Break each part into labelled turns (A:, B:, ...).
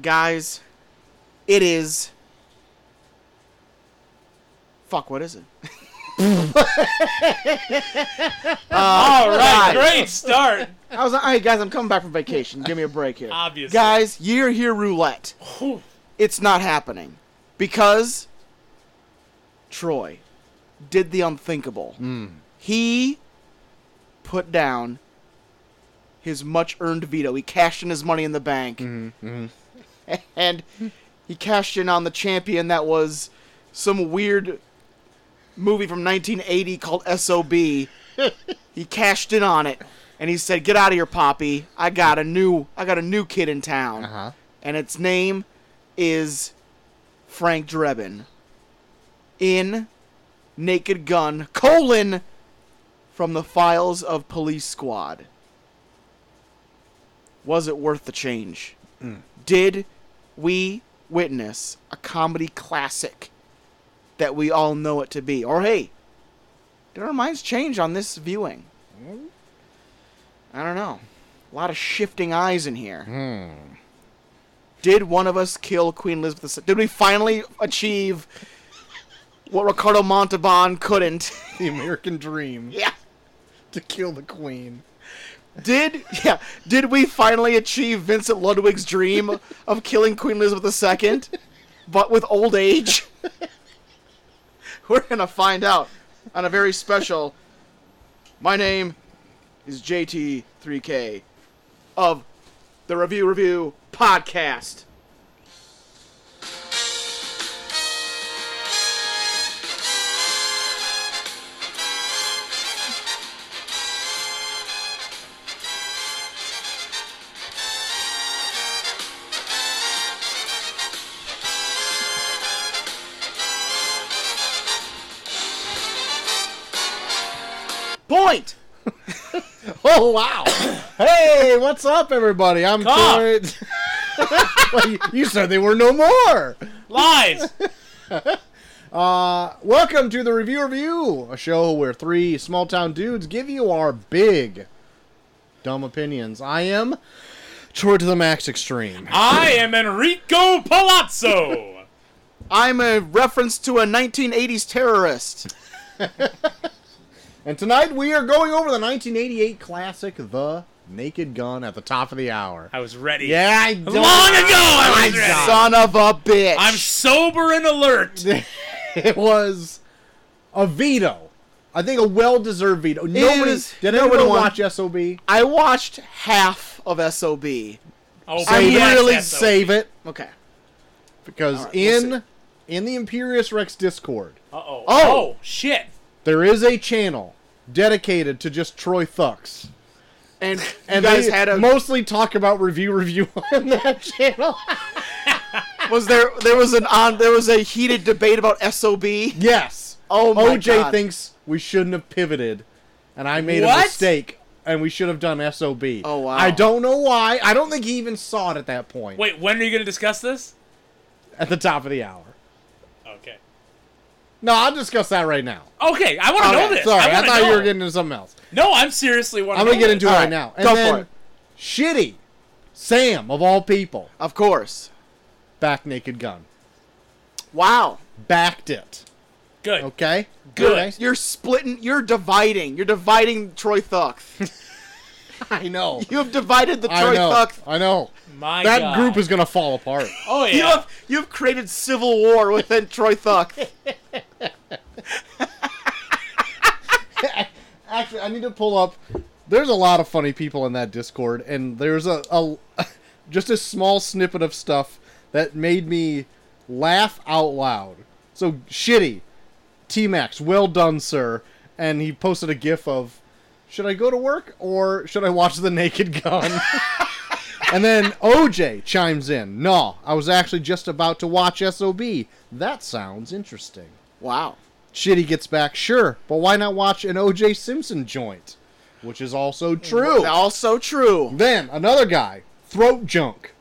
A: guys, it is. Fuck, what is it?
B: All right, great start.
A: I was like, all right, guys, I'm coming back from vacation. Give me a break here.
B: Obviously.
A: Guys, year here roulette. It's not happening. Because Troy did the unthinkable. He put down his much earned veto. He cashed in his money in the bank. And he cashed in on the champion that was some weird movie from 1980 called SOB. he cashed in on it, and he said, "Get out of here, Poppy. I got a new, I got a new kid in town,
C: Uh-huh.
A: and its name is Frank Drebin in Naked Gun colon from the files of Police Squad. Was it worth the change? Did we witness a comedy classic?" that we all know it to be. Or hey, did our minds change on this viewing? I don't know. A lot of shifting eyes in here. Did one of us kill Queen Elizabeth II? Did we finally achieve what Ricardo Montalban couldn't?
C: The American dream
A: yeah.
C: to kill the queen.
A: Did yeah? Did we finally achieve Vincent Ludwig's dream of killing Queen Elizabeth II, but with old age? We're gonna find out on a very special. My name is JT3K of the Review Review podcast. Point.
C: Oh wow! hey, what's up, everybody? I'm
B: Cough.
C: Troy. Well, you- you said they were no more.
B: Lies.
C: Welcome to the Review Review, a show where three small town dudes give you our big dumb opinions. I am Troy to the max extreme.
B: I am Enrico Palazzo.
A: I'm a reference to a 1980s terrorist.
C: And tonight we are going over the 1988 classic, The Naked Gun, at the top of the hour.
B: I was ready.
C: Yeah, I don't-
B: Long ago, I was ready.
A: Son of a bitch.
B: I'm sober and alert.
C: it was a veto. I think a well-deserved veto. Nobody
A: is-
C: did
A: nobody
C: anyone
A: won.
C: watch SOB?
A: I watched half of SOB.
B: Oh,
C: I
B: but yes,
C: really
B: that's
C: save it
A: Okay.
C: because
A: right, we'll
C: in in the Imperius Rex Discord,
B: Uh oh.
A: Oh.
B: Oh shit.
C: there is a channel dedicated to just Troy Thucks.
A: And you
C: And
A: guys
C: they
A: had a
C: mostly talk about review review on that channel.
A: was there there was an on there was a heated debate about SOB.
C: yes.
A: Oh my
C: OJ
A: God.
C: thinks we shouldn't have pivoted, and I made a
B: What?
C: mistake, and we should have done SOB.
A: Oh, wow.
C: I don't know why. I don't think he even saw it at that point.
B: Wait, when are you gonna discuss this?
C: At the top of the hour.
B: Okay.
C: No, I'll discuss that right now.
B: Okay, I want to know
A: Okay,
B: this.
C: Sorry, I,
B: I,
C: thought
B: wanna know.
C: you were getting into something else.
B: No, I'm seriously. Wanna
C: I'm gonna
B: know
C: get
B: this.
C: into it
A: All
C: right,
A: right,
C: now.
A: go for
C: then,
A: it.
C: Shitty Sam of all people
A: Of course.
C: back naked gun
A: Wow.
C: backed it.
B: Good.
C: Okay,
B: Good.
C: Okay.
A: You're splitting you're dividing. You're dividing Troy Thuck.
C: I know.
A: You have divided the
C: I
A: Troy
C: know.
A: Thuck.
C: I know.
B: My
C: that
B: God.
C: group is gonna fall apart.
B: Oh
A: You
B: yeah.
A: have you've created civil war within Troy Thuck.
C: Actually, I need to pull up. There's a lot of funny people in that Discord, and there's a, a just a small snippet of stuff that made me laugh out loud. So shitty, T Max, well done, sir. And he posted a GIF of, should I go to work or should I watch The Naked Gun? and then OJ chimes in, no, I was actually just about to watch SOB. That sounds interesting.
A: Wow.
C: Shitty gets back, sure, but why not watch an O.J. Simpson joint? Which is also true.
A: Also true.
C: Then another guy, Throat Junk,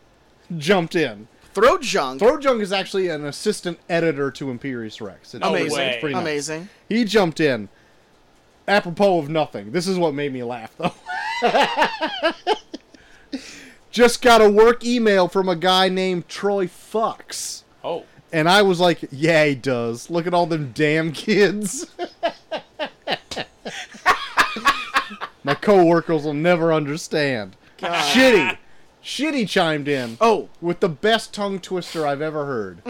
C: jumped in.
A: Throat junk.
C: Throat Junk is actually an assistant editor to Imperious Rex. It's
A: Amazing.
C: pretty- it's pretty nice.
A: Amazing.
C: He jumped in, apropos of nothing. This is what made me laugh, though. just got a work email from a guy named Troy Fucks.
B: Oh.
C: And I was like, yeah, he does. Look at all them damn kids. My coworkers will never understand. Shitty. Shitty chimed in
A: Oh,
C: with the best tongue twister I've ever heard.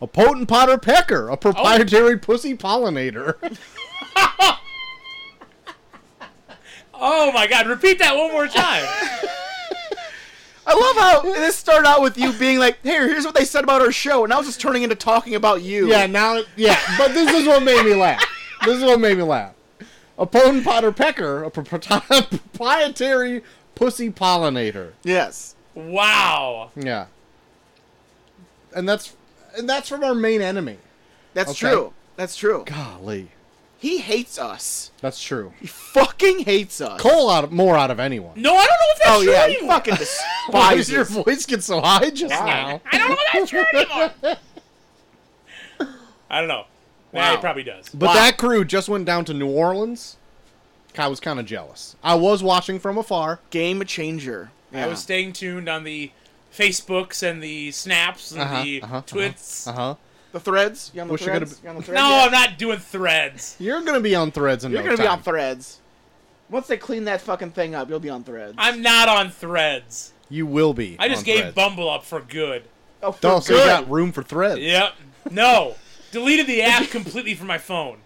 C: A potent potter pecker, a proprietary pussy pollinator.
B: Oh my god, repeat that one more time.
A: I love how this started out with you being like, "Here, here's what they said about our show," and now it's just turning into talking about you.
C: yeah, now, yeah, but this is what made me laugh. This is what made me laugh. A potent potter pecker, a propri- proprietary pussy pollinator.
A: Yes.
B: Wow.
C: Yeah. And that's and that's from our main enemy.
A: That's
C: Okay.
A: true. That's true.
C: Golly.
A: He hates us.
C: That's true.
A: He fucking hates us.
C: Coal out of, more out of anyone.
B: No, I don't know if that's
A: oh
B: true
A: yeah, he
B: anymore.
A: fucking
C: Why
A: despises
C: does your
A: your
C: voice get so high just now?
B: I don't know if that's true anymore. I don't know. Yeah, he
A: Wow.
B: probably does.
C: But
A: Wow.
C: that crew just went down to New Orleans. I was kind of jealous. I was watching from afar.
A: game changer. Yeah.
B: I was staying tuned on the Facebooks and the snaps and
C: Uh-huh,
B: the
C: uh-huh, uh-huh,
B: twits.
C: Uh huh.
A: the threads. You on the
C: Wish I
A: threads?
C: could've-
A: You on the threads?
B: No,
A: Yeah.
B: I'm not doing threads.
C: You're gonna be on threads in
A: You're
C: no
A: gonna be
C: time.
A: on threads. Once they clean that fucking thing up, you'll be on threads.
B: I'm not on threads.
C: you will be.
B: I just
C: on
B: gave
C: threads.
B: Bumble up for good.
A: oh, for
C: Oh, so you
A: good.
C: got room for threads.
B: Yep. No. Deleted the app completely from my phone.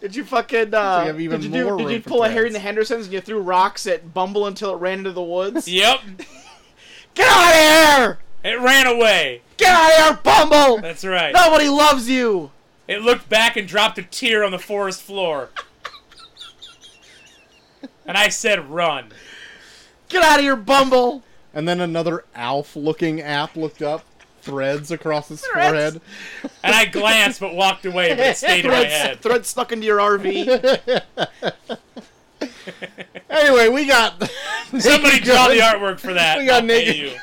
A: Did you fucking uh,
C: you have even
A: did you do-
C: more
A: did you
C: room for
A: pull a Harry and
C: threads.
A: the Hendersons and you threw rocks at Bumble until it ran into the woods?
B: Yep.
A: Get out of here!
B: It ran away.
A: Get out of here, Bumble!
B: That's right.
A: Nobody loves you.
B: It looked back and dropped a tear on the forest floor. and I said, run.
A: Get out of here, Bumble.
C: And then another Alf-looking app looked up threads across his
A: Threads.
C: forehead.
B: And I glanced but walked away, but it stayed in my
A: Threads,
B: head.
A: threads stuck into your RV.
C: Anyway, we got
B: Somebody
C: Naked
B: draw the
C: Gun.
B: artwork for that.
C: We got
B: I'll pay
C: naked
B: you.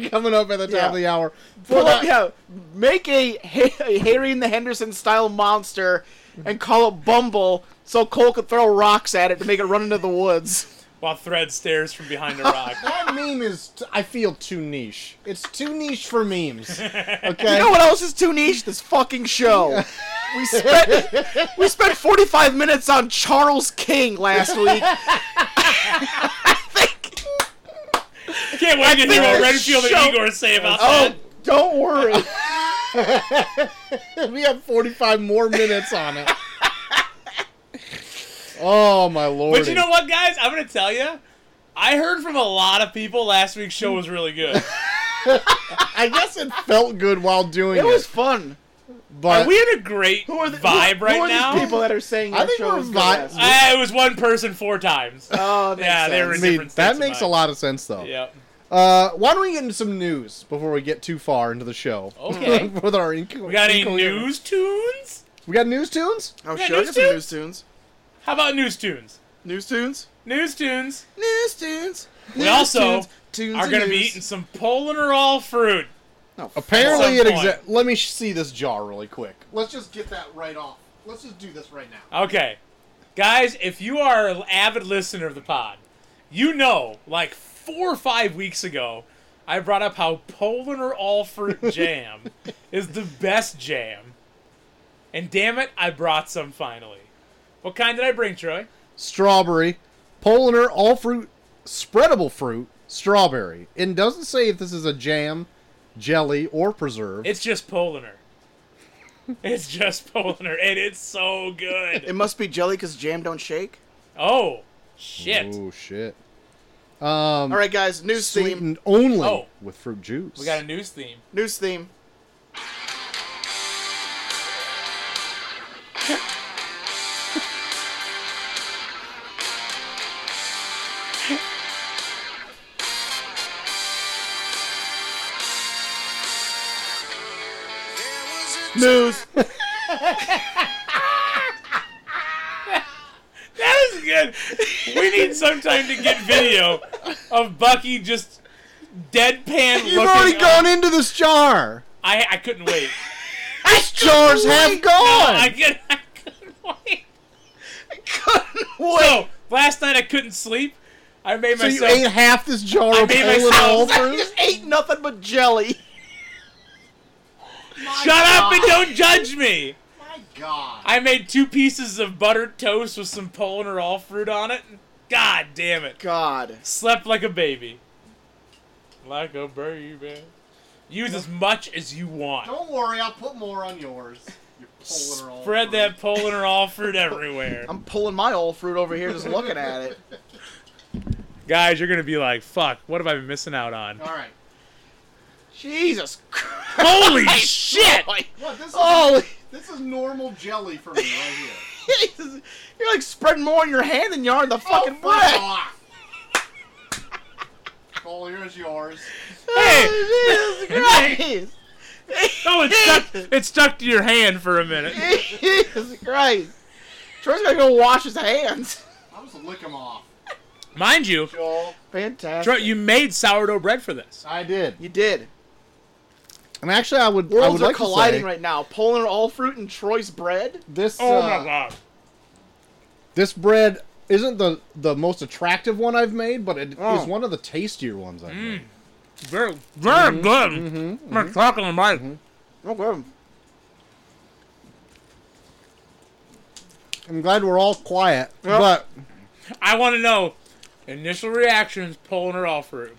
C: Gun coming up at the top
A: Yeah.
C: of the hour. For
A: Pull up,
C: the-
A: yeah, make a, Ha- a Harry and the Henderson style monster and call it Bumble so Cole could throw rocks at it to make it run into the woods.
B: While Thread stares from behind a rock.
C: That meme is, t- I feel, too niche. It's too niche for memes.
A: You
C: Okay.
A: know what else is too niche? This fucking show. We spent we spent 45 minutes on Charles King last week.
B: Can't wait to hear
A: think
B: what
A: the
B: Redfield
A: show-
B: and Igor say about
A: Oh,
B: that.
A: don't worry.
C: we have 45 more minutes on it. Oh my lord!
B: But you know what, guys? I'm going to tell you. I heard from a lot of people last week's show was really good.
C: I guess it felt good while doing
A: It
C: it.
A: was fun.
C: but
B: Are we in a great
A: Who are the,
B: vibe
A: who,
B: right
A: who are
B: now?
A: These people that are saying
C: I
A: that
C: think
A: show
C: we're
A: was good
C: vi-
A: last week?
B: Uh, it was one person four times.
A: Oh, that makes
B: Yeah, they
A: sense.
B: were
C: I
B: different
C: mean,
B: states
C: that
B: of
C: makes a
B: mind.
C: lot of sense though.
B: Yep.
C: Uh, why don't we get into some news before we get too far into the show?
B: Okay.
C: With our inco-
B: We got any news tunes?
C: We got news tunes.
A: Oh,
B: Yeah,
A: sure.
B: news
A: News some
B: tunes.
A: news tunes.
B: How about news tunes?
A: News tunes.
B: News tunes
A: News tunes.
B: We
A: News
B: also
A: tunes, tunes
B: are
A: and
B: going to be
A: news.
B: eating some Polinerol fruit.
A: No, f-
C: Apparently,
B: At
C: it
B: some point.
C: exists. Let me sh- see this jar really quick. Let's just get that right off. Let's just do this right now.
B: Okay. Guys, if you are an avid listener of the pod, you know, like four or five weeks ago, I brought up how Polinerol fruit jam is the best jam. And damn it, I brought some finally. What kind did I bring, Troy?
C: Strawberry, Poliner, all fruit, spreadable fruit, strawberry. And it doesn't say if this is a jam, jelly, or preserve.
B: It's just Poliner. It's just Poliner, and it's so good.
A: it must be jelly because jam don't shake.
B: Oh, shit.
C: Oh shit. Um,
A: All right, guys. News theme.
C: sweetened only
B: Oh.
C: with fruit juice.
B: We got a news theme.
A: News theme. News.
B: That is good. We need some time to get video of Bucky just deadpan
C: You've
B: looking.
C: already
B: up.
C: gone into this jar.
B: I I couldn't wait.
C: This jars have gone.
B: I, could, I couldn't wait.
A: Couldn't wait.
B: So last night I couldn't sleep, I made
C: So
B: myself.
C: you ate half this jar
B: I
C: of
B: made
C: Poland
B: myself-
A: I
C: Allfruit?
A: just ate nothing but jelly.
B: Shut up and don't judge me.
D: My God.
B: I made two pieces of buttered toast with some Poland or all fruit on it. God damn it.
A: God.
B: Slept like a baby. Like a baby. Use as much as you want.
D: Don't worry, I'll put more on yours. You're pulling her all.
B: Spread that Poland or all fruit everywhere.
A: I'm pulling my old fruit over here just looking at it.
B: Guys, you're gonna be like, fuck, what have I been missing out on?
D: All right.
A: Jesus Christ.
B: Holy shit!
D: What? This is
A: Holy.
D: this is normal jelly for me right here.
A: Jesus. You're like spreading more on your hand than you are on the fucking
D: oh, fuck
A: bread.
D: off. Cole, here's yours.
A: Oh, Jesus Christ.
B: No, it stuck, it stuck to your hand for a minute.
A: Jesus Christ. Troy's gonna go wash his hands.
D: I'll just lick him off.
B: Mind you,
D: Joel.
A: Fantastic.
B: Troy, you made sourdough bread for this.
C: I did.
A: You did.
C: And actually, I would. I
A: Worlds
C: would
A: are
C: like
A: colliding
C: to say
A: right now. Poland all fruit and Troy's bread.
C: this.
B: Oh
C: uh,
B: my god.
C: This bread isn't the the most attractive one I've made, but it is
A: Oh. Mm.
C: one of the tastier ones I've made.
B: Very, very good. We're talking about
A: Okay.
C: I'm glad we're all quiet,
A: Yep.
C: but
B: I want to know initial reactions, pulling her off fruit.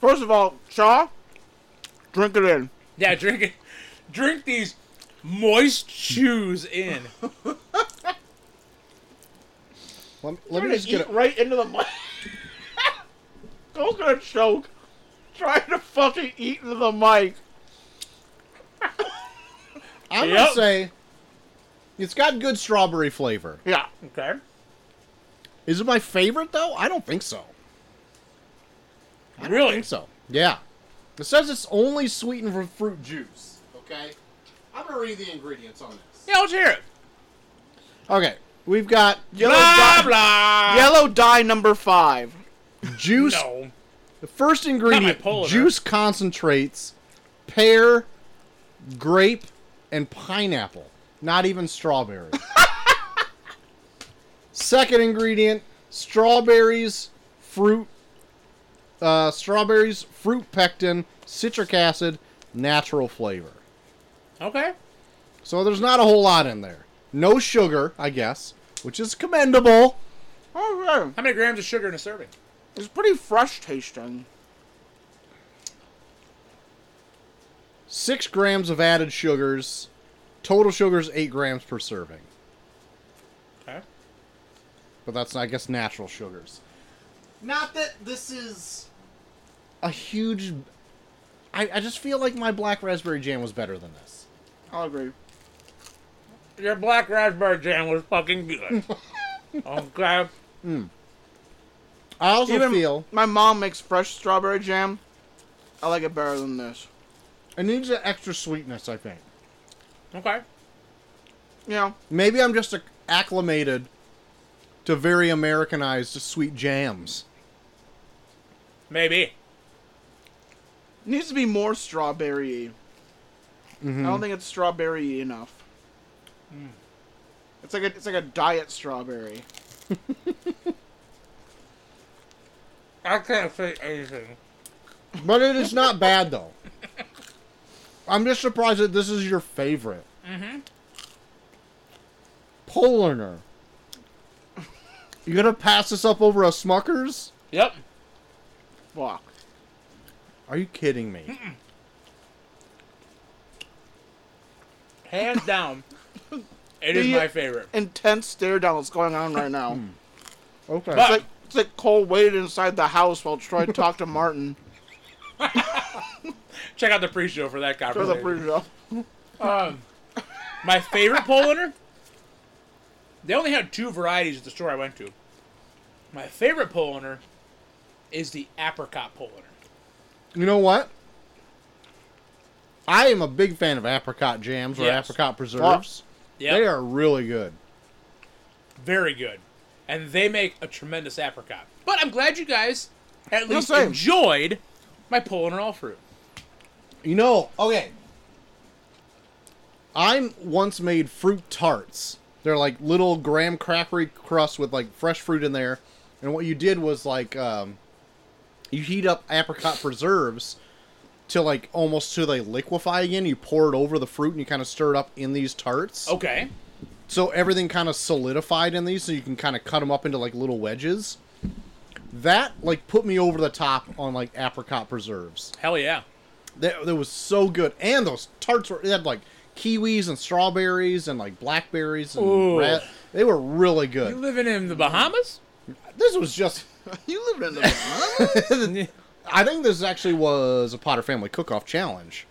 A: First of all, Shaw, drink it in.
B: Yeah, drink it. Drink these moist chews in.
C: let, me- let
A: You're
C: me
A: gonna
C: just get
A: eat
C: a,
A: right into the mic. Cole's gonna choke. Trying to fucking eat into the mic.
C: I'm
B: Yep.
C: gonna say it's got good strawberry flavor.
A: Yeah.
B: Okay.
C: Is it my favorite though? I don't think so. I
B: Really?
C: think so. Yeah. It says it's only sweetened with fruit juice.
D: Juice. Okay. I'm gonna read the ingredients on this.
B: Yeah, let's hear it.
C: Okay, we've got
A: Yellow,
B: Blah,
A: dye,
B: blah.
A: yellow dye number five.
C: juice.
B: No.
C: The first ingredient:
B: Polar.
C: juice concentrates, pear, grape, and pineapple. Not even strawberry. Second ingredient: strawberries, fruit, uh, strawberries, fruit pectin, citric acid, natural flavor.
B: Okay.
C: So there's not a whole lot in there. No sugar, I guess, which is commendable.
A: Okay.
B: How many grams of sugar in a serving?
A: It's pretty fresh tasting.
C: six grams of added sugars. Total sugars eight grams per serving,
B: Okay.
C: but that's I guess natural sugars.
D: Not that this is.
C: A huge. I, I just feel like my black raspberry jam was better than this.
A: I'll agree.
B: Your black raspberry jam was fucking good. okay.
C: I also
A: Even
C: feel
A: my mom makes fresh strawberry jam. I like it better than this.
C: it needs an extra sweetness. I think
B: Okay.
A: Yeah.
C: maybe I'm just acclimated to very Americanized sweet jams.
B: Maybe.
A: It needs to be more strawberry. I
C: Mm-hmm.
A: don't think it's strawberry enough.
C: Hmm.
A: It's like a it's like a diet strawberry.
B: I can't say anything.
C: But it is not bad though. I'm just surprised that this is your favorite. Mm-hmm. Polarner. You gonna pass this up over a Smucker's?
B: Yep.
A: Fuck.
C: Are you kidding me?
B: Hands down. It is
A: The-
B: my favorite.
A: Intense stare down that's going on right now.
C: Hmm. Okay.
A: It's like, it's like Cole waited inside the house while Troy talked to Martin.
B: Check out the pre-show for that
A: Troy's a
B: conversation.
A: pretty show.
B: Um, my favorite Polander. They only had two varieties at the store I went to. My favorite Polander is the apricot Polander.
C: you know what? I am a big fan of apricot jams or
B: Yes.
C: apricot preserves.
B: Yeah,
C: They are really good.
B: very good, and they make a tremendous apricot. But I'm glad you guys at least
A: same.
B: enjoyed my Polander all fruit.
C: You know, okay. I'm once made fruit tarts. They're like little graham crackery crust with like fresh fruit in there, And what you did was like um, you heat up apricot preserves to like almost till they liquefy again. You pour it over the fruit and you kind of stir it up in these tarts.
B: Okay.
C: So everything kind of solidified in these, so you can kind of cut them up into like little wedges. That like put me over the top on like apricot preserves.
B: Hell yeah.
C: That, that was so good, and those tarts were they had like kiwis and strawberries and like blackberries and
B: Ooh.
C: red. They were really
B: You
C: good.
B: living in the Bahamas?
C: This was just.
A: You lived in the Bahamas?
C: I think this actually was a Potter family cook-off challenge.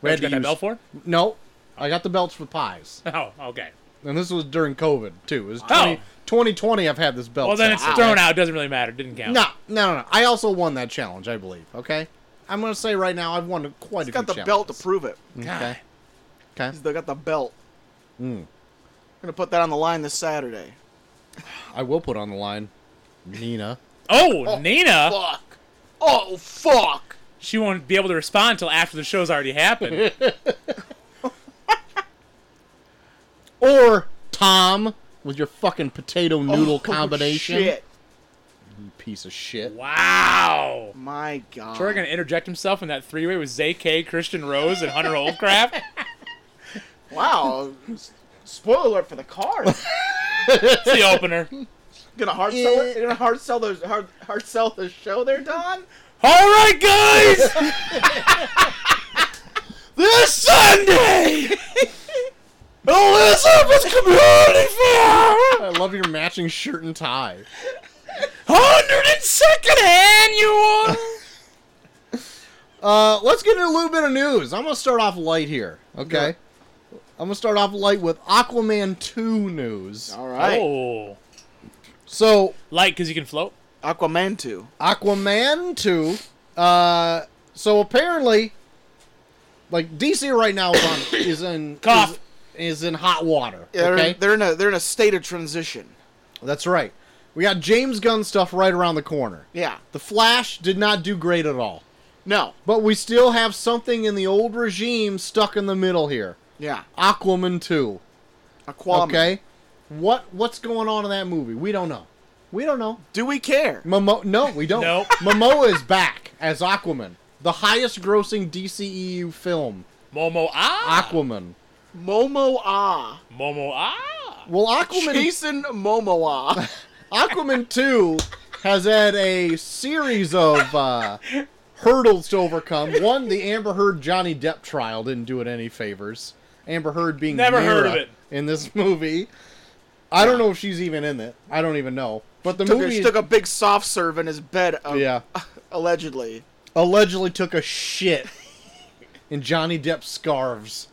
C: We
B: What you got that bell for?
C: No, I got the belts for pies,
B: Oh, okay.
C: and this was during COVID too. It was
B: Oh.
C: 20, 2020 I've had this belt.
B: Well, then
C: since.
B: it's thrown out. Doesn't really matter. Didn't count.
C: No, no, no, no. I also won that challenge, I believe. Okay, I'm gonna say right now I've won quite a
A: He's got
C: few
A: the belt to
C: challenges. Hmm.
A: prove it.
C: Okay. Okay.
A: He's got the belt.
C: Hmm.
A: Gonna put that on the line this Saturday.
C: I will put on the line, Nina.
B: Oh, Nina.
A: Fuck. Oh fuck.
B: She won't be able to respond until after the show's already happened.
C: or Tom with your fucking potato noodle
A: Oh,
C: combination.
A: Shit.
C: You piece of shit.
B: wow.
A: My god.
B: Troy gonna interject himself in that three-way with Zay K, Christian Rose, and Hunter Oldcraft.
A: Wow. S- Spoiler alert for the card.
B: It's the opener.
A: gonna hard sell it. You're gonna hard sell those hard hard sell the show there, Don.
B: All right, guys. this Sunday, Elizabeth Community Fair,
C: I love your matching shirt and tie.
B: hundred and second annual.
C: Uh, let's get into a little bit of news. I'm gonna start off light here. Okay. I'm gonna start off light with Aquaman 2 news.
A: All right.
B: Oh,
C: So
B: like because you can float.
A: Aquaman two.
C: Aquaman 2. Uh, so apparently, like DC right now is on is in
B: Cough.
C: Is, is in hot water.
A: Yeah, they're,
C: okay,
A: they're in a they're in a state of transition.
C: that's right. We got James Gunn stuff right around the corner.
A: Yeah.
C: The Flash did not do great at all,
A: No.
C: but we still have something in the old regime stuck in the middle here.
A: Yeah.
C: Aquaman 2.
A: Aquaman.
C: Okay, what what's going on in that movie? We don't know. We don't know.
A: Do we care?
C: Momo, no, we don't.
B: Nope.
C: Momoa is back as Aquaman, the highest grossing DCEU film.
B: Momo ah.
C: Aquaman.
A: Momo ah.
B: Momo ah.
C: Well, Aquaman,
A: Jason Momoa.
C: Aquaman 2 has had a series of uh, hurdles to overcome. One, the Amber Heard Johnny Depp trial didn't do it any favors. Amber Heard being
B: Never heard of
C: Mira
B: it.
C: in this movie. I don't know if she's even in it. I don't even know. But the
A: took, a,
C: movie
A: took a big soft serve in his bed. uh,
C: yeah,
A: Allegedly.
C: allegedly took a shit in Johnny Depp's scarves.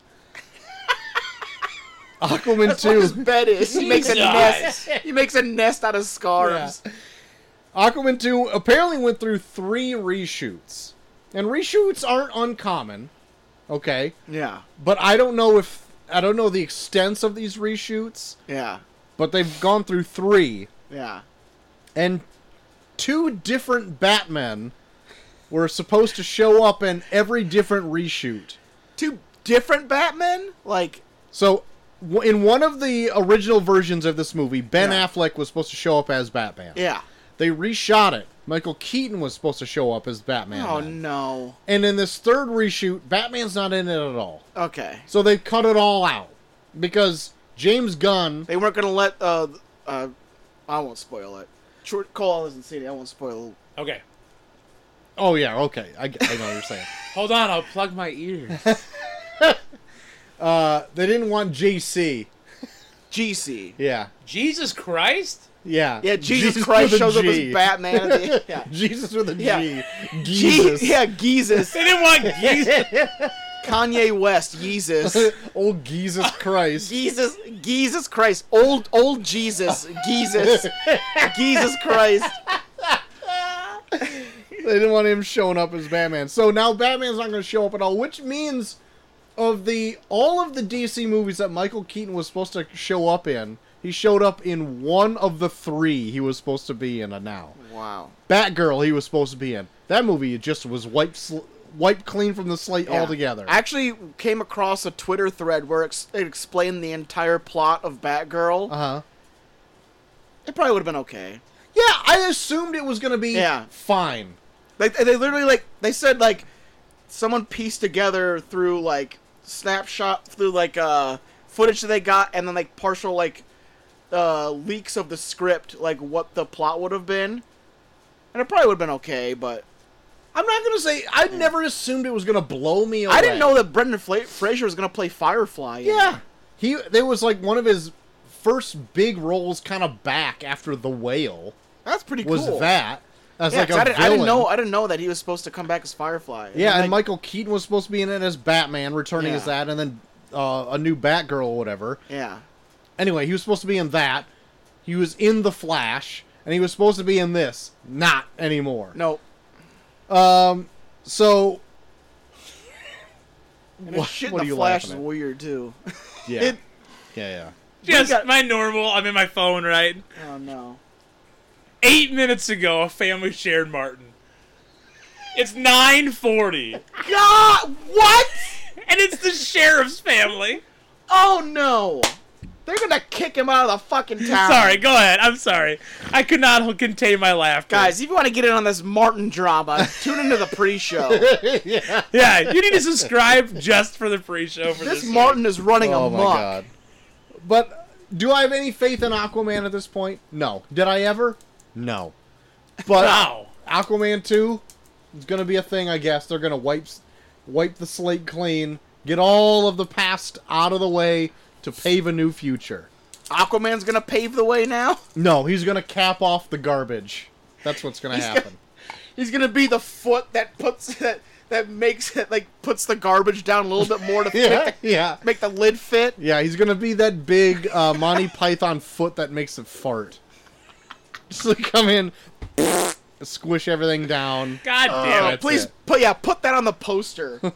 C: Aquaman 2
A: His bed is. He makes a
B: Jesus.
A: nest. He makes a nest out of scarves.
C: Aquaman 2 apparently went through three reshoots. And reshoots aren't uncommon, okay?
A: Yeah.
C: But I don't know if I don't know the extents of these reshoots,
A: Yeah.
C: but they've gone through three
A: Yeah.
C: and two different Batmen were supposed to show up in every different reshoot.
A: Two different Batmen? Like,
C: So w- in one of the original versions of this movie, Ben
A: Yeah.
C: Affleck was supposed to show up as Batman.
A: yeah.
C: They reshot it. Michael Keaton was supposed to show up as Batman.
A: Oh,
C: then.
A: no.
C: And in this third reshoot, Batman's not in it at all.
A: Okay.
C: So they cut it all out because James Gunn.
A: They weren't going to let. Uh, uh, I won't spoil it. Short Cole hasn't seen it. I won't spoil
B: Okay.
C: Oh yeah, okay, I, get- I know what you're saying.
B: Hold on, I'll plug my ears.
C: Uh, they didn't want JC.
A: GC.
C: Yeah,
B: Jesus Christ?
C: yeah,
A: Yeah, Jesus,
C: with
A: Christ
C: a
A: shows up as
C: G.
A: Batman. At the end. Yeah.
C: Jesus with a G.
A: Yeah.
C: Jesus.
A: Gee- yeah, Jesus.
B: They didn't want Jesus.
A: Kanye West, Jesus.
C: Old Jesus Christ.
A: Jesus, Jesus Christ, old old Jesus, Jesus, Jesus Christ.
C: They didn't want him showing up as Batman. So now Batman's not going to show up at all, which means of the all of the DC movies that Michael Keaton was supposed to show up in, he showed up in one of the 3 he was supposed to be in now.
A: Wow.
C: Batgirl he was supposed to be in. That movie just was wiped sl- wiped clean from the slate altogether.
A: I actually came across a Twitter thread where ex- it explained the entire plot of Batgirl.
C: uh-huh.
A: It probably would have been okay.
C: Yeah, I assumed it was gonna be
A: Yeah.
C: fine.
A: Like they literally like they said like someone pieced together through like snapshot through like uh footage that they got and then like partial like uh leaks of the script like what the plot would have been. And it probably would have been okay, but
C: I'm not gonna say I never assumed it was gonna blow me away.
A: I didn't know that Brendan Fla- Fraser was going to play Firefly. in it.
C: Yeah, he there was like one of his first big roles, kind of back after The Whale
A: That's pretty
C: was
A: cool.
C: that. That's
A: Yeah,
C: like
A: 'cause
C: a
A: I, didn't, I didn't
C: villain.
A: know I didn't know that he was supposed to come back as Firefly.
C: Yeah,
A: then,
C: and Michael Keaton was supposed to be in it as Batman, returning
A: Yeah.
C: as that, and then uh, a new Batgirl or whatever.
A: Yeah.
C: Anyway, he was supposed to be in that. He was in The Flash, and he was supposed to be in this. Not anymore.
A: No.
C: So
A: And
C: What-
A: shit, in
C: what are
A: the
C: you
A: Flash
C: laughing
A: is
C: at?
A: weird too.
C: yeah,
A: It-
C: yeah, yeah.
B: Just
A: got-
B: my normal. I'm in my phone, right?
A: oh no.
B: Eight minutes ago, a family shared Martin. It's 9:40, and
A: God, what?
B: it's the sheriff's family.
A: Oh no! They're gonna kick him out of the fucking town.
B: Sorry, go ahead. I'm sorry. I could not contain my laughter.
A: guys. If you want to get in on this Martin drama, tune into the pre-show.
C: yeah.
B: yeah, you need to subscribe just for the pre-show for this.
A: This Martin is running
C: Oh
A: amok.
C: my god. But do I have any faith in Aquaman at this point? No. Did I ever? No. But
B: Wow.
C: Aquaman 2 is going to be a thing, I guess. They're going to wipe s- wipe the slate clean, get all of the past out of the way to pave a new future.
A: Aquaman's gonna pave the way now.
C: No, he's going to cap off the garbage. That's what's going to
A: gonna-
C: happen.
A: He's gonna be the foot that puts that that makes it like puts the garbage down a little bit more to
C: Yeah,
A: make, the,
C: yeah.
A: make the lid fit.
C: Yeah, he's going to be that big uh, Monty Python foot that makes it fart. Just like come in, squish everything down.
B: God
A: Oh,
B: damn it!
C: that's
A: please,
C: it.
A: put yeah, put that on the poster.
B: God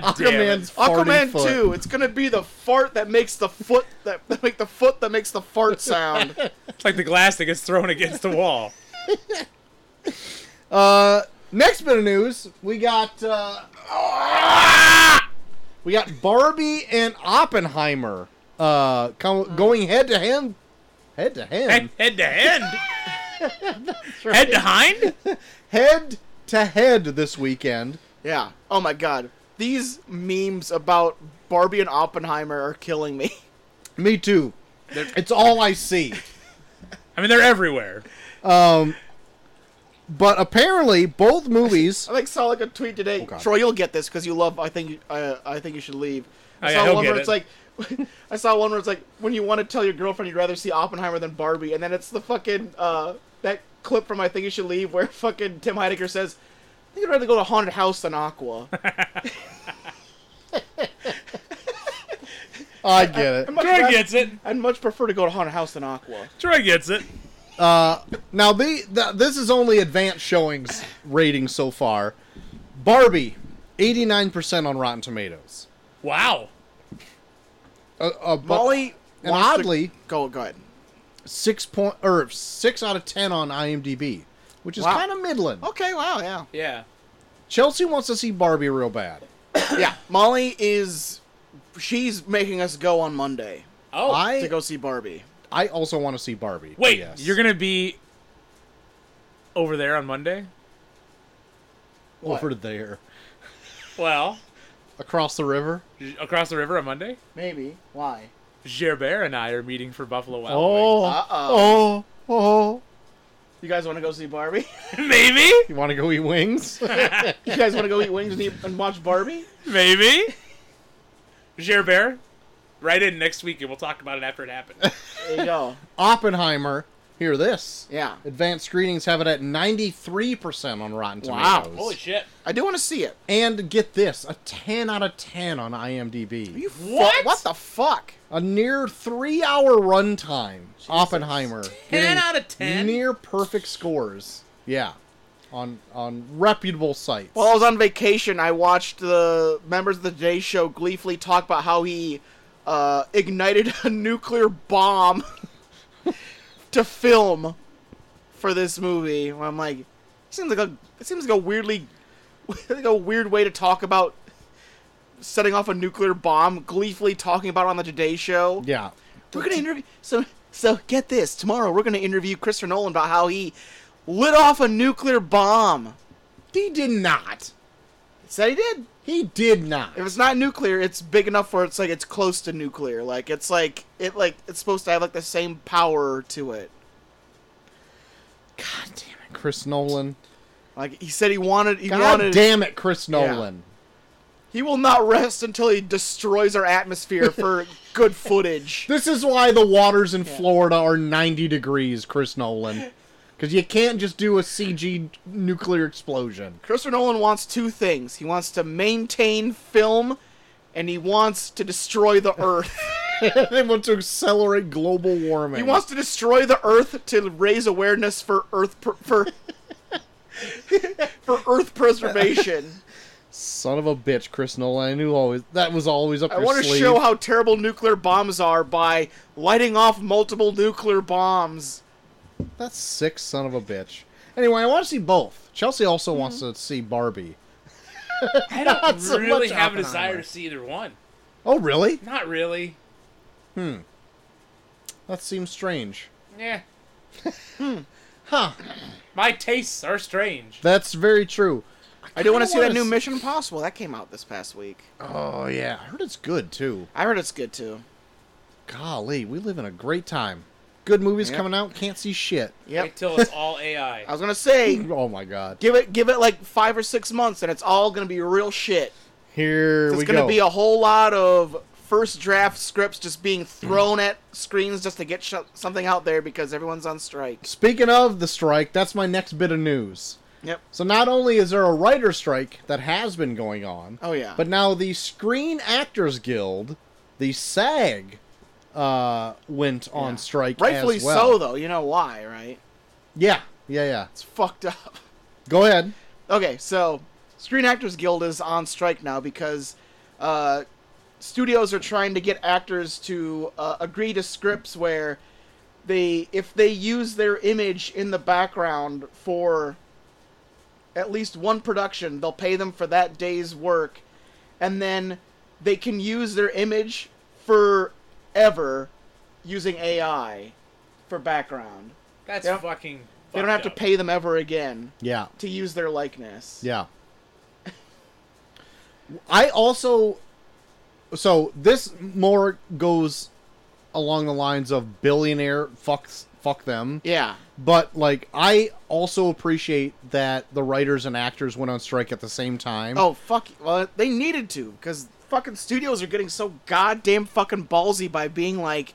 B: damn
C: Aquaman's
B: it!
C: farting
A: Aquaman
C: foot.
A: two. It's gonna be the fart that makes the foot that make the foot that makes the fart sound.
B: It's like the glass that gets thrown against the wall.
C: Uh, next bit of news, we got uh, ah! we got Barbie and Oppenheimer uh co-
A: Hmm.
C: going head to hand, head to
B: Head
C: hand,
B: head to head. Head to hind.
C: head to head this weekend.
A: Yeah. Oh my god. These memes about Barbie and Oppenheimer are killing me.
C: Me too. It's all I see.
B: I mean, they're everywhere.
C: But apparently, both movies.
A: I like saw like a tweet today.
C: God.
A: Troy, you'll get this because you love. I think you- I, I think you should leave.
B: Oh,
A: I
B: yeah,
A: saw
B: he'll
A: one
B: get
A: where
B: it.
A: it's like, I saw one where it's like when you want to tell your girlfriend you'd rather see Oppenheimer than Barbie, and then it's the fucking uh, that clip from I Think You Should Leave where fucking Tim Heidecker says, "I think I'd rather go to haunted house than Aqua."
C: I get it.
A: I'd much
B: Troy
A: rather-
B: gets it.
A: I'd much prefer to go to haunted house than Aqua.
B: Troy gets it.
C: Now the, the this is only advanced showings rating so far. Barbie, eighty nine percent on Rotten Tomatoes.
B: Wow.
C: Uh, uh, but-
A: Molly,
C: and
A: wants to-
C: oddly-
A: go go ahead.
C: six point or six out of ten on IMDb, which is
A: Wow. Oh.
C: kind of middling.
A: Okay, wow, yeah.
B: Yeah.
C: Chelsea wants to see Barbie real bad.
A: yeah, Molly is. She's making us go on Monday
B: Oh.
A: to
C: I
A: go see Barbie.
C: I also want to see Barbie.
B: Wait,
C: yes.
B: you're gonna be over there on Monday?
C: over there
B: Well,
C: across the river.
B: j- across the river on Monday,
A: Maybe. Why?
B: Gerbert and I are meeting for Buffalo Wild
A: Uh-oh.
C: oh, oh!
A: You guys want to go see Barbie?
B: Wings. Maybe,
C: You want to go eat wings?
A: you guys want to go eat wings and, eat, and watch Barbie?
B: maybe. Gerbert, write in next week and we'll talk about it after it happened.
A: There you go.
C: Oppenheimer. Hear this.
A: Yeah.
C: Advanced screenings have it at 93% on Rotten
A: Wow.
C: Tomatoes.
B: Holy shit!
A: I do want to see it.
C: And get this, a 10 out of 10 on IMDb.
A: You fu-
B: What?
A: What the fuck?
C: A near three-hour runtime. Oppenheimer.
B: 10
C: getting
B: out of 10?
C: Near perfect scores. Yeah, on on reputable sites.
A: While I was on vacation, I watched the members of the Today Show gleefully talk about how he uh, ignited a nuclear bomb to film for this movie. Where I'm like, it seems like a it seems like a weirdly like a weird way to talk about setting off a nuclear bomb. Gleefully talking about it on the Today Show.
C: yeah,
A: We're gonna interview some So get this. Tomorrow we're going to interview Christopher Nolan about how he lit off a nuclear bomb.
C: He did not.
A: It said he did.
C: He did not.
A: If it's not nuclear, it's big enough where it's like it's close to nuclear. Like it's like it like it's supposed to have like the same power to it. God damn it.
C: Chris Nolan.
A: Like he said he wanted he
C: God
A: wanted
C: damn it, Chris
A: Yeah.
C: Nolan.
A: he will not rest until he destroys our atmosphere for good footage.
C: This is why the waters in Florida are 90 degrees, Chris Nolan. Because you can't just do a CG nuclear explosion.
A: Christopher Nolan wants two things. He wants to maintain film and he wants to destroy the earth.
C: they want to accelerate global warming.
A: he wants to destroy the earth to raise awareness for earth per- for for earth preservation.
C: Son of a bitch, Chris Nolan. I knew always that was always up
A: I
C: your
A: want to
C: sleeve.
A: show how terrible nuclear bombs are by lighting off multiple nuclear bombs.
C: That's sick, son of a bitch. Anyway, I want to see both. Chelsea also
A: Mm-hmm.
C: wants to see Barbie.
B: I don't
C: so
B: really
C: much
B: have a
C: Oppenheimer.
B: desire to see either one.
C: Oh, really?
B: Not really.
C: That seems strange.
B: Yeah.
A: Hmm.
C: Huh.
B: My tastes are strange.
C: That's very true.
A: I do want to
C: kinda
A: see that
C: wanna
A: new
C: s-
A: Mission Impossible that came out this past week.
C: Oh, yeah. I heard it's good, too.
A: I heard it's good too.
C: Golly, we live in a great time. Good movies
A: Yep.
C: coming out, can't see shit.
B: Wait
A: Yep.
B: till it's all AI.
A: I was gonna say,
C: Oh my god.
A: give it, give it like five or six months, and it's all gonna be real shit.
C: Here
A: It's
C: we
A: gonna
C: go.
A: be a whole lot of first draft scripts just being thrown
C: Mm.
A: at screens just to get sh- something out there because everyone's on strike.
C: Speaking of the strike, that's my next bit of news.
A: Yep.
C: So not only is there a writer strike that has been going on,
A: Oh yeah.
C: but now the Screen Actors Guild, the SAG, uh, went on strike.
A: rightfully
C: as well.
A: so, though. You know why, right?
C: Yeah, yeah, yeah.
A: It's fucked up.
C: Go ahead.
A: Okay, so Screen Actors Guild is on strike now because uh, studios are trying to get actors to uh, agree to scripts where they, if they use their image in the background for at least one production, they'll pay them for that day's work, and then they can use their image forever using AI for background.
B: That's
A: Yep.
B: fucking.
A: They don't have
B: fucked
A: to
B: up.
A: pay them ever again
C: Yeah,
A: to use their likeness.
C: yeah. I also, so this more goes along the lines of billionaire fucks fuck them.
A: Yeah.
C: But like, I also appreciate that the writers and actors went on strike at the same time.
A: Oh fuck! Well, they needed to because fucking studios are getting so goddamn fucking ballsy by being like,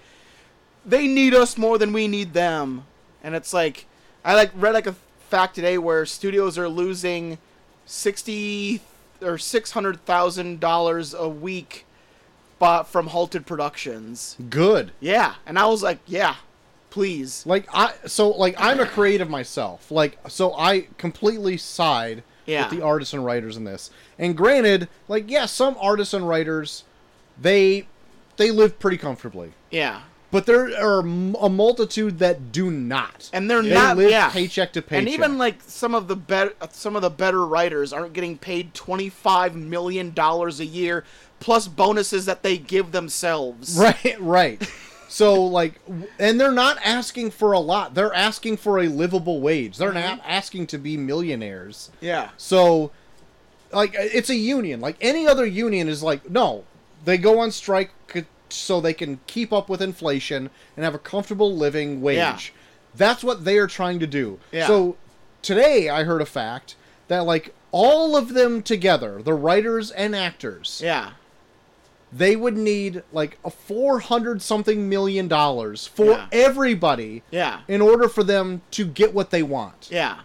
A: they need us more than we need them, and it's like, I like read like a fact today where studios are losing sixty or six hundred thousand dollars a week, but from halted productions.
C: good.
A: Yeah, and I was like, yeah, please.
C: Like I so like I'm a creative myself. Like so I completely side
A: Yeah.
C: with the artists and writers in this. And granted, like yeah, some artists and writers they they live pretty comfortably.
A: Yeah,
C: But there are m- a multitude that do not.
A: and they're
C: they
A: not
C: live
A: yeah.
C: paycheck to paycheck.
A: And even like some of the better some of the better writers aren't getting paid 25 million dollars a year plus bonuses that they give themselves.
C: Right, right. So like, w- and they're not asking for a lot. They're asking for a livable wage. They're
A: Mm-hmm.
C: not asking to be millionaires.
A: Yeah.
C: So, like, it's a union. Like any other union is like, no, they go on strike c- so they can keep up with inflation and have a comfortable living wage.
A: Yeah.
C: That's what they are trying to do.
A: Yeah.
C: So today I heard a fact that like all of them together, the writers and actors,
A: Yeah.
C: they would need like a 400 something million dollars for
A: Yeah.
C: everybody
A: Yeah.
C: in order for them to get what they want
A: Yeah.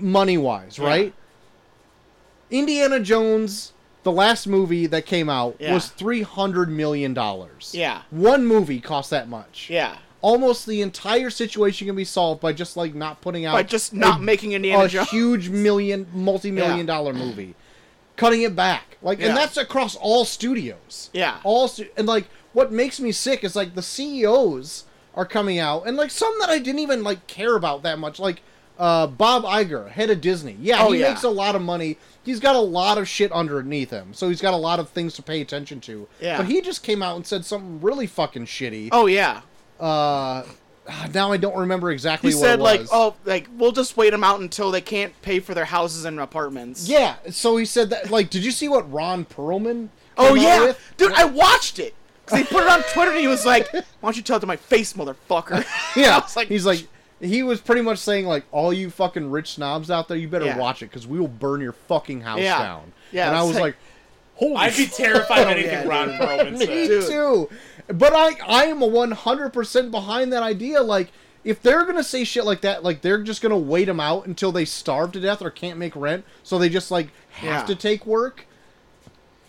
C: money wise
A: Yeah.
C: right indiana jones the last movie that came out
A: Yeah.
C: was 300 million dollars
A: Yeah.
C: one movie cost that much
A: Yeah.
C: almost the entire situation can be solved by just like not putting out
A: By just not
C: a
A: making Indiana
C: a
A: Jones.
C: huge million multi-million
A: Yeah.
C: dollar movie cutting it back like
A: Yeah.
C: and that's across all studios
A: Yeah.
C: all stu- and like what makes me sick is like the ceos are coming out and like some that i didn't even like care about that much like uh bob Iger, head of disney yeah
A: Oh,
C: he
A: yeah.
C: makes a lot of money he's got a lot of shit underneath him so he's got a lot of things to pay attention to
A: Yeah.
C: but he just came out and said something really fucking shitty
A: oh yeah.
C: Uh, now I don't remember
A: He
C: exactly what
A: said
C: it
A: like,
C: was.
A: "Oh, like we'll just wait them out until they can't pay for their houses and apartments."
C: yeah. So he said that. Like, did you see what Ron Perlman?
A: Oh
C: came out
A: yeah,
C: with?
A: dude, I watched it. Cause they put it on Twitter and he was like, "Why don't you tell it to my face, motherfucker?"
C: Yeah,
A: I was like,
C: he's like, he was pretty much saying like, all you fucking rich snobs out there, you better
A: Yeah.
C: watch it because we will burn your fucking house
A: Yeah.
C: down.
A: Yeah,
C: and I
A: it's
C: was
A: like-
C: like, holy
B: I'd be terrified of anything
A: Oh, yeah,
B: Ron
A: dude.
B: Perlman
C: Me
B: said.
A: Dude.
C: too. But I I am a 100% behind that idea like if they're going to say shit like that like they're just going to wait them out until they starve to death or can't make rent so they just like have
A: Yeah.
C: to take work.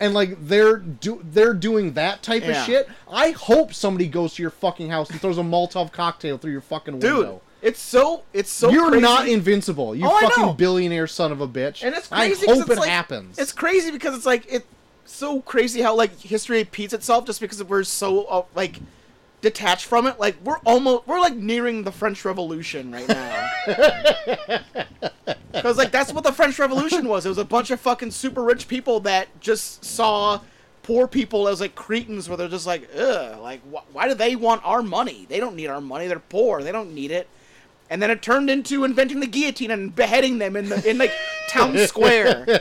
C: And like they're do they're doing that type
A: Yeah.
C: of shit. I hope somebody goes to your fucking house and throws a Molotov cocktail through your fucking
A: "Dude,
C: window.
A: it's so it's so
C: You're
A: crazy.
C: not invincible. You
A: Oh, I know.
C: fucking billionaire son of a bitch.
A: And it's crazy.
C: I
A: 'cause
C: hope
A: it's
C: it
A: like-
C: happens.
A: It's crazy because it's like it's so crazy how like history repeats itself just because we're so uh, like detached from it. Like we're almost we're like nearing the French Revolution right now. Because like that's what the French Revolution was. It was a bunch of fucking super rich people that just saw poor people as like cretins, where they're just like, ugh, like wh- why do they want our money? They don't need our money. They're poor. They don't need it. And then it turned into inventing the guillotine and beheading them in the in like town square.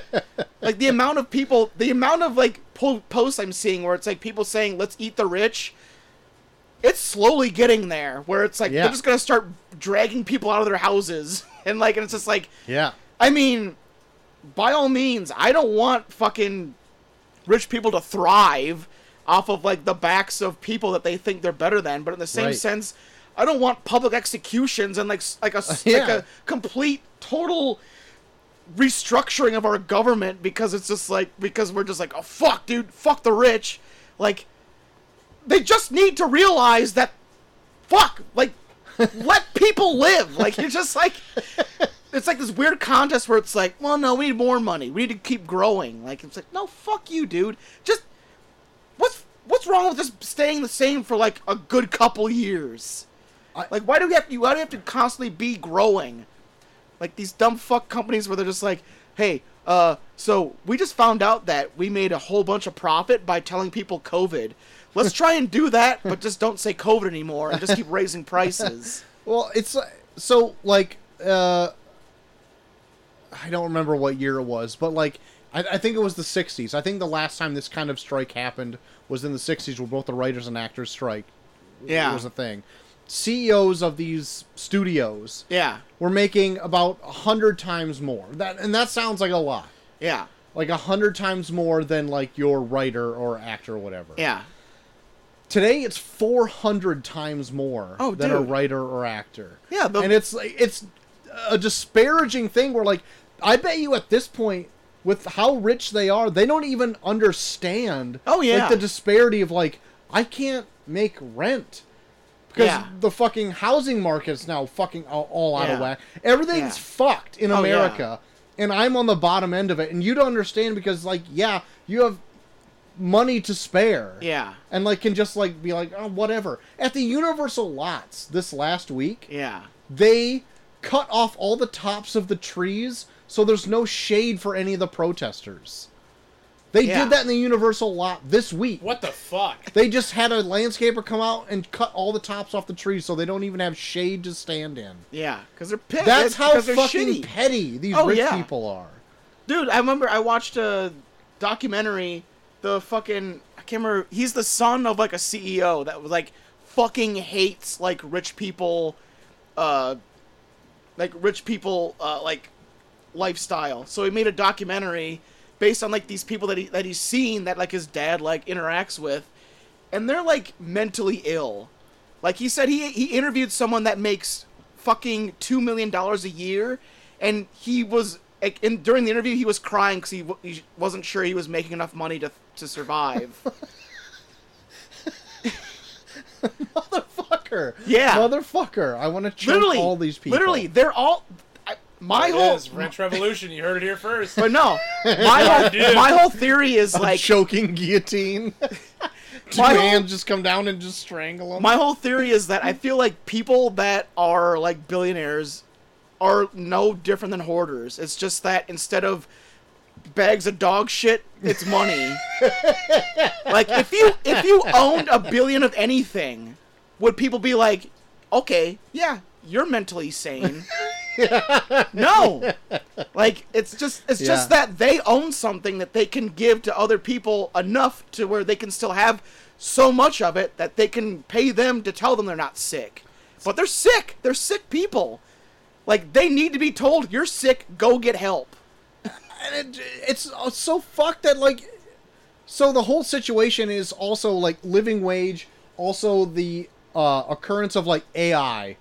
A: like the amount of people, the amount of like po- posts I'm seeing where it's like people saying, "Let's eat the rich." It's slowly getting there, where it's like
C: Yeah.
A: they're just gonna start dragging people out of their houses, and like, and it's just like,
C: yeah.
A: I mean, by all means, I don't want fucking rich people to thrive off of like the backs of people that they think they're better than. But in the same
C: Right.
A: sense, I don't want public executions and like s- like a s- like
C: Yeah.
A: a complete total restructuring of our government because it's just like because we're just like oh fuck dude fuck the rich like they just need to realize that fuck like let people live like you're just like it's like this weird contest where it's like well no we need more money we need to keep growing like it's like no fuck you dude just what's what's wrong with just staying the same for like a good couple years
C: I-
A: like why do we have to why do we have to constantly be growing like these dumb fuck companies where they're just like hey uh so we just found out that we made a whole bunch of profit by telling people covid let's try and do that but just don't say covid anymore and just keep raising prices
C: Well, it's uh, so like uh, I don't remember what year it was, but like I, I think it was the '60s. I think the last time this kind of strike happened was in the '60s, where both the writers and actors strike.
A: Yeah.
C: was a thing. CEOs of these studios
A: yeah
C: were making about a hundred times more. That and that sounds like a lot,
A: yeah
C: like a hundred times more than like your writer or actor or whatever.
A: yeah
C: Today it's 400 times more
A: Oh,
C: than a
A: dude.
C: writer or actor.
A: Yeah, the-
C: and it's like it's a disparaging thing where like I bet you at this point with how rich they are, they don't even understand
A: Oh, yeah.
C: like the disparity of like I can't make rent because
A: Yeah.
C: the fucking housing market's now fucking all, all out
A: Yeah.
C: of whack. Everything's
A: Yeah.
C: fucked in
A: Oh, yeah.
C: America. And I'm on the bottom end of it, and you don't understand because, like, yeah, you have money to spare
A: yeah
C: and like can just like be like oh whatever at the universal lots this last week
A: yeah
C: they cut off all the tops of the trees so there's no shade for any of the protesters they
A: Yeah.
C: did that in the universal lot this week
B: What the fuck?
C: they just had a landscaper come out and cut all the tops off the trees so they don't even have shade to stand in
A: Yeah, because they're pissed.
C: that's how
A: they're
C: fucking
A: shitty.
C: petty these
A: Oh,
C: rich
A: yeah.
C: people are
A: Dude, I remember I watched a documentary. The fucking I can't remember. He's the son of like a CEO that was like fucking hates like rich people, uh, like rich people uh, like lifestyle. So he made a documentary based on like these people that he that he's seen that like his dad like interacts with, and they're like mentally ill. Like he said, he he interviewed someone that makes fucking two million dollars a year, and he was like, in, during the interview he was crying because he, w- he wasn't sure he was making enough money to to survive.
C: motherfucker
A: Yeah.
C: motherfucker i want to choke
A: literally,
C: all these people
A: Literally, they're all I, my
B: It
A: whole.
B: is French Revolution. You heard it here first.
A: but no, my whole,
B: Dude.
A: my whole theory is like
C: choking guillotine. Two
A: My whole-
C: hands just come down and just strangle him.
A: my whole theory is that I feel like people that are like billionaires are no different than hoarders. It's just that instead of bags of dog shit, it's money. like if you if you owned a billion of anything, would people be like, okay, yeah, you're mentally sane? no, like it's just it's just
C: Yeah.
A: that they own something that they can give to other people enough to where they can still have so much of it that they can pay them to tell them they're not sick, but they're sick. They're sick people. Like they need to be told you're sick. Go get help.
C: And it, it's uh, so fucked that like, so the whole situation is also like living wage, also the uh, occurrence of like AI,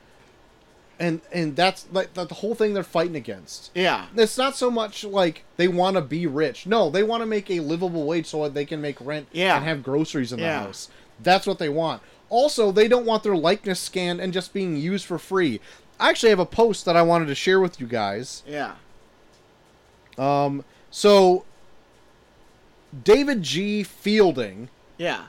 C: and and that's like the, the whole thing they're fighting against.
A: Yeah.
C: It's not so much like they want to be rich. No, they want to make a livable wage so that they can make rent
A: Yeah.
C: and have groceries in the
A: Yeah.
C: house. That's what they want. Also, they don't want their likeness scanned and just being used for free. I actually have a post that I wanted to share with you guys.
A: Yeah.
C: Um, so David G. Fielding,
A: Yeah.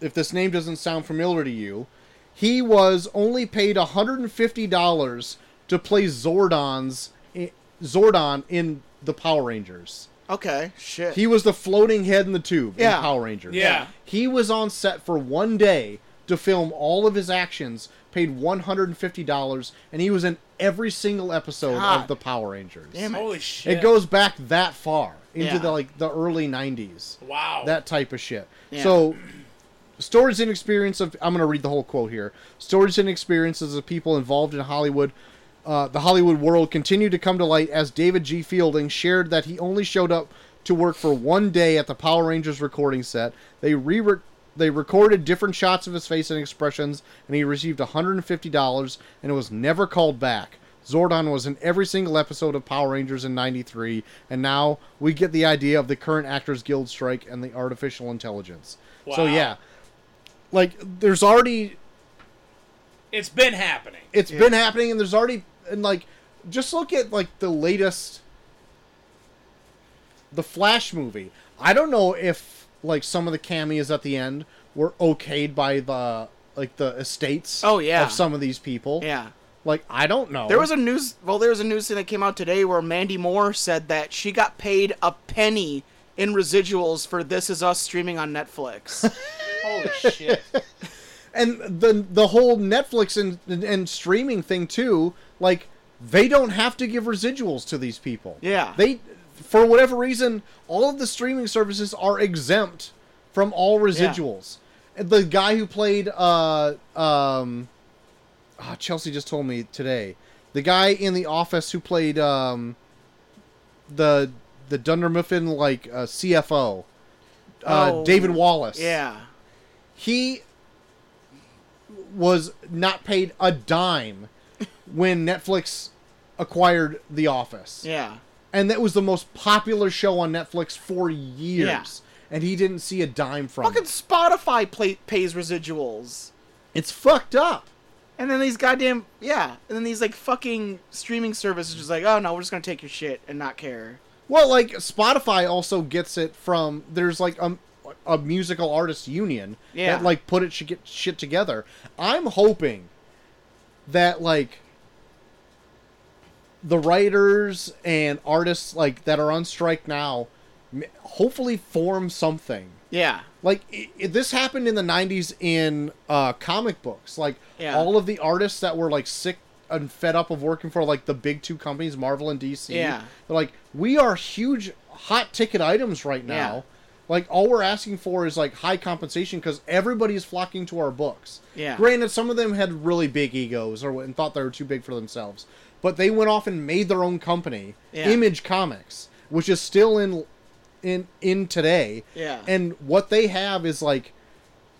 C: if this name doesn't sound familiar to you, he was only paid $150 to play Zordon's eh, Zordon in the Power Rangers.
A: Okay. Shit.
C: He was the floating head in the tube
A: Yeah.
C: in Power Rangers.
B: Yeah.
C: He was on set for one day to film all of his actions, paid $150, and he was in every single episode
A: God.
C: of the Power Rangers.
A: Damn
B: Holy shit.
C: It goes back that far into
A: Yeah.
C: the like the early 90s.
B: Wow.
C: That type of shit.
A: Yeah.
C: So stories and experience of I'm going to read the whole quote here. Stories and experiences of people involved in Hollywood uh, the Hollywood world continued to come to light as David G. Fielding shared that he only showed up to work for one day at the Power Rangers recording set. They re they recorded different shots of his face and expressions, and he received $150, and it was never called back. Zordon was in every single episode of Power Rangers in 93, and now we get the idea of the current Actors Guild strike and the artificial intelligence. So,
B: Wow.
C: yeah. Like, there's already
B: it's been happening.
C: it's been happening and there's already and like just look at like the latest the flash movie i don't know if like some of the cameos at the end were okayed by the like the estates
A: Oh, yeah.
C: of some of these people
A: yeah.
C: like i don't know
A: There was a news. Well, there was a news thing that came out today where Mandy Moore said that she got paid a penny in residuals for This Is Us streaming on
C: Uh,
A: Netflix.
B: Holy shit.
C: and the the whole netflix and and streaming thing too like they don't have to give residuals to these people
A: Yeah.
C: they for whatever reason all of the streaming services are exempt from all residuals And the guy who played uh um ah, chelsea just told me today the guy in the office who played um the the dundermuffin like uh, cfo uh,
A: Oh,
C: david wallace
A: yeah.
C: he was not paid a dime when Netflix acquired The Office.
A: Yeah.
C: And that was the most popular show on Netflix for years.
A: Yeah.
C: And he didn't see a dime from
A: Fucking
C: it.
A: Spotify play, pays residuals,
C: It's fucked up.
A: and then these goddamn yeah, and then these like fucking streaming services just like, oh no, we're just gonna take your shit and not care.
C: Well, like Spotify also gets it from there's like a, a musical artist union
A: Yeah.
C: that like put it should get shit together. I'm hoping that like the writers and artists like that are on strike now m- hopefully form something
A: Yeah.
C: like i i this happened in the 90s in uh, comic books like
A: Yeah.
C: all of the artists that were like sick and fed up of working for like the big two companies marvel and dc
A: Yeah.
C: they're like we are huge hot ticket items right now
A: Yeah.
C: like all we're asking for is like high compensation because everybody's flocking to our books
A: Yeah.
C: granted some of them had really big egos or what- and thought they were too big for themselves but they went off and made their own company
A: Yeah.
C: image comics which is still in in in today
A: Yeah.
C: and what they have is like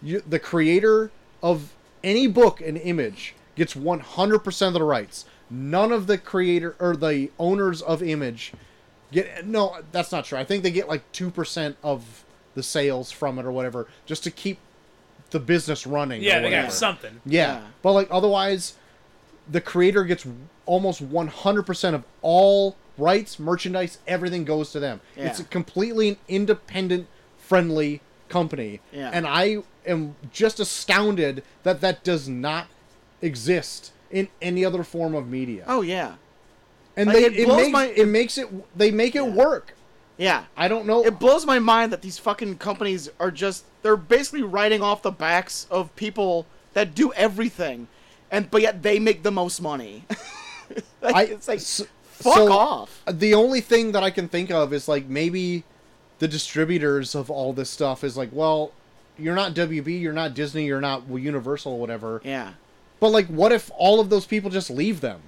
C: you, the creator of any book and image gets 100% of the rights none of the creator or the owners of image get no that's not true i think they get like 2% of the sales from it or whatever just to keep the business running or
B: Yeah, they
C: whatever.
B: got something.
C: Yeah.
A: Yeah.
C: But like otherwise the creator gets almost 100% of all rights, merchandise, everything goes to them.
A: Yeah.
C: It's a completely an independent friendly company.
A: Yeah.
C: And I am just astounded that that does not exist in any other form of media.
A: Oh yeah.
C: and
A: like,
C: they
A: it
C: it,
A: blows
C: makes
A: my-
C: it makes it they make it work.
A: Yeah.
C: I don't know.
A: it blows my mind that these fucking companies are just they're basically riding off the backs of people that do everything, and but yet they make the most money. like,
C: I-
A: it's like
C: so-
A: fuck
C: so-
A: off.
C: The only thing that I can think of is like maybe the distributors of all this stuff is like, well, you're not WB, you're not Disney, you're not Universal, whatever.
A: Yeah,
C: But like, what if all of those people just leave them?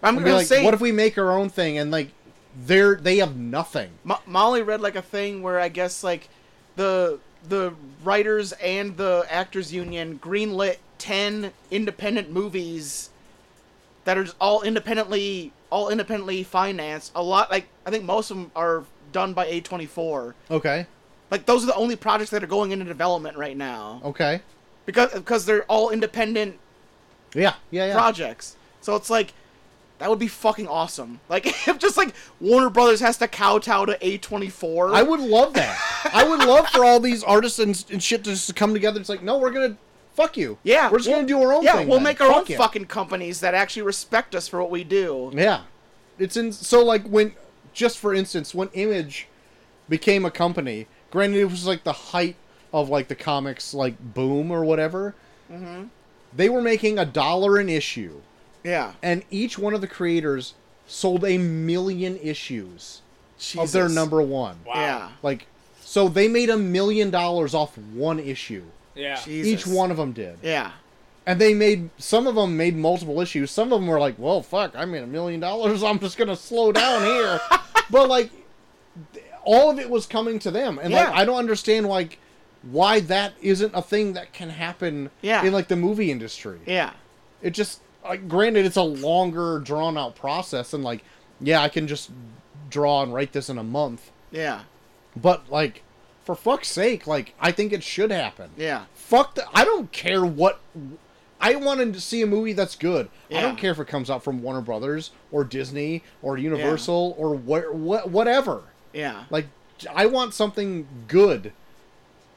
A: I'm
C: And be
A: gonna
C: like,
A: say
C: what if we make our own thing and like, they're they have nothing.
A: Mo- Molly read like a thing where I guess like the the writers and the actors union greenlit ten independent movies that are all independently all independently financed. A lot like I think most of them are done by A24.
C: Okay,
A: Like those are the only projects that are going into development right now
C: okay,
A: because because they're all independent
C: yeah, yeah, yeah.
A: projects. So it's like that would be fucking awesome. Like if just like Warner Brothers has to kowtow to A24.
C: I would love that. I would love for all these artists and, and shit to just come together. It's like, no, we're gonna fuck you.
A: Yeah,
C: we're just
A: we'll-
C: gonna do our own
A: Yeah,
C: thing.
A: we'll
C: then.
A: make our
C: Fuck
A: own
C: it.
A: fucking companies that actually respect us for what we do.
C: Yeah, it's in. So like when, just for instance, when Image became a company, granted it was like the height of like the comics like boom or whatever.
A: Mm-hmm.
C: They were making a dollar an issue,
A: Yeah,
C: and each one of the creators sold a million issues of their
A: Jesus.
C: number one.
B: Wow.
A: Yeah,
C: Like, so they made a million dollars off one issue.
B: Yeah.
A: Jesus.
C: Each one of them did.
A: Yeah,
C: And they made some of them made multiple issues. Some of them were like, "Well, fuck, I made a million dollars. I'm just gonna slow down here." but like, th- all of it was coming to them, and like,
A: Yeah.
C: I don't understand like why that isn't a thing that can happen
A: Yeah.
C: in like the movie industry.
A: yeah,
C: It just like, granted, it's a longer, drawn out process, and like, yeah, I can just draw and write this in a month.
A: yeah,
C: But like, for fuck's sake, like, I think it should happen.
A: yeah.
C: Fuck the. I don't care what. I want to see a movie that's good. I
A: Yeah.
C: don't care if it comes out from Warner Brothers or Disney or Universal or where, what, whatever.
A: Yeah.
C: Like, I want something good.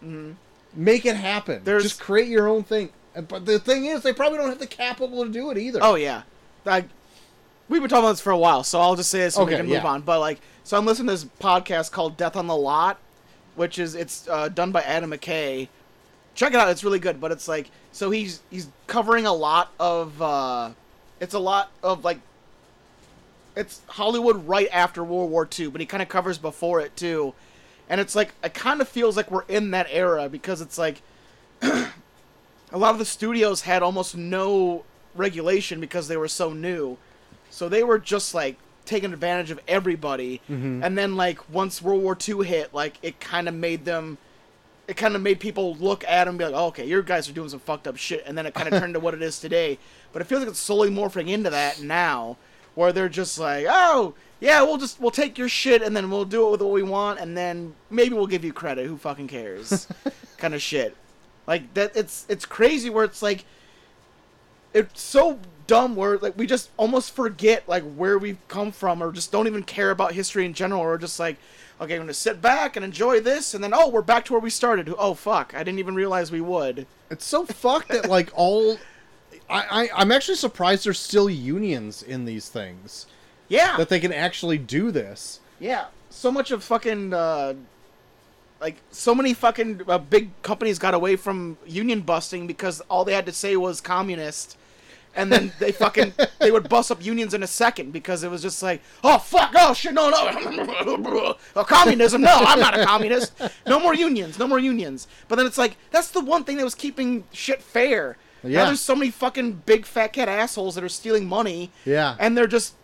C: Make it happen.
A: Mm-hmm. There's-
C: Just create your own thing. And- But the thing is, they probably don't have the capital to do it either.
A: Oh yeah. Like we've been talking about this for a while, so I'll just say this so we
C: Okay,
A: can move
C: yeah.
A: on. But like, so I'm listening to this podcast called Death on the Lot, which is it's uh, done by Adam McKay. Check it out; it's really good. But it's like, so he's he's covering a lot of, uh, it's a lot of like, it's Hollywood right after World War II, but he kind of covers before it too, and it's like it kind of feels like we're in that era because it's like a lot of the studios had almost no regulation because they were so new. So they were just like taking advantage of everybody. And then like once World War II hit, like it kind of made them it kind of made people look at them and be like, oh, "Okay, your guys are doing some fucked up shit." And then it kind of turned to what it is today. But it feels like it's slowly morphing into that now where they're just like, "Oh, yeah, we'll just we'll take your shit and then we'll do it with what we want and then maybe we'll give you credit. Who fucking cares?" kind of shit. Like that it's it's crazy where it's like it's so dumb where like we just almost forget like where we've come from or just don't even care about history in general or just like okay i'm gonna sit back and enjoy this and then oh we're back to where we started oh fuck i didn't even realize we would
C: It's so fucked that like all. I, I I'm actually surprised there's still unions in these things
A: yeah
C: that they can actually do this.
A: yeah so much of fucking uh like so many fucking uh, big companies got away from union busting because all they had to say was communist and then they fucking they would bust up unions in a second because it was just like oh fuck oh shit no no oh, communism no i'm not a communist no more unions no more unions but then it's like that's the one thing that was keeping shit fair now
C: Yeah.
A: there's so many fucking big fat cat assholes that are stealing money
C: Yeah.
A: and they're just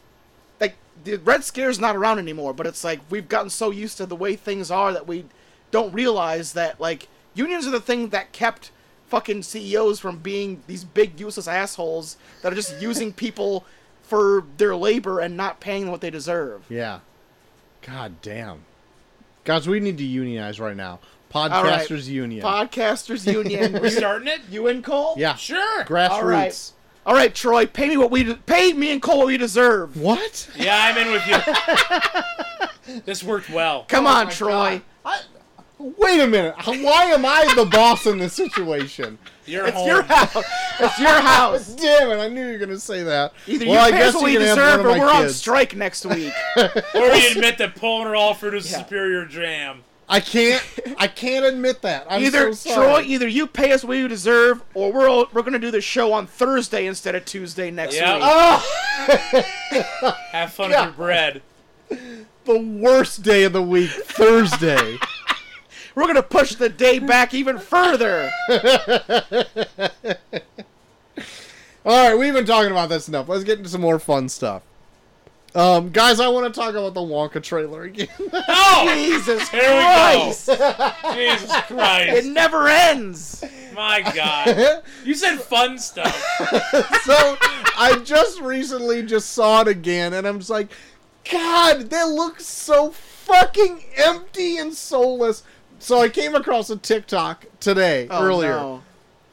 A: like the red scare's not around anymore but it's like we've gotten so used to the way things are that we don't realize that like unions are the thing that kept fucking ceos from being these big useless assholes that are just using people for their labor and not paying them what they deserve
C: Yeah. God damn. Guys, we need to unionize right now. Podcasters
A: All right.
C: Union.
A: podcasters union
B: We starting it?
A: you and cole
C: yeah.
B: Sure.
A: all right
C: Grassroots.
A: all right troy pay me what we de- pay me and cole what we deserve
C: What?
B: Yeah, I'm in with you. this worked well.
A: come
D: Oh
A: on
D: my
A: troy
D: God.
C: Wait a minute. How- Why am I the boss in this situation?
B: You're
A: it's
B: home.
C: Oh.
A: your house it's your house
C: Damn it! I knew you were gonna say that.
A: Either
C: well, I
A: you pay
C: guess
A: us what we
C: you can
A: deserve,
C: have one
A: or
C: of my
A: we're on
C: kids.
A: strike next week.
B: Or we admit that Polliner Alford is
A: Yeah.
B: superior jam.
C: I can't. I can't admit that. I'm
A: either
C: so sorry.
A: Troy, either you pay us what you deserve, or we're all, we're gonna do the show on Thursday instead of Tuesday next
B: Yeah.
A: week.
B: Have fun with
C: God.
B: your bread.
C: the worst day of the week, Thursday.
A: We're gonna push the day back even further.
C: All right, we've been talking about this enough. Let's get into some more fun stuff. Um, guys, I want to talk about the Wonka trailer again.
B: Oh,
A: Jesus
B: Here we go.
A: Christ!
B: Jesus
A: It
B: Christ!
A: never ends.
B: My God, you said fun stuff.
C: so I just recently just saw it again, and I'm just like, God, that looks so fucking empty and soulless. So I came across a TikTok today
A: Oh,
C: earlier
A: no.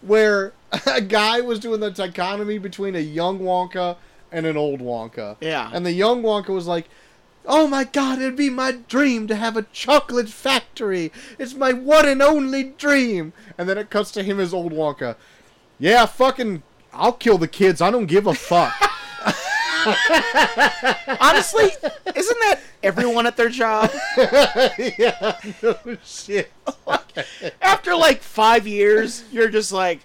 C: where a guy was doing the dichotomy between a young Wonka and an old Wonka.
A: Yeah.
C: And the young Wonka was like, Oh my god, it'd be my dream to have a chocolate factory. It's my one and only dream. And then it cuts to him as old Wonka. Yeah, fucking, I'll kill the kids. I don't give a fuck.
A: Honestly, isn't that everyone at their job?
C: yeah, no shit.
A: After like five years, you're just like,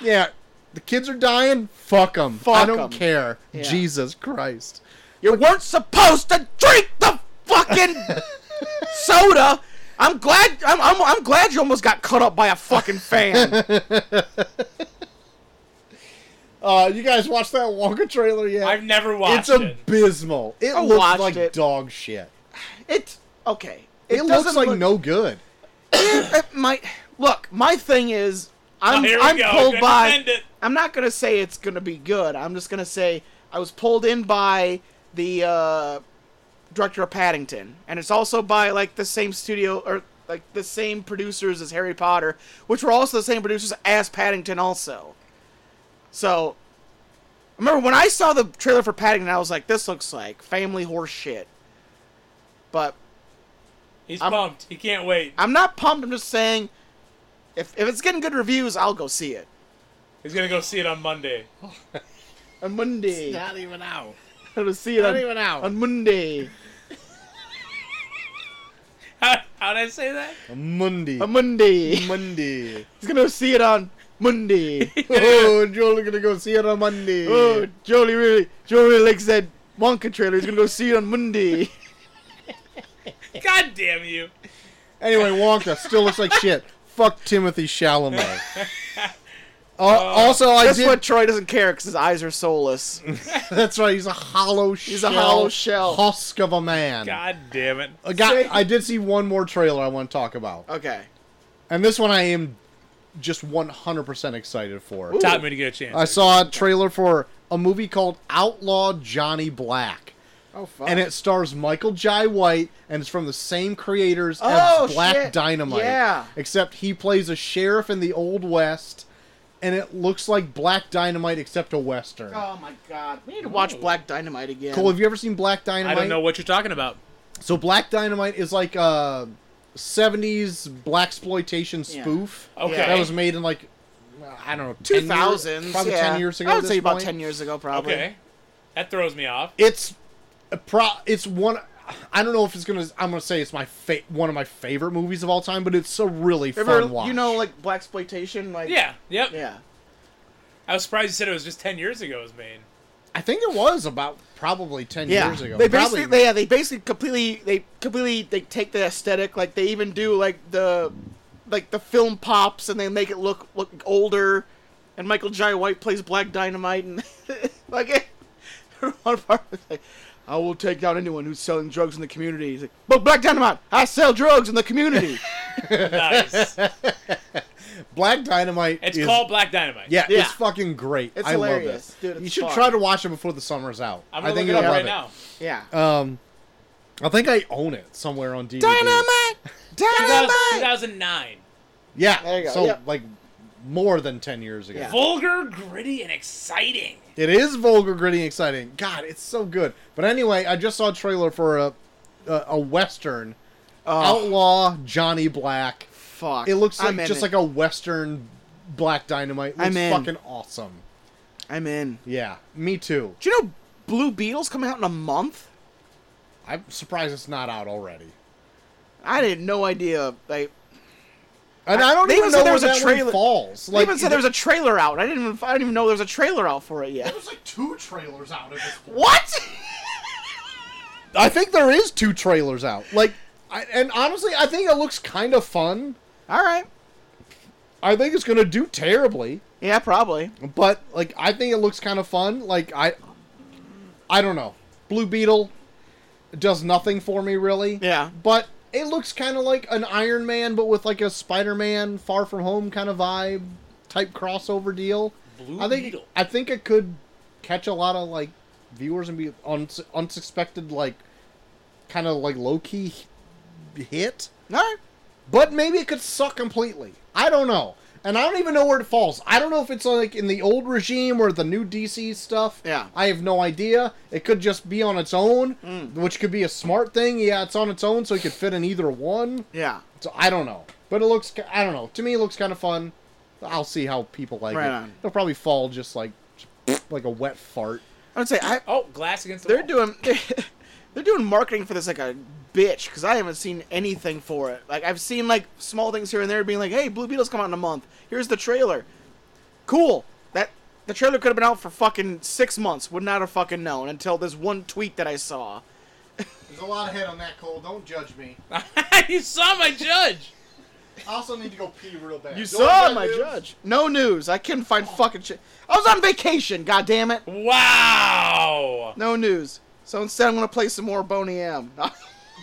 C: Yeah, the kids are dying. Fuck them. I
A: Fuck
C: don't
A: 'em.
C: care.
A: Yeah.
C: Jesus Christ.
A: you weren't supposed to drink the fucking soda. I'm glad. I'm, I'm, I'm glad you almost got cut up by a fucking fan.
C: Uh, you guys watched that Wonka trailer yet?
B: I've never watched
C: it's
B: it.
C: abysmal. It
A: I
C: looks
A: watched
C: like
A: it.
C: dog shit.
A: It okay.
C: It, looks
A: doesn't
C: like
A: look-
C: no good.
A: it might look. My thing is, I'm
B: Oh, here we
A: I'm
B: go.
A: pulled
B: Gonna
A: by.
B: defend it.
A: I'm not gonna say it's gonna be good. I'm just gonna say I was pulled in by the uh, director of Paddington, and it's also by like the same studio or like the same producers as Harry Potter, which were also the same producers as Paddington also. So. I Remember when I saw the trailer for Paddington, I was like, "This looks like family horse shit." But
B: He's
A: I'm-
B: pumped. He can't wait.
A: I'm not pumped. I'm just saying, if, if it's getting good reviews, I'll go see it.
B: He's gonna go see it on Monday.
A: On Monday, I'm
D: even out.
A: gonna see it
D: Not
A: on,
D: even out.
A: on Monday.
B: How, how'd I say that?
C: Monday.
A: On Monday,
C: Monday.
A: he's gonna see it on Monday.
C: oh, Joel gonna go see it on Monday.
A: oh, Jolie really, Jolie really likes that Wonka trailer. He's gonna go see it on Monday.
B: God damn you!
C: Anyway, Wonka still looks like shit. Fuck Timothy Chalamet. Uh, also, I
A: Oh. That's
C: did.
A: what Troy doesn't care because his eyes are soulless.
C: That's right. He's a hollow shell.
A: He's a hollow shell.
C: Husk of a man.
B: God damn it!
C: I got-
A: Say- Uh.
C: I did see one more trailer I want to talk about,
A: Okay.
C: and this one I am just 100% excited for.
A: Ooh.
B: Taught me to get a chance.
C: I saw a trailer for a movie called Outlaw Johnny Black.
A: Oh fuck.
C: And it stars Michael Jai White, and it's from the same creators
A: Oh,
C: as Black
A: shit.
C: Dynamite.
A: Yeah.
C: Except he plays a sheriff in the Old West, and it looks like Black Dynamite except a Western.
A: Oh my god. We need to watch Black Dynamite again.
C: Cole, have you ever seen Black Dynamite?
B: I don't know what you're talking about.
C: So Black Dynamite is like a 70s black exploitation spoof
B: Oh, Okay.
C: that was made in like, I don't know, 10
A: Two
C: years-
A: thousands.
C: probably
A: yeah.
C: 10 years ago.
A: I
C: at
A: would
C: this
A: say about
C: point.
A: ten years ago, probably.
B: Okay, that throws me off.
C: it's a pro it's one I don't know if it's gonna I'm gonna say it's my fa- one of my favorite movies of all time, but it's a really
A: Remember,
C: fun watch.
A: you know, like black exploitation, like
B: Yeah. Yep.
A: yeah.
B: I was surprised you said it was just ten years ago. It was made.
C: I think it was about probably ten
A: yeah.
C: years ago.
A: They basically
C: probably,
A: they yeah, they basically completely they completely they take the aesthetic like they even do like the like the film pops and they make it look look older and Michael Jai White plays Black Dynamite and like it, one part was like I will take down anyone who's selling drugs in the community. He's like, but Black Dynamite, I sell drugs in the community.
B: Nice.
C: Black Dynamite
B: It's
C: is,
B: called Black Dynamite.
C: yeah,
A: Yeah.
C: it's fucking great.
A: It's
C: I love
A: hilarious,
C: this.
A: dude, it's
C: you should
A: fun.
C: try to watch it before the summer's out.
B: I'm
C: I
B: gonna
C: think
B: look it
C: you'll
B: up
C: love
B: right
C: it.
B: now.
A: yeah.
C: Um, I think I own it somewhere on DVD.
A: Dynamite, Dynamite.
B: 2009.
C: Yeah,
A: There you go,
C: so
A: yep.
C: like more than ten years ago.
A: Yeah.
B: Vulgar, gritty, and exciting.
C: It is vulgar, gritty, and exciting. God, it's so good. But anyway, I just saw a trailer for a a, a western,
A: Oh,
C: Outlaw Johnny Black.
A: fuck.
C: It looks like
A: I'm in
C: just
A: it.
C: like a western Black Dynamite. Looks
A: I'm in.
C: fucking awesome.
A: I'm in.
C: Yeah, me too.
A: Do you know Blue Beetle's coming out in a month?
C: I'm surprised it's not out already.
A: I had no idea. Like,
C: And I don't
A: They even
C: even
A: said
C: know
A: there
C: where
A: was a
C: that one
A: trailer-
C: falls.
A: they even said there was a trailer out. I didn't. Even, I didn't even know there was a trailer out for it yet.
D: There's like two trailers out of this. Point.
A: What?
C: I think there is two trailers out. Like, I, and honestly, I think it looks kind of fun.
A: All right.
C: I think it's gonna do terribly,
A: Yeah, probably.
C: but like, I think it looks kind of fun. Like, I, I don't know. Blue Beetle does nothing for me really.
A: Yeah.
C: But it looks kind of like an Iron Man, but with like a Spider Man Far From Home kind of vibe type crossover deal.
B: Blue
C: I think
B: Beetle.
C: I think it could catch a lot of like viewers and be uns- unsuspected like kind of like low key hit.
A: All right.
C: But maybe it could suck completely. I don't know. And I don't even know where it falls. I don't know if it's like in the old regime or the new DC stuff.
A: Yeah.
C: I have no idea. It could just be on its own,
A: Hmm.
C: which could be a smart thing. Yeah, it's on its own, so it could fit in either one.
A: Yeah.
C: So I don't know. But it looks, ki- I don't know. To me, it looks kind of fun. I'll see how people like
A: Right
C: it.
A: on.
C: It'll probably fall just like, like a wet fart.
A: I would say I.
B: Oh, glass against the
A: They're
B: wall.
A: doing. They're doing marketing for this like a bitch because I haven't seen anything for it. Like I've seen like small things here and there being like, "Hey, Blue Beetle's come out in a month. Here's the trailer." Cool. That the trailer could have been out for fucking six months. Would not have fucking known until this one tweet that I saw.
D: There's a lot of head on that, Cole. Don't judge me.
B: you saw my judge.
D: I also need to go pee real bad.
A: You
D: Don't
A: saw my
D: news.
A: judge. No news. I couldn't find fucking shit. I was on vacation. God damn it.
B: Wow.
A: No news. So instead, I'm gonna play some more Boney M.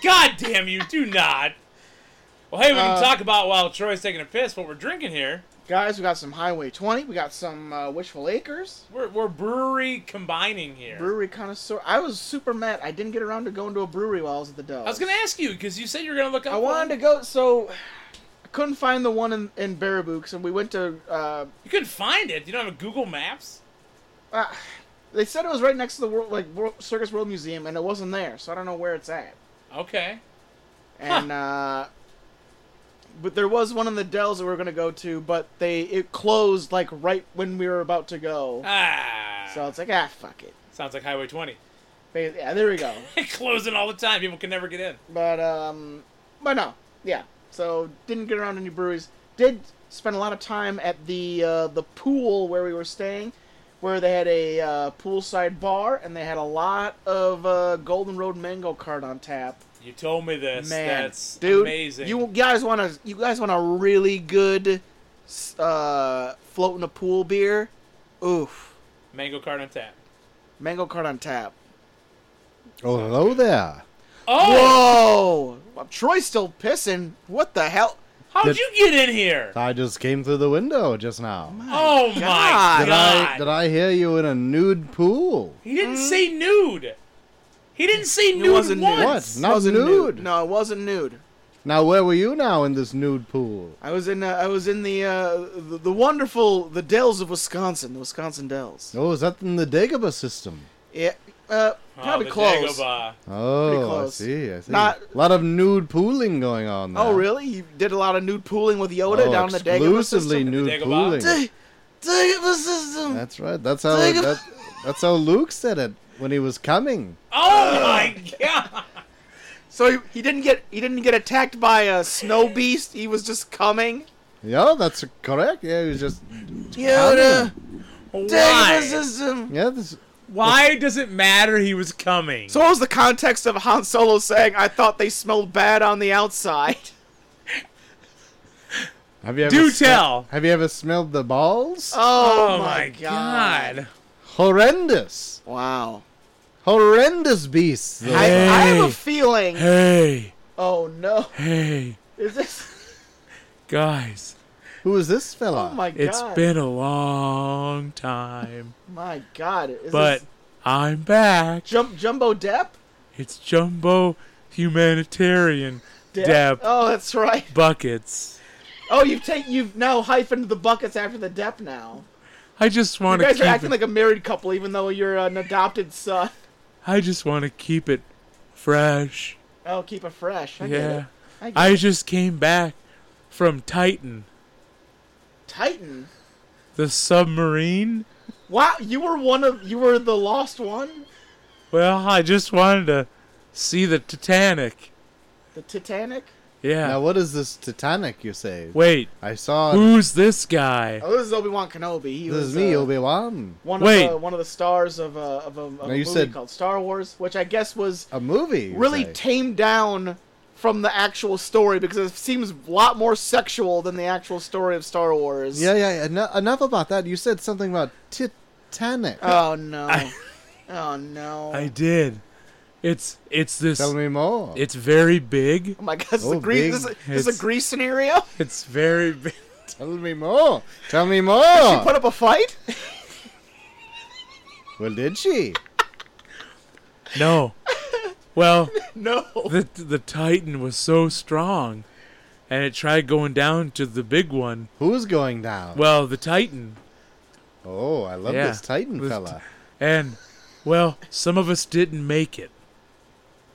B: God damn you, do not. Well, hey, we can
A: Uh,
B: talk about while Troy's taking a piss what we're drinking here.
A: Guys, we got some Highway 20. We got some uh, Wishful Acres.
B: We're, we're brewery combining here.
A: Brewery connoisseur. I was super mad. I didn't get around to going to a brewery while I was at the Dove.
B: I was going to ask you because you said you were going to look up.
A: I wanted to go, so I couldn't find the one in, in Baraboo, and we went to. Uh,
B: You couldn't find it. You don't have a Google Maps?
A: uh, they said it was right next to the world, like world, Circus World Museum, and it wasn't there, so I don't know where it's at.
B: Okay.
A: and uh, but there was one in the Dells that we were gonna go to, but they it closed like right when we were about to go.
B: Ah.
A: So it's like ah fuck it.
B: sounds like Highway 20.
A: Ba- Yeah, there we go.
B: Closing all the time. People can never get in.
A: But um, but no, yeah. So didn't get around to any breweries. Did spend a lot of time at the uh, the pool where we were staying, where they had a uh, poolside bar and they had a lot of uh, Golden Road Mango Card on tap.
B: You told me this.
A: Man,
B: That's
A: dude,
B: amazing.
A: You guys want to? You guys want a really good s- uh, float in a pool beer? Oof,
B: Mango card on tap.
A: mango card on tap.
C: Oh, hello there.
B: Oh,
A: Whoa, Well, Troy's still pissing. What the hell?
B: how'd
C: Did-
B: you get in here?
C: I just came through the window just now.
B: Oh my
A: God.
B: god!
A: Did
C: I hear you in a nude pool?
B: he didn't say nude. He didn't say
A: Hmm? It
B: nude
A: wasn't nude.
B: once.
C: What? Not
A: Wasn't
C: nude.
A: No, it wasn't nude.
C: Now, where were you now in this nude pool?
A: I was in. Uh, I was in the, uh, the the wonderful the Dells of Wisconsin, the Wisconsin Dells.
C: Oh, is that in the Dagobah system?
A: Yeah, uh,
B: Oh,
A: probably
B: the
A: close.
B: Dagobah.
A: Pretty
C: Oh, I
A: close.
C: see. I see.
A: Not-
C: a lot of nude pooling going on. There.
A: Oh, really? You did a lot of nude pooling with Yoda
C: Oh,
A: down in the Dagobah
C: exclusively
A: system.
C: nude
B: The Dagobah?
C: pooling.
A: Dag- Dagobah system.
C: That's right. That's how
A: Dagobah.
C: that, that's how Luke said it when he was coming.
B: Oh my god!
A: So he, he didn't get he didn't get attacked by a snow beast. He was just coming.
C: Yeah, that's correct. Yeah, he was just
A: Yoda,
B: Why?
C: yeah. This,
B: Why does it matter? He was coming.
A: So what was the context of Han Solo saying, "I thought they smelled bad on the outside"?
C: have you ever
B: Do
C: smel-
B: tell.
C: Have you ever smelled the balls?
A: Oh,
B: oh my god!
C: horrendous,
A: Wow.
C: horrendous beasts. those
A: I, I
C: are.
A: have a
B: Hey.
A: feeling.
B: Hey,
A: Oh no!
B: hey,
A: Is this?
B: guys!
C: Who is this fella?
A: Oh my god!
B: It's been a long time,
A: My god! Is
B: but
A: this
B: I'm back.
A: Jum- Jumbo Depp?
B: It's Jumbo Humanitarian Deb.
A: Oh, that's right.
B: Buckets.
A: Oh, you've take you've now hyphened the buckets after the Depp now.
B: I just
A: You
B: want to
A: guys
B: keep
A: are acting
B: it.
A: like a married couple, even though you're an adopted son.
B: I just want to keep it fresh.
A: Oh, keep it fresh. I get
B: yeah.
A: it. I get
B: I
A: it.
B: just came back from Titan,
A: Titan.
B: the submarine.
A: Wow, you were one of you were the lost one,
B: Well, I just wanted to see the Titanic.
A: the Titanic.
B: Yeah.
C: Now, what is this Titanic you saved?
B: Wait,
C: I saw.
B: who's this guy?
A: uh, Oh, this is Obi Wan Kenobi. He
C: this
A: was
C: is me,
A: uh,
C: Obi Wan.
A: One
B: Wait.
A: of the, one of the stars of a of a, of a movie
C: you said-
A: called Star Wars, which I guess was
C: A movie. you
A: really
C: say.
A: tamed down from the actual story because it seems a lot more sexual than the actual story of Star Wars.
C: yeah, yeah. Enough, enough about that. You said something about Titanic.
A: Oh no. oh no.
B: I did. It's it's this.
C: Tell me more.
B: It's very big.
A: oh my god, this is
C: Oh,
A: a
C: big-
A: Greece. This, is- this
B: it's-
A: is a Greece scenario.
B: It's very big.
C: Tell me more. Tell me more.
A: Put up a fight.
C: well, did she?
B: No. Well,
A: no.
B: the the Titan was so strong, and it tried going down to the big one.
C: Who's going down?
B: Well, the Titan,
C: oh, I love
B: yeah.
C: this Titan
B: This
C: fella.
B: and well, some of us didn't make it.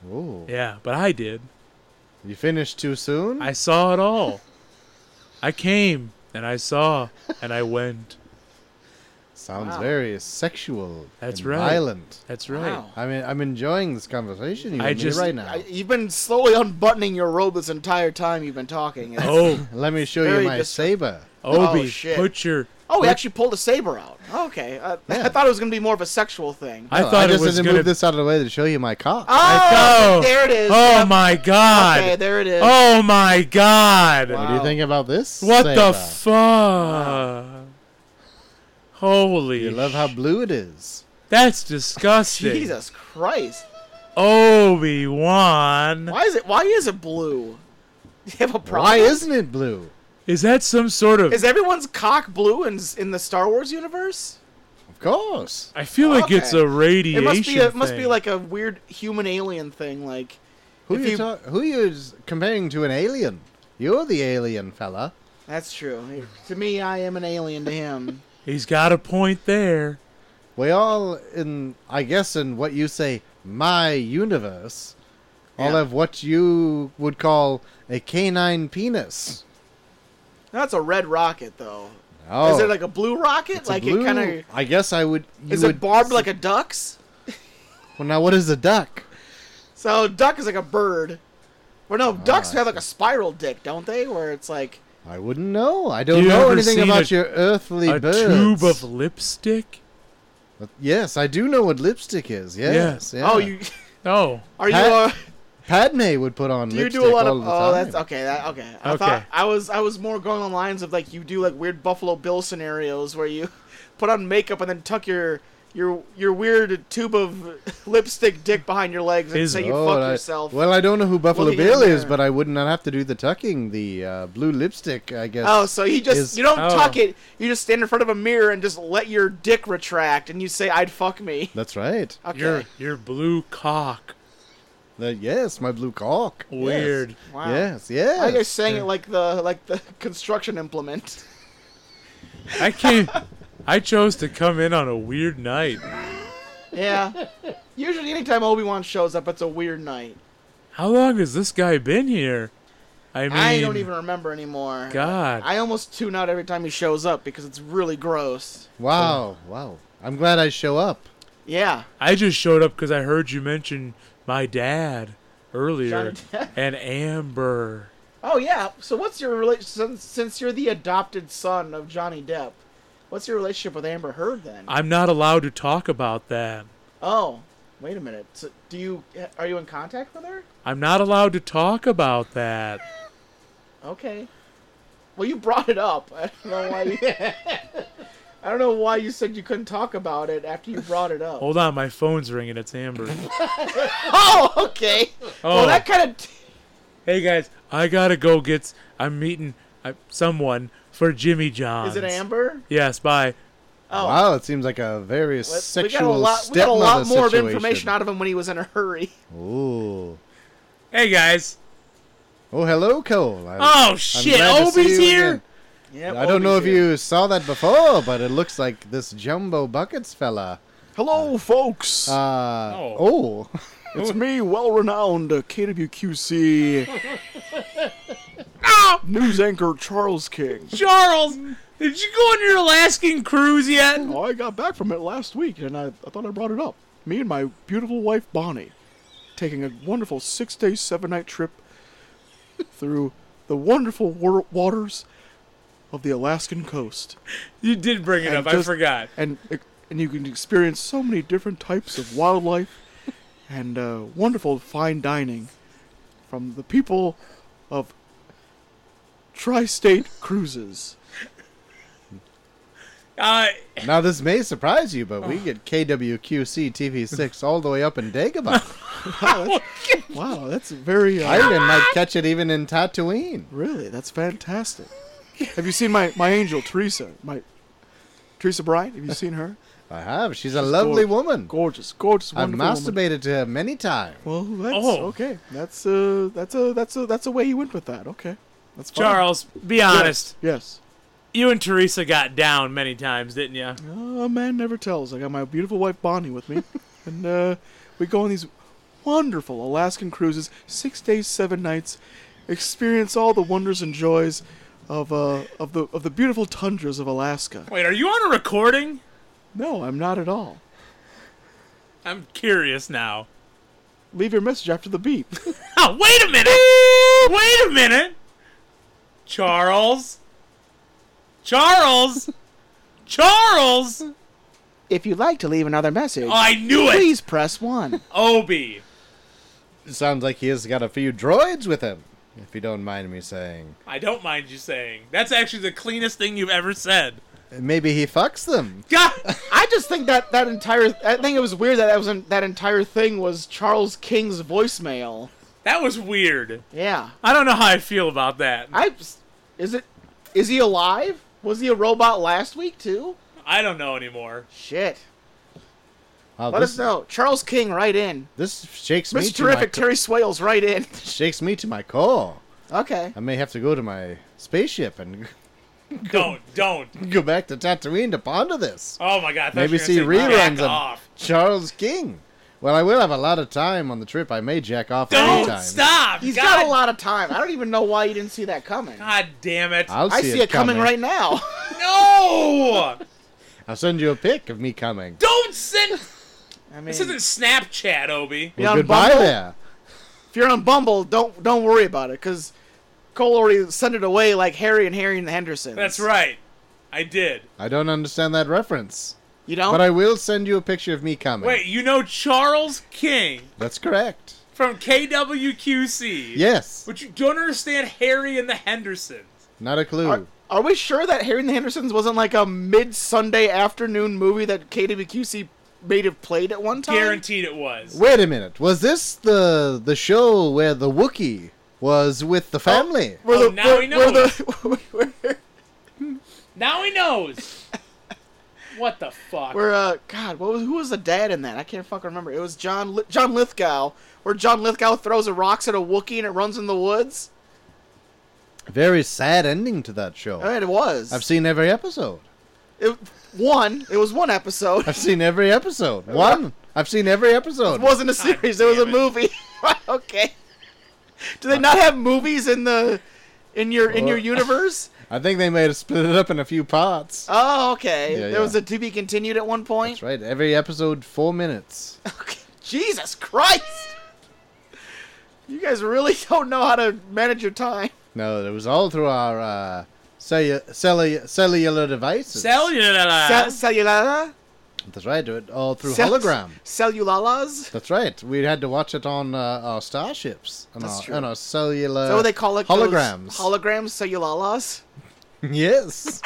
C: oh,
B: Yeah, but I did.
C: you finished too soon.
B: I saw it all. I came and I saw and I went.
C: Sounds
A: Wow.
C: very sexual.
B: That's
C: and
B: right.
C: Violent.
B: That's right.
A: Wow.
C: I mean, I'm enjoying this conversation. You
B: I
C: and me
B: just-
C: right now.
A: I, you've been slowly unbuttoning your robe this entire time you've been talking. It's-
B: Oh,
C: Let me show you
A: very
C: my
A: dis-
C: saber.
A: Oh,
B: Obi,
A: shit.
B: put your.
A: Oh, he
B: put-
A: actually pulled a saber out. Okay, uh, I,
C: Yeah.
A: I thought it was gonna be more of a sexual thing.
B: I
C: No,
B: thought
C: Oh, just
B: it was
C: had to
B: gonna. Ah!
C: move this out of the way to show you my cock.
A: oh,
B: thought-
A: there it is.
B: oh
A: Yep.
B: my god.
A: Okay, there it is.
B: Oh my god.
A: Wow.
C: What do you think about this?
B: What the
C: saber?
B: fuck? Holy.
C: You love how
B: sh-
C: blue it is.
B: That's disgusting.
A: Jesus Christ!
B: Obi Wan.
A: Why is it? Why is it blue? Do you have a problem?
C: Why isn't it blue?
B: Is that some sort of.
A: Is everyone's cock blue in in the Star Wars universe?
C: Of course.
B: I feel like it's
A: Okay.
B: a radiation.
A: It must be. A, it must be
B: thing.
A: like a weird human alien thing. Like
C: Who
A: If
C: you,
A: you-
C: ta- who you is comparing to an alien? You're the alien fella.
A: that's true. To me, I am an alien to him.
B: He's got a point there.
C: We all in, I guess, in what you say, my universe, all
A: Yeah.
C: have what you would call a canine penis.
A: That's a red rocket, though.
C: Oh,
A: Is it like a blue rocket?
C: it's a
A: like
C: blue-
A: it kind of.
C: I guess I would. You
A: Is
C: would,
A: it barbed like a duck's?
C: Well, now what is a duck?
A: So duck is like a bird. Or no, ducks
C: I
A: have like a spiral dick, don't they? Where it's like
C: I wouldn't know. I don't
B: You
C: know
B: ever
C: anything
B: seen
C: about
B: a-
C: your earthly
B: A
C: birds.
B: tube of lipstick?
C: Yes, I do know what lipstick is. Yes. Yeah.
A: oh you
B: Oh.
A: are you
C: Pat-
A: uh,
C: Padme would put on
A: do you
C: lipstick
A: do a lot
C: all
A: of
C: the
A: oh
C: time.
A: that's okay that okay I
B: Okay.
A: thought I was I was more going on lines of like you do like weird Buffalo Bill scenarios where you put on makeup and then tuck your your your weird tube of lipstick dick behind your legs and
B: Is-
A: say you
C: Oh,
A: fuck
C: and I-
A: yourself.
C: well, I don't know who Buffalo
A: Looking in
C: Bill
A: the
C: is,
A: mirror.
C: but I would not have to do the tucking. The uh, blue lipstick, I guess.
A: Oh, so you just
C: is-
A: you don't
B: Oh.
A: tuck it. You just stand in front of a mirror and just let your dick retract, and you say, "I'd fuck me."
C: That's right.
A: Okay.
B: Your your blue cock.
C: The- yes, my blue cock. Yes.
B: Weird.
A: Wow.
C: Yes, yes.
A: I guess saying it like the like the construction implement.
B: I came. I chose to come in on a weird night.
A: Yeah. Usually, anytime Obi Wan shows up, it's a weird night.
B: How long has this guy been here? I mean,
A: I don't even remember anymore.
B: God.
A: I almost tune out every time he shows up because it's really gross.
C: Wow, wow. I'm glad I show up.
A: Yeah.
B: I just showed up because I heard you mention my dad
A: Johnny
B: earlier
A: Depp.
B: and Amber.
A: Oh yeah. So what's your relation since, since you're the adopted son of Johnny Depp? What's your relationship with Amber Heard then?
B: I'm not allowed to talk about that.
A: oh, wait a minute. So do you are you in contact with her?
B: I'm not allowed to talk about that.
A: Okay. Well, you brought it up. I don't know why. You, I don't know why you said you couldn't talk about it after you brought it up.
B: Hold on, my phone's ringing. It's Amber.
A: Oh, okay.
B: Oh,
A: Well, that kind of.
B: hey guys, I gotta go get. s- I'm meeting uh, someone for Jimmy John's.
A: Is it Amber?
B: Yes, bye.
A: Oh.
C: Wow, it seems like a very
A: But
C: sexual
A: we got a lot, we got a
C: stepmother
A: lot more
C: situation.
A: of information out of him when he was in a hurry.
C: Ooh.
B: Hey guys.
C: Oh, hello, Cole. I,
B: Oh
C: I'm
B: shit,
C: glad to see
B: Obi's
C: you
B: here.
C: again.
A: Yeah.
C: I don't know if you saw that before, but it looks like this Jumbo Buckets fella.
A: Hello, folks.
C: Uh, oh.
A: it's me, well-renowned uh, KWQC Ah! news anchor Charles King.
B: Oh, Charles, did you go on your Alaskan cruise yet?
A: Oh, I got back from it last week, and I, I thought I brought it up. Me and my beautiful wife Bonnie, taking a wonderful six-day, seven-night trip through the wonderful wor- waters of the Alaskan coast.
B: You did bring it
A: And
B: up. I
A: just-
B: forgot.
A: and and you can experience so many different types of wildlife and uh, wonderful fine dining from the people of tri-state cruises.
B: Uh,
C: Now this may surprise you, but we get KWQC TV6 all the way up in Dagobah.
A: Wow, that's, wow, that's very
C: I
A: uh,
C: even might catch it even in Tatooine.
A: really that's fantastic. Have you seen my my angel Teresa? My Teresa Bryant. Have you seen her?
C: I have. She's a lovely
A: gorgeous.
C: woman.
A: Gorgeous, gorgeous,
C: I've
A: wonderful woman.
C: masturbated to her many times.
A: Well, that's
B: Oh.
A: okay. That's uh, that's a that's a that's a way you went with that. Okay, that's fine.
B: Charles, be
A: Yes,
B: honest.
A: yes.
B: You and Teresa got down many times, didn't you?
A: A Oh, man never tells. I got my beautiful wife Bonnie with me, and uh, we go on these wonderful Alaskan cruises, six days, seven nights, experience all the wonders and joys of uh, of the of the beautiful tundras of Alaska.
B: Wait, are you on a recording?
A: No, I'm not at all.
B: I'm curious now.
A: Leave your message after the beep.
B: Oh, wait a minute! Wait a minute! Charles! Charles! Charles! Oh,
A: if you'd like to leave another message,
B: I knew it!
A: press one.
B: Obi!
C: Sounds like he has got a few droids with him, if you don't mind me saying.
B: I don't mind you saying. That's actually the cleanest thing you've ever said.
C: Maybe he fucks them.
B: God!
A: I just think that that entire I think it was weird that that was in, that entire thing was Charles King's voicemail.
B: That was weird.
A: Yeah.
B: I don't know how I feel about that.
A: I is it is he alive? Was he a robot last week too?
B: I don't know anymore.
A: Shit.
C: Wow,
A: Let
C: this,
A: us know. Charles King, right in.
C: This shakes me
A: Mr.
C: to my
A: Terrific,
C: co-
A: Terry Swales, right in.
C: shakes me to my core.
A: Okay.
C: I may have to go to my spaceship and
B: Don't, don't.
C: go back to Tatooine to ponder this.
B: Oh my god, I thought
C: Maybe
B: you were
C: see
B: gonna say back
C: reruns of
B: off.
C: Charles King. Well, I will have a lot of time on the trip. I may jack off
B: Don't
C: anytime.
B: stop!
A: He's
B: God,
A: got a lot of time. I don't even know why you didn't see that coming.
B: God damn it.
C: I'll see
A: I see it coming, right now.
B: no!
C: I'll send you a pic of me coming.
B: Don't send.
A: I mean,
B: This isn't Snapchat, Obi.
A: Yeah,
C: Well,
A: on
C: goodbye
A: Bumble.
C: there.
A: if you're on Bumble, don't don't worry about it cuz Cole already sent it away like Harry and Harry and the Hendersons.
B: That's right. I did.
C: I don't understand that reference.
A: You know?
C: But I will send you a picture of me coming.
B: Wait, you know Charles King
C: That's correct.
B: from KWQC?
C: Yes.
B: But you don't understand Harry and the Hendersons.
C: Not a clue.
A: are, are we sure that Harry and the Hendersons wasn't like a mid-Sunday afternoon movie that KWQC may have played at one time?
B: Guaranteed it was.
C: Wait a minute. Was this the the show where the Wookiee was with the family?
A: Where
B: Oh,
A: the,
B: now
A: where-
B: he
A: where the- where-
B: Now he knows. what the fuck?
A: Where uh, God, what was who was the dad in that? I can't fucking remember. It was John Li- John Lithgow, where John Lithgow throws a rocks at a Wookiee and it runs in the woods.
C: Very sad ending to that show.
A: I mean, it was.
C: I've seen every episode.
A: it, one. It was one episode.
C: I've seen every episode. One. I've seen every
A: It
C: episode.
A: wasn't a series. It was a
B: damn it.
A: movie. okay. Do
C: Uh,
A: they not have movies in the in your in your
C: Well-
A: universe?
C: I think they may have split it up in a few parts.
A: Oh, okay.
C: Yeah,
A: there
C: yeah.
A: was a to be continued at one point.
C: That's right. Every episode, four minutes.
A: Okay. Jesus Christ! You guys really don't know how to manage your time.
C: No, it was all through our uh, cellu- cellu- cellular devices.
A: Cell-
B: Cellular.
A: cellulala?
C: That's right. it- All Uh, through
A: Cell-
C: hologram.
A: Cellulalas?
C: That's right. We had to watch it on uh, our starships and
A: That's
C: our,
A: true.
C: and our cellular.
A: Is that what they call it? those
C: Uh, holograms.
A: Holograms, cellulalas?
C: yes.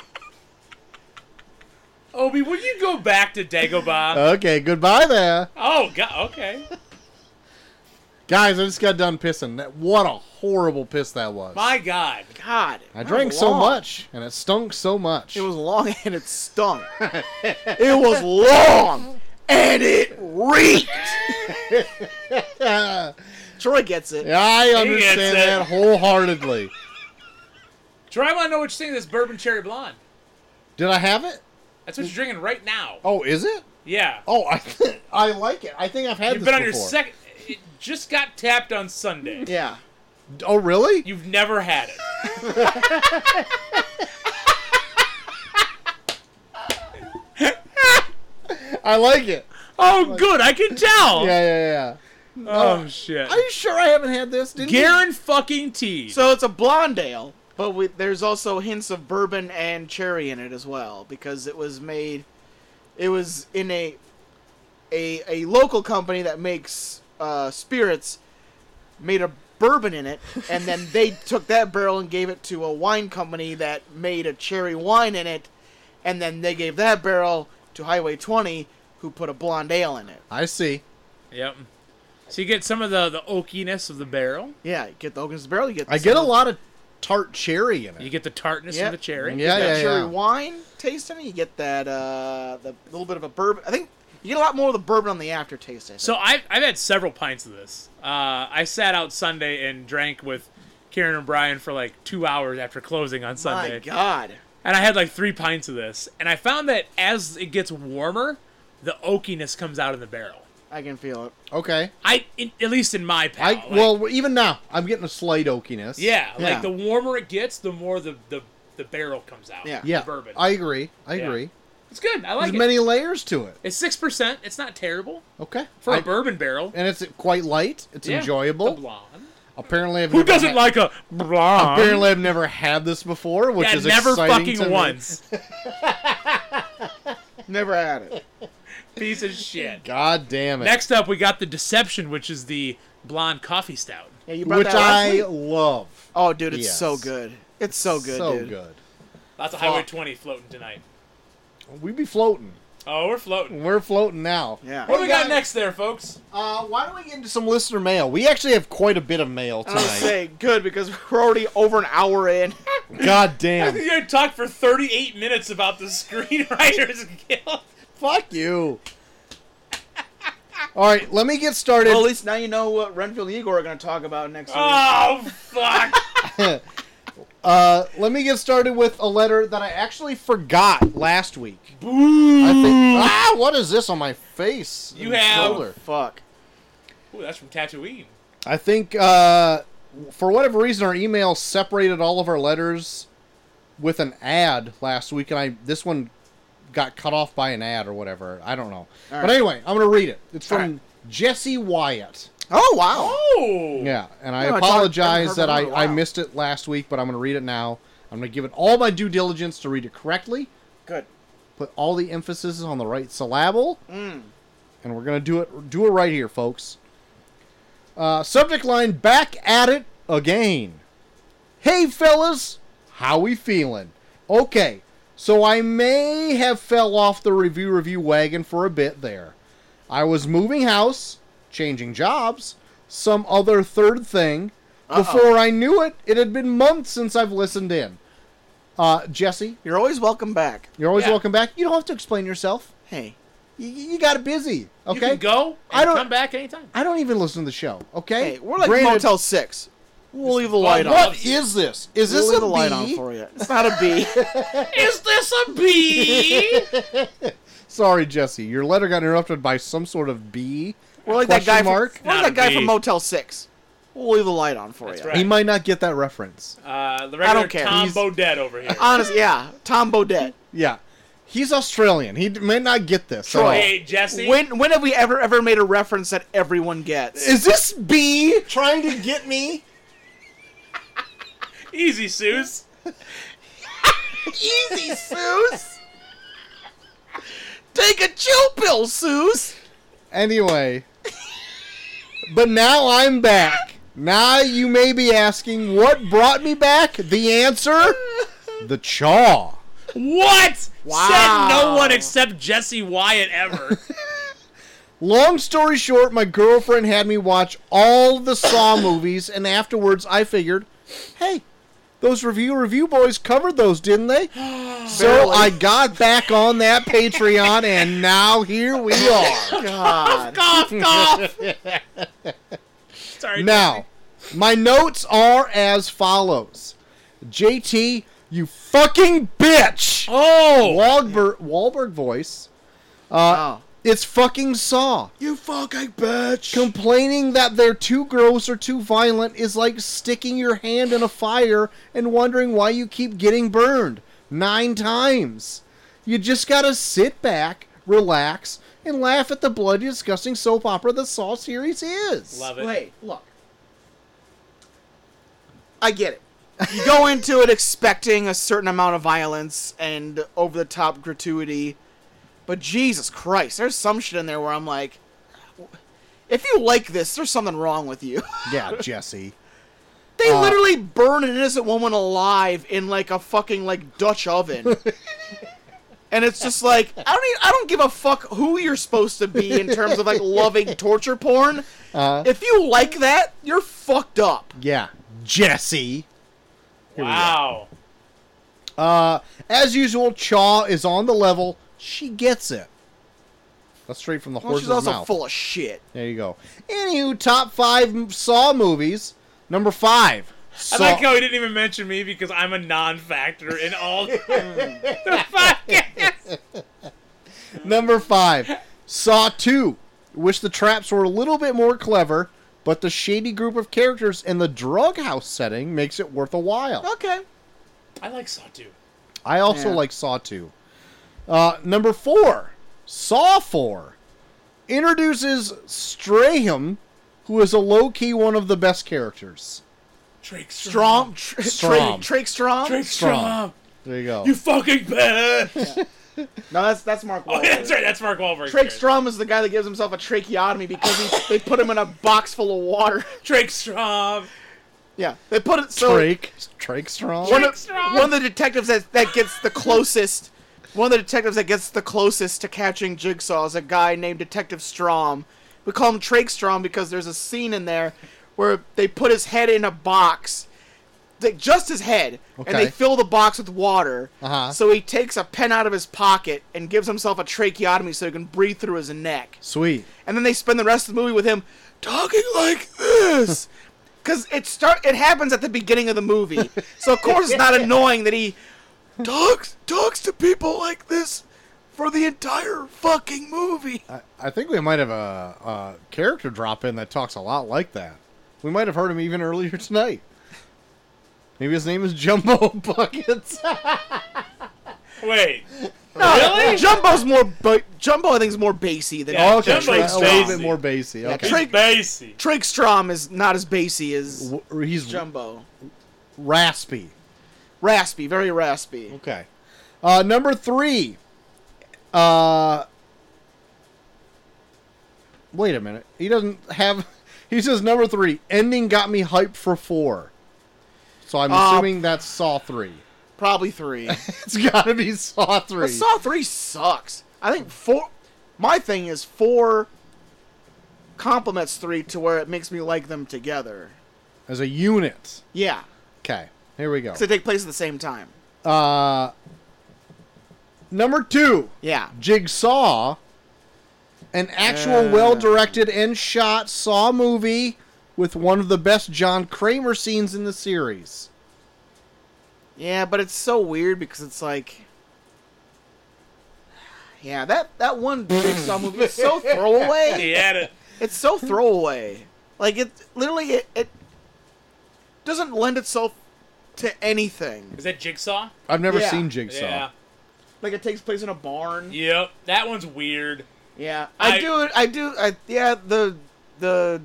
B: Obi, will you go back to Dagobah?
C: Okay. Goodbye there,
B: oh, God. Okay.
C: guys. I just got done pissing. That- What a horrible piss that was.
B: My God.
A: God.
C: I
A: that
C: drank
A: was
C: so
A: long.
C: much and it stunk so much.
A: It was long and it stunk. it was long and it reeked.
C: Yeah,
A: Troy gets it.
C: I
B: gets
C: understand
B: it.
C: that wholeheartedly.
B: Troy, I want to know what you think of this bourbon cherry blonde.
C: Did I have it?
B: That's what you're drinking right now.
C: Oh, is it?
B: Yeah.
C: Oh, I I like it. I think I've had
B: You've
C: this
B: been on your
C: before.
B: second. It just got tapped on Sunday.
A: Yeah.
C: Oh, really?
B: You've never had it.
C: I like it.
B: Oh, good. I can tell.
C: Oh Yeah, yeah, yeah.
B: Oh shit.
C: Are you sure I haven't had this? Didn't you-
B: Garen fucking T.
A: So it's a blonde ale, but with, there's also hints of bourbon and cherry in it as well because it was made. It was in a a a local company that makes uh, spirits made a bourbon in it, and then they took that barrel and gave it to a wine company that made a cherry wine in it, and then they gave that barrel to Highway 20, who put a blonde ale in it.
C: I see.
B: yep. So you get some of the the oakiness of the barrel.
A: Yeah, you get the Oaken's barrel. You get
C: I get a
A: some-
C: lot of tart cherry in it.
B: You get the tartness
A: Yep.
B: of the cherry.
C: Yeah,
A: that
C: yeah,
A: cherry
C: yeah.
A: wine taste in it. You get that uh, the little bit of a bourbon. I think you get a lot more of the bourbon on the aftertaste. I think.
B: So I've, I've had several pints of this. Uh, I sat out Sunday and drank with Karen and Brian for like two hours after closing on
A: my
B: Sunday.
A: God,
B: And I had like three pints of this. And I found that as it gets warmer, the oakiness comes out of the barrel.
A: I can feel it.
C: Okay.
B: I in, At least in my
C: I
B: palate. like-
C: well, even now I'm getting a slight oakiness.
B: Yeah,
A: Yeah.
B: like the warmer it gets, the more the, the, the barrel comes out.
A: Yeah.
C: Yeah.
B: The bourbon.
C: I agree. I
B: Yeah.
C: agree.
B: it's good. I
C: There's
B: like it.
C: many layers to it.
B: it's 6%. It's not terrible
C: Okay.
B: for a
C: I-
B: bourbon barrel.
C: and it's quite light. It's
B: Yeah,
C: enjoyable.
B: the blonde.
C: Apparently, I've
B: Who
C: never
B: doesn't
C: had-
B: like a blonde?
C: Apparently, I've never had this before, which
B: yeah,
C: is
B: never
C: exciting
B: fucking
C: to me.
B: once.
A: Never had it.
B: Piece of shit.
C: God damn it!
B: Next up, we got the Deception, which is the blonde coffee stout.
A: Yeah, you brought
C: which
A: that last
C: I
A: week.
C: love.
A: Oh, dude, it's
C: Yes.
A: so good. It's so
B: Oh,
A: good,
C: So
A: dude.
C: good.
B: Lots of Highway 20 floating tonight.
C: We be floating.
B: Oh, we're floating.
C: We're floating now.
A: Yeah.
B: What do we got
D: guys.
B: next there, folks?
D: Uh, why don't we get
C: Into some listener mail. We actually have quite a bit of mail
B: Oh,
A: I was
C: tonight.
A: say good because we're already over an hour in.
C: God damn.
B: You talked for 38 minutes about the Screenwriters Guild.
C: Fuck you. All right, let me get started.
A: well, at least now you know what Renfield and Igor are going to talk about next week.
B: Oh, fuck.
C: Uh, let me get started with a letter that I actually forgot last week.
B: Boo.
C: I think, ah, what is this on my face?
B: You
C: and
B: have-
C: shoulder?
A: Fuck.
B: Ooh, that's from Tatooine.
C: I think uh, for whatever reason our email separated all of our letters with an ad last week, and I this one got cut off by an ad or whatever. I don't know.
A: All
C: But
A: right.
C: anyway, I'm gonna read it. It's
A: All
C: from Jesse Wyatt.
A: Oh wow.
B: Oh.
C: Yeah, and I
A: No, I talked- I haven't
C: apologize
A: heard
C: that
A: from her
C: I,
A: in a
C: I
A: while.
C: missed it last week, but I'm gonna read it now. I'm gonna give it all my due diligence to read it correctly,
A: Good.
C: put all the emphasis on the right syllable,
A: Mm.
C: and we're gonna do it do it right here, folks. Uh, subject line: Back at it again. Hey fellas, how we feeling? Okay, so I may have fell off the review review wagon for a bit there. I was moving house, changing jobs, some other third thing. Before I knew it, it had been months since I've listened in. Uh, Jesse,
A: You're always welcome back.
C: you're always
B: Yeah.
C: welcome back. You don't have to explain yourself.
A: Hey.
C: You, you got busy.
B: You
C: Okay,
B: can go and
C: I don't-
B: come back anytime.
C: I don't even listen to the show. Okay,
A: Hey, we're like
C: Granted-
A: Motel Six. We'll leave the light on.
C: What is this? Is
A: We'll
C: this
A: leave
C: a
A: the light on
C: bee?
A: for you. It's not a bee.
B: Is this a bee?
C: Sorry, Jesse. Your letter got interrupted by some sort of bee.
A: We're like that
C: Question
A: guy.
C: mark?
A: From, we're like
B: Not a
A: that guy
B: bee.
A: from Motel Six. We'll leave the light on for
B: That's
A: you.
B: right.
C: He might not get that reference.
B: uh, the regular
A: care.
B: Tom
A: He's-
B: Bodette over here.
A: Honestly, yeah. Tom Baudet.
C: Yeah, he's Australian. He d- may not get this. at
A: Troy.
C: all.
B: Hey, Jesse.
A: When when have we ever ever made a reference that everyone gets?
C: Is this bee trying to get me?
B: Easy, Suze.
A: easy, Seuss. Take a chill pill, Seuss.
C: Anyway, but now I'm back. Now you may be asking what brought me back. The answer: the chaw.
B: What?
A: Wow.
B: Said no one except Jesse Wyatt ever.
C: Long story short, my girlfriend had me watch all the Saw movies, and afterwards I figured, hey, those review review boys covered those, didn't they? so
A: Barely.
C: I got back on that Patreon, and now here we are.
A: God.
B: cough, cough. Sorry.
C: Now, my notes are as follows JT, you fucking bitch!
B: Oh.
C: Wahlberg, Wahlberg voice. Uh,
A: Oh.
C: It's fucking Saw.
A: You fucking bitch.
C: Complaining that they're too gross or too violent is like sticking your hand in a fire and wondering why you keep getting burned nine times. You just gotta sit back, relax, and laugh at the bloody, disgusting soap opera the Saw series is.
B: Love it.
A: Hey, look. I get it. You go into it expecting a certain amount of violence and over the top gratuity, but Jesus Christ, there's some shit in there where I'm like, if you like this, there's something wrong with you.
C: Yeah, Jesse.
A: They
C: Uh,
A: literally burn an innocent woman alive in like a fucking like Dutch oven. and it's just like I don't even, I don't give a fuck who you're supposed to be in terms of like loving torture porn.
C: Uh,
A: If you like that, you're fucked up.
C: yeah, Jesse.
B: Wow.
C: Uh, as usual, Chaw is on the level. She gets it. That's straight from the
A: Well,
C: horse's
A: she's also
C: mouth.
A: full of shit.
C: There you go. Anywho, top five m- Saw movies. Number five. Saw.
B: I like how he didn't even mention me because I'm a non-factor in all. the podcast.
C: Number five. Saw two. Wish the traps were a little bit more clever, but the shady group of characters and the drug house setting makes it worth a while.
A: Okay.
B: I like Saw too.
C: I also
A: Yeah.
C: like Saw 2. Uh, number 4, Saw 4 introduces Straham, who is a low key one of the best characters.
B: Drake
A: Strom,
B: Strong.
A: tr-
C: Strom.
A: Drake, Drake Strom.
B: Drake
C: Strong.
B: Strong.
C: There you go.
B: You fucking better.
A: No, that's that's Mark
B: Oh,
A: Wahlberg.
B: yeah, that's right. That's Mark Wahlberg.
A: Drake Strom is the guy that gives himself a tracheotomy because he, they put him in a box full of water.
B: Drake Strong.
A: Yeah, they put it so
C: Drake. Drake Strong.
A: one
B: Drake
A: of,
B: Strong.
A: one of the detectives that, that gets the closest one of the detectives that gets the closest to catching Jigsaw is a guy named Detective Strom. We call him Drake Strom because there's a scene in there where they put his head in a box, like just his head, and
C: Okay.
A: they fill the box with water.
C: Uh-huh.
A: So he takes a pen out of his pocket and gives himself a tracheotomy so he can breathe through his neck
C: Sweet.
A: and then they spend the rest of the movie with him talking like this because it start it happens at the beginning of the movie so of course it's not annoying that he talks talks to people like this for the entire fucking movie
C: I, I think we might have a, a character drop in that talks a lot like that. We might have heard him even earlier tonight. Maybe his name is Jumbo Buckets.
B: Wait.
A: really jumbo's more ba- jumbo i think is more bassy than
B: Yeah,
C: okay,
B: Jumbo's
C: a little bit
B: bassy.
C: more bassy. Okay.
B: He's
A: Drake-
B: Basie.
A: Drake Strom is not as bassy as
C: W- He's
A: Jumbo.
C: raspy.
A: Raspy, very raspy.
C: Okay. Uh, number three. Uh, wait a minute. He doesn't have. He says number three. Ending got me hyped for four. So I'm
A: Uh,
C: assuming that's Saw three.
A: Probably three.
C: It's got to be Saw three.
A: But Saw three sucks. I think four. My thing is four complements three to where it makes me like them together.
C: As a unit.
A: Yeah,
C: Okay. Here we go.
A: because they take place at the same time.
C: Uh, number two.
A: Yeah,
C: Jigsaw, an actual
A: Uh.
C: well directed and shot Saw movie with one of the best John Kramer scenes in the series.
A: yeah, but it's so weird because it's like, yeah, that that one Jigsaw movie is so throwaway.
B: He had it.
A: It's so throwaway. Like it literally it, it doesn't lend itself to anything.
B: Is that Jigsaw?
C: I've never
A: Yeah.
C: seen Jigsaw.
B: Yeah.
A: Like it takes place in a barn.
B: Yep. That one's weird.
A: Yeah, I,
B: I-
A: do. I do. I yeah. The the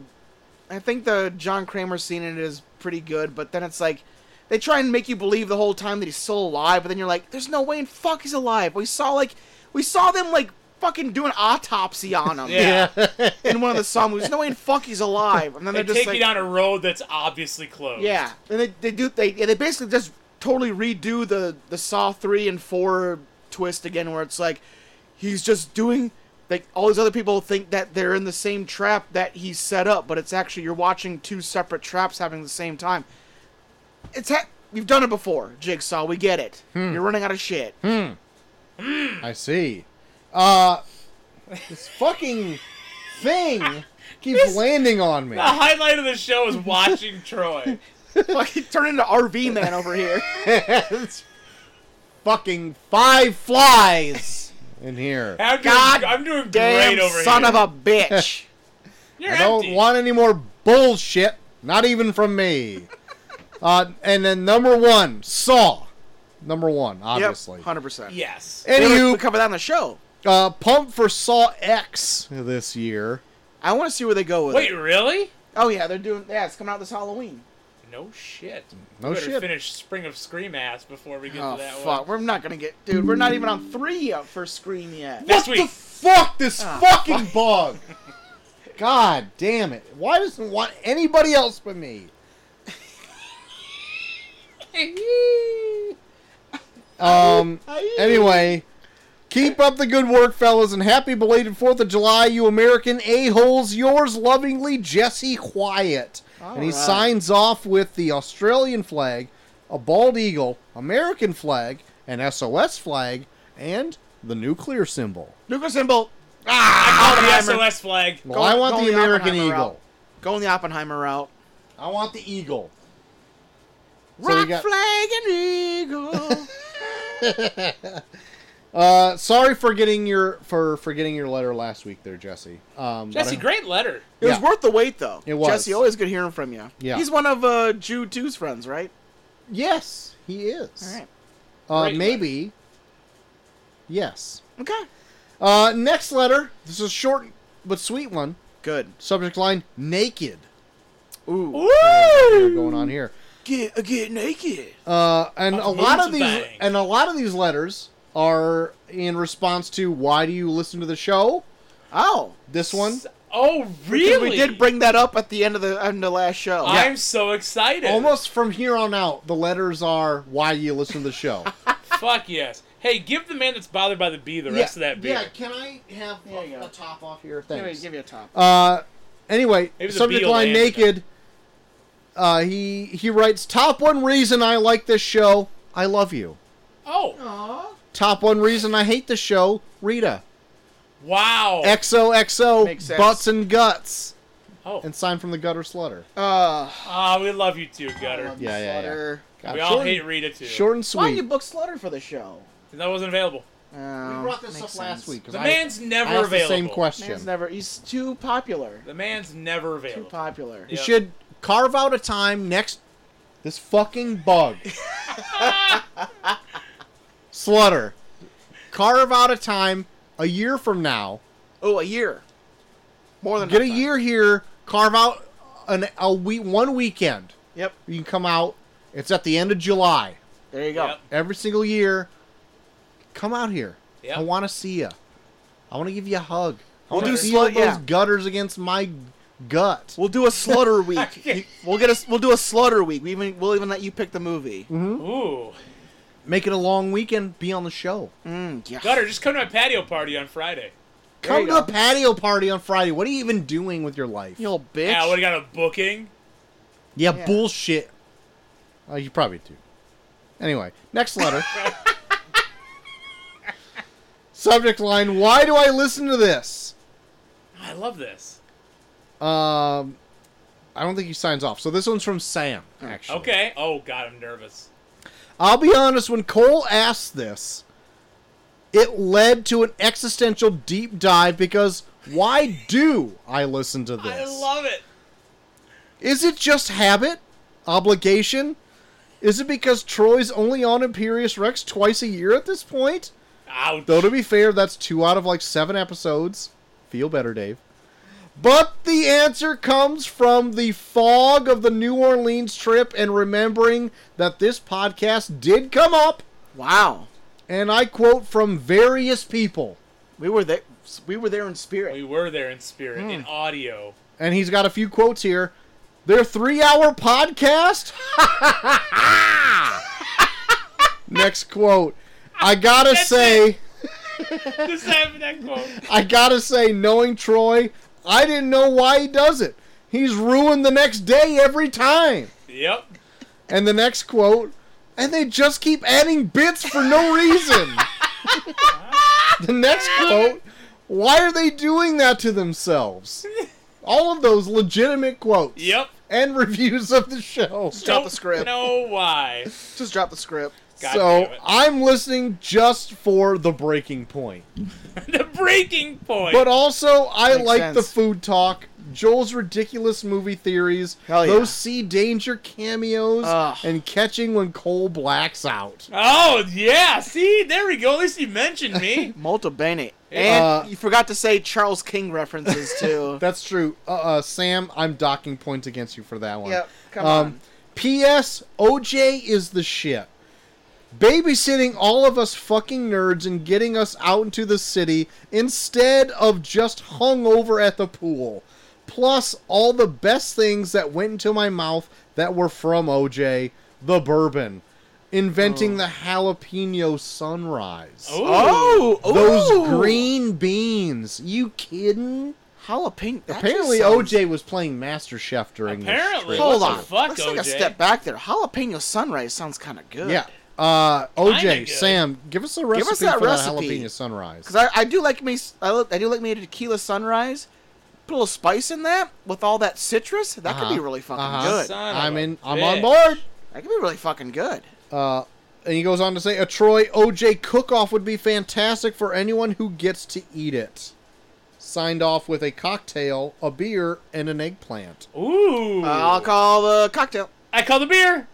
A: I think the John Kramer scene in it is pretty good, but then it's like they try and make you believe the whole time that he's still alive, but then you're like, there's no way in fuck he's alive. We saw like we saw them like fucking do an autopsy on him
B: Yeah.
A: in one of the Saw movies. No way in fuck he's alive. And then
B: They
A: they're just
B: take
A: like,
B: you down a road that's obviously closed.
A: yeah, and they, they do they yeah, they basically just totally redo the the Saw three and four twist again, where it's like he's just doing like all these other people think that they're in the same trap that he set up, but it's actually you're watching two separate traps happening at the same time. It's ha- we've done it before, Jigsaw. We get it.
B: Hmm.
A: You're running out of shit.
C: I see. Uh, this fucking thing keeps landing on me.
B: The highlight of the show is watching Troy.
A: Fucking turn into RV man over here.
C: It's fucking five flies in here.
B: I'm doing,
A: God
B: I'm doing
A: Damn
B: great over
A: son
B: here.
A: of a bitch.
B: You're
C: I don't
B: empty.
C: want any more bullshit, not even from me. Uh, and then number one, Saw. Number one,
A: yep,
C: obviously.
A: hundred percent.
B: Yes.
A: We
C: Anywho,
A: cover that on the show.
C: Uh, Pump for Saw X this year.
A: I want to see where they go with
B: Wait,
A: it.
B: really?
A: Oh yeah, they're doing. Yeah, it's coming out this Halloween.
B: No shit.
C: No
B: we better
C: shit.
B: Finish Spring of Scream ass before we get
A: Oh
B: to that
A: fuck,
B: one.
A: we're not gonna get, dude. We're not even on three yet for Scream yet.
B: Next
C: what the
B: week.
C: fuck? This
A: Ah,
C: fucking bug. God damn it! Why doesn't it want anybody else but me? um. Anyway, keep up the good work, fellas, and happy belated Fourth of July, you American a holes. Yours lovingly, Jesse Quiet. and he
A: Alright.
C: signs off with the Australian flag, a bald eagle, American flag, an SOS flag, and the nuclear symbol.
A: nuclear symbol.
B: Oh, the
A: Oppenheimer.
B: SOS flag.
C: Well, I want
A: go
C: the
A: the
C: American
A: Oppenheimer
C: eagle.
A: route. Go on the Oppenheimer route.
C: I want the eagle. So we
A: Rock
C: got-
A: flag and eagle.
C: Uh, sorry for getting your for for getting your letter last week, there, Jesse. Um, but
B: Jesse,
C: I-
B: great letter.
A: It was
C: Yeah.
A: worth the wait, though.
C: It was.
A: Jesse, always good hearing from you.
C: Yeah.
A: He's one of uh, Jude 2's friends, right?
C: Yes, he is.
A: All right.
C: Uh,
B: Great
C: maybe. Yes.
A: Okay.
C: Uh, next letter. This is a short but sweet one.
A: Good.
C: Subject line: Naked.
A: Ooh.
C: What's going on here?
A: Get, get naked.
C: Uh, and a
B: Oh,
C: lot of
B: moon's
C: these
B: bang.
C: and a lot of these letters are in response to why do you listen to the show?
A: Oh.
C: This one.
B: Oh,
A: Because
B: really?
A: We did bring that up at the end of the end of last show.
B: I'm so excited.
C: Almost from here on out, the letters are why you listen to the show.
B: Fuck yes. Hey, give the man that's bothered by the bee the rest of that beer.
D: Yeah, can I have
A: There you
D: a,
A: go.
D: a top off here?
C: Here,
A: Give me,
C: thanks.
A: give me a top.
C: Uh, anyway,
B: Maybe the
C: subject
B: Beal
C: line
B: landed
C: naked. Uh, he he writes top one reason I like this show. I love you.
B: Oh,
D: Aww.
C: Top one reason I hate the show. Rita.
B: wow.
A: Makes
C: XOXO
A: sense.
C: butts and guts.
B: oh,
C: And sign from the gutter slutter.
A: Uh,
B: ah, we love you too, Gutter.
A: Oh,
D: love
C: Yeah, yeah, yeah.
A: Slutter.
C: God,
B: we all
C: short
B: hate
C: and-
B: Rita too.
C: Short and
A: Why you
C: sweet.
A: book Slutter for the show?
B: That wasn't available.
A: Oh,
D: We brought this up
A: makes
D: last
A: sense.
D: week. 'cause
B: The
D: I-
B: man's never
C: I asked the
B: available.
C: same question.
A: Man's never. He's too popular.
B: The man's never
A: Too
B: available.
A: popular.
C: You
B: Yeah.
C: should carve out a time next. This fucking bug. Slutter. Carve out a time a year from now.
A: Oh, a year. More than
C: Get a
A: enough time.
C: year here. Carve out an a week, one weekend.
A: Yep.
C: You can come out. It's at the end of July.
A: There you go.
B: Yep.
C: Every single year. Come out here.
B: Yep.
C: I want to see you. I want to give you a hug. I
A: We'll
C: want to
A: do
C: feel
A: slut-
C: those
A: yeah.
C: gutters against my gut.
A: We'll do a Slutter week.
B: Okay.
A: You- We'll get a we'll do a Slutter week. We even we'll even let you pick the movie.
C: Mm-hmm.
B: Ooh,
C: Make it a long weekend. Be on the show.
A: Mm, yeah.
B: Gutter, just come to my patio party on Friday.
A: There
C: Come
A: you
C: to a
A: go.
C: patio party on Friday. What are you even doing with your life?
A: You little bitch.
B: Yeah, what, I got a booking?
C: yeah,
A: Yeah.
C: bullshit. Oh, you probably do. Anyway, next letter. Subject line: Why do I listen to this?
B: I love this.
C: Um, I don't think he signs off. So this one's from Sam. Actually,
B: Okay. Oh God, I'm nervous.
C: I'll be honest. When Cole asked this, it led to an existential deep dive because why do I listen to this?
B: I love it.
C: Is it just habit? Obligation? Is it because Troy's only on Imperious Rex twice a year at this point?
B: Ouch.
C: Though to be fair, that's two out of like seven episodes. Feel better, Dave. But the answer comes from the fog of the New Orleans trip and remembering that this podcast did come up,
A: Wow.
C: and I quote from various people.
A: We were there. We were there in spirit.
B: we were there in spirit, in audio.
C: and he's got a few quotes here. Their three hour podcast? Next quote. I gotta
B: That's
C: say,
B: Just having that quote.
C: I gotta say, knowing Troy, I didn't know why he does it. He's ruined the next day every time.
B: Yep.
C: And the next quote, and they just keep adding bits for no reason. the next quote, why are they doing that to themselves? All of those legitimate quotes.
B: Yep.
C: and reviews of the show.
A: Drop the
B: Don't
A: script.
B: Know why?
A: Just drop the script.
B: God
C: so
B: damn it.
C: I'm listening just for the breaking point.
B: the breaking point.
C: But uh, also, I
A: Makes
C: like the
A: sense.
C: food talk. Joel's ridiculous movie theories,
A: Hell yeah.
C: those sea danger cameos,
A: Ugh.
C: and catching when Cole blacks out.
B: Oh yeah, see, there we go. At least you mentioned me.
A: Malta Bennett. And
C: Uh,
A: you forgot to say Charles King references too.
C: That's true. Uh, uh, Sam, I'm docking points against you for that one. Um,
A: Yep, come on.
C: P.S. OJ is the shit. Babysitting all of us fucking nerds and getting us out into the city instead of just hung over at the pool. Plus, all the best things that went into my mouth that were from OJ the bourbon, inventing the jalapeno sunrise.
B: Ooh.
A: oh,
C: Those
A: ooh.
C: green beans. You kidding?
A: jalapeno. that just
C: Apparently,
A: sounds-
C: OJ was playing Master Chef during
B: Apparently.
C: this. trip.
A: Hold
B: What
A: on.
B: the fuck,
A: Let's take a
B: OJ?
A: step back there. Jalapeno sunrise sounds kind of good.
C: Yeah. Uh, OJ,
B: good.
C: Sam, give us a recipe
A: us that
C: for
A: recipe.
C: that jalapeno sunrise.
A: Because I, I do like me I, lo- I do like me a tequila sunrise. Put a little spice in that with all that citrus. That could be
C: Uh-huh.
A: really fucking
C: Uh-huh.
A: good.
B: Son of
C: I'm
B: a
C: in. I'm
B: bitch.
C: on board.
A: That could be really fucking good.
C: Uh, and he goes on to say, a Troy OJ cook-off would be fantastic for anyone who gets to eat it. Signed off with a cocktail, a beer, and an eggplant.
B: Ooh.
C: Uh,
A: I'll call the cocktail.
B: I call the beer.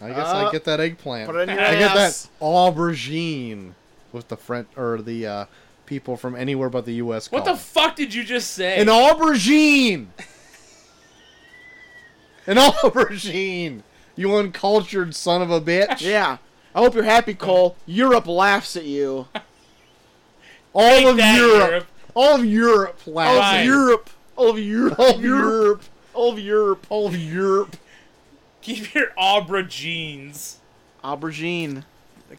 C: I guess
A: Uh,
C: I get that eggplant.
A: put it in your
C: I get
A: ass.
C: that aubergine with the French or the uh, people from anywhere but the U.S.
B: What
C: call
B: the fuck did you just say?
C: An aubergine. An aubergine. You uncultured son of a bitch.
A: Yeah. I hope you're happy, Cole. Europe laughs at you.
C: All
B: Take
C: of
B: that,
C: Europe.
B: Europe.
C: All of Europe.
A: All
C: Laugh.
B: Fine.
A: of Europe. All of Europe.
C: All of Europe.
A: All of Europe.
C: All of Europe.
B: Keep your Abra jeans.
A: Aubergine.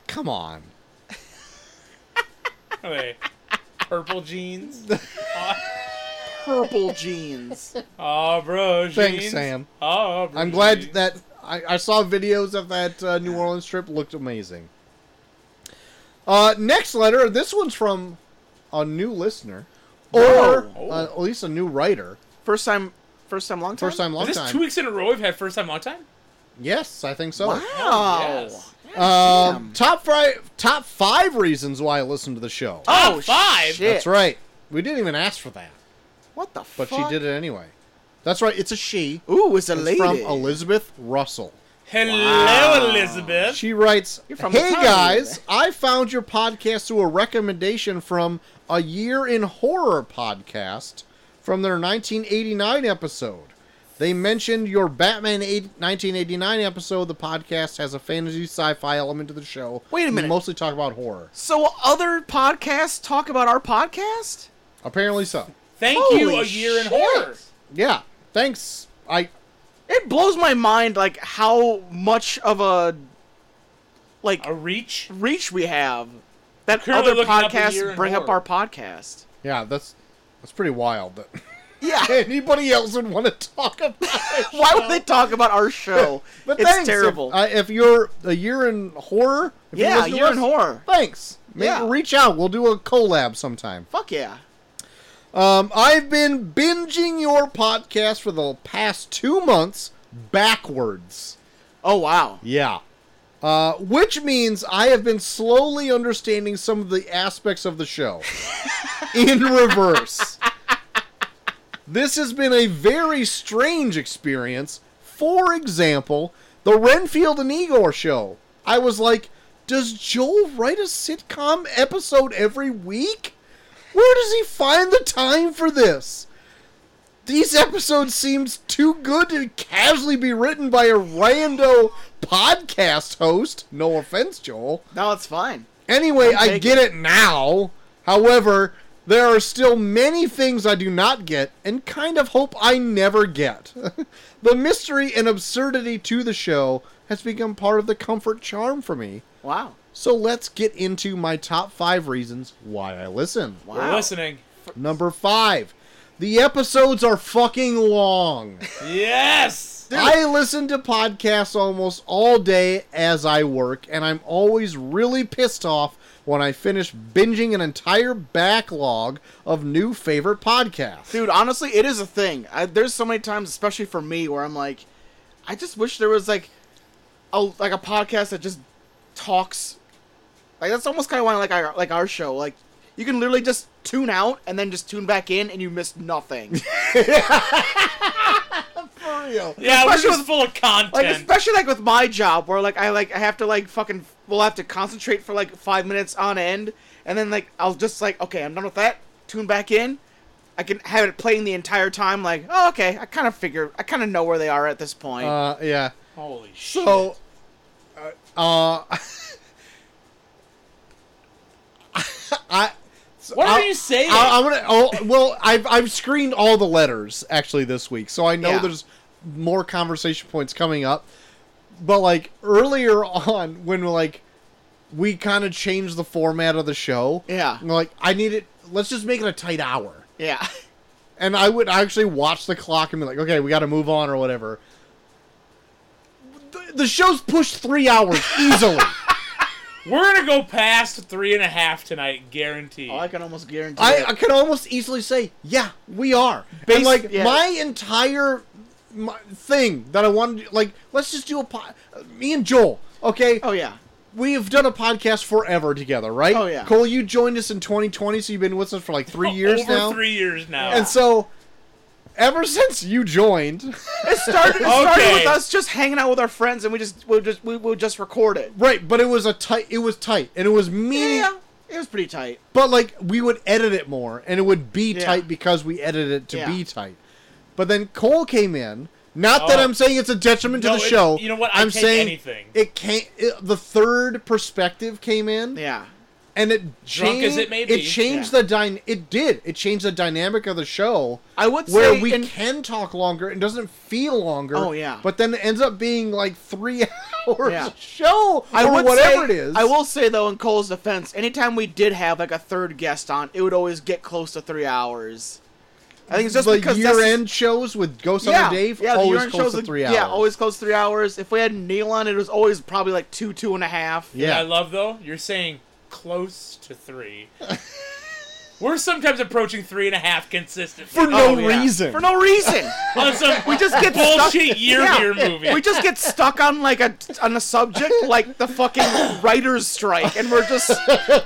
C: Come on.
B: Wait. Purple jeans.
A: Purple jeans.
B: Abra jeans.
C: Thanks, Sam.
B: Abra
C: I'm glad
B: jeans.
C: that I, I saw videos of that uh, New Orleans trip. Looked amazing. Uh, next letter. This one's from a new listener, or
A: Whoa.
C: uh, at least a new writer.
A: First time. First time. Long time.
C: First time, long
B: Is this
C: time.
B: two weeks in a row we've had first time, long time?
C: Yes, I think so.
A: Wow.
B: Oh, Yes.
C: Um,
A: Damn.
C: top five, top five reasons why I listen to the show.
A: Oh,
B: Top five?
A: Shit.
C: That's right. We didn't even ask for that,
A: What the
C: but
A: fuck?
C: she did it anyway. That's right. It's a she.
A: Ooh, it's a
C: It's
A: lady.
C: from Elizabeth Russell.
B: Hello,
A: Wow.
B: Elizabeth.
C: She writes,
A: from
C: "Hey
A: Italian."
C: guys, I found your podcast through a recommendation from a Year in Horror podcast from their 1989 episode. They mentioned your Batman 8, 1989 episode. The podcast has a fantasy sci-fi element to the show.
A: Wait a
C: We
A: minute.
C: mostly talk about horror.
A: So other podcasts talk about our podcast?
C: Apparently so.
B: Thank you,
A: Holy
B: A Year in
A: shit.
B: Horror.
C: Yeah. Thanks. I
A: It blows my mind like how much of a like
B: A reach?
A: reach we have that
B: Currently
A: other
B: looking up a
A: podcasts
B: year in
A: bring up our
B: horror.
A: podcast.
C: yeah, that's that's pretty wild that
A: Yeah.
C: anybody else would want to talk about. it.
A: Why would they talk about our show?
C: But
A: it's
C: thanks.
A: terrible.
C: If, uh, if you're a year in horror, if you
A: Yeah,
C: listen to
A: Year in
C: us,
A: Horror.
C: Thanks. Maybe
A: Yeah.
C: reach out. We'll do a collab sometime.
A: Fuck yeah.
C: Um, I've been binging your podcast for the past two months backwards.
A: Oh wow.
C: Yeah. Uh, which means I have been slowly understanding some of the aspects of the show in reverse. This has been a very strange experience. For example, the Renfield and Igor show. I was like, does Joel write a sitcom episode every week? Where does he find the time for this? These episodes seems too good to casually be written by a rando podcast host. No offense, Joel.
A: No, it's fine.
C: Anyway,
A: I'm
C: I
A: taking-
C: get it now. However, there are still many things I do not get and kind of hope I never get. the mystery and absurdity to the show has become part of the comfort charm for me.
A: Wow.
C: So let's get into my top five reasons why I listen.
A: Wow.
B: We're listening.
C: Number five, the episodes are fucking long.
B: Yes!
C: I listen to podcasts almost all day as I work, and I'm always really pissed off when I finish binging an entire backlog of new favorite podcasts.
A: Dude, honestly, it is a thing. I, there's so many times, especially for me, where I'm like, I just wish there was like, a like a podcast that just talks. Like that's almost kind of why I like our like our show. Like You can literally just tune out and then just tune back in, and you missed nothing.
D: For real.
B: Yeah, we're
A: Especially
B: just
A: with-
B: full of content.
A: like especially like with my job, where like I like I have to like fucking we'll have to concentrate for like five minutes on end, and then like I'll just like okay, I'm done with that. Tune back in. I can have it playing the entire time. Like oh okay, I kind of figure I kind of know where they are at this point.
C: Uh, yeah.
B: Holy shit.
C: So, uh, uh, Uh, I. so
B: What
C: I'll-
B: are you saying?
C: I, I'm gonna. Oh, well, I've I've screened all the letters actually this week, so I know
A: Yeah.
C: there's more conversation points coming up. But like earlier on, when like we kind of changed the format of the show,
A: Yeah.
C: we're like I need it. Let's just make it a tight hour,
A: yeah,
C: and I would actually watch the clock and be like, okay, we got to move on or whatever. The, the show's pushed three hours easily.
B: we're gonna go past three and a half tonight, guaranteed.
A: oh, I can almost guarantee.
C: I,
A: it.
C: I can almost easily say, yeah, we are.
A: Bas-
C: and like
A: yeah.
C: my entire my thing that I wanted, like, let's just do a pod. Me and Joel, okay,
A: oh yeah,
C: we have done a podcast forever together, right?
A: Oh, yeah.
C: Cole, you joined us in 2020, so you've been with us for like three years
B: Over
C: now,
B: three years now.
C: and so ever since you joined,
A: it started. It started
B: Okay.
A: with us just hanging out with our friends, and we just we'll just we will just record it.
C: right? But it was a tight, it was tight, and it was meaning.
A: Yeah, it was pretty tight.
C: But like we would edit it more, and it would be
A: Yeah.
C: tight because we edited it to
A: Yeah.
C: be tight. But then Cole came in. Not that
B: Oh.
C: I'm saying it's a detriment
B: No,
C: to the
B: it-
C: show.
B: you know what? I
C: I'm
B: take
C: saying
B: anything.
C: it came. It, the third perspective came in,
A: Yeah,
C: and it
B: Drunk
C: changed.
B: as it may be.
C: changed
A: Yeah.
C: the dyna- It did. It changed the dynamic of the show.
A: I would
C: where
A: say
C: we
A: in-
C: can talk longer and doesn't feel longer.
A: Oh, yeah.
C: But then it ends up being like three hours
A: Yeah.
C: show
A: I
C: or
A: would
C: whatever
A: say-
C: it is.
A: I will say though, in Cole's defense, anytime we did have like a third guest on, it would always get close to three hours. I think it's just
C: the
A: because
C: year
A: that's-
C: end shows with Ghost
A: yeah,
C: Hunter Dave
A: yeah, the
C: always
A: year-end
C: close
A: shows
C: to
A: with-
C: three hours.
A: Yeah, always close to three hours. If we had Neil on, it was always probably like two, two and a half.
B: What
C: Yeah.
B: I love though, you're saying close to three. we're sometimes approaching three and a half consistently.
C: For no
A: Oh, yeah.
C: reason.
A: For no reason.
B: on some we
A: just get
B: bullshit year
A: Yeah.
B: here movie.
A: we just get stuck on like a on a subject like the fucking writers strike, and we're just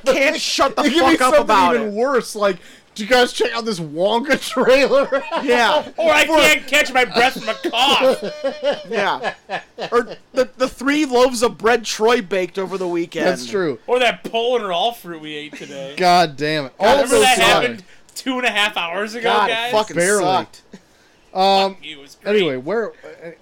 A: can't shut the
C: It could be
A: fuck up
C: something
A: about
C: even
A: it.
C: worse. Like, do you guys check out this Wonka trailer?
A: Yeah.
B: or I can't catch my breath from a cough.
A: Yeah. Or the, the three loaves of bread Troy baked over the weekend.
C: That's true.
B: Or that Poland or all fruit we ate today.
C: God damn it!
B: Remember
C: also,
B: that
C: sorry.
B: happened two and a half hours ago,
A: God,
B: guys?
A: it fucking
C: Barely.
A: sucked.
C: Um.
B: It was great.
C: Anyway, where?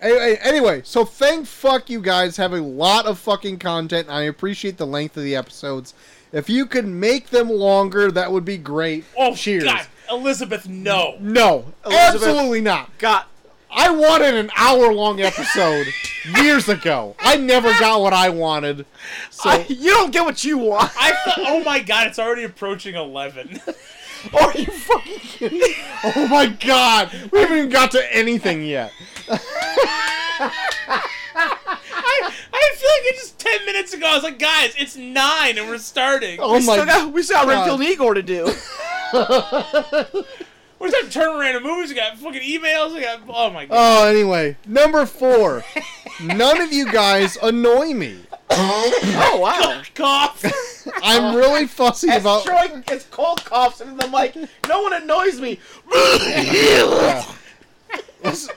C: Anyway, anyway, so thank fuck you guys have a lot of fucking content. I appreciate the length of the episodes. If you could make them longer, that would be great.
B: Oh,
C: Cheers.
B: God, Elizabeth, no.
C: No,
A: Elizabeth-
C: absolutely not.
A: God,
C: I wanted an hour long episode years ago. I never got what I wanted. So
A: I- you don't get what you want.
B: I thought, oh my God, it's already approaching 11.
C: Are you fucking kidding? me? Oh my god, we haven't even got to anything yet.
B: I, I feel like it's just 10 minutes ago. I was like, guys, it's 9 and we're starting.
C: Oh
A: we still
C: my,
A: got, we still got Renfield and Igor to do.
B: We're just turning around to movies. We got fucking emails. We got, oh my God.
C: Oh, anyway, number four. None of you guys annoy me.
A: Oh wow.
B: cough.
C: I'm really fussy
A: As
C: about.
A: Troy as Cole coughs into the mic, no one annoys me.
C: Let's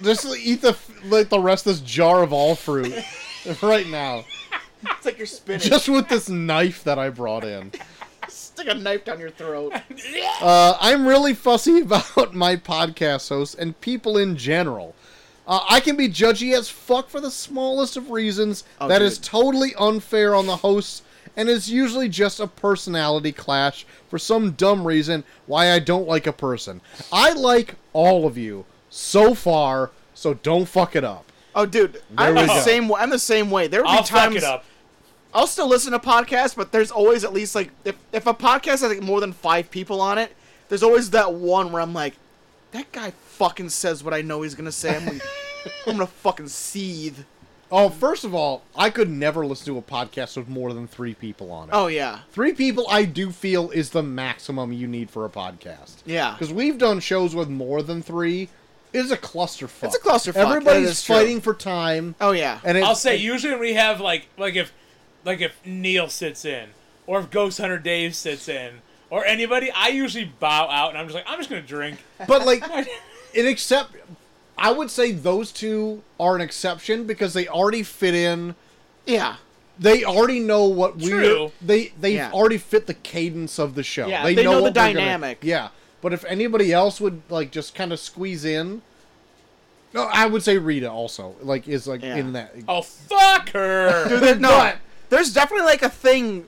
C: just eat the like the rest of this jar of all fruit right now,
A: It's like you're spinning.
C: just with this knife that I brought in.
A: stick a knife down your throat.
C: Uh, I'm really fussy about my podcast hosts and people in general. Uh, I can be judgy as fuck for the smallest of reasons.
A: Oh,
C: that
A: dude.
C: is totally unfair on the hosts and is usually just a personality clash for some dumb reason why I don't like a person. I like all of you so far, so don't fuck it up.
A: Oh dude, I'm
C: we
A: the
C: go.
A: same. I'm the same way. There would be
B: I'll
A: times
B: fuck it up.
A: I'll still listen to podcasts, but there's always at least like if, if a podcast has like more than five people on it, there's always that one where I'm like, that guy fucking says what I know he's gonna say. I'm gonna, I'm gonna fucking seethe.
C: Oh, first of all, I could never listen to a podcast with more than three people on it.
A: Oh yeah,
C: Three people I do feel is the maximum you need for a podcast.
A: yeah.
C: Because we've done shows with more than three. It's a clusterfuck.
A: It's a clusterfuck.
C: Everybody's
A: That is true.
C: fighting for time.
A: Oh yeah.
C: And it's,
B: I'll say
C: it-
B: usually when we have like like if like if Neil sits in or if Ghost Hunter Dave sits in or anybody, I usually bow out and I'm just like, I'm just gonna drink.
C: But like, an except, I would say those two are an exception because they already fit in.
A: Yeah.
C: They already know what we
B: True.
C: they they
A: Yeah.
C: have already fit the cadence of the show.
A: Yeah, they know the
C: what we're gonna-
A: dynamic.
C: yeah, but if anybody else would like just kind of squeeze in, no, I would say Rita also like is like
A: Yeah.
C: in that.
B: Oh fuck her!
A: Dude, there- no,
C: But-
A: there's definitely like a thing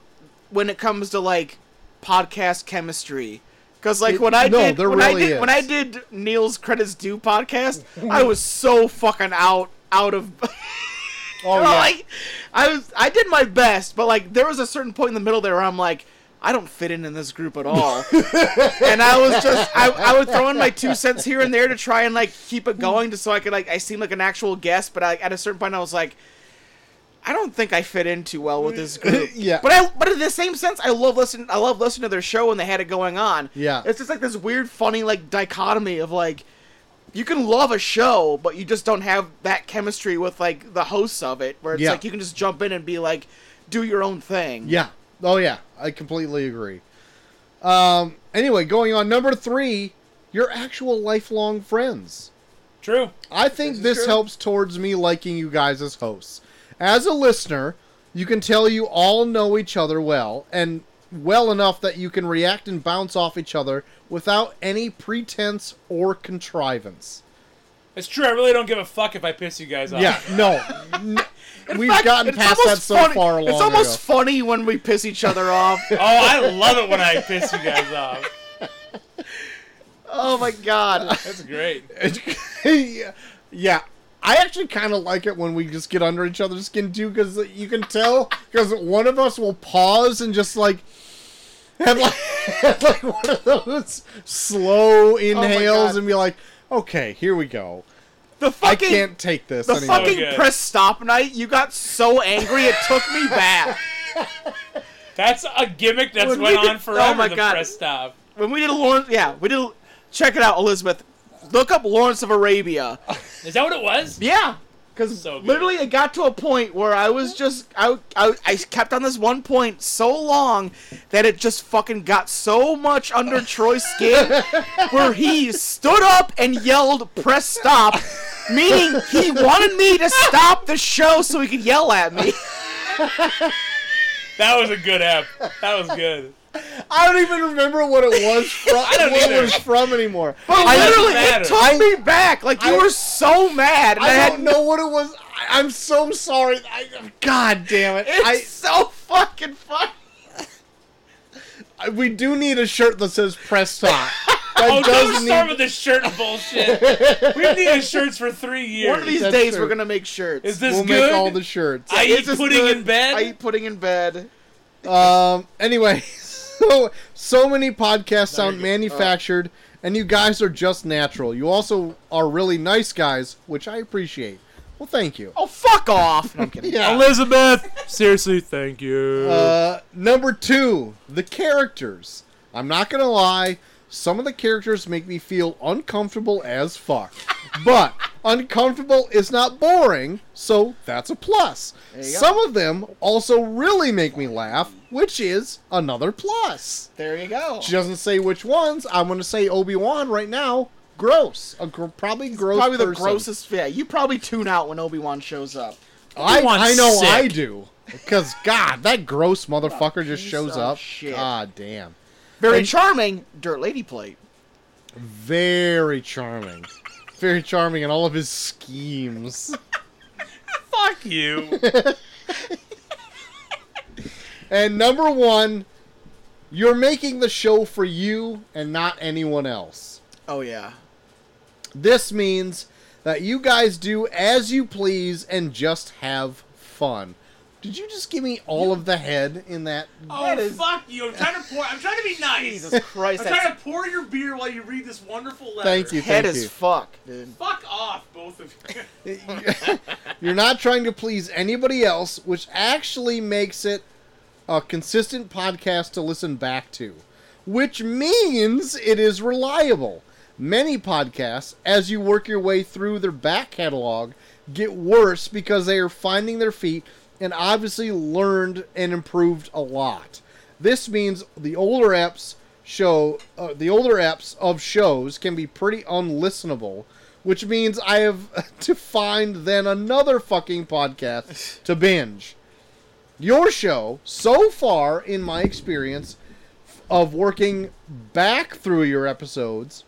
A: when it comes to like podcast chemistry. Because like
C: It-
A: when I
C: no,
A: did
C: there
A: when
C: really
A: I did when I
C: is.
A: did Neil's credits due podcast, I was so fucking out out of
C: Oh yeah,
A: like I was I did my best, but like there was a certain point in the middle there where I'm like. I don't fit in in this group at all, and I was just I, I would throw in my two cents here and there to try and like keep it going, just so I could like I seem like an actual guest. But I, at a certain point, I was like, I don't think I fit in too well with this group.
C: Yeah.
A: But I but in the same sense, I love listening. I love listening to their show when they had it going on.
C: Yeah.
A: It's just like this weird, funny like dichotomy of like you can love a show, but you just don't have that chemistry with like the hosts of it, where it's
C: Yeah.
A: like you can just jump in and be like, do your own thing.
C: yeah. Oh yeah, I completely agree. Um. Anyway, going on number three, your actual lifelong friends.
B: True.
C: I think
D: is
C: this,
D: true.
C: helps towards me liking you guys as hosts. As a listener, you can tell you all know each other well and well enough that you can react and bounce off each other without any pretense or contrivance.
B: It's true. I really don't give a fuck if I piss you guys off.
C: Yeah, no. n-
A: In
C: we've
A: fact,
C: gotten
A: it's
C: past that
A: almost
C: so
A: funny-
C: far along.
A: It's almost
C: ago.
A: funny when we piss each other off.
B: Oh, I love it when I piss you guys off.
A: oh my god.
B: That's great.
C: yeah, yeah. I actually kind of like it when we just get under each other's skin too, because you can tell because one of us will pause and just like have like, have like one of those slow inhales
A: Oh God.
C: and be like, "Okay, here we go.
A: The fucking
C: I can't take this
A: The
C: anymore."
A: fucking
B: Okay.
A: press stop night, you got so angry it took me back.
B: That's a gimmick that's
A: When
B: went
A: we-
B: on forever.
A: oh my
B: the
A: God.
B: press stop.
A: When we did Lawrence, yeah, we did. Check it out, Elizabeth. Look up Lawrence of Arabia.
B: Is that what it was?
A: Yeah, because
B: So good.
A: literally it got to a point where I was just I, I I kept on this one point so long that it just fucking got so much under Troy's skin where he stood up and yelled "Press stop," meaning he wanted me to stop the show so he could yell at me.
B: That was a good app. That was good.
C: I don't even remember what it was from. I
B: don't
C: what it
B: either.
C: was from anymore.
A: But
B: I-
A: literally, it
B: matter.
A: took
C: I-
A: me back. Like you
C: I-
A: were so mad. and
C: I
A: had
C: don't know what it was. I, I'm so sorry. I, God damn it!
A: It's
C: I,
A: so fucking funny.
C: I- we do need a shirt that says press stop. That
B: Oh,
C: does
B: don't
C: need
B: start with this shirt bullshit. We've needed shirts for three years.
A: One of these
C: That's
A: days
C: true.
A: we're gonna make shirts.
B: Is this
C: we'll
B: good?
C: make all the shirts.
B: I eat
A: Is this
B: pudding
A: good?
B: in bed.
A: I eat pudding in bed.
C: um. Anyway, so so many podcasts sound
B: good.
C: manufactured, and you guys are just natural. You also are really nice guys, which I appreciate. Well, thank you.
A: Oh fuck off! No, I'm kidding.
C: Yeah.
B: Elizabeth, seriously, thank you.
C: Uh, number two, the characters. I'm not gonna lie, some of the characters make me feel uncomfortable as fuck. But uncomfortable is not boring, so that's a plus.
A: you go.
C: Some of them also really make me laugh, which is another plus.
A: There you go.
C: She doesn't say which ones. I'm gonna say Obi Wan right now. Gross. A gr- probably gross.
A: probably the
C: person.
A: grossest. Yeah, you probably tune out when Obi Wan shows up.
C: I,
B: Obi-Wan's
C: I know
B: sick.
C: I do. Because, God, that gross motherfucker just
A: piece
C: shows
A: of
C: up.
A: shit.
C: God damn.
A: Very
C: And-
A: charming, dirt lady plate.
C: Very charming. Very charming in all of his schemes.
B: Fuck you.
C: And number one, you're making the show for you and not anyone else.
A: Oh yeah.
C: This means that you guys do as you please and just have fun. Did you just give me all of the head in that?
B: Oh, fuck you. I'm trying to pour. I'm trying to be nice.
A: Jesus Christ,
B: I'm trying
A: that's
B: to pour your beer while you read this wonderful letter.
C: Thank you,
A: head
C: thank
A: as
C: you.
A: fuck, dude.
B: Fuck off, both of you.
C: You're not trying to please anybody else, which actually makes it a consistent podcast to listen back to, which means it is reliable. Many podcasts, as you work your way through their back catalog, get worse because they are finding their feet and obviously learned and improved a lot. This means the older eps show, uh, the older apps of shows can be pretty unlistenable, which means I have to find then another fucking podcast to binge. Your show, so far in my experience of working back through your episodes,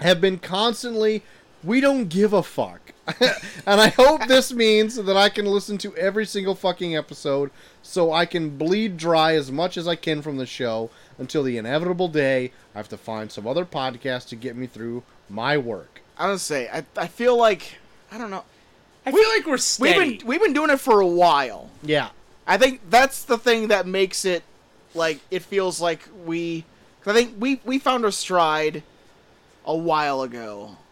C: have been constantly, we don't give a fuck. and I hope this means that I can listen to every single fucking episode so I can bleed dry as much as I can from the show until the inevitable day I have to find some other podcast to get me through my work.
A: I don't say. I I feel like I don't know.
B: I feel like we're
A: We've
B: steady.
A: been we've been doing it for a while.
C: Yeah.
A: I think that's the thing that makes it like it feels like we. 'cause I think we we found our stride a while ago.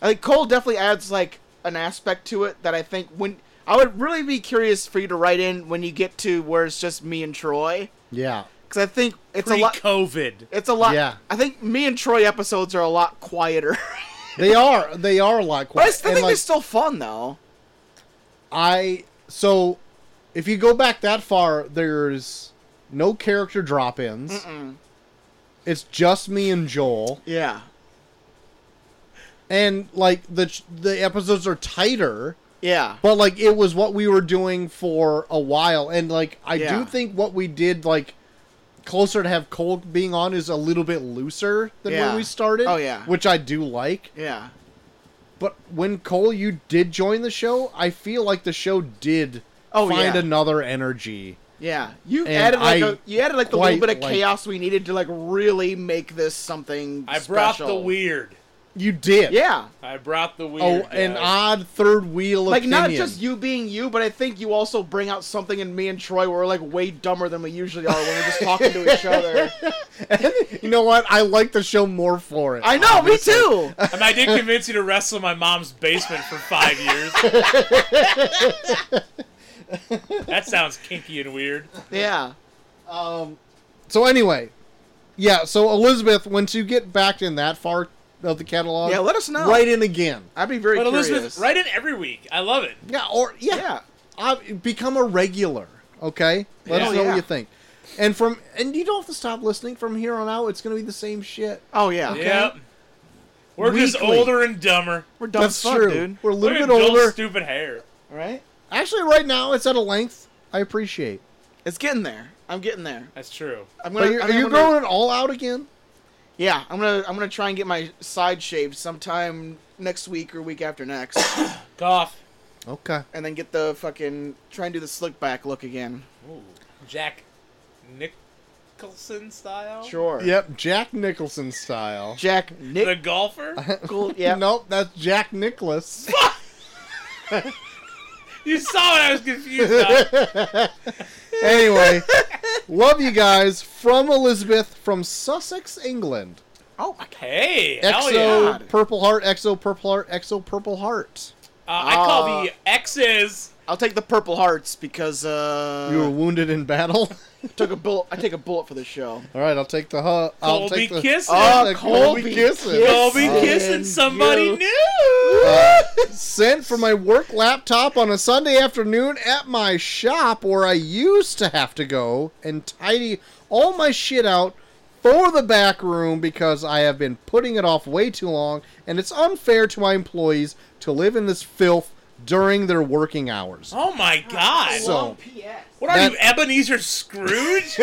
A: I think Cole definitely adds like an aspect to it that I think when I would really be curious for you to write in when you get to where it's just me and Troy
C: Yeah.
A: because I think it's a lot.
B: Pre-COVID.
A: It's a lot.
C: Yeah.
A: I think me and Troy episodes are a lot quieter.
C: They are they are a lot
A: but I
C: quieter.
A: still
C: And,
A: think
C: like,
A: they're still fun though.
C: I so if you go back that far, there's no character drop-ins. It's just me and Joel.
A: Yeah.
C: and like the the episodes are tighter
A: Yeah.
C: but like it was what we were doing for a while and like i
A: Yeah.
C: do think what we did like closer to have cole being on is a little bit looser than
A: Yeah.
C: when we started
A: Oh, yeah.
C: which i do like
A: Yeah.
C: but when cole you did join the show i feel like the show did
A: Oh,
C: find
A: yeah.
C: another energy
A: Yeah. You
C: And
A: added like
C: I
A: a, you added like the little
C: quite
A: bit of
C: like-
A: chaos we needed to like really make this something.
B: I brought the
A: special.
B: weird.
C: you did
A: Yeah.
B: I brought the weird.
C: oh an
B: guys.
C: odd third wheel
A: Like
C: opinion.
A: not just you being you, but I think you also bring out something in me and Troy where we're like way dumber than we usually are when we're just talking to each other.
C: you know what i like the show more for it
A: I know, me too.
B: I mean, I did convince you to wrestle in my mom's basement for five years. that sounds kinky and weird.
A: Yeah.
C: So anyway, yeah. So Elizabeth, once you get back in that far of the catalog,
A: Yeah, let us know.
C: Write in again.
A: I'd be very
B: But
A: curious.
B: Elizabeth, write in every week. I love it.
C: Yeah, or yeah,
A: Yeah.
C: I, become a regular. Okay, let
B: Yeah.
C: us know
A: Yeah.
C: what you think. And from and you don't have to stop listening from here on out. It's gonna be the same shit.
A: Oh yeah.
B: Yep. We're just
C: Weekly.
B: older and dumber.
A: We're dumb
C: That's
A: as fuck,
C: true.
A: dude.
C: We're a
B: Look
C: little
B: at
C: bit
B: Joel's
C: older.
B: stupid hair.
A: Right?
C: Actually, right now it's at a length I appreciate.
A: It's getting there. I'm getting there.
B: That's true.
A: I'm
C: But
A: gonna.
C: you-
A: I
C: are
A: think I'm
C: you
A: gonna-
C: growing it all out again?
A: Yeah, I'm gonna I'm gonna try and get my side shaved sometime next week or week after next,
B: Cough.
C: Okay.
A: and then get the fucking try and do the slick back look again.
B: Ooh. Jack Nicholson style?
A: Sure.
C: Yep, Jack Nicholson style.
A: Jack
B: The
A: Nick.
B: golfer?
A: cool. Yeah.
C: Nope, that's Jack Nicholas.
B: you saw what I was confused about.
C: anyway, love you guys from Elizabeth from Sussex, England.
A: Oh my god.
B: Hey, hell yeah. Uh,
C: Exo
A: yeah.
C: Purple Heart, Exo Purple Heart, Exo Purple Heart.
B: I call
A: Uh,
B: the X's.
A: I'll take the purple hearts because uh,
C: You were wounded in battle.
A: took a bullet. I take a bullet for the show.
C: All right, I'll take the hu- I'll
B: Colby
C: take the
B: Kissing.
A: Oh,
C: the
A: Colby Kiss-
B: Colby
A: Yes,
B: kissing
A: and
B: somebody
A: you.
B: new.
C: Uh, sent from my work laptop on a Sunday afternoon at my shop where I used to have to go and tidy all my shit out for the back room because I have been putting it off way too long and it's unfair to my employees to live in this filth during their working hours.
B: Oh my god.
C: So-
B: what are
C: that-
B: you, Ebenezer Scrooge?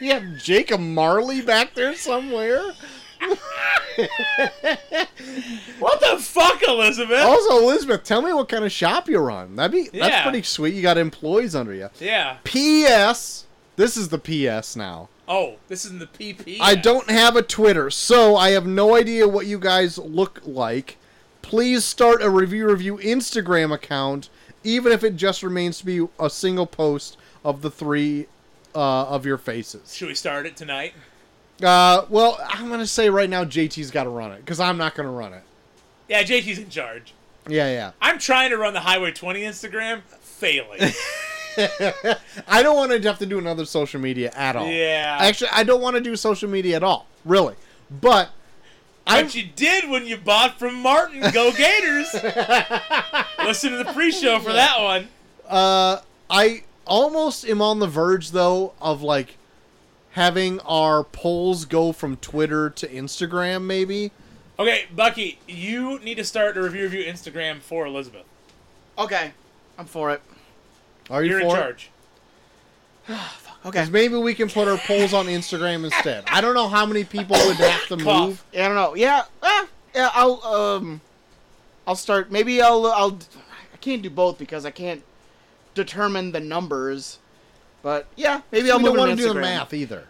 C: You have Jacob Marley back there somewhere.
B: what the fuck, Elizabeth?
C: Also, Elizabeth, tell me what kind of shop you run. That'd be
B: Yeah.
C: that's pretty sweet. You got employees under you.
B: Yeah.
C: P.S. This is the P.S. now.
B: Oh, this isn't the PP.
C: I don't have a Twitter, so I have no idea what you guys look like. Please start a review review Instagram account, even if it just remains to be a single post of the three uh, of your faces.
B: Should we start it tonight?
C: Uh, well, I'm gonna say right now JT's got to run it because I'm not gonna run it.
B: Yeah, JT's in charge.
C: Yeah, yeah.
B: I'm trying to run the Highway 20 Instagram, failing.
C: I don't want to have to do another social media at all.
B: Yeah.
C: Actually, I don't want to do social media at all, really. But I'm
B: what you did when you bought from Martin, go Gators. Listen to the pre-show for that one.
C: uh I almost am on the verge though of like having our polls go from Twitter to Instagram, maybe.
B: Okay, Bucky, you need to start a review review Instagram for Elizabeth.
A: Okay, I'm for it.
C: Are you
B: You're in
C: for it?
B: charge.
A: Okay.
C: 'Cause Maybe we can put our polls on Instagram instead. I don't know how many people would have to
B: Cough.
C: move.
A: Yeah, I don't know. Yeah, ah, yeah. I'll um, I'll start. Maybe I'll I'll. I can't do both because I can't determine the numbers. But yeah, maybe I'll
C: we
A: move
C: don't
A: it
C: want
A: on
C: to do the
A: Instagram.
C: math either.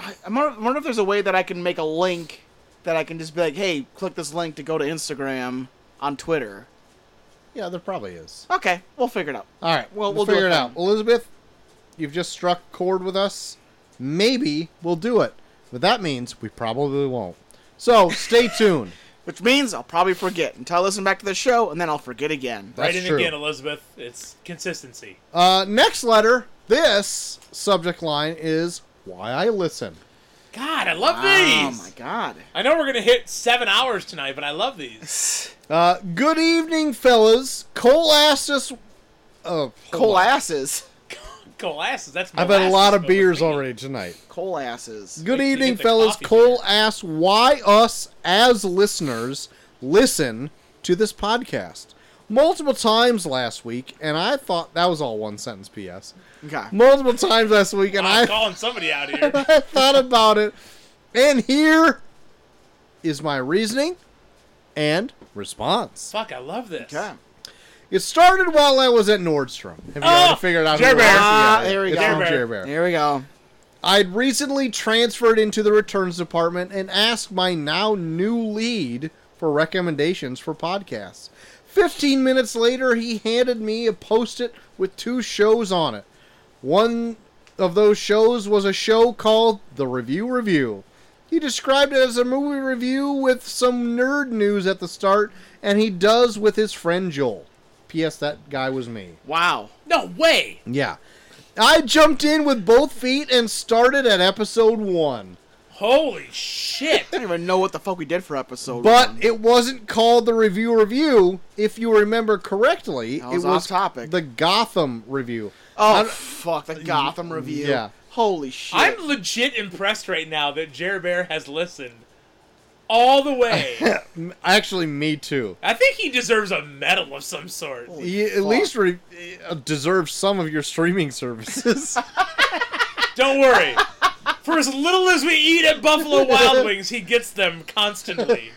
A: I- I'm wonder- I wonder if there's a way that I can make a link that I can just be like, hey, click this link to go to Instagram on Twitter.
C: Yeah, there probably is.
A: Okay, we'll figure it out.
C: All right.
A: Well, we'll
C: Well, we'll
A: do
C: figure
A: it
C: it out.
A: then.
C: Elizabeth, you've just struck chord with us. Maybe we'll do it, but that means we probably won't. So stay tuned.
A: Which means I'll probably forget until I listen back to the show, and then I'll forget again.
C: That's
B: Write in
C: true.
B: again, Elizabeth. It's consistency.
C: Uh, next letter. This subject line is why I listen.
B: God, I love
A: Oh
B: these.
A: my god.
B: I know we're gonna hit seven hours tonight, but I love these.
C: Uh, good evening, fellas. Cole asked us. Oh,
A: Coal asses.
B: Colasses, that's
C: I've had a
B: molasses
C: lot of
B: filled with
C: beers
B: thinking.
C: already tonight.
A: Coal asses.
C: Good
B: Like, you
C: evening,
B: get the
C: fellas.
B: coffee
C: Cole
B: beer.
C: asks why us as listeners listen to this podcast multiple times last week, and I thought that was all one sentence. P.S.
A: Okay.
C: Multiple times last week, and
B: I'm
C: I
B: calling somebody out here.
C: I thought about it, and here is my reasoning and response.
B: Fuck, I love this.
A: Okay.
C: It started while I was at Nordstrom. Have
B: Oh,
C: you already figured out? who
B: Jer
C: it was?
B: Bear.
A: Ah, there we
C: it's
A: go.
C: from
B: Jer
C: Jer
B: Bear.
C: Bear.
A: Here we go.
C: I'd recently transferred into the returns department and asked my now new lead for recommendations for podcasts. 15 minutes later, he handed me a post it with two shows on it. One of those shows was a show called The Review Review. He described it as a movie review with some nerd news at the start, and he does with his friend Joel. P.S. That guy was me.
A: Wow.
B: No way.
C: Yeah. I jumped in with both feet and started at episode one.
B: Holy shit.
A: I don't even know what the fuck we did for episode
C: But
A: one.
C: it wasn't called the review review, if you remember correctly.
A: That was
C: it
A: off
C: was
A: topic.
C: the Gotham review. I
A: Oh,
C: don't-
A: fuck. The Gotham review.
C: Yeah.
A: Holy shit.
B: I'm legit impressed right now that Jer Bear has listened all the way.
C: M- actually, me too.
B: I think he deserves a medal of some sort.
A: Holy
C: You at
A: fuck.
C: least re- uh, deserve some of your streaming services.
B: Don't worry. For as little as we eat at Buffalo Wild Wings, he gets them constantly.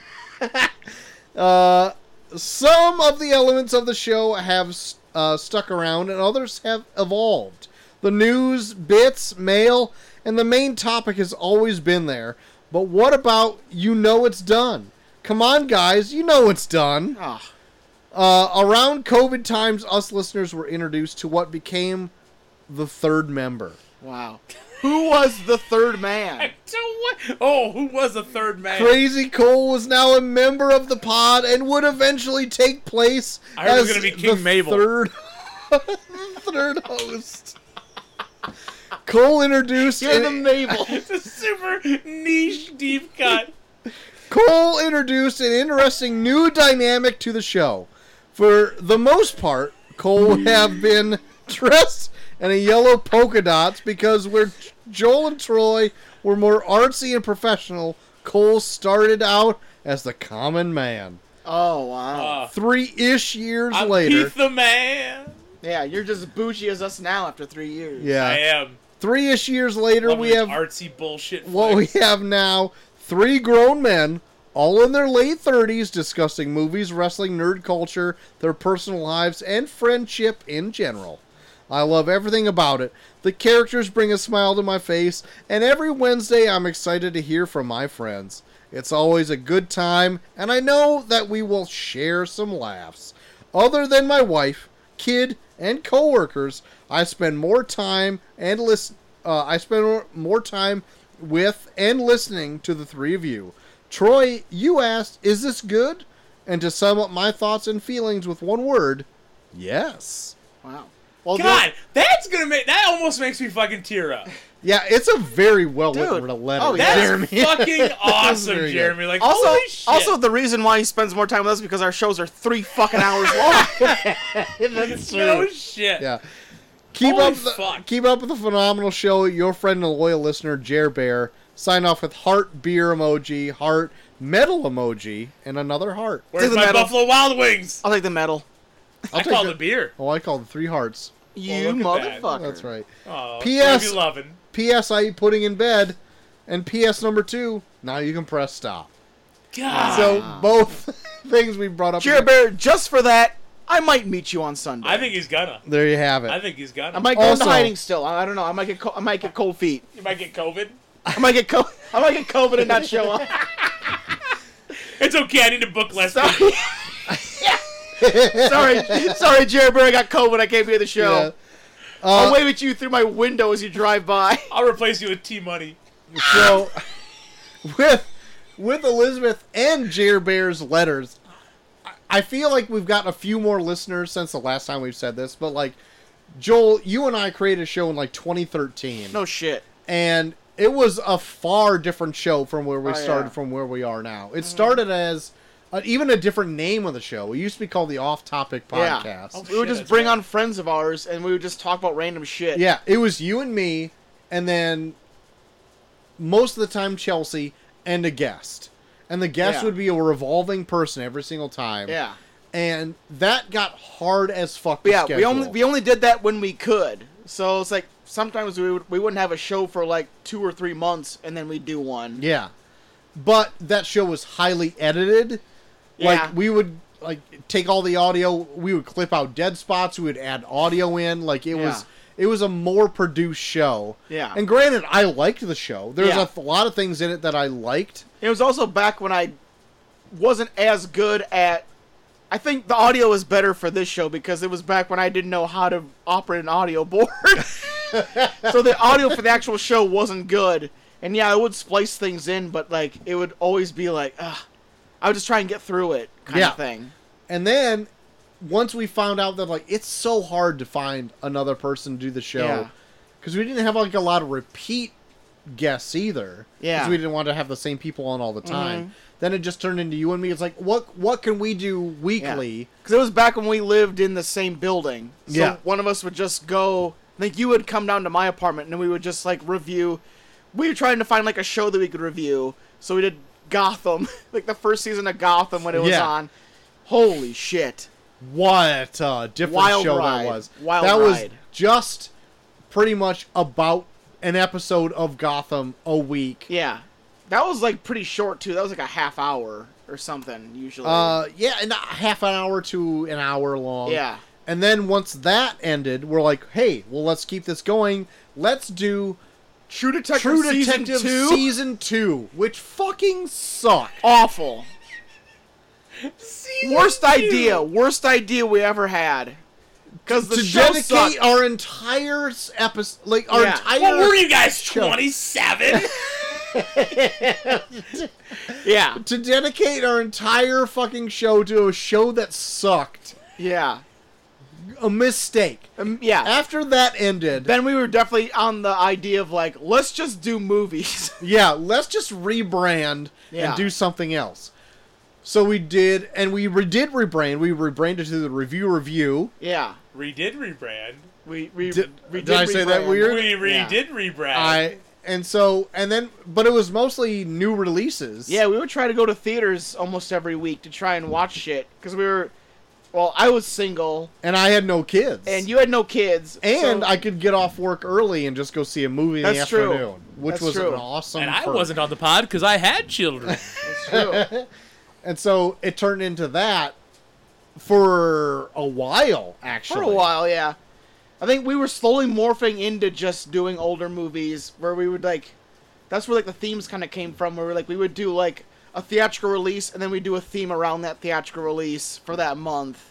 C: some of the elements of the show have uh, stuck around and others have evolved. The news, bits, mail, and the main topic has always been there. But what about you know it's done? Come on, guys, you know it's done.
A: Ah,
C: Uh, around COVID times, us listeners were introduced to what became the third member.
A: wow. Who was the third man?
B: So what? Oh, who was the third man?
C: Crazy Cole was now a member of the pod and would eventually take place
B: I heard it
C: as
B: was gonna be King
C: the
B: Mabel.
C: third third host. Cole introduced
A: You're the
C: an-
A: Mabel.
B: It's a super niche deep cut.
C: Cole introduced an interesting new dynamic to the show. For the most part, Cole would have been dressed in a yellow polka dots because where Joel and Troy were more artsy and professional, Cole started out as the common man.
A: Oh, wow.
B: Uh,
C: Three ish years
B: I'm
C: later.
B: Keith the man.
A: yeah, you're just as bougie as us now after three years.
B: I
C: Yeah.
B: am.
C: Three ish years later,
B: Loving
C: we
B: this
C: have
B: artsy bullshit.
C: what we
B: flicks.
C: have now three grown men, all in their late 30s, discussing movies, wrestling, nerd culture, their personal lives, and friendship in general. I love everything about it. The characters bring a smile to my face, and every Wednesday I'm excited to hear from my friends. It's always a good time, and I know that we will share some laughs. Other than my wife, kid, and coworkers, I spend more time and listen. Uh, I spend more- more time with and listening to the three of you. Troy, you asked, "Is this good?" And to sum up my thoughts and feelings with one word, yes.
A: Wow. Well,
B: God, that's gonna make that almost makes me fucking tear up.
C: Yeah, it's a very well written
A: Dude.
C: letter,
A: Oh, yeah.
B: That's
C: Jeremy.
B: fucking awesome,
C: very good.
B: Jeremy. Like
A: Also,
B: holy shit.
A: also the reason why he spends more time with us is because our shows are three fucking hours long.
B: no shit.
C: yeah. Keep
B: Holy
C: up, the,
B: fuck.
C: keep up with the phenomenal show. Your friend and loyal listener, Jer Bear. Sign off with heart beer emoji, heart metal emoji, and another heart.
B: Where's
A: the
B: my
A: metal.
B: Buffalo Wild Wings?
A: I'll take the medal.
B: i
C: take
B: call
C: the-
B: the beer.
C: Oh, I called three hearts.
A: You
B: look at that.
A: motherfucker.
C: That's right.
B: Oh,
C: P.S.
B: P.S. Loving.
C: P.S. I eat pudding in bed, and P.S. number two. Now you can press stop.
B: God.
C: So both things we brought up.
A: Jared Bear, just for that, I might meet you on Sunday.
B: I think he's gonna.
C: There you have it.
B: I think he's gonna.
A: I might go
C: Also-
A: into hiding still. I, I don't know. I might get co- I might get cold feet.
B: You might get COVID.
A: I might get co- I might get COVID and not show up.
B: It's okay. I need to book less. people.
A: Sorry. sorry, sorry, Jared Bear. I got COVID. I can't be at the show.
C: Yeah.
A: I'll wave at you through my window as you drive by.
B: I'll replace you with T Money.
C: So, with with Elizabeth and Jer Bear's letters, I- I feel like we've gotten a few more listeners since the last time we've said this. But like, Joel, you and I created a show in like 2013,
A: No shit.
C: and it was a far different show from where we
A: Oh,
C: started
A: yeah.
C: from where we are now. It started as uh, even a different name of the show. It used to be called the Off Topic Podcast.
A: Yeah.
B: Oh,
A: we would
B: shit,
A: just
B: that's
A: bring
B: right.
A: on friends of ours and we would just talk about random shit.
C: Yeah, it was you and me, and then most of the time Chelsea and a guest. And the guest
A: Yeah.
C: would be a revolving person every single time.
A: Yeah.
C: And that got hard as fuck.
A: But
C: to
A: yeah, we
C: schedule.
A: only we only did that when we could. So it's like sometimes we would, we wouldn't have a show for like 2 or 3 months and then we'd do one.
C: Yeah. But that show was highly edited.
A: Yeah.
C: Like we would like take all the audio, we would clip out dead spots, we would add audio in. Like it was it was a more produced show.
A: Yeah.
C: And granted, I liked the show. There's
A: Yeah.
C: a lot of things in it that I liked.
A: It was also back when I wasn't as good at I think the audio was better for this show because it was back when I didn't know how to operate an audio board. so the audio for the actual show wasn't good. And yeah, I would splice things in, but like it would always be like, Ugh. I would just try and get through it kind
C: Yeah.
A: of thing.
C: And then once we found out that like it's so hard to find another person to do the
A: Yeah.
C: show because we didn't have like a lot of repeat guests either. 'cause
A: Yeah. Mm-hmm.
C: we didn't want to have the same people on all the time. Then it just turned into you and me. It's like what what can we do weekly?
A: Because it was back when we lived in the same building. So
C: Yeah.
A: one of us would just go. I think you would come down to my apartment, and then we would just like review. We were trying to find like a show that we could review, so we did Gotham, like the first season of Gotham when it was
C: Yeah.
A: on. Holy shit!
C: What a different
A: Wild
C: show
A: ride.
C: that was.
A: Wild
C: that was
A: ride.
C: just pretty much about an episode of Gotham a week.
A: Yeah, that was like pretty short too. That was like a half hour or something usually.
C: Uh, yeah, and a half an hour to an hour long.
A: Yeah.
C: And then once that ended, we're like, hey, well, let's keep this going. Let's do
A: True Detective,
C: True
A: season
C: Detective
A: two. Oh,
C: season two, which fucking sucked.
A: Awful. Worst idea. Worst idea we ever had. Because the
C: to
A: show
C: dedicate
A: sucked.
C: our entire episode, like our
A: Yeah.
C: entire,
B: What were you guys?
C: Sure.
B: Twenty seven.
A: Yeah.
C: to dedicate our entire fucking show to a show that sucked,
A: Yeah.
C: a mistake.
A: Um, yeah.
C: After that ended,
A: Then we were definitely on the idea of like, let's just do movies.
C: Yeah, let's just rebrand and
A: Yeah.
C: do something else. So we did, and we re- did rebrand. We rebranded to the review review.
A: yeah.
B: redid rebrand.
A: We we
C: Did-
A: we
C: did I say that
A: rebrand.
C: weird?
B: We
A: Yeah.
B: redid rebrand.
C: I and so and then, but it was mostly new releases.
A: Yeah, we would try to go to theaters almost every week to try and watch shit because we were, well, I was single
C: and I had no kids,
A: and you had no kids,
C: and
A: so-
C: I could get off work early and just go see a movie in the
A: That's true.
C: afternoon, which
A: That's
C: was
A: true.
C: an awesome.
B: and I
C: perk.
B: wasn't on the pod because I had children.
A: It's true.
C: And so it turned into that for a while, actually.
A: for a while. Yeah, I think we were slowly morphing into just doing older movies where we would like, that's where like the themes kind of came from. Where we like we would do like a theatrical release and then we do a theme around that theatrical release for that month.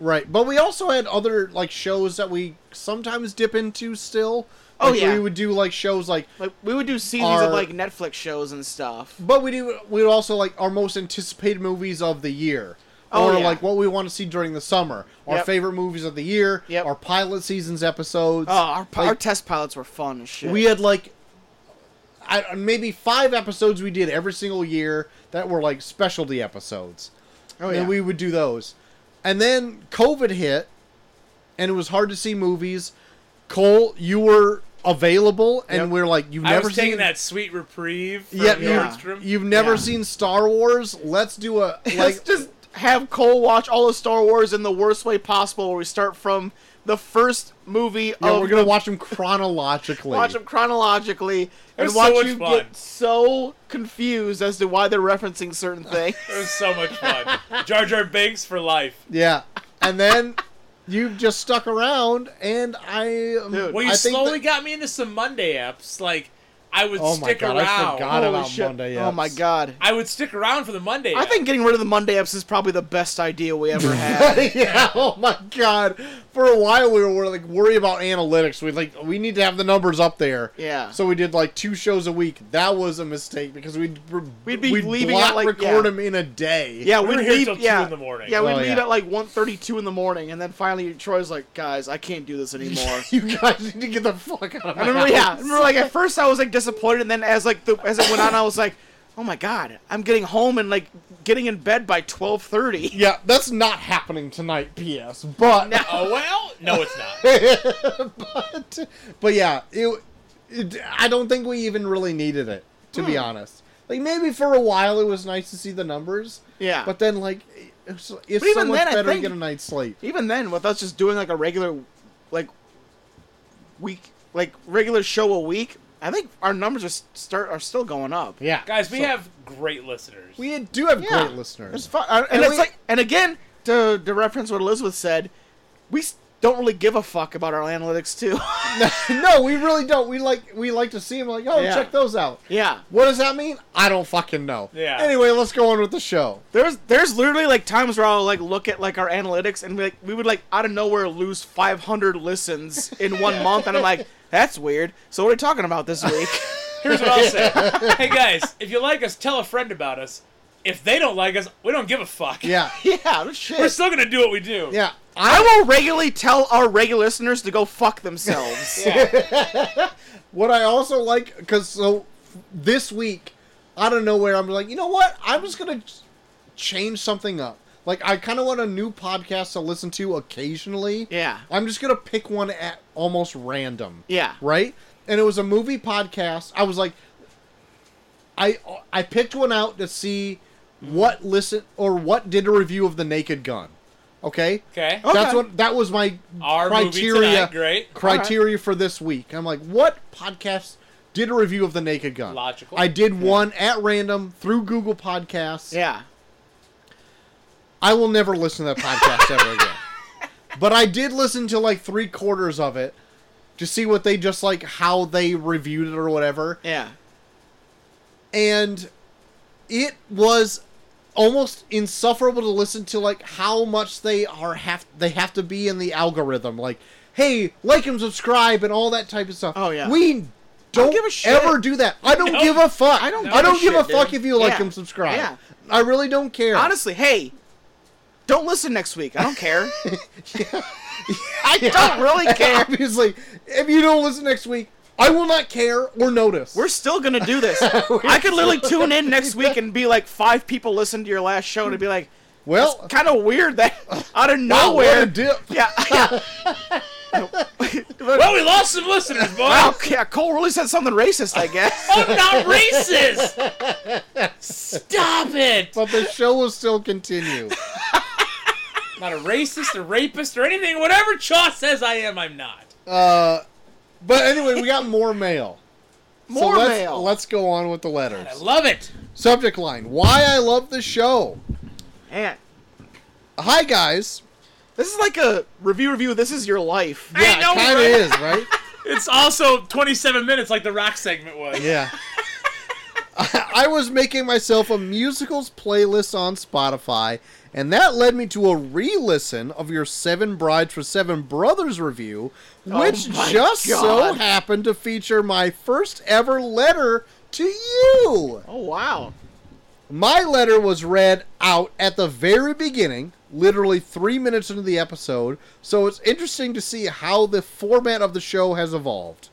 C: Right, but we also had other like shows that we sometimes dip into still.
A: Oh,
C: Like,
A: yeah.
C: we would do like shows like,
A: Like we would do seasons
C: Our-
A: of like Netflix shows and stuff.
C: but we do we would also like our most anticipated movies of the year,
A: Oh,
C: or
A: yeah.
C: like what we want to see during the summer, our
A: Yep.
C: favorite movies of the year,
A: Yep.
C: our pilot seasons episodes.
A: Oh, our, pi- our
C: Like,
A: test pilots were fun as shit.
C: we had like, I, uh, maybe five episodes we did every single year that were like specialty episodes.
A: oh
C: and we would do those. And then COVID hit, and it was hard to see movies. Cole, you were available, and
A: Yep.
C: we're like, you've
B: I
C: never
B: was
C: seen
B: taking that sweet reprieve. From
C: Yeah,
A: Yeah.
B: Nordstrom.
C: You've, you've never
A: Yeah.
C: seen Star Wars. Let's do a
A: Let's
C: like.
A: just have Cole watch all of Star Wars in the worst way possible, where we start from the first movie
C: Yeah,
A: of
C: we're gonna watch them chronologically.
A: watch them chronologically
B: It
A: and
B: was so
A: watch
B: much
A: you
B: fun.
A: get so confused as to why they're referencing certain things.
B: It was so much fun. Jar Jar Binks for life.
C: Yeah, and then you've just stuck around, and I. am-
A: Dude.
B: Well, you
C: I think
B: slowly
C: that-
B: got me into some Monday apps. Like, I would
C: Oh my
B: stick
C: God, I
B: around.
C: forgot. Not about Monday
A: Oh my
C: apps.
A: god.
B: I would stick around for the Monday.
A: I
B: app.
A: think getting rid of the Monday apps is probably the best idea we ever had.
C: yeah. Oh my god. For a while, we were like worried about analytics. We like we need to have the numbers up there.
A: Yeah.
C: So we did like two shows a week. That was a mistake because we'd
A: We'd be
C: we'd
A: leaving
C: block
A: out, like-
C: record
A: yeah.
C: them in a day.
A: Yeah,
B: We
A: we'd
B: were here
A: leave-
B: till two
A: yeah,
B: in the morning.
A: Yeah, we'd
C: Oh,
A: meet
C: yeah.
A: at like 1.30, 2 in the morning, and then finally Troy's like, guys, I can't do this anymore.
C: You guys need to get the fuck out of my
A: I remember,
C: house.
A: yeah, I remember like at first I was like disappointed, and then as like the as it went on, I was like, oh my god, I'm getting home and like getting in bed by 12:30.
C: Yeah, that's not happening tonight, PS. But
B: Oh well, no, it's not.
C: but but yeah, it, it I don't think we even really needed it to
A: Hmm.
C: be honest. Like maybe for a while it was nice to see the numbers.
A: Yeah.
C: But then like it- it's, it's
A: But
C: so
A: even
C: much
A: then, I
C: better to
A: think-
C: get a night's sleep.
A: Even then, with us just doing like a regular, like week, like regular show a week, I think our numbers are s- start are still going up.
C: Yeah.
B: Guys, we
C: So-
B: have great listeners.
C: we do have
A: Yeah.
C: great listeners.
A: It's fun, and,
C: And
A: it's
C: we-
A: like, and again, to to reference what Elizabeth said, we s- don't really give a fuck about our analytics too.
C: no, we really don't. We like we like to see them like, "Oh,
A: Yeah.
C: check those out."
A: yeah.
C: What does that mean? I don't fucking know.
B: Yeah.
C: Anyway, let's go on with the show.
A: There's there's literally like times where I'll like look at like our analytics and we like we would like out of nowhere lose 500 listens in one month and I'm like that's weird. So what are we talking about this week?
B: Here's what I'll say. hey guys, if you like us, tell a friend about us. If they don't like us, we don't give a fuck.
C: Yeah.
A: yeah, no
B: We're
A: shit.
B: still gonna do what we do.
C: Yeah.
A: I will regularly tell our regular listeners to go fuck themselves.
B: Yeah.
C: What I also like, because so this week, out of nowhere, I'm like, you know what? I'm just gonna ch- change something up. Like, I kind of want a new podcast to listen to occasionally.
A: Yeah.
C: I'm just gonna pick one at almost random.
A: Yeah.
C: Right. And it was a movie podcast. I was like, I I picked one out to see what listen or what did a review of the Naked Gun. Okay.
B: Okay.
C: That's
A: Okay.
C: what that was my
B: Our
C: criteria
B: movie tonight, great.
C: criteria for this week. I'm like, what podcast did a review of the Naked Gun?
B: Logical.
C: I did one at random through Google Podcasts.
A: Yeah.
C: I will never listen to that podcast ever again. But I did listen to like three quarters of it to see what they just like how they reviewed it or whatever.
A: Yeah.
C: And it was almost insufferable to listen to like how much they are have they have to be in the algorithm. Like, hey, like and subscribe and all that type of stuff.
A: Oh, yeah.
C: We don't
A: give a shit.
C: ever do that. I don't
B: No.
C: give a fuck.
A: I don't
C: I don't
A: give
C: give
A: a
C: a
A: shit,
C: fuck
A: dude.
C: if you like
A: Yeah.
C: and subscribe.
A: Yeah.
C: I really don't care.
A: Honestly, hey, don't listen next week. I don't care.
C: I
A: don't really care.
C: Obviously, if you don't listen next week, I will not care or notice.
A: We're still gonna do this. I could literally tune in next week and be like five people listened to your last show and it'd be like
C: well,
A: kind of weird that out of
C: wow, what a
A: nowhere.
C: dip.
A: Yeah. yeah.
B: Well, we lost some listeners, boys.
A: wow, yeah, Cole really said something racist, I guess.
B: I'm not racist. Stop it.
C: But the show will still continue.
B: Not a racist, a rapist, or anything. Whatever Chaw says I am, I'm not.
C: Uh, but anyway, we got more mail.
A: More
C: so let's,
A: mail.
C: Let's go on with the
B: I
C: letters.
B: love it.
C: Subject line: Why I love the show.
A: Man,
C: Hi guys.
A: this is like a review review. This is your life.
B: I know,
C: kind of
B: right?
C: is right.
B: It's also 27 minutes like the rock segment was.
C: Yeah. I was making myself a musicals playlist on Spotify, and that led me to a re listen of your Seven Brides for Seven Brothers review, which
A: Oh my
C: just so
A: God.
C: happened to feature my first ever letter to you.
A: Oh wow.
C: My letter was read out at the very beginning, literally three minutes into the episode, so it's interesting to see how the format of the show has evolved.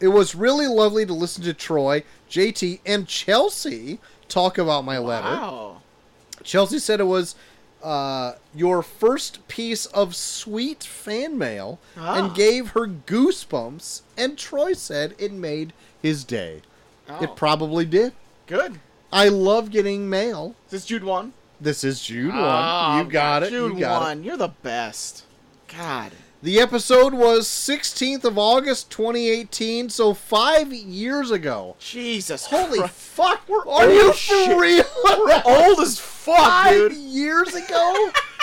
C: It was really lovely to listen to Troy, JT, and Chelsea talk about my letter.
A: Wow.
C: Chelsea said it was uh, your first piece of sweet fan mail
A: Ah.
C: and gave her goosebumps, and Troy said it made his day.
A: Oh.
C: It probably did.
A: Good. Is
C: I love getting mail.
A: this Jude one?
C: This is June
A: Ah,
C: 1. You got it.
A: Jude
C: you got it.
A: one. You're the best. God.
C: The episode was 16th of August 2018, so five years ago.
A: Jesus.
C: Holy
A: Christ.
C: fuck, we're Are you
A: old
C: for
A: shit.
C: real?
A: old as fuck,
C: five
A: dude.
C: years ago.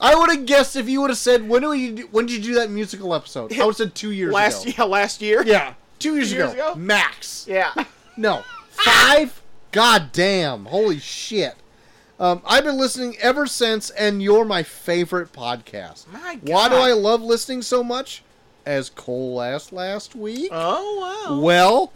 C: I would have guessed if you would have said when do we do, when did you do that musical episode? I would have said two years
A: Last
C: ago.
A: yeah, last year.
C: yeah, two years,
A: Two years
C: ago,
A: ago?
C: max.
A: Yeah.
C: No, five. God damn! Holy shit! Um, I've been listening ever since, and you're my favorite podcast.
A: My
C: Why do
A: God.
C: I love listening so much? As Cole asked last week.
A: Oh wow.
C: Well,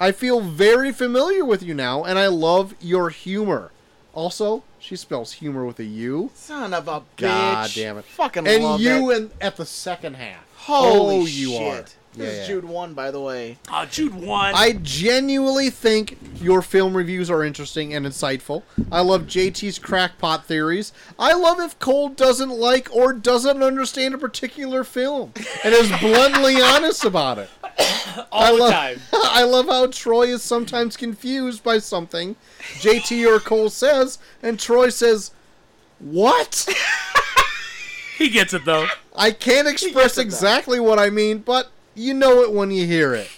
C: I feel very familiar with you now, and I love your humor. Also, she spells humor with a U.
A: Son of a bitch.
C: God damn it!
A: Fucking
C: and
A: love
C: you
A: it.
C: and at the second half.
A: Holy
C: oh,
A: shit.
C: you are. Yeah,
A: This
C: yeah.
A: is Jude one, by the way.
B: Oh, Jude one.
C: I genuinely think your film reviews are interesting and insightful. I love JT's crackpot theories. I love if Cole doesn't like or doesn't understand a particular film and is bluntly honest about it.
B: all
C: I
B: the
C: love,
B: time.
C: I love how Troy is sometimes confused by something JT or Cole says, and Troy says, What?
B: He gets it though.
C: I can't
A: gets
C: express
A: it, though.
C: exactly what I mean, but you know it when you hear it.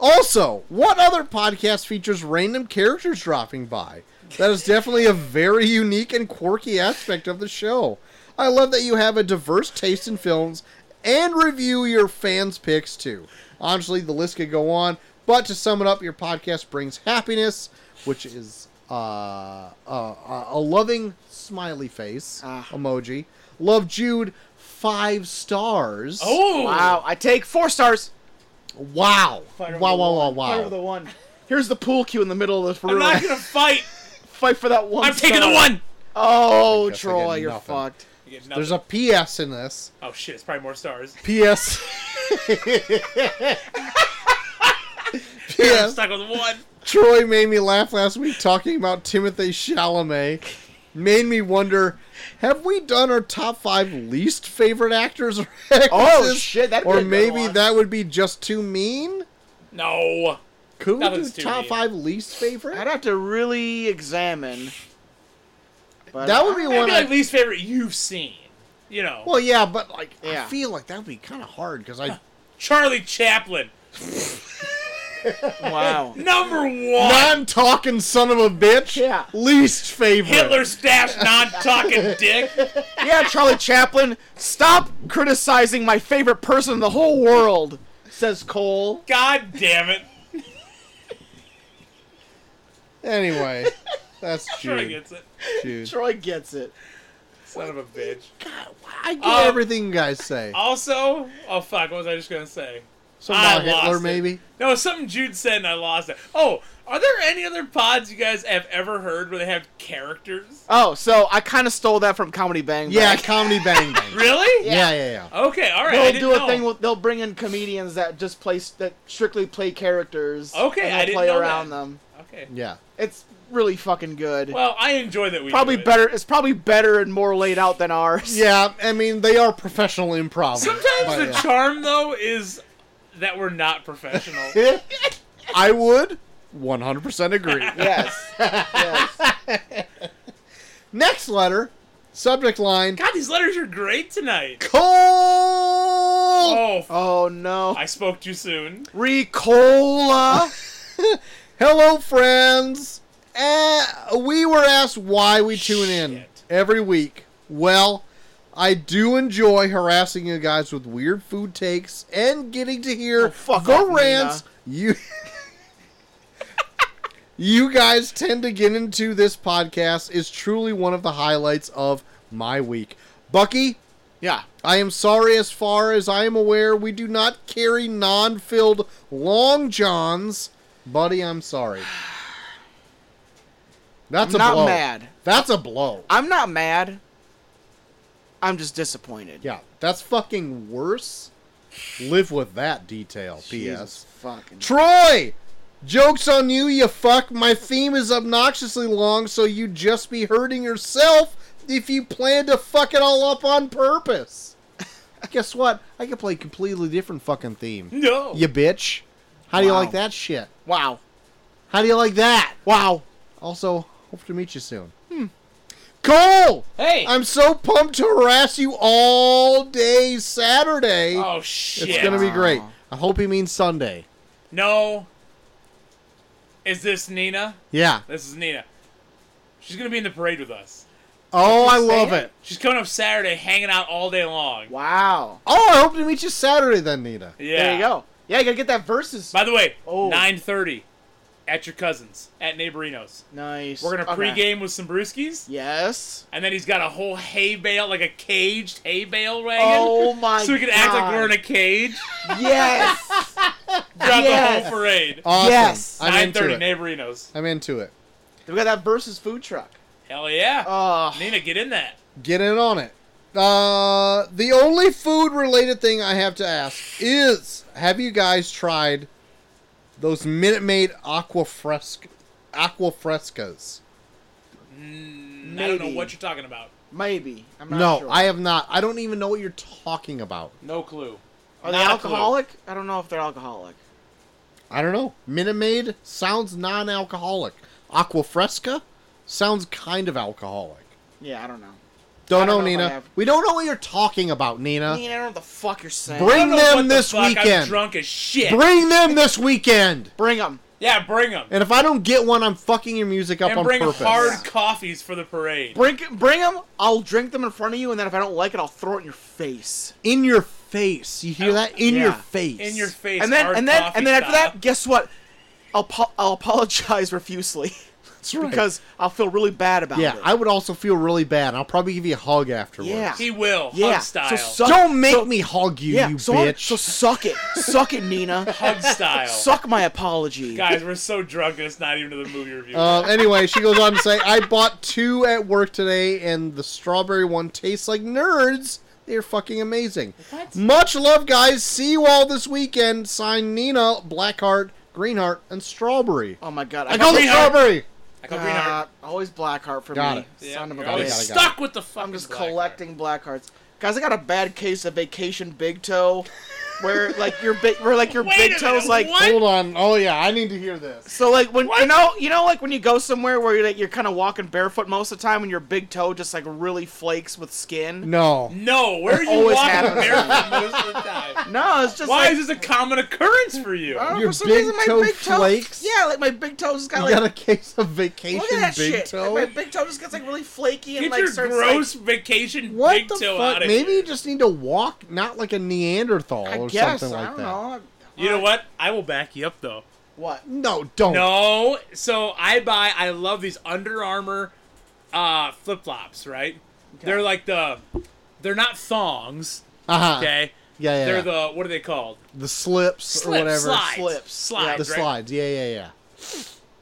C: Also, what other podcast features random characters dropping by? That is definitely a very unique and quirky aspect of the show. I love that you have a diverse taste in films and review your fans' picks too. Honestly, the list could go on, but to sum it up, your podcast brings happiness, which is uh, uh, uh, a loving smiley face
A: Ah.
C: emoji. Love Jude, five stars.
B: Oh,
A: Wow. I take four stars.
C: wow! Wow!
A: Fire
C: Wow!
A: the
C: Wow!
A: one. Fire
C: Wow!
A: the one. Here's the pool cue in the middle of the
B: I'm
A: room.
B: not gonna fight.
A: fight for that one.
B: I'm taking the
A: star.
B: one.
A: Oh,
C: I guess I
A: Troy,
C: get
A: you're
C: nothing.
A: fucked.
B: You get
C: There's
B: nothing.
C: a P.S. in this.
B: oh shit, it's probably more stars.
C: P.S.
B: I'm
C: P.S.
B: stuck with one.
C: Troy made me laugh last week talking about Timothy Chalamet. Made me wonder, have we done our top five least favorite actors or actresses?
A: Oh, shit, that'd be a
C: Or
A: good
C: maybe
A: one.
C: that would be just too mean.
B: No.
C: Could we
B: That
C: do
B: one's too
C: top
B: mean.
C: five least favorite?
A: I'd have to really examine. But
C: That would be
B: Maybe
C: one.
B: like
C: I,
B: least favorite you've seen. You know,
C: well, yeah, but like
A: Yeah.
C: I feel like that would be kind of hard because I
B: Charlie Chaplin,
A: wow.
B: number one.
C: non-talking son of a bitch.
A: Yeah.
C: Least favorite.
B: Hitler stash non-talking dick.
A: yeah, Charlie Chaplin, stop criticizing my favorite person in the whole world, says Cole.
B: God damn it.
C: Anyway, that's
B: Sure
C: Jude.
B: gets it.
C: Jude.
A: Troy gets it.
B: Son of a bitch.
C: God, I get
B: Um,
C: everything you guys say.
B: Also, oh fuck, what was I just gonna say?
C: Something
B: I
C: about Hitler,
B: lost it.
C: maybe.
B: No, something Jude said and I lost it. Oh, are there any other pods you guys have ever heard where they have characters?
A: Oh, so I kind of stole that from Comedy Bang.
C: Yeah,
A: Bang.
C: comedy bang bang.
B: Really?
C: Yeah, yeah, yeah.
B: Okay, all right. I
A: They'll
B: didn't
A: do a
B: know.
A: thing. With, they'll bring in comedians that just play that strictly play characters.
B: Okay,
A: and
B: I
A: they'll
B: didn't
A: play
B: know
A: around
B: that.
A: them.
B: Okay.
C: Yeah.
A: It's really fucking good.
B: Well, I enjoy that we
A: probably
B: do it.
A: better. It's probably better and more laid out than ours.
C: Yeah, I mean they are professional improv.
B: Sometimes
C: but,
B: the
C: yeah.
B: charm though is that we're not professional.
C: I would 100% agree.
A: Yes. yes.
C: Next letter, subject line
B: God, these letters are great tonight.
C: Cole.
B: Oh, f-
A: Oh no.
B: I spoke too soon.
A: Ricola.
C: Hello, friends. Uh, we were asked why we tune in
B: Shit.
C: every week. Well, I do enjoy harassing you guys with weird food takes and getting to hear
A: Oh, fuck
C: the
A: off,
C: rants you you guys tend to get into. This podcast is truly one of the highlights of my week. Bucky,
A: Yeah.
C: I am sorry, as far as I am aware, we do not carry non filled Long Johns. Buddy, I'm sorry. That's
A: I'm
C: a
A: not
C: blow.
A: mad.
C: That's a blow.
A: I'm not mad. I'm just disappointed.
C: Yeah, that's fucking worse. Live with that detail,
A: Jesus
C: P.S.
A: fucking.
C: Troy! Joke's on you, you fuck. My theme is obnoxiously long, so you'd just be hurting yourself if you plan to fuck it all up on purpose. Guess what? I could play a completely different fucking theme.
B: No.
C: You bitch. How do you
A: Wow.
C: like that shit?
A: Wow.
C: How do you like that?
A: Wow.
C: Also, hope to meet you soon. Hmm. Cole!
B: Hey.
C: I'm so pumped to harass you all day Saturday.
B: oh shit.
C: it's gonna be great. I hope he means Sunday.
B: No. Is this Nina?
C: Yeah.
B: This is Nina. She's gonna be in the parade with us.
C: Oh, I
A: you
C: love
A: saying?
C: it.
B: She's coming up Saturday, hanging out all day long.
A: Wow.
C: Oh, I hope to meet you Saturday then, Nita.
B: Yeah.
A: There you go. Yeah, you gotta get that versus.
B: By the way,
A: Oh.
B: 9:30 at your cousin's at Neighborino's.
A: nice.
B: We're gonna
A: Okay.
B: pregame with some brewskis,
A: Yes.
B: and then he's got a whole hay bale, like a caged hay bale wagon.
A: Oh my
B: So we can act like
A: God.
B: we're in a cage
A: Yes.
B: throughout
A: Yes. Oh,
B: the whole parade.
C: Awesome.
A: Yes.
C: I'm
B: Nine
C: into
B: thirty,
C: it.
B: neighborinos.
C: I'm into it.
A: we got that versus food truck.
B: Hell yeah!
A: Oh.
B: Nina, get in that.
C: Get in on it. Uh, the only food related thing I have to ask is have you guys tried those Minute Maid aqua fresc aqua frescas?
B: Mm, I don't know
A: Maybe.
B: what you're talking about.
A: Maybe. I'm not
C: No,
A: sure.
C: I have not. I don't even know what you're talking about.
B: No clue.
A: Are they
B: Not a
A: alcoholic? I don't know if they're alcoholic.
C: I don't know. Minute Maid sounds non-alcoholic. Aqua Fresca sounds kind of alcoholic.
A: Yeah, I don't know.
C: Don't,
A: I don't
C: know,
A: know if I
C: Nina.
A: have-
C: We don't know what you're talking about,
A: I
C: Nina.
A: mean, I don't know what the fuck you're saying.
B: I
C: Bring-
B: don't know
C: them
B: what the
C: this
B: fuck,
C: weekend.
B: I'm drunk as shit.
C: Bring them this weekend.
A: Bring them.
B: yeah, bring them.
C: And if I don't get one, I'm fucking your music up
B: And
C: on
B: bring
C: purpose.
B: hard
A: Yeah.
B: coffees for the parade.
A: Bring, bring them. I'll drink them in front of you, and then if I don't like it, I'll throw it in your face.
C: In your face. You hear that? In your
A: Yeah.
C: face.
B: In your face.
A: And then,
B: hard
A: and then,
B: coffee
A: and then after
B: style.
A: that, guess what? I'll, po- I'll apologize refusely
C: That's right.
A: because I'll feel really bad about
C: yeah,
A: it.
C: I would also feel really bad. I'll probably give you a hug afterwards.
A: Yeah.
B: he will.
A: yeah.
B: Hug style.
A: So suck,
C: Don't make
A: so-
C: me hug you,
A: Yeah.
C: you
A: so,
C: bitch.
A: so suck it. suck it, Nina.
B: hug style.
A: Suck my apology.
B: Guys, we're so drunk that it's not even to the movie review.
A: Uh,
C: Um, anyway, she goes on to say, I bought two at work today, and the strawberry one tastes like nerds. They're fucking amazing.
B: What?
C: Much love, guys. See you all this weekend. Signed Nina, Blackheart, Greenheart, and Strawberry.
A: Oh my god.
C: I got the
B: Greenheart.
C: strawberry.
B: I call
A: God, always Blackheart for
C: Got
A: me.
C: it.
B: Greenheart.
A: Son of a
B: you're
A: bitch.
B: always
C: got it, got
B: stuck with the fucking
A: I'm just
B: black card.
A: collecting black hearts. Guys, I got a bad case of vacation big toe, where like your big, where like your
B: Wait a
A: big
B: minute,
A: toes like.
B: what?
C: Hold on. Oh yeah, I need to hear this.
A: So like when you
B: What?
A: know you know like when you go somewhere where you're like, you're kind of walking barefoot most of the time and your big toe just like really flakes with skin.
C: No.
B: No, where are you
A: Always
B: walking
A: happens.
B: barefoot most of the time?
A: No, it's just
B: Why
A: like,
B: is this a common occurrence for you?
A: I don't know,
C: Your
A: for some
C: big
A: reason, my
C: toe
A: big toe
C: flakes?
A: Yeah, like my big toe's got
C: You
A: like
C: got a case of
A: look at
C: vacation
A: that
C: big
A: shit.
C: toe.
A: My big toe just gets like really flaky and
B: Get
A: like
B: your
A: starts
B: gross vacation
C: What
B: big
C: the
B: toe
C: fuck?
B: out of
C: Maybe
B: here.
C: you just need to walk, not like a Neanderthal
A: like. I
C: or
A: guess
C: something
A: I
C: like
A: don't
C: that.
A: know.
B: You know what? I will back you up though.
A: What?
C: No,
A: Oh.
C: don't.
B: No, so I buy. I love these Under Armour uh, flip flops. Right? They're like the. They're not thongs.
A: Uh,
C: Uh-huh.
B: Okay.
C: Yeah, yeah.
B: They're
C: yeah.
B: the what are they called?
C: the slips or
B: Slip,
C: whatever.
B: slides,
A: Slips.
C: The
B: slides. right?
C: slides. Yeah, yeah, yeah.
A: Oh,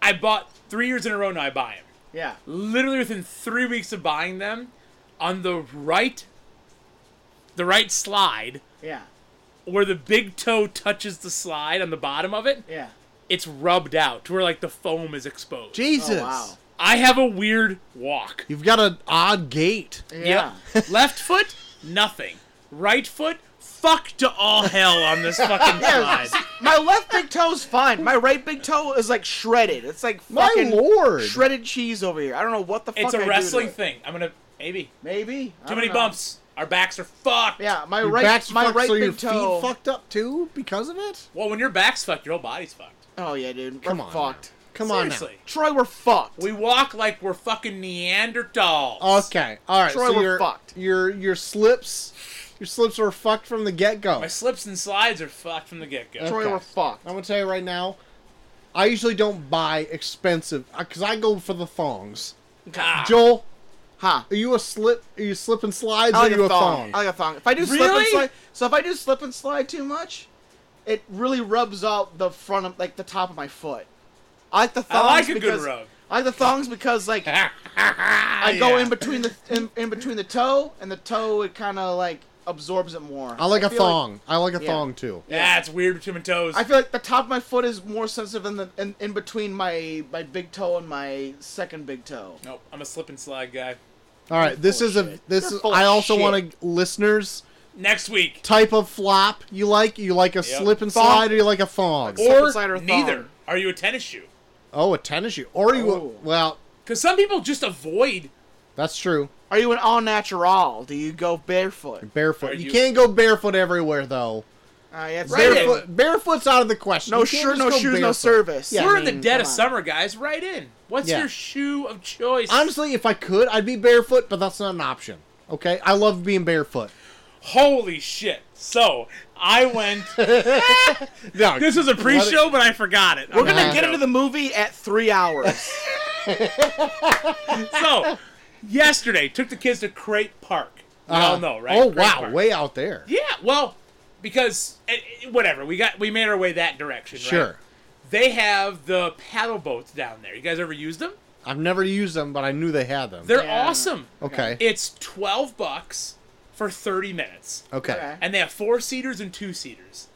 B: I bought three years in a row. Now I buy them.
A: Yeah.
B: literally within three weeks of buying them, on the right, the right slide
A: Yeah.
B: where the big toe touches the slide on the bottom of it,
A: Yeah.
B: it's rubbed out to where like the foam is exposed.
C: Jesus.
A: Oh, wow.
B: I have a weird walk.
C: You've got an odd gait.
A: Yeah.
B: Yep. Left foot, nothing. Right foot, fuck to all hell on this fucking slide.
A: My left big toe's fine. My right big toe is like shredded. It's like
C: My
A: fucking
C: lord.
A: shredded cheese over here. I don't know what the fuck.
B: It's
A: I do
B: a
A: to
B: wrestling
A: it.
B: thing. I'm gonna maybe
A: Maybe I
B: too
A: don't
B: many
A: know.
B: bumps. Our backs are fucked.
A: Yeah, my
C: Your
A: right,
C: back's
A: my
C: fucked,
A: right
C: so
A: big
C: your
A: toe.
C: feet fucked up too because of it.
B: Well, when your back's fucked, your whole body's fucked.
A: Oh yeah, dude.
C: Come
A: we're
C: on.
A: fucked.
C: Come
B: Seriously.
A: Troy, we're fucked.
B: We walk like we're fucking Neanderthals.
C: on now. Okay. All right.
A: Troy,
C: so
A: we're
C: your,
A: fucked.
C: your your slips, your slips were fucked from the get go.
B: My slips and slides are fucked from the get go.
A: Troy,
C: okay.
A: we're fucked.
C: I'm gonna tell you right now. I usually don't buy expensive because I go for the thongs.
B: God.
C: Joel,
A: Huh?
C: are you a slip? Are you slipping slides?
A: I like
C: or are you
A: a thong. I
C: thong?
A: like a thong. If I do slip and
B: Really?
A: slide, so if I do slip and slide too much, it really rubs out the front of like the top of my foot. I like the
B: I
A: thongs
B: like a good
A: because
B: rub. Ah,
A: I like the thongs because like I
B: I
A: go in between the in, in between the toe and the toe. It kind of like absorbs it more.
C: I like a
A: feel
C: thong. I like a
A: yeah.
C: thong too.
B: Yeah, it's weird between my toes.
A: I feel like the top of my foot is more sensitive than the in, in between my my big toe and my second big toe.
B: nope, I'm a slip and slide guy.
C: All right, this
A: full
C: is
A: of
C: a
A: shit.
C: this
A: You're
C: is,
A: full of
C: I also
A: shit.
C: want to listeners
B: Next week
C: type of flop you like. You like a slip and slide or you like a thong?
A: Slip and
B: or
A: slide or thong.
B: neither. Are you a tennis shoe?
C: Oh, a tennis shoe. Or you
A: Oh.
C: well,
B: Because some people just avoid.
C: that's true.
A: Are you an all natural? Do you go barefoot?
C: Barefoot.
B: Are
C: you,
B: you-
C: can't go barefoot everywhere though.
A: Uh, yeah, it's
B: Right.
A: barefoot.
C: Barefoot, barefoot's out of the question.
A: No
C: You can't
A: shirt,
C: just
A: no
C: go
A: shoes, no
C: barefoot.
A: service.
C: Yeah,
B: We're
A: I
B: in the
A: mean,
B: dead of
A: come on.
B: summer, guys. Right in. What's
C: Yeah.
B: your shoe of choice?
C: Honestly, if I could, I'd be barefoot, but that's not an option. Okay, I love being barefoot.
B: Holy shit! So I went.
C: No,
B: this is a pre-show, but I forgot it.
A: We're gonna
C: Uh-huh.
A: get into the movie at three hours.
B: so yesterday took the kids to Crate Park. We
C: uh,
B: all know, right?
C: Oh
B: Crate
C: wow,
B: Park.
C: way out there.
B: Yeah, well, because eh, eh, whatever we got, we made our way that direction. right?
C: Sure.
B: They have the paddle boats down there. You guys ever used them?
C: I've never used them, but I knew they had them.
B: They're
A: Yeah.
B: awesome.
C: okay.
B: It's twelve bucks for thirty minutes,
C: Okay.
A: Okay.
B: and they have four seaters and two seaters,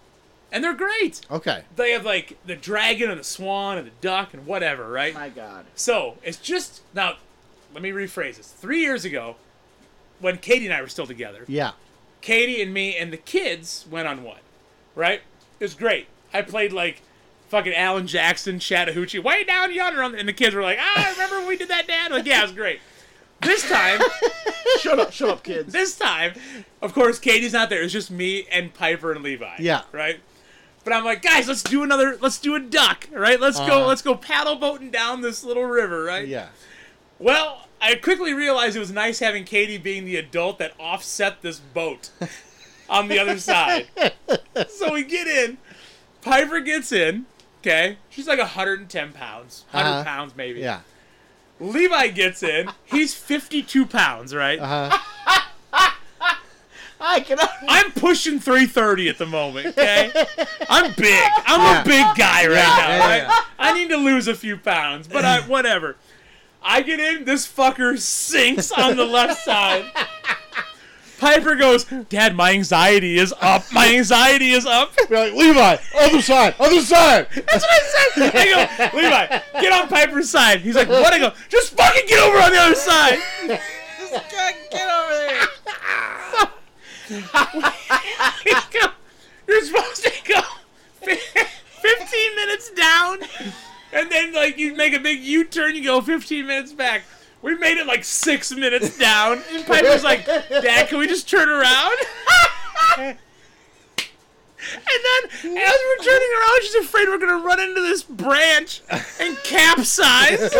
B: and they're great.
C: Okay.
B: They have like the dragon and the swan and the duck and whatever, right?
A: My God.
B: So it's just now. Let me rephrase this. Three years ago, when Katie and I were still together,
C: Yeah.
B: Katie and me and the kids went on one, right? It was great. I played like fucking Alan Jackson, Chattahoochee, way down yonder, on the, and the kids were like, "Ah, I remember when we did that, Dad." Like, yeah, it was great. This time,
A: Shut up, shut up, kids.
B: this time, of course, Katie's not there. It's just me and Piper and Levi.
C: Yeah.
B: Right. But I'm like, guys, let's do another. Let's do a duck, right? Let's
C: Uh-huh.
B: go. Let's go paddle boating down this little river, right?
C: Yeah.
B: Well, I quickly realized it was nice having Katie being the adult that offset this boat on the other side. so we get in. Piper gets in. Okay. She's like 110 pounds, 100
C: Uh-huh.
B: pounds maybe.
C: Yeah.
B: Levi gets in. He's 52 pounds, right?
C: Uh huh.
A: I cannot.
B: I'm pushing 330 at the moment, okay? I'm big. I'm
C: Yeah.
B: a big guy right now,
C: yeah,
B: right?
C: yeah.
B: I need to lose a few pounds, but I, whatever. I get in, this fucker sinks on the left side. Piper goes, Dad, my anxiety is up. My anxiety is up.
C: You're like Levi, other side, other side.
B: That's what I said. I go, Levi, get on Piper's side. He's like, what? I go, just fucking get over on the other side.
A: Get over there.
B: You're supposed to go 15 minutes down, and then like you make a big U-turn. You go 15 minutes back. We made it like six minutes down, and Piper's like, "Dad, can we just turn around?" and then as we're turning around, she's afraid we're gonna run into this branch and capsize.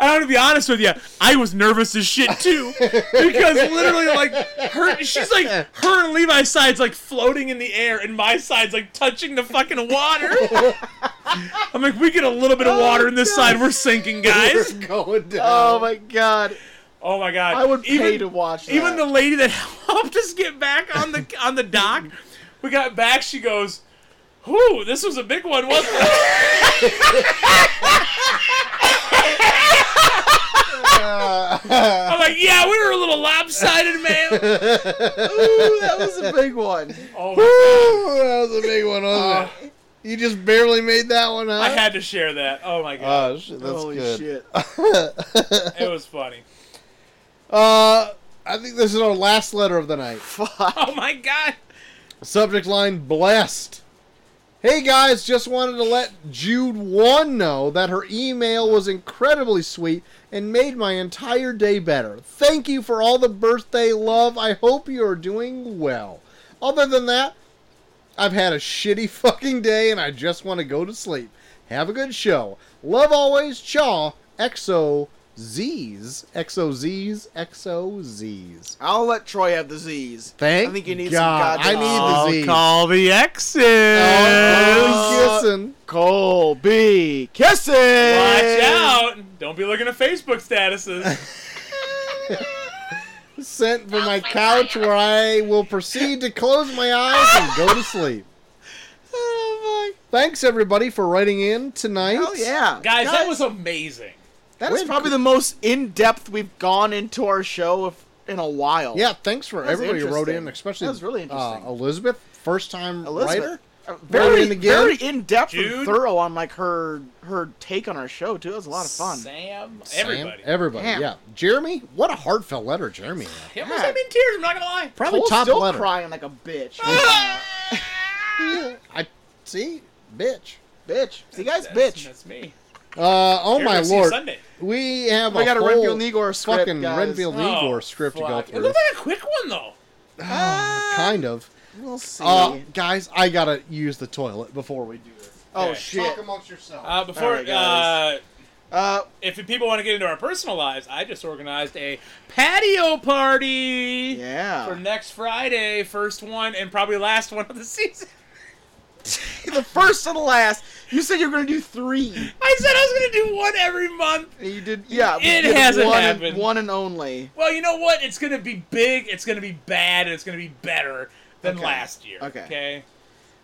B: I want to be honest with you, I was nervous as shit too, because literally like her, she's like her and Levi's side's like floating in the air, and my side's like touching the fucking water. I'm like, we get a little bit of water in this side, we're sinking, guys.
C: We're going down.
A: Oh my God.
B: Oh my god,
A: I would pay to watch. That.
B: even the lady that helped us get back on the on the dock, we got back. She goes, "Whoo, this was a big one, wasn't it?" I'm like, "Yeah, we were a little lopsided, man."
A: Ooh, that was a big one.
B: Oh, my-
C: that was a big one, wasn't it? Uh, You just barely made that one out.
B: I had to share that. Oh my god,
C: Oh, shit, that's
A: Holy
C: good.
A: shit.
B: it was funny.
C: Uh, I think this is our last letter of the night.
A: Fuck.
B: Oh my god,
C: Subject line blessed. Hey guys, just wanted to let Jude 1 know that her email was incredibly sweet and made my entire day better. Thank you for all the birthday love. I hope you are doing well. Other than that, I've had a shitty fucking day and I just want to go to sleep. Have a good show. Love always, Chaw. XO Z's. XO Z's. XO Z's.
A: I'll let Troy have the Z's.
C: Thank
A: I think you need
C: God.
A: some
C: I need the
A: goddamn-
C: Z. Z's.
B: call the exes.
C: Oh,
A: Uh,
C: kissing.
A: Cole B. Kissing.
B: Watch out! Don't be looking at Facebook statuses.
C: sent from my couch where I will proceed to close my eyes and go to sleep.
A: Oh my.
C: Thanks everybody for writing in tonight.
A: Oh, Hell yeah.
B: Guys, that
A: Guys,
B: was amazing.
A: That is
C: Wait,
A: probably the most in depth we've gone into our show of, in a while.
C: Yeah, thanks for
A: That was
C: everybody who wrote
A: interesting.
C: in, especially
A: That was really
C: uh,
A: interesting.
C: Elizabeth, first time writer.
A: Elizabeth. uh,
C: Wrote
A: Very,
C: in again.
A: very in depth and
B: Jude.
A: thorough on like her her take on our show too. That was a lot of fun.
B: Sam,
C: Sam,
B: everybody.
C: everybody,
A: Damn.
C: yeah. Jeremy, what a heartfelt letter, Jeremy. had.
B: Yeah, I'm in tears. I'm not gonna lie.
C: Probably
A: Cole's
C: top Ah.
A: still
C: letter.
A: crying like a bitch.
C: Yeah, I see, bitch.
A: bitch. See guys,
B: That's-
A: bitch.
B: That's me.
C: Uh, oh
B: Here,
C: my
B: we'll see you
C: lord,
B: Sunday.
C: we have
A: We
C: a
A: got Oh a
C: whole
A: Renfield and Igor script,
C: fucking
A: guys.
C: Renfield and Igor script
B: Oh, fuck.
C: to
B: It
C: go
B: looked
C: through.
B: like a quick one though.
A: Uh,
C: kind of.
A: We'll see.
C: Uh, guys, I gotta use the toilet before we do this.
A: oh
B: okay.
A: shit.
D: Talk amongst yourselves.
B: Uh, before,
A: All right,
B: uh,
A: guys. Uh,
B: if people want to get into our personal lives, I just organized a patio party for
A: yeah.
B: next Friday, first one and probably last one of the season.
A: the first and the last. You said you were gonna do three.
B: I said I was gonna do one every month.
A: And You did, yeah.
B: It
A: you did
B: hasn't
A: one and-
B: happened.
A: one and only.
B: Well, you know what? It's gonna be big. It's gonna be bad. And it's gonna be better than
A: Okay.
B: last year.
A: Okay.
B: Okay.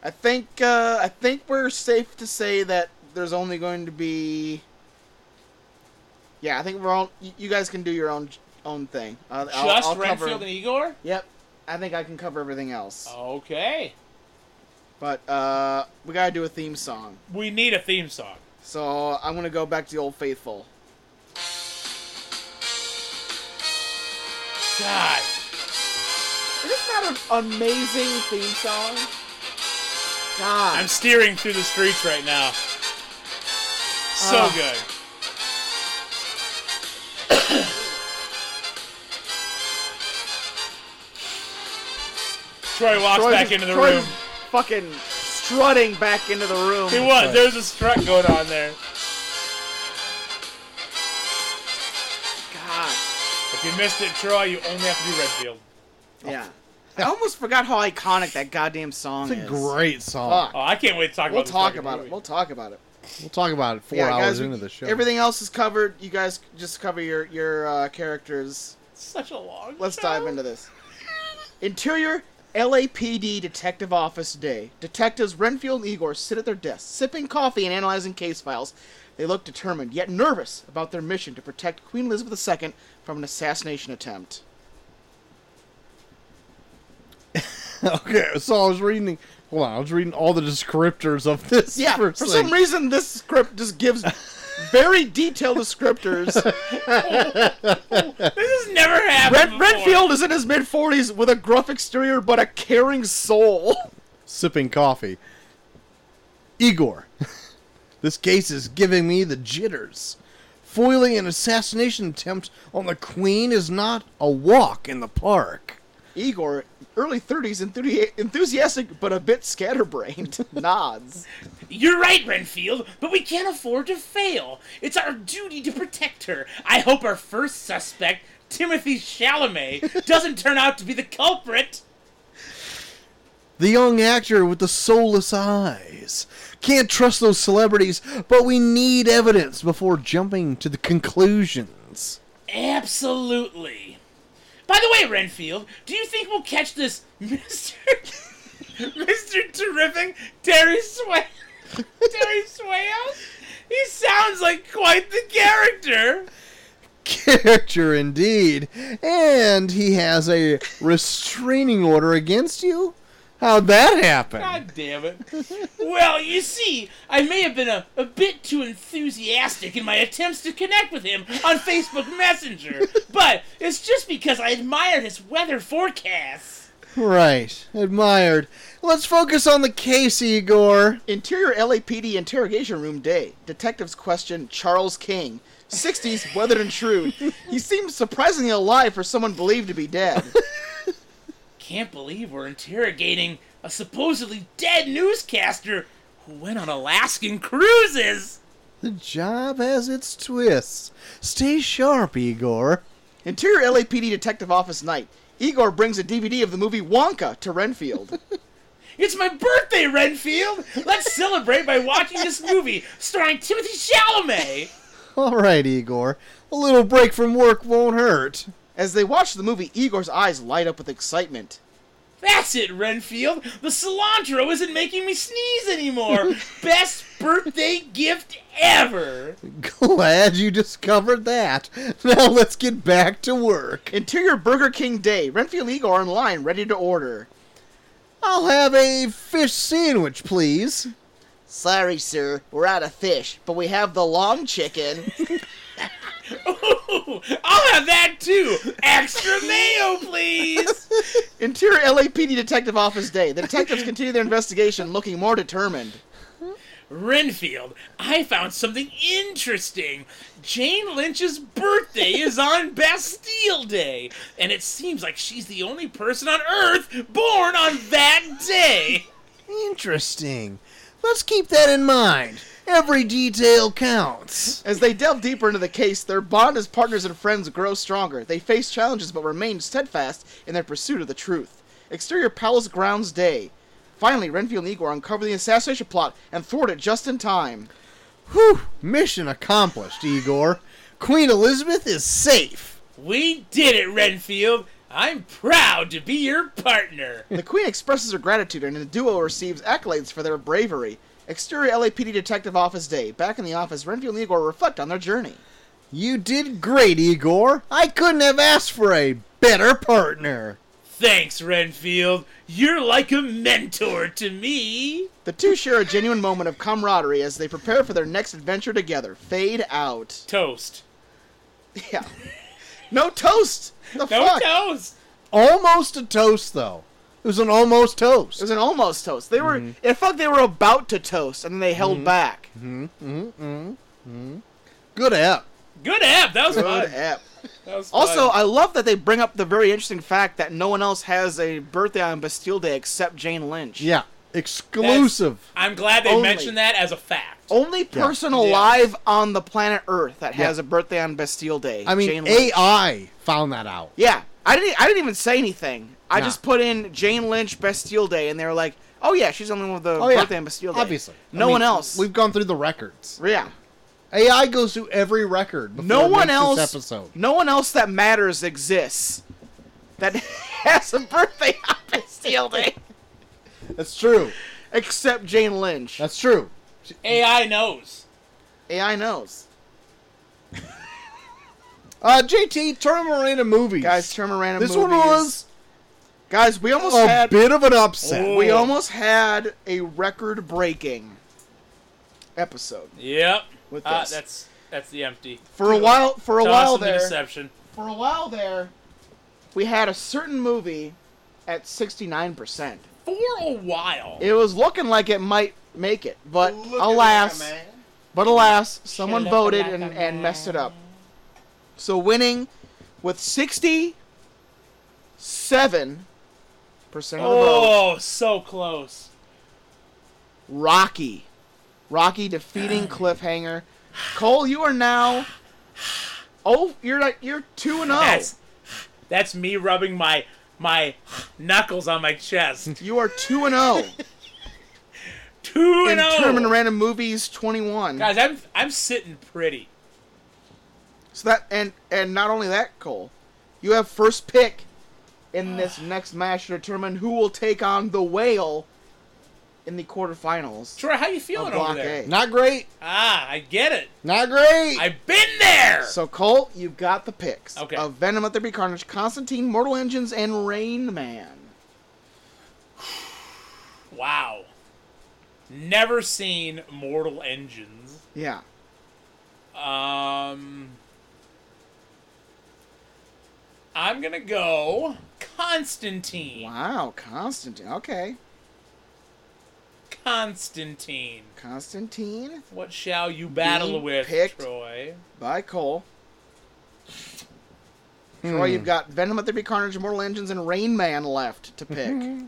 A: I think uh, I think we're safe to say that there's only going to be. Yeah, I think we're all. y- You guys can do your own own thing. Uh, I'll,
B: Just
A: I'll cover-
B: Renfield and Oh. Igor.
A: Yep, I think I can cover everything else.
B: Okay.
A: But uh, we gotta do a theme song,
B: We need a theme song.
A: so I'm gonna go back to the old faithful.
B: God.
A: Is this not an amazing theme song? God,
B: I'm steering through the streets right now. So
A: Ah.
B: good. Troy walks
A: Troy's-
B: back into the
A: Troy's
B: room.
A: Fucking strutting back into the room.
B: He was.
C: right.
B: There's a strut going on there.
A: God.
B: If you missed it, Troy, you only have to do Redfield.
A: Yeah. I almost forgot how iconic that goddamn song
C: It's a
A: is.
C: great song.
A: Fuck.
B: Oh, I can't wait to talk
A: We'll
B: about. this
A: talk
B: fucking
A: about
B: movie.
A: it. We'll talk about it.
C: We'll talk about it four
A: yeah,
C: hours
A: guys, we-
C: into the show.
A: Everything else is covered. You guys just cover your your uh, characters.
B: It's Such a long.
A: Let's
B: show.
A: dive into this. Interior LAPD Detective Office Day. Detectives Renfield and Igor sit at their desks, sipping coffee and analyzing case files. They look determined, yet nervous about their mission to protect Queen Elizabeth II from an assassination attempt.
C: Okay, so I was reading. Hold on, I was reading all the descriptors of this.
A: Yeah, for
C: first thing.
A: some reason, this script just gives very detailed descriptors
B: This has never happened.
A: Ren-
B: before.
A: Renfield is in his mid 40s with a gruff exterior but a caring soul.
C: sipping coffee. Igor, this case is giving me the jitters. Foiling an assassination attempt on the Queen is not a walk in the park.
A: Igor, early 30s, enthusi- enthusiastic but a bit scatterbrained, nods.
B: You're right, Renfield, but we can't afford to fail. It's our duty to protect her. I hope our first suspect, Timothy Chalamet, doesn't turn out to be the culprit.
C: The young actor with the soulless eyes. Can't trust those celebrities, but we need evidence before jumping to the conclusions.
B: Absolutely. By the way, Renfield, do you think we'll catch this Mr. Mr. Terrific Terry Swale? Terry Swale? He sounds like quite the character.
C: Character indeed. And he has a restraining order against you? How'd that happen?
B: God damn it. well, you see, I may have been a, a bit too enthusiastic in my attempts to connect with him on Facebook Messenger, but it's just because I admire his weather forecasts.
C: Right. Admired. Let's focus on the case, Igor.
A: Interior LAPD interrogation room day. Detectives question Charles King. 60s, weathered and shrewd. He seems surprisingly alive for someone believed to be dead.
B: Can't believe we're interrogating a supposedly dead newscaster who went on Alaskan cruises.
C: The job has its twists. Stay sharp, Igor.
A: Interior LAPD detective office night. Igor brings a DVD of the movie Wonka to Renfield.
B: It's my birthday, Renfield! Let's celebrate by watching this movie starring Timothy Chalamet!
C: All right, Igor. A little break from work won't hurt.
A: As they watch the movie, Igor's eyes light up with excitement.
B: That's it, Renfield. The cilantro isn't making me sneeze anymore. Best birthday gift ever.
C: Glad you discovered that. Now let's get back to work.
A: Interior Burger King Day. Renfield Igor online, ready to order.
C: I'll have a fish sandwich, please.
A: Sorry, sir, we're out of fish, but we have the long chicken.
B: Ooh, I'll have that too. Extra mayo, please.
A: Interior LAPD Detective Office Day. The detectives continue their investigation, looking more determined.
B: Renfield, I found something interesting. Jane Lynch's birthday is on Bastille Day, and it seems like she's the only person on Earth born on that day.
C: Interesting. Let's keep that in mind. Every detail counts.
A: As they delve deeper into the case, their bond as partners and friends grows stronger. They face challenges but remain steadfast in their pursuit of the truth. Exterior Palace Grounds Day. Finally, Renfield and Igor uncover the assassination plot and thwart it just in time.
C: Whew, mission accomplished, Igor. Queen Elizabeth is safe.
B: We did it, Renfield. I'm proud to be your partner.
A: The Queen expresses her gratitude and the duo receives accolades for their bravery. Exterior LAPD Detective Office Day. Back in the office, Renfield and Igor reflect on their journey.
C: You did great, Igor. I couldn't have asked for a better partner.
B: Thanks, Renfield. You're like a mentor to me.
A: The two share a genuine moment of camaraderie as they prepare for their next adventure together. Fade out.
B: Toast.
A: Yeah. No toast! The
B: No
A: fuck?
B: toast.
C: Almost a toast, though. It was an almost toast.
A: It was an almost toast. They were, in fact, they were about to toast, and then they held back.
C: Good app.
B: Good app. That was
A: Good
B: fun.
A: ep.
B: That was
A: Also,
B: fun.
A: I love that they bring up the very interesting fact that no one else has a birthday on Bastille Day except Jane Lynch.
C: Yeah, exclusive.
B: I'm glad they
A: only- Oh.
B: mentioned that as a fact.
A: Only person alive on the planet Earth that
C: Yeah.
A: has a birthday on Bastille Day.
C: I mean,
A: Jane Lynch.
C: AI found that out.
A: Yeah, I didn't. I didn't even say anything. I
C: Nah.
A: just put in Jane Lynch Bastille Day, and they were like, "Oh yeah, she's the only one with the
C: Oh, yeah.
A: birthday on Bastille Day."
C: Obviously. I
A: no
C: mean,
A: one else.
C: We've gone through the records.
A: yeah,
C: AI goes through every record. Before
A: no
C: it
A: one
C: makes
A: else.
C: This episode.
A: No one else that matters exists. That has a birthday on Bastille Day,
C: That's true.
A: except Jane Lynch.
C: That's true.
B: AI knows.
A: AI knows.
C: Uh, JT, turn them around to movies.
A: Guys, Turn around
C: this one was
A: Guys, we almost
C: a
A: had
C: bit of an upset.
B: Ooh.
A: we almost had a record breaking episode.
B: Yep.
A: With
B: Uh,
A: this.
B: that's that's the empty.
A: For a while for a
B: Toss
A: while
B: in the
A: there
B: deception.
A: for a while there we had a certain movie at sixty nine percent.
B: For a while.
A: It was looking like it might make it, but
D: Look at that,
A: alas
D: man.
A: but alas, someone
B: Should've
A: voted
B: let
A: and,
B: them
A: and messed it up. So winning with sixty seven percent of the vote.
B: oh, so close.
A: Rocky. Rocky defeating Cliffhanger. Cole, you are now. Oh, you're like you're two and oh. zero.
B: That's that's me rubbing my my knuckles on my chest.
A: You are two and zero
B: Two
A: in
B: and
A: Term and
B: oh.
A: Random Movies twenty one.
B: Guys, I'm I'm sitting pretty.
A: So that and and not only that, Cole, you have first pick in this next match to determine who will take on the whale in the quarterfinals
B: Troy, how you
A: of
B: feeling over
A: Block
B: there?
A: A.
C: Not great.
B: Ah, I get it.
C: Not great.
B: I've been there.
A: So Cole, you've got the picks
B: Okay.
A: of Venom, Let There Be Carnage, Constantine, Mortal Engines, and Rain Man.
B: wow. Never seen Mortal Engines.
A: Yeah.
B: Um, I'm gonna go Constantine.
A: Wow, Constantine. Okay.
B: Constantine.
A: Constantine
B: What shall you battle
A: Being
B: with,
A: picked.
B: Troy?
A: by Cole. Troy,
C: Hmm.
A: you've got Venom at the Be Carnage, Mortal Engines, and Rain Man left to pick.
C: you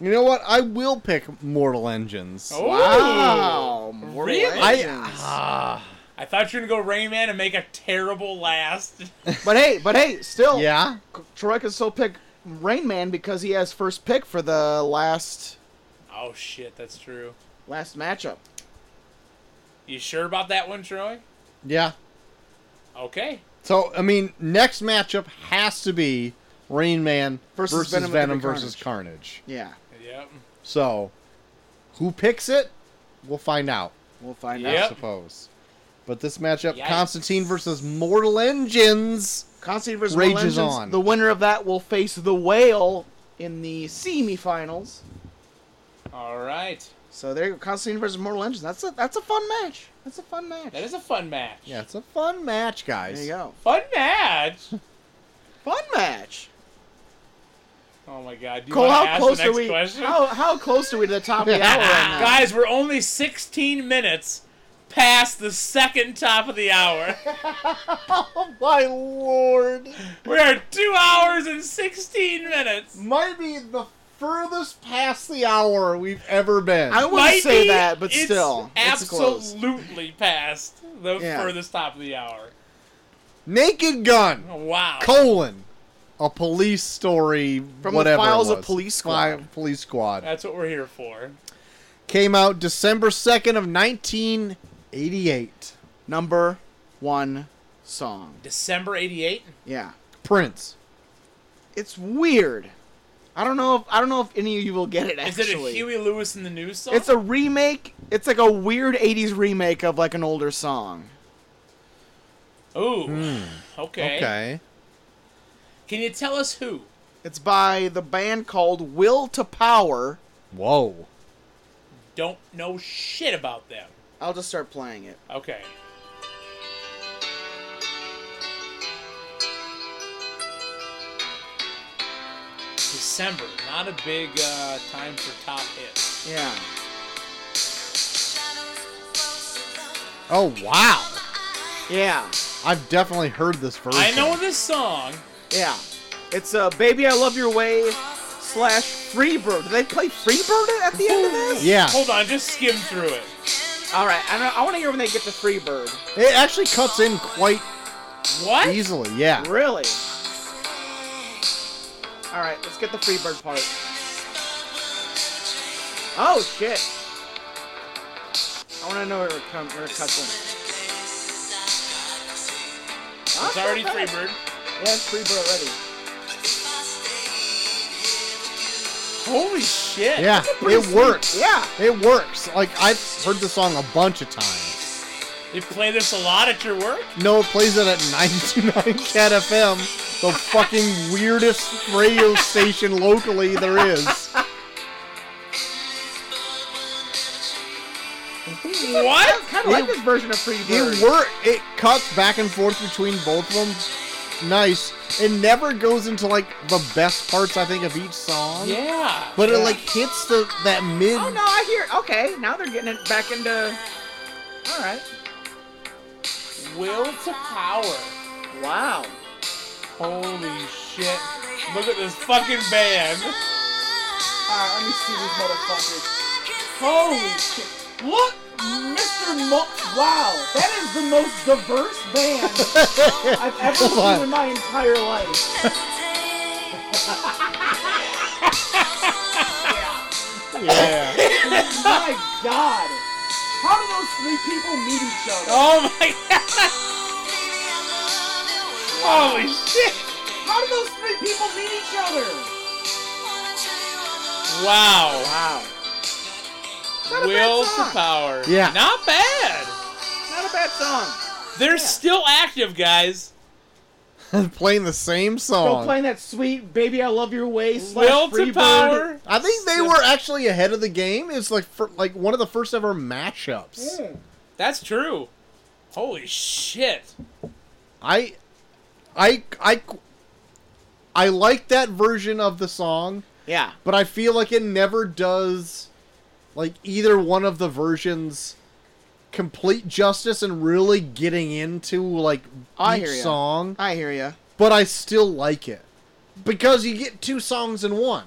C: know what? I will pick Mortal Engines.
B: Oh.
A: wow. Mortal
B: Really?
A: Engines.
C: Ah.
B: I thought you were gonna go Rain Man and make a terrible last.
A: but hey, but hey, still,
C: Yeah.
A: C- Troy can still pick Rain Man because he has first pick for the last
B: oh shit, that's true.
A: last matchup.
B: You sure about that one, Troy?
C: Yeah.
B: Okay.
C: So I mean, next matchup has to be Rain Man
A: Versus
C: versus,
A: Venom
C: Venom,
A: and Carnage.
C: versus Carnage.
A: Yeah,
B: Yep.
C: So, who picks it? We'll find out,
A: we'll find
C: I
B: Yep.
A: out.
C: suppose. But this matchup,
B: Yikes.
C: Constantine versus Mortal Engines.
A: Constantine versus
C: Rages
A: Rages
C: on.
A: The winner of that will face the whale in the semifinals.
B: All right.
A: So there you go, Constantine versus Mortal Engines. That's a that's a fun match. That's a fun match.
B: That is a fun match.
C: Yeah, it's a fun match, guys.
A: there you go.
B: Fun match.
A: Fun match.
B: Oh my god. Do you
A: Cole,
B: want to
A: how
B: ask
A: close
B: the
A: are
B: next
A: we?
B: question?
A: How how close are we to the top of the hour right now?
B: Guys, we're only 16 minutes past the second top of the hour.
C: Oh my lord!
B: we are two hours and 16 minutes.
C: Might be the furthest past the hour we've ever been.
A: I wouldn't
B: Might
A: say
B: be,
A: that, but
B: it's
A: still, it's close.
B: absolutely past the
A: Yeah.
B: furthest top of the hour.
C: Naked Gun.
B: Wow.
C: colon a police story
A: From the
C: whatever it
A: files of
C: was.
A: Police
C: Fi-
A: Squad.
C: police squad
B: That's what we're here for.
C: came out december 2nd of 1988
A: Number one song.
B: December 88.
A: Yeah,
C: prince
A: it's weird. I don't know if I don't know if any of you will get it.
B: Is
A: Actually,
B: it a Huey Lewis in the News song?
A: It's a remake. It's like a weird '80s remake of like an older song.
B: Ooh.
C: okay,
A: Hmm.
B: Okay. Can you tell us who?
A: It's by the band called Will to Power.
C: whoa
B: Don't know shit about them.
A: I'll just start playing it.
B: Okay. December, not a big uh, time for top hits.
A: Yeah.
C: oh wow
A: Yeah.
C: i've definitely heard this version
B: I know this song.
A: Yeah. It's uh, Baby I Love Your Way slash Freebird. Do they play Freebird at the end of this?
C: yeah
B: Hold on, just skim through it.
A: All right. I, know- I want to hear when they get to Freebird.
C: it actually cuts in quite
B: What?
C: easily yeah
A: Really? All right. Let's get the Freebird part. Oh, shit. I want to know where it, come, where it cuts in.
B: It's already Freebird.
A: Yeah, it's Freebird already.
B: Holy shit.
C: yeah
A: Pretty
C: it
A: sweet.
C: works
A: Yeah.
C: it works like i've heard the song a bunch of times
B: You play this a lot at your work?
C: No, it plays it at 99 Cat FM, the fucking weirdest radio station locally there is.
B: What?
A: Kind of like
C: It-
A: this version of Freebird.
C: It work. It cuts back and forth between both of them. Nice. It never goes into like the best parts I think of each song.
B: Yeah.
C: But it
A: Yeah.
C: like hits the that mid.
A: Oh no, I hear. Okay, now they're getting it back into. All right.
B: Will to power.
A: Wow.
B: Holy shit. Look at this fucking band.
A: All right, let me see these motherfuckers.
B: Holy
A: shit! Look, Mr. Mo. Wow, that is the most diverse band I've ever
C: Hold on.
A: seen in my entire life.
C: Yeah.
A: my God, how do those three people meet each other?
B: Oh my god! Holy shit!
A: How do those three people meet each other?
B: Wow.
A: Wow. Not a
B: Will
A: bad
B: to
A: song.
B: power.
C: Yeah.
B: Not bad!
A: Not a bad song.
B: They're still active, guys.
C: Playing the same
A: Still
C: song.
A: playing that sweet "Baby I Love Your Way" slash
B: Will to
A: Freebird.
B: power.
C: I think they were actually ahead of the game. It's like for, like one of the first ever mashups.
A: Mm.
B: That's true. Holy shit.
C: I, I, I, I like that version of the song,
A: Yeah.
C: but I feel like it never does, like either one of the versions, complete justice and really getting into like
A: I
C: each
A: hear ya.
C: song.
A: I hear you.
C: But I still like it because you get two songs in one.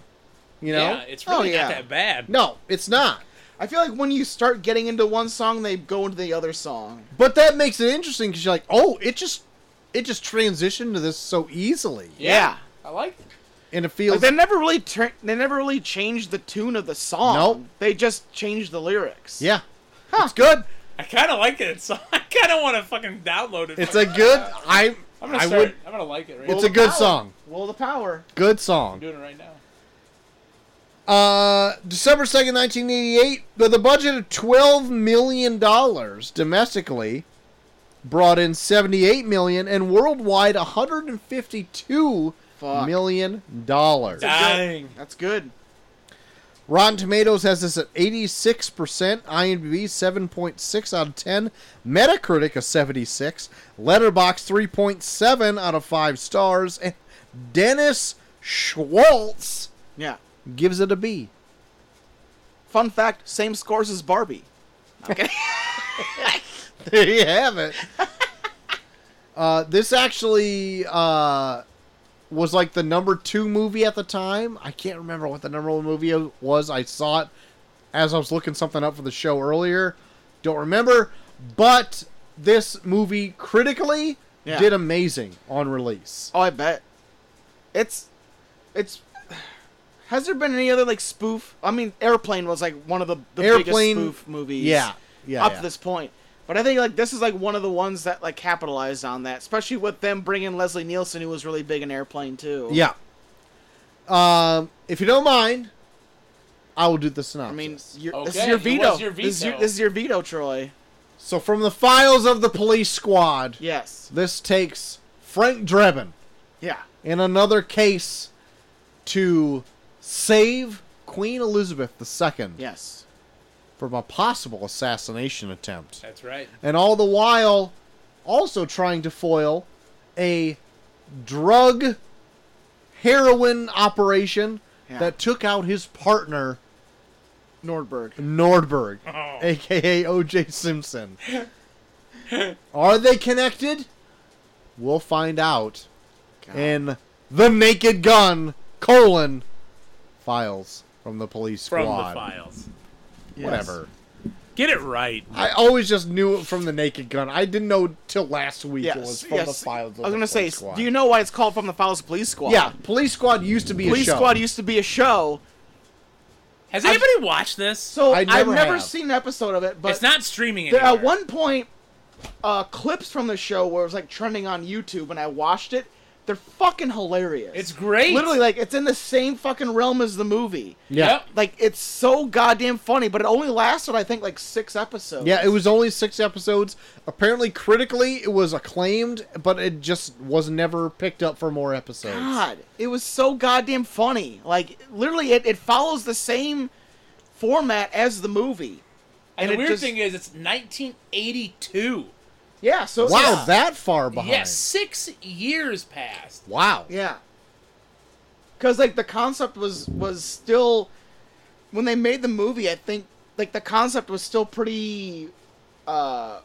C: You know?
B: Yeah, it's
A: Oh,
B: really
A: yeah.
B: not that bad.
C: No, it's not.
A: I feel like when you start getting into one song, they go into the other song.
C: But that makes it interesting because you're like, oh, it just, it just transitioned to this so easily,
A: Yeah.
B: I like it.
C: and it
A: Like
C: feels
A: they never really tur they never really changed the tune of the song.
C: Nope.
A: They just changed the lyrics.
C: Yeah. It's good.
B: I kind of like it. So I kind of want to fucking download it.
C: It's a good I
B: I'm gonna
C: I
B: start.
C: would-
B: I'm gonna like it right
C: It's
B: now.
C: a good song.
A: Will the power.
C: Good
B: I'm
C: song.
B: doing it right now.
C: Uh, December 2nd, 1988, with a budget of $12 million domestically, brought in $78 million and worldwide $152
A: Fuck.
C: million dollars.
A: good-
B: Dying.
A: That's good.
C: Rotten Tomatoes has this at 86%, IMDb 7.6 out of 10, Metacritic a 76, Letterbox 3.7 out of 5 stars, and Dennis Schwartz
A: Yeah.
C: gives it a B.
A: Fun fact: same scores as Barbie. Okay.
C: There you have it. uh, this actually uh, was like the number two movie at the time. I can't remember what the number one movie was. I saw it as I was looking something up for the show earlier. Don't remember. But this movie critically
A: Yeah.
C: did amazing on release.
A: oh, I bet. It's, it's. Has there been any other like spoof? I mean, Airplane was like one of the, the
C: Airplane-
A: biggest spoof movies.
C: Yeah. Yeah.
A: up
C: yeah.
A: to this point. But I think like this is like one of the ones that like capitalized on that, especially with them bringing Leslie Nielsen, who was really big in Airplane too.
C: Yeah. Um, if you don't mind, I will do the
A: I
C: synopsis.
A: mean, you're, this is
B: Okay,
A: your
B: it
A: veto.
B: was your
A: This is your,
B: veto.
A: this is your veto, Troy.
C: so from the files of the police squad.
A: Yes.
C: This takes Frank Drebin
A: Yeah.
C: in another case to save Queen Elizabeth II
A: Yes.
C: from a possible assassination attempt.
B: That's right.
C: And all the while also trying to foil a drug heroin operation
A: Yeah.
C: that took out his partner
A: Nordberg.
C: Nordberg,
B: Oh.
C: aka OJ Simpson. Are they connected? We'll find out
A: God.
C: in the Naked Gun colon files from the police
B: From
C: squad.
B: the files.
A: Yes.
C: Whatever.
B: Get it right.
C: I always just knew it from the Naked Gun. I didn't know till last week
A: Yes.
C: it was from
A: yes.
C: the files.
A: I
C: of
A: was
C: the
A: gonna say,
C: Police squad.
A: do you know why it's called From the Files of Police Squad?
C: Yeah, Police Squad used to be
A: Police
C: a show.
A: Squad used to be a show,
B: Has anybody watched this?
A: so
C: I
A: I've
C: never
A: never
C: have.
A: seen an episode of it. But
B: it's not streaming
A: There,
B: anymore.
A: at one point, uh, clips from the show where it was like trending on YouTube, and I watched it. They're fucking hilarious.
B: It's great.
A: Literally, like it's in the same fucking realm as the movie.
C: yeah.
B: Yep.
A: Like it's so goddamn funny, but it only lasted, I think, like six episodes.
C: Yeah, it was only six episodes. Apparently, critically, it was acclaimed, but it just was never picked up for more episodes.
A: God, it was so goddamn funny. Like literally, it, it follows the same format as the movie. and
B: And,
A: it
B: the weird
A: just-
B: thing is, it's 1982.
A: Yeah. So
C: Wow,
A: yeah.
C: that far behind.
B: Yes, six years passed.
C: Wow.
A: Yeah. Cause like the concept was was still when they made the movie, I think like the concept was still pretty uh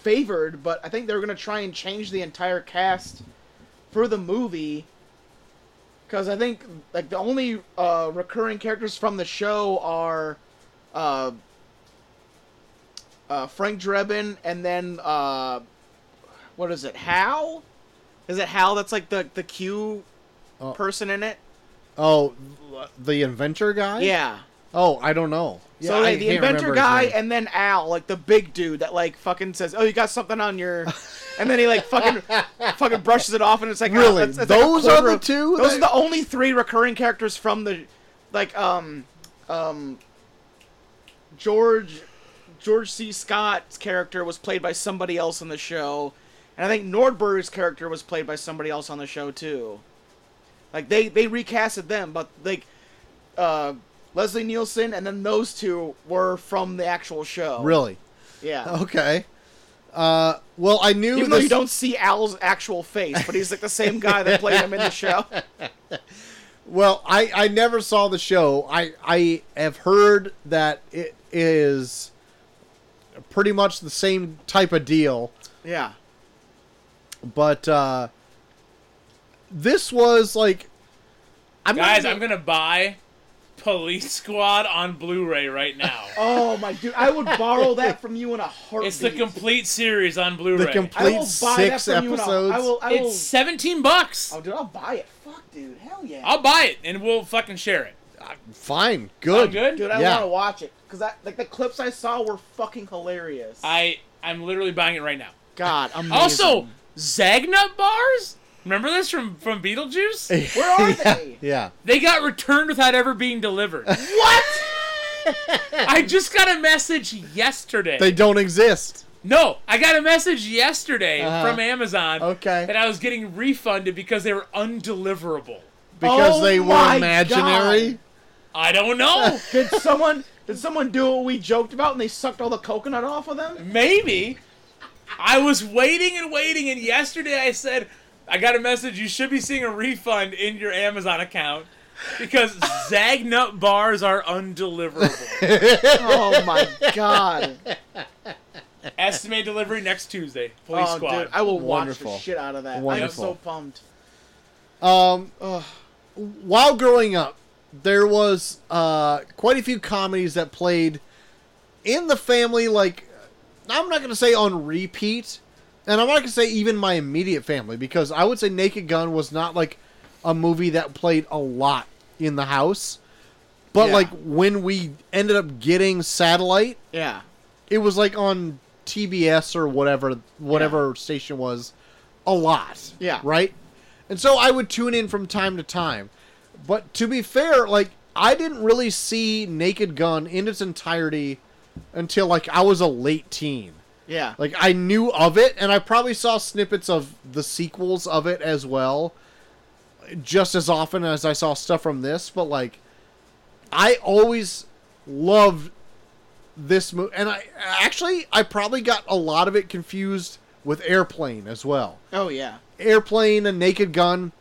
A: favored, but I think they were gonna try and change the entire cast for the movie. Cause I think like the only uh recurring characters from the show are uh uh Frank Drebin and then uh what is it, Hal? Is it Hal that's like the the Q
C: Oh.
A: person in it?
C: Oh, the inventor guy?
A: Yeah.
C: Oh, I don't know.
A: so
C: Yeah, I
A: like, the
C: can't
A: inventor
C: remember his
A: guy
C: name.
A: and then Al, like the big dude that like fucking says, "Oh, you got something on your," and then he like fucking fucking brushes it off, and it's like oh,
C: Really?
A: that's- that's like a
C: Those are
A: quarter
C: the
A: of-
C: two
A: Those
C: that-
A: are the only three recurring characters from the like um um George George C. Scott's character was played by somebody else on the show, and I think Nordberg's character was played by somebody else on the show too. Like they they recasted them, but like uh, Leslie Nielsen and then those two were from the actual show.
C: Really?
A: Yeah.
C: Okay. Uh, well, I knew
A: Even though you
C: this-
A: don't see Al's actual face, but he's like the same guy that played him in the show.
C: Well, I I never saw the show. I I have heard that it is pretty much the same type of deal,
A: Yeah.
C: but uh, this was like. I'm not
B: Guys,
C: even-
B: I'm gonna buy Police Squad on Blu-ray right now.
A: Oh my dude, I would borrow that from you in a heartbeat.
B: it's the complete series on
C: the
B: Blu-ray.
A: I will
C: complete
A: buy
C: six
A: that from You in
C: episodes.
A: a, I will. I will.
B: it's 17 bucks.
A: Oh, dude, I'll buy it. Fuck, dude. Hell yeah.
B: I'll buy it and we'll fucking share it.
C: Fine,
B: Sound
C: good.
B: good?
A: dude, I
C: yeah.
A: want to watch it because I like the clips I saw were fucking hilarious.
B: I I'm literally buying it right now.
A: God, amazing.
B: Also, Zagnut bars? Remember this from from Beetlejuice?
A: Where are
C: yeah,
A: they?
C: yeah.
B: They got returned without ever being delivered.
A: What?
B: I just got a message yesterday.
C: They don't exist.
B: no, I got a message yesterday
C: Uh-huh.
B: from Amazon
C: Okay.
B: that I was getting refunded because they were undeliverable.
C: Because
A: Oh
C: they were
A: my
C: imaginary.
A: God.
B: I don't know.
A: Did someone did someone do what we joked about and they sucked all the coconut off of them?
B: Maybe. I was waiting and waiting, and yesterday I said, I got a message, you should be seeing a refund in your Amazon account because Zagnut bars are undeliverable.
A: Oh my god.
B: Estimate delivery next Tuesday. Police
A: Oh,
B: squad.
A: dude, I will
C: Wonderful.
A: watch the shit out of that.
C: Wonderful.
A: I'm so pumped.
C: Um, while growing up, there was uh, quite a few comedies that played in the family. Like, I'm not gonna say on repeat, and I'm not gonna say even my immediate family because I would say Naked Gun was not like a movie that played a lot in the house. But
A: Yeah.
C: like when we ended up getting Satellite,
A: Yeah.
C: it was like on TBS or whatever whatever station was a lot.
A: Yeah.
C: Right? And so I would tune in from time to time. But to be fair, like I didn't really see Naked Gun in its entirety until like I was a late teen.
A: Yeah.
C: Like I knew of it and I probably saw snippets of the sequels of it as well just as often as I saw stuff from this, but like I always loved this movie, and I actually I probably got a lot of it confused with Airplane as well.
A: oh yeah.
C: Airplane and Naked Gun,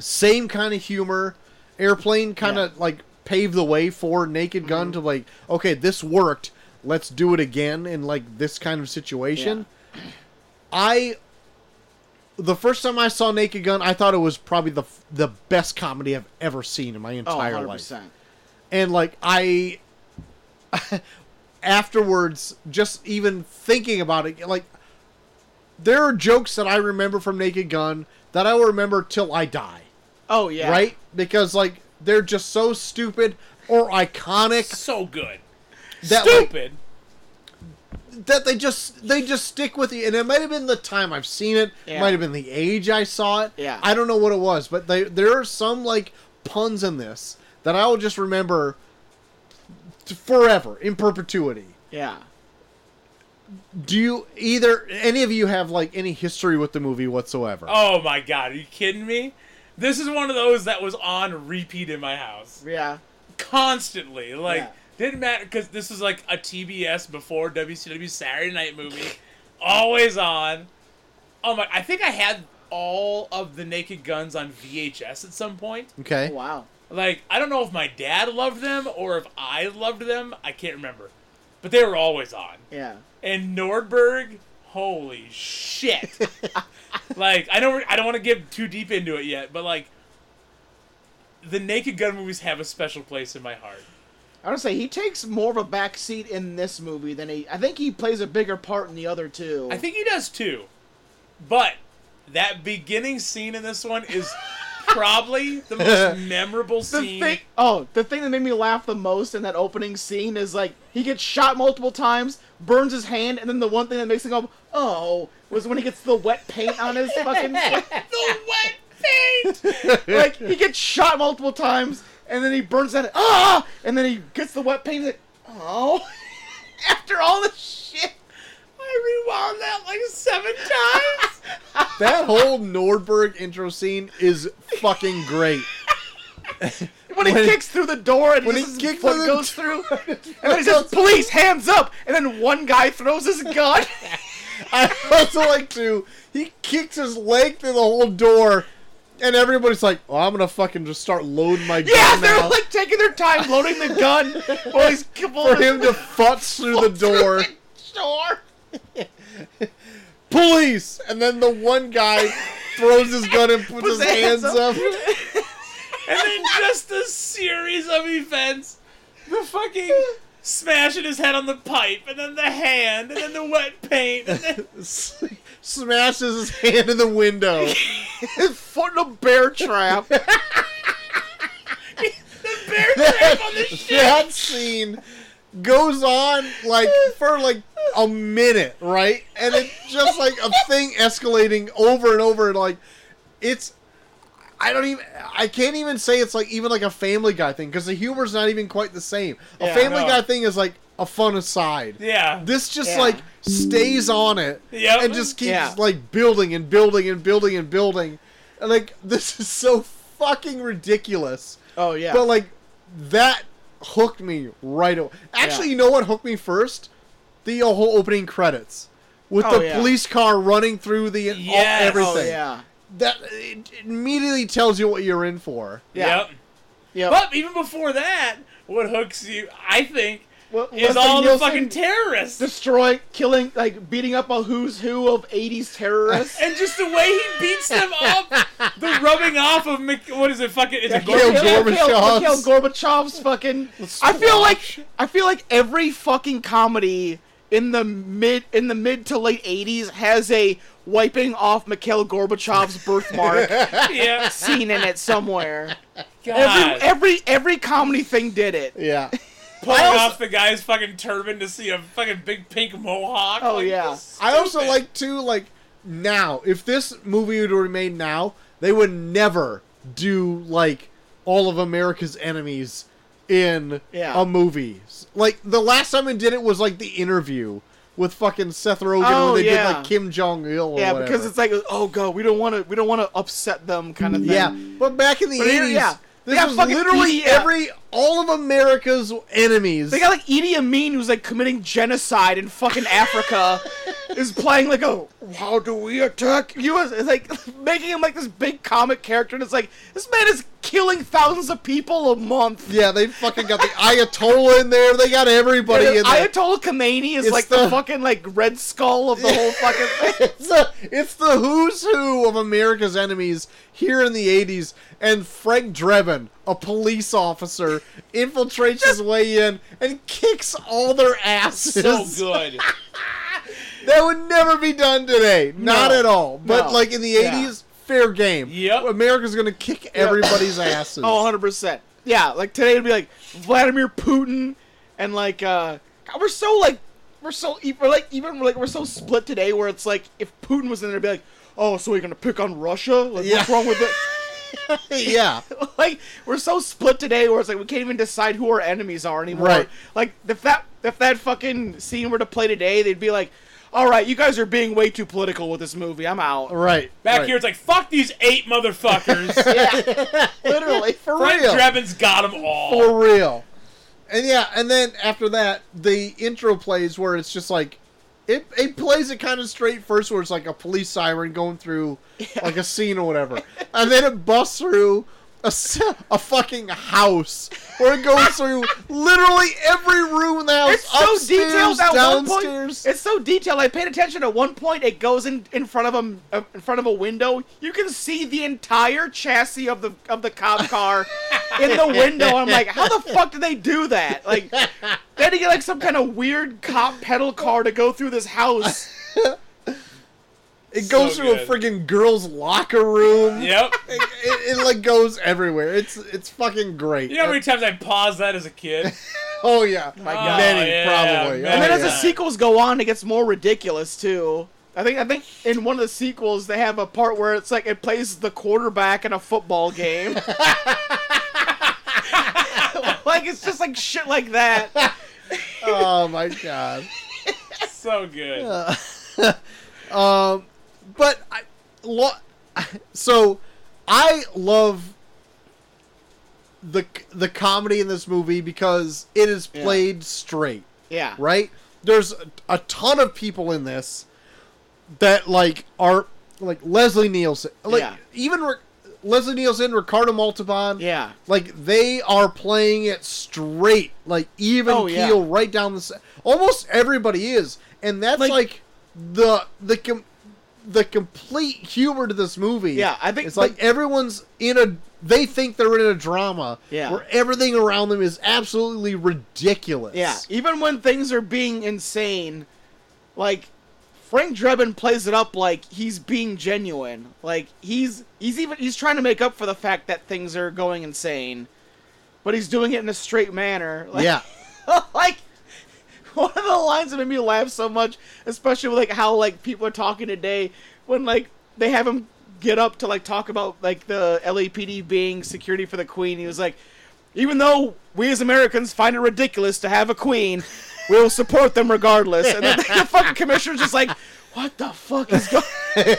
C: same kind of humor. Airplane kind of like paved the way for Naked Gun to like, okay, this worked. Let's do it again in like this kind of situation. I the first time I saw Naked Gun, I thought it was probably the the best comedy I've ever seen in my
A: Oh,
C: entire life
A: 100%.
C: and like I afterwards just even thinking about it like there are jokes that I remember from Naked Gun that I will remember till I die
A: Oh yeah.
C: right because like they're just so stupid or iconic
B: so good.
C: that like,
B: Stupid.
C: that they just they just stick with you and it might have been the time i've seen it
A: Yeah.
C: might have been the age i saw it
A: Yeah.
C: i don't know what it was but they, there are some like puns in this that i will just remember t- forever in perpetuity
A: Yeah.
C: do you either any of you have like any history with the movie whatsoever
B: oh my god, are you kidding me? This is one of those that was on repeat in my house.
A: Yeah.
B: constantly. Like
A: Yeah.
B: didn't matter because this was like a TBS before WCW Saturday Night movie, always on. Oh my! I think I had all of the Naked Guns on VHS at some point.
C: okay
A: Oh, Wow.
B: Like I don't know if my dad loved them or if I loved them. I can't remember, but they were always on.
A: Yeah.
B: And Nordberg, holy shit! like I don't, I don't want to get too deep into it yet, but like, the Naked Gun movies have a special place in my heart.
A: I would say he takes more of a backseat in this movie than he. I think he plays a bigger part in the other two.
B: I think he does too, but that beginning scene in this one is probably the most memorable
A: the
B: scene.
A: thing. Oh, the thing that made me laugh the most in that opening scene is like he gets shot multiple times, burns his hand, and then the one thing that makes him go, "Oh," was when he gets the wet paint on his fucking.
B: the wet paint.
A: like he gets shot multiple times, and then he burns that. Ah! And then he gets the wet paint. And he's like, oh. After all the shit.
B: I rewound that like seven times.
C: that whole nordberg intro scene is fucking great
A: When he
C: When-
A: kicks through the door and
C: when
A: his
C: he kicks
A: foot
C: through the
A: goes through, and then he says, "Police, hands up!" And then one guy throws his gun.
C: I also like to. He kicks his leg through the whole door, and everybody's like, "Oh, I'm gonna fucking just start loading my gun
A: yeah,
C: now."
A: they're like taking their time loading the gun while he's
C: for him to futz through the door,
A: Sure.
C: police, and then the one guy throws his gun and puts his hands up.
B: and then just a series of events. The fucking smashing his head on the pipe, and then the hand, and then the wet paint, and then
C: s- smashes his hand in the window.
A: His foot in a bear trap.
B: the bear trap on the shit.
C: that scene goes on like for like a minute, right? And it's just like a thing escalating over and over and like it's I don't even I can't even say it's like even like a family guy thing cuz the humor's not even quite the same. A
B: Yeah,
C: family
B: no.
C: guy thing is like a fun aside.
B: Yeah.
C: This just
A: Yeah.
C: like stays on it
B: Yep.
C: and just keeps
A: Yeah.
C: like building and building and building and building. And like this is so fucking ridiculous.
A: Oh yeah.
C: But like that hooked me right away. Actually,
A: Yeah.
C: you know what hooked me first? The uh, whole opening credits with
A: Oh,
C: the
A: yeah.
C: police car running through the all-
B: Yes.
C: everything.
A: oh yeah.
C: That it immediately tells you what you're in for.
A: Yeah.
B: Yep.
A: Yep.
B: But even before that, what hooks you, I think,
A: What-
B: is
A: Leslie
B: all the
A: Nielsen
B: fucking terrorists.
A: destroy, killing, like beating up a who's who of '80s terrorists.
B: and just the way he beats them up, the rubbing off of Mc- what is it? Fucking is it
C: Mikhail
B: Gorbachev?
C: Gor- Gorbachev's.
A: Mikhail Gorbachev's fucking. I feel like I feel like every fucking comedy in the mid in the mid to late '80s has a wiping off Mikhail Gorbachev's birthmark
B: Yeah.
A: scene in it somewhere.
B: God.
A: Every every every comedy thing did it.
C: Yeah.
B: pulling
A: I also-
B: off the guy's fucking turban to see a fucking big pink mohawk.
A: Oh
B: like,
A: yeah.
B: this-
C: I also
B: Stupid.
C: like too like now if this movie would have made now, they would never do like all of America's enemies in
A: Yeah.
C: a movie. S- Like the last time it did it was like the interview with fucking Seth Rogen
A: Oh,
C: when they
A: yeah.
C: did like Kim Jong Il or
A: Yeah,
C: whatever.
A: because it's like, oh god, we don't want to, we don't want to upset them, kind of thing.
C: yeah, but back in the
A: But it-
C: eighties,
A: yeah. They
C: this
A: got
C: was
A: fucking
C: literally
A: DDF.
C: every all of America's enemies.
A: They got like Idi Amin, who's like committing genocide in fucking Africa, is playing like a "How do we attack you?" It's like making him like this big comic character, and it's like this man is killing thousands of people a month.
C: yeah, they fucking got the Ayatollah in there. They got everybody
A: And
C: in there.
A: Ayatollah Khomeini is
C: It's
A: like the,
C: the-
A: fucking like red skull of the whole fucking thing.
C: it's, the it's the who's who of America's enemies here in the 80s, and Frank Drebin, a police officer, infiltrates his way in and kicks all their asses.
B: so good.
C: That would never be done today. Not
A: No.
C: at all. But,
A: No.
C: like, in the
A: Yeah.
C: 80s, fair game.
B: Yep.
C: America's going to kick everybody's asses.
A: Oh, 100 percent. Yeah, like today it'd be like Vladimir Putin and like uh, God, we're so like we're so e- we're like even like we're so split today where it's like if Putin was in there, it'd be like, oh, so we're gonna pick on Russia? Like, what's
C: Yeah.
A: wrong with it?
C: yeah.
A: like we're so split today where it's like we can't even decide who our enemies are anymore.
C: Right.
A: Like if that if that fucking scene were to play today, they'd be like, all right, you guys are being way too political with this movie. I'm out.
C: Right.
B: Back
C: right.
B: here, it's like fuck these eight motherfuckers.
A: Literally, for
C: Right.
A: real.
B: Frank
C: real.
B: Drebin's got them all.
C: For real. And yeah, and then after that, the intro plays where it's just like it, it plays it kind of straight first where it's like a police siren going through like a scene or whatever. and then it busts through a, s- a fucking house where it goes through literally every room in the house.
A: It's so
C: upstairs,
A: detailed at one point.
C: downstairs.
A: It's so detailed. I paid attention. At one point, it goes in, in front of a uh, in front of a window. You can see the entire chassis of the of the cop car in the window. I'm like, how the fuck did they do that? Like, they had to get like some kind of weird cop pedal car to go through this house.
C: it goes
B: so
C: through
B: good.
C: a friggin' girl's locker room.
B: Yep.
C: It, it, it like goes everywhere. It's it's fucking great.
B: You know how many times I paused that as a kid?
C: oh yeah,
B: God.
C: many
B: Oh, yeah,
C: probably.
B: many.
A: And then
C: Oh,
A: as the
C: yeah.
A: sequels go on, it gets more ridiculous too. I think I think in one of the sequels they have a part where it's like it plays the quarterback in a football game. like it's just like shit like that.
C: oh my god.
B: So good.
C: Um, but I, lo- so I love the the comedy in this movie because it is played straight,
A: Yeah.
C: right? There's a, a ton of people in this that like are like Leslie Nielsen, like
A: Yeah.
C: even Ri- Leslie Nielsen, Ricardo Montalban,
A: Yeah.
C: like they are playing it straight, like even
A: Oh, yeah.
C: keel, right down the. se- Almost everybody is, and that's
A: Like-
C: like, the the com- the complete humor to this movie.
A: Yeah, I think-
C: it's like,
A: like-
C: everyone's in a. They think they're in a drama.
A: Yeah.
C: where everything around them is absolutely ridiculous.
A: Yeah. Even when things are being insane, like Frank Drebin plays it up like he's being genuine. Like he's he's even he's trying to make up for the fact that things are going insane. But he's doing it in a straight manner. Like,
C: yeah.
A: like one of the lines that made me laugh so much, especially with like how like people are talking today when like they have him get up to like talk about like the LAPD being security for the Queen. He was like, even though we as Americans find it ridiculous to have a Queen, we'll support them regardless. And then the fucking commissioner's just like, what the fuck is going?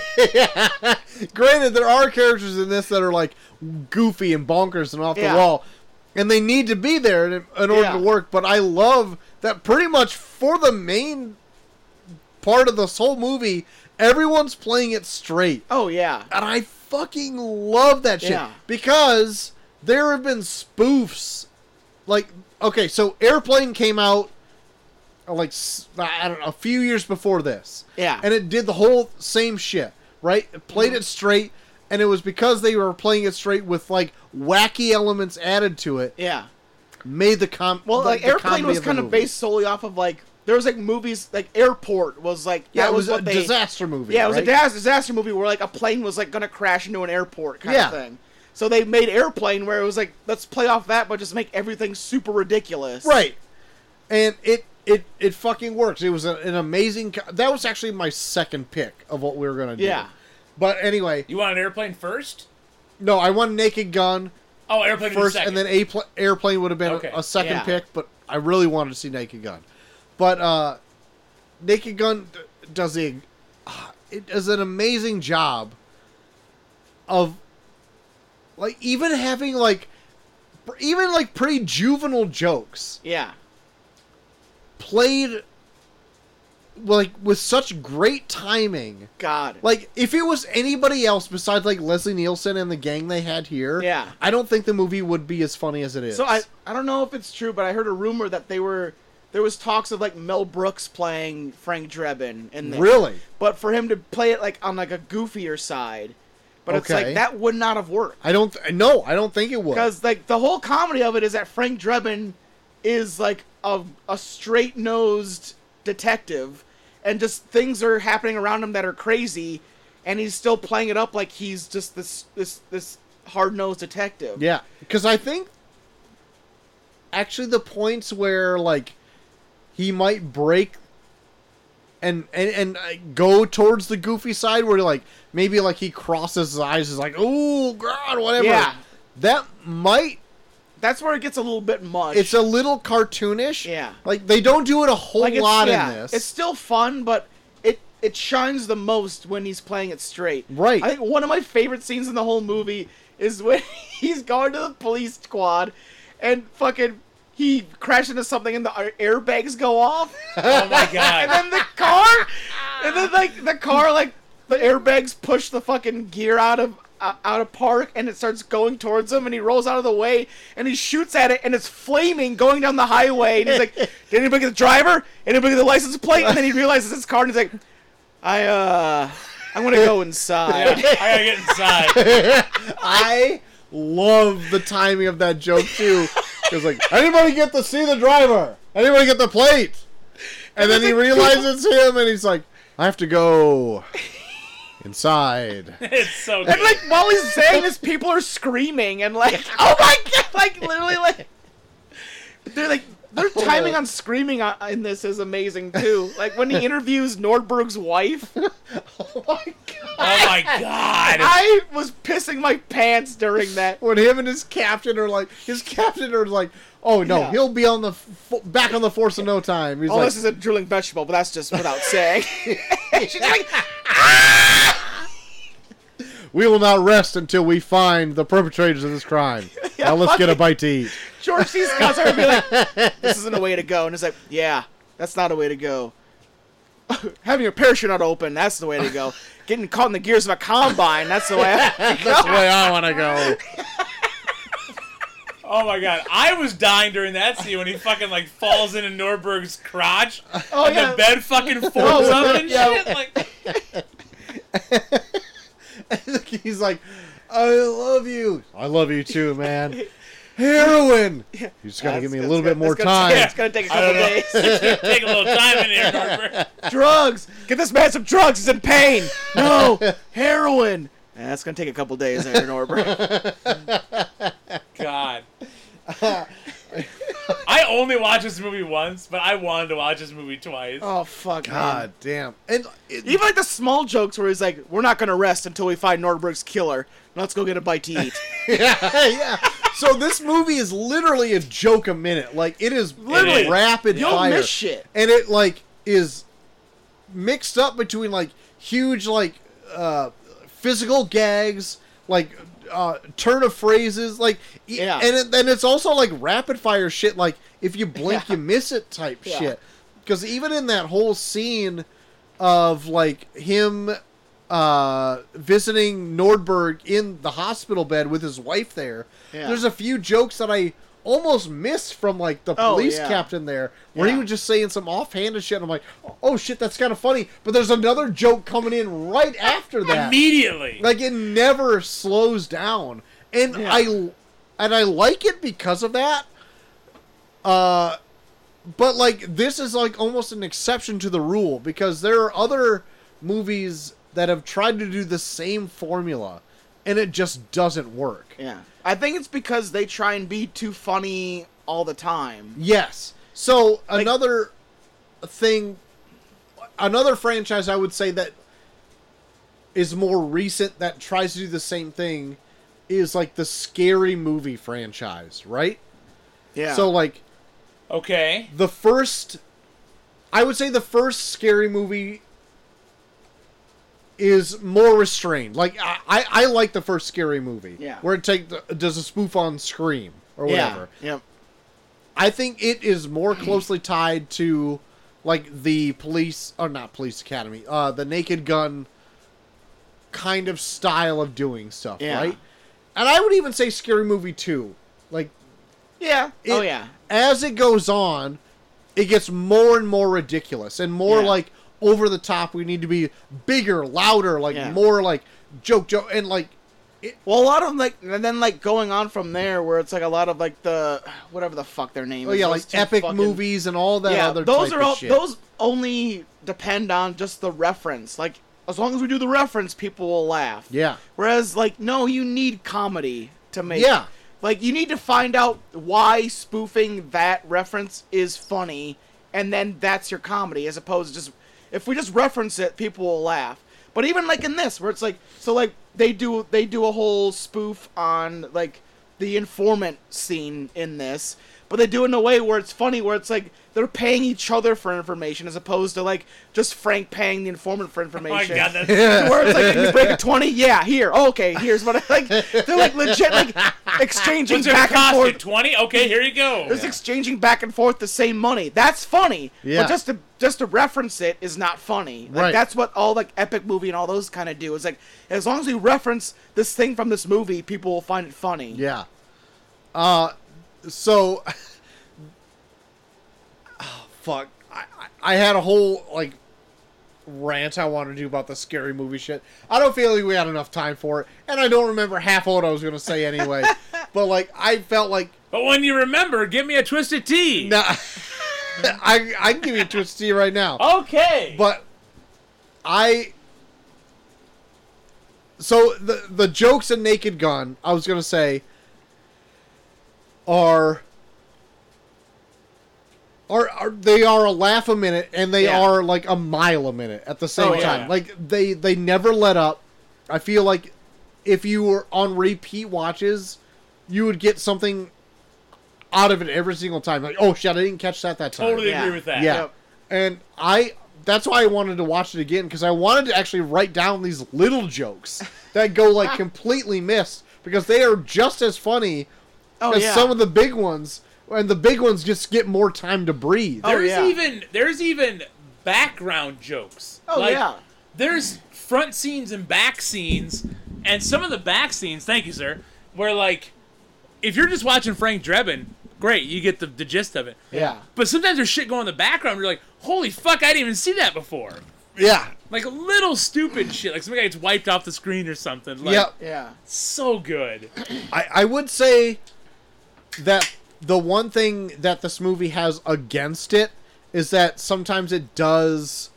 C: Granted, there are characters in this that are like goofy and bonkers and off
A: Yeah.
C: the wall, and they need to be there in, in order
A: Yeah.
C: to work. But I love that pretty much for the main part of this whole movie, everyone's playing it straight,
A: Oh yeah,
C: and I fucking love that shit
A: Yeah.
C: because there have been spoofs. Like, okay, so Airplane came out uh, like s- I don't know, a few years before this.
A: Yeah. Mm-hmm.
C: And it did the whole same shit, right? It played it straight, and it was because they were playing it straight with like wacky elements added to it.
A: yeah.
C: Made the com.
A: Well,
C: the-
A: like
C: the
A: Airplane
C: comedy
A: was
C: the
A: kind of
C: movie.
A: based solely off of like there was like movies like Airport was like
C: Yeah,
A: that
C: it was,
A: what
C: a
A: they
C: disaster movie.
A: yeah it was
C: right?
A: a dis- disaster movie where like a plane was like gonna crash into an airport kind
C: Yeah.
A: of thing. So they made Airplane where it was like let's play off that but just make everything super ridiculous.
C: Right. And it it it fucking works. It was a, an amazing. Co- that was actually my second pick of what we were gonna do.
A: Yeah.
C: But anyway,
B: You want an airplane first?
C: no, I won Naked Gun
B: Oh, airplane
C: first,
B: second.
C: and then a pl- airplane would have been a-
B: Okay.
C: a second
A: Yeah.
C: pick. But I really wanted to see Naked Gun. But uh, Naked Gun d- does a ah, it does an amazing job of like even having like pr- even like pretty juvenile jokes
A: Yeah.
C: played like with such great timing.
A: God.
C: Like if it was anybody else besides like Leslie Nielsen and the gang they had here,
A: Yeah.
C: I don't think the movie would be as funny as it is.
A: So I I don't know if it's true, but I heard a rumor that they were there was talks of like Mel Brooks playing Frank Drebin in this.
C: really
A: But for him to play it like on like a goofier side, but it's
C: Okay.
A: like that would not have worked
C: I don't th- no I don't think it would.
A: because like the whole comedy of it is that Frank Drebin is like a a straight nosed detective, and just things are happening around him that are crazy, and he's still playing it up like he's just this this this hard nosed detective.
C: Yeah, because I think actually the points where like he might break and and and uh, go towards the goofy side, where like maybe like he crosses his eyes, is like oh god, whatever.
A: Yeah.
C: that might.
A: That's where it gets a little bit much.
C: It's a little cartoonish.
A: Yeah.
C: like they don't do it a whole
A: Like, it's-
C: lot
A: yeah,
C: in this.
A: It's still fun, but it it shines the most when he's playing it straight.
C: Right.
A: I think one of my favorite scenes in the whole movie is when he's going to the police squad and fucking he crashes into something and the air- airbags go off.
B: oh my
A: and
B: god!
A: then the car and then like the car like the airbags push the fucking gear out of uh, out of park and it starts going towards him and he rolls out of the way and he shoots at it and it's flaming going down the highway and he's like did anybody get the driver anybody get the license plate and then he realizes it's car and he's like i uh i'm gonna go
B: yeah,
A: inside
B: I gotta get inside.
C: I love the timing of that joke too. Because like anybody get to see the driver? Anybody get the plate? And, then he realizes him, and he's like, I have to go inside.
B: It's so
A: and
B: good.
A: like while he's saying this people are screaming and like oh my god like literally like they're like their timing on screaming on- in this is amazing too like when he interviews nordberg's wife
B: oh my god!
A: i was pissing my pants during that
C: when him and his captain are like, his captain are like, oh no,
A: Yeah.
C: he'll be on the fo- back on the force in no time. He's
A: oh
C: like,
A: this is a drooling vegetable but that's just without saying she's like
C: we will not rest until we find the perpetrators of this crime. now let's get a bite to eat.
A: george c scott's gonna be like this isn't a way to go and it's like yeah that's not a way to go having your parachute not open that's the way to go getting caught in the gears of a combine that's the way
C: That's the way I want to go.
B: Oh my god! I was dying during that scene when he fucking like falls into Norberg's crotch
A: oh
B: and the bed fucking folds up and shit. Like,
C: He's like, I love you. I love you too, man. Heroin. You just gotta give me a little bit more time.
A: It's gonna take a couple days.
B: it's gonna take a little time in here, Norberg.
A: drugs. Get this man some drugs. He's in pain. No heroin. Eh, That's gonna take a couple days, Aaron Norbert.
B: God. I only watched this movie once, but I wanted to watch this movie twice.
A: Oh fuck,
C: God
A: Man.
C: damn. And it,
A: Even like the small jokes where he's like, "We're not gonna rest until we find Nordberg's killer. Let's go get a bite to eat."
C: yeah, yeah. So this movie is literally a joke a minute. Like it is
A: Literally.
C: rapid
A: You'll
C: fire.
A: miss shit.
C: And it like is mixed up between like huge like uh physical gags, like uh turn of phrases, like e-
A: Yeah.
C: and it, and it's also like rapid fire shit like if you blink you miss it type
A: Yeah.
C: shit. Cuz even in that whole scene of like him uh, visiting Nordberg in the hospital bed with his wife there.
A: Yeah.
C: There's a few jokes that I almost missed from like the
A: Oh,
C: police
A: yeah.
C: captain there, where he
A: Yeah.
C: was just saying some offhanded shit. And I'm like, oh shit, that's kind of funny. But there's another joke coming in right after that.
B: Immediately.
C: Like it never slows down, and
A: Yeah.
C: I and I like it because of that. Uh, but like this is like almost an exception to the rule because there are other movies that have tried to do the same formula, and it just doesn't work.
A: yeah, I think it's because they try and be too funny all the time.
C: Yes. So another thing, another franchise I would say that is more recent that tries to do the same thing is like the scary movie franchise, right?
A: Yeah.
C: So like
B: Okay.
C: the first, I would say the first scary movie is more restrained. Like I, I, I like the first scary movie,
A: Yeah.
C: where it take the, does a spoof on Scream or whatever.
A: Yeah. Yep.
C: I think it is more closely tied to like the police or not police academy, uh the naked gun kind of style of doing stuff,
A: Yeah.
C: right? And I would even say scary movie 2. Like
A: Yeah.
C: it,
A: oh yeah.
C: As it goes on, it gets more and more ridiculous and more
A: Yeah.
C: like over the top. We need to be bigger, louder, like
A: Yeah.
C: more like joke joke and like
A: Well, a lot of them, like, and then like going on from there, where it's like a lot of like the whatever the fuck their name
C: oh
A: is.
C: yeah,
A: those
C: like
A: two
C: epic
A: fucking-
C: movies and all that
A: Yeah,
C: other
A: those
C: type
A: are
C: of
A: all.
C: shit.
A: Those only depend on just the reference. Like, as long as we do the reference, people will laugh.
C: Yeah.
A: Whereas, like, no, you need comedy to make.
C: Yeah.
A: Like, you need to find out why spoofing that reference is funny, and then that's your comedy, as opposed to just if we just reference it, people will laugh. But even like in this, where it's like, so like they do they do a whole spoof on like the informant scene in this, but they do it in a way where it's funny, where it's like they're paying each other for information as opposed to like just Frank paying the informant for
B: Oh my
A: information.
B: god, that's
A: Where it's like, can you break a twenty? Yeah, here. Oh, okay, here's what I like. They're like legit, like exchanging
B: what's it
A: back and
B: cost you?
A: forth.
B: Twenty? Okay, here you go.
A: Just exchanging back and forth the same money. That's funny.
C: Yeah.
A: But just to just to reference it is not funny. Like,
C: Right.
A: That's what all like epic movie and all those kind of do. Is like as long as we reference this thing from this movie, people will find it funny.
C: Yeah. Uh, so. Oh, fuck. I, I I had a whole, like, rant I wanted to do about the scary movie shit. I don't feel like we had enough time for it, and I don't remember half of what I was going to say anyway. but, like, I felt like.
B: But when you remember, give me a twisted tea.
C: Nah, I, I can give you a twist to you right now.
B: Okay.
C: But I. So the the jokes in Naked Gun, I was gonna say, are are, are they are a laugh a minute and they
A: Yeah.
C: are like a mile a minute at the
A: Oh,
C: same
A: yeah.
C: time. Like they they never let up. I feel like if you were on repeat watches, you would get something out of it every single time. Like, oh shit, I didn't catch that that time.
B: totally
A: Yeah.
B: agree with that.
C: Yeah.
A: Yep.
C: And I that's why I wanted to watch it again because I wanted to actually write down these little jokes that go like completely missed because they are just as funny
A: Oh
C: as
A: yeah.
C: some of the big ones and the big ones just get more time to breathe.
A: Oh,
B: There's
A: yeah.
B: even there's even background jokes.
A: Oh, yeah.
B: There's front scenes and back scenes, and some of the back scenes. Thank you, sir. Where like, if you're just watching Frank Drebin, great, you get the, the gist of it.
C: Yeah.
B: But sometimes there's shit going in the background. You're like, holy fuck, I didn't even see that before.
C: Yeah.
B: Like little stupid shit. Like some guy gets wiped off the screen or something. Like,
C: yep.
A: yeah.
B: So good.
C: I, I would say that the one thing that this movie has against it is that sometimes it does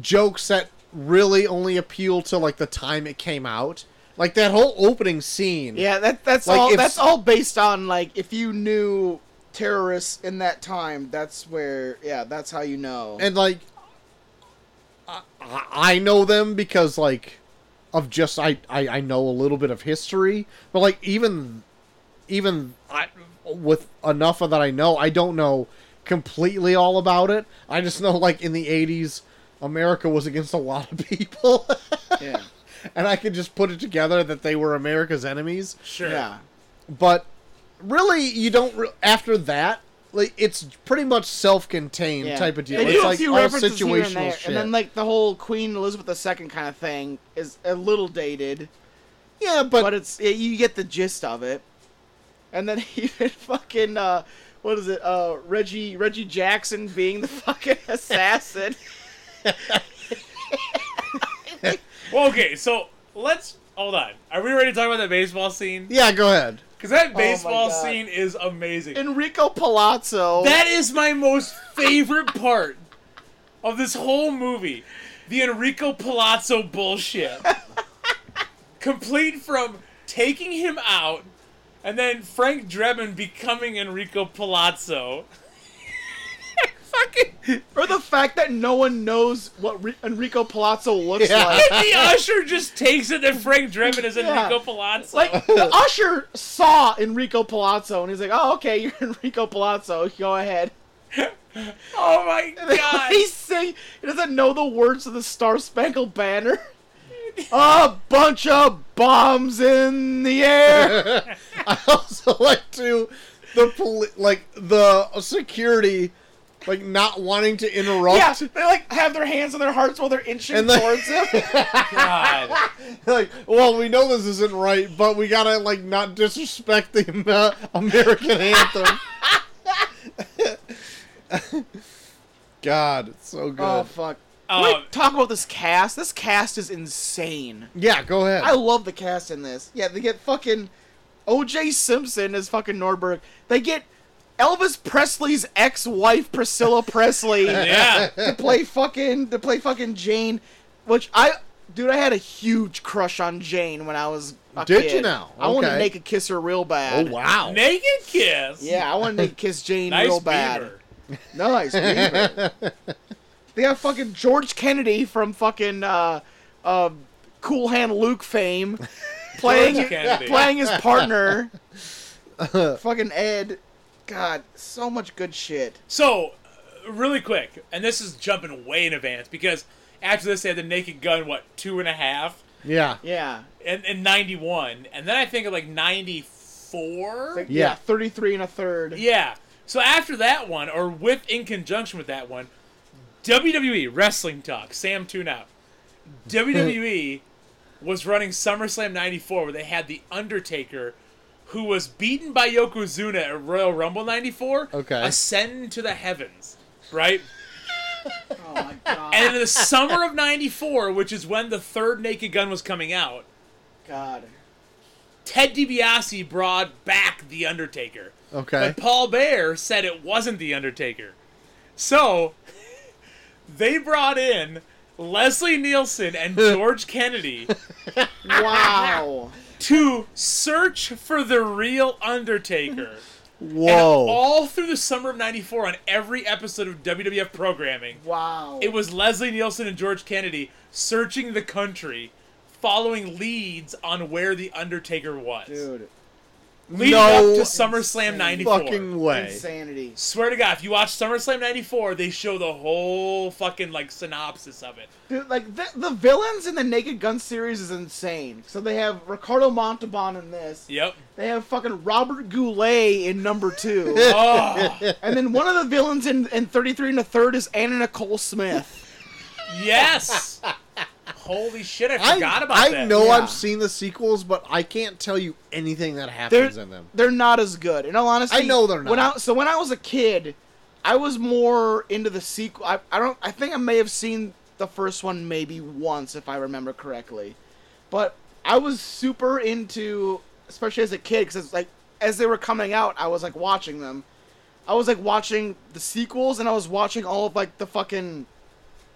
C: jokes that really only appeal to like the time it came out. Like that whole opening scene.
A: Yeah, that that's
C: Like,
A: all.
C: if-
A: That's all based on like if you knew terrorists in that time, that's where yeah, that's how you know.
C: and like I, I know them because like of just I, I i know a little bit of history but like even even I, with enough of that i know i don't know completely all about it i just know like in the 80s america was against a lot of people
A: yeah.
C: and i could just put it together that they were america's enemies
B: Sure.
A: Yeah.
C: but really you don't re- after that like it's pretty much self-contained
A: yeah.
C: type of deal
A: They
C: it's
A: do a
C: like
A: few
C: all
A: references here
C: situational
A: and, there,
C: shit
A: and then like the whole Queen Elizabeth II kind of thing is a little dated,
C: yeah
A: but, it's it, you get the gist of it. And then even fucking uh, what is it? Uh, Reggie Reggie Jackson being the fucking assassin.
B: Well, okay, so let's hold on. Are we ready to talk about that baseball scene?
C: Yeah, go ahead.
B: Because that
A: Oh my
B: baseball
A: God.
B: scene is amazing.
A: Enrico Palazzo.
B: That is my most favorite part of this whole movie. The Enrico Palazzo bullshit. Complete from taking him out and then Frank Drebin becoming Enrico Palazzo. Fucking.
A: or the fact that no one knows what Re- Enrico Palazzo looks
C: Yeah.
A: like.
B: And the usher just takes it that Frank Drebin is Enrico Palazzo.
A: Like the usher saw Enrico Palazzo and he's like, "Oh, okay, you're Enrico Palazzo. Go ahead."
B: oh my god.
A: he sing. He doesn't know the words of the Star Spangled Banner. A bunch of bombs in the air.
C: I also like to the poli- like the security like not wanting to interrupt.
A: yeah, they like have their hands on their hearts while they're inching
C: And the-
A: towards him.
B: God.
C: Like, well, we know this isn't right, but we gotta like not disrespect the Amer- American anthem. God, it's so good.
A: oh fuck. Can
B: Um,
A: we talk about this cast? This cast is insane.
C: yeah, go ahead.
A: I love the cast in this. Yeah, they get fucking O.J. Simpson as fucking Norberg. They get Elvis Presley's ex-wife Priscilla Presley
B: yeah.
A: to play fucking to play fucking Jane, which I dude I had a huge crush on Jane when I was a
C: Did you
A: kid.
C: now?
A: I wanted to
C: Okay.
A: make a kiss her real bad.
C: oh wow.
B: Naked kiss.
A: Yeah, I wanted to kiss Jane
B: Nice
A: real bad.
B: beaver.
A: Nice. Beaver. they have fucking George Kennedy from fucking uh, uh, Cool Hand Luke fame playing
B: George Kennedy.
A: playing his partner. fucking Ed. God, so much good shit.
B: So, uh, really quick, and this is jumping way in advance because after this they had the Naked Gun, what two and a half,
C: Yeah.
A: Yeah.
B: and in '91, and then I think of like '94.
A: yeah. 33 and a third.
B: Yeah. So after that one, or with in conjunction with that one, WWE Wrestling Talk. Sam tune out. WWE was running SummerSlam '94 where they had the Undertaker. Who was beaten by Yokozuna at Royal Rumble '94?
C: Okay.
B: ascend to the heavens, right?
A: Oh my god.
B: And in the summer of 94, which is when the third Naked Gun was coming out,
A: God.
B: Ted DiBiase brought back The Undertaker.
C: Okay.
B: But Paul Bear said it wasn't The Undertaker. So they brought in Leslie Nielsen and George Kennedy
A: Wow.
B: to search for the real Undertaker. And
C: Whoa.
B: all through the summer of 94 on every episode of WWF programming.
A: wow.
B: It was Leslie Nielsen and George Kennedy searching the country, following leads on where the Undertaker was.
A: dude
B: Leading
C: No
B: up to SummerSlam '94.
C: Fucking way.
A: insanity.
B: Swear to God, if you watch SummerSlam '94, they show the whole fucking like synopsis of it.
A: Dude, like the, the villains in the Naked Gun series is insane. So they have Ricardo Montalban in this.
B: Yep.
A: They have fucking Robert Goulet in number two,
B: Oh
A: and then one of the villains in, in thirty three and a third is Anna Nicole Smith.
B: yes. Holy shit! I
C: I,
B: forgot about
C: I
B: that.
C: know
A: Yeah.
C: I've seen the sequels, but I can't tell you anything that happens in them.
A: They're not as good. In all honesty,
C: I know they're not.
A: When I, so when I was a kid, I was more into the sequel. I, I don't. I think I may have seen the first one maybe once, if I remember correctly. But I was super into, especially as a kid, because it's like as they were coming out, I was like watching them. I was like watching the sequels, and I was watching all of like the fucking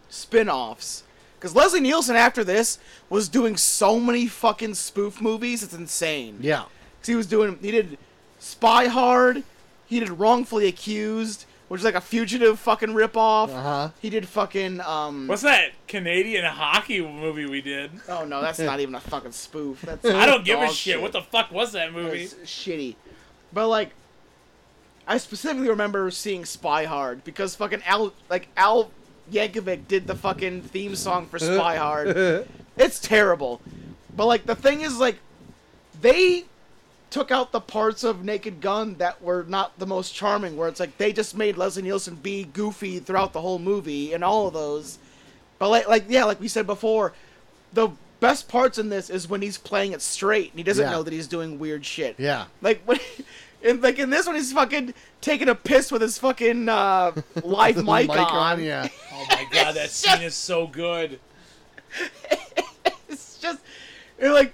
A: spin-offs. Because Leslie Nielsen after this was doing so many fucking spoof movies, it's insane.
C: Yeah.
A: 'Cause he was doing he did Spy Hard, He did wrongfully accused, which is like a fugitive fucking ripoff.
C: Uh-huh.
A: He did fucking um.
B: What's that Canadian hockey movie we did?
A: oh no, that's not even a fucking spoof. That's
B: I don't give a
A: dog
B: shit. What the fuck was that movie?
A: It's shitty. But like, I specifically remember seeing Spy Hard because fucking Al, like Al Yankovic did the fucking theme song for Spy Hard. It's terrible. But like, the thing is, like, they took out the parts of Naked Gun that were not the most charming. Where it's like they just made Leslie Nielsen be goofy throughout the whole movie and all of those. But like, like yeah, like we said before, the best parts in this is when he's playing it straight and he doesn't
C: Yeah.
A: know that he's doing weird shit.
C: Yeah.
A: Like when, and like in this one, he's fucking taking a piss with his fucking uh, live mic, on.
C: Yeah.
B: Oh my god, that scene is so good.
A: It's just, you're like,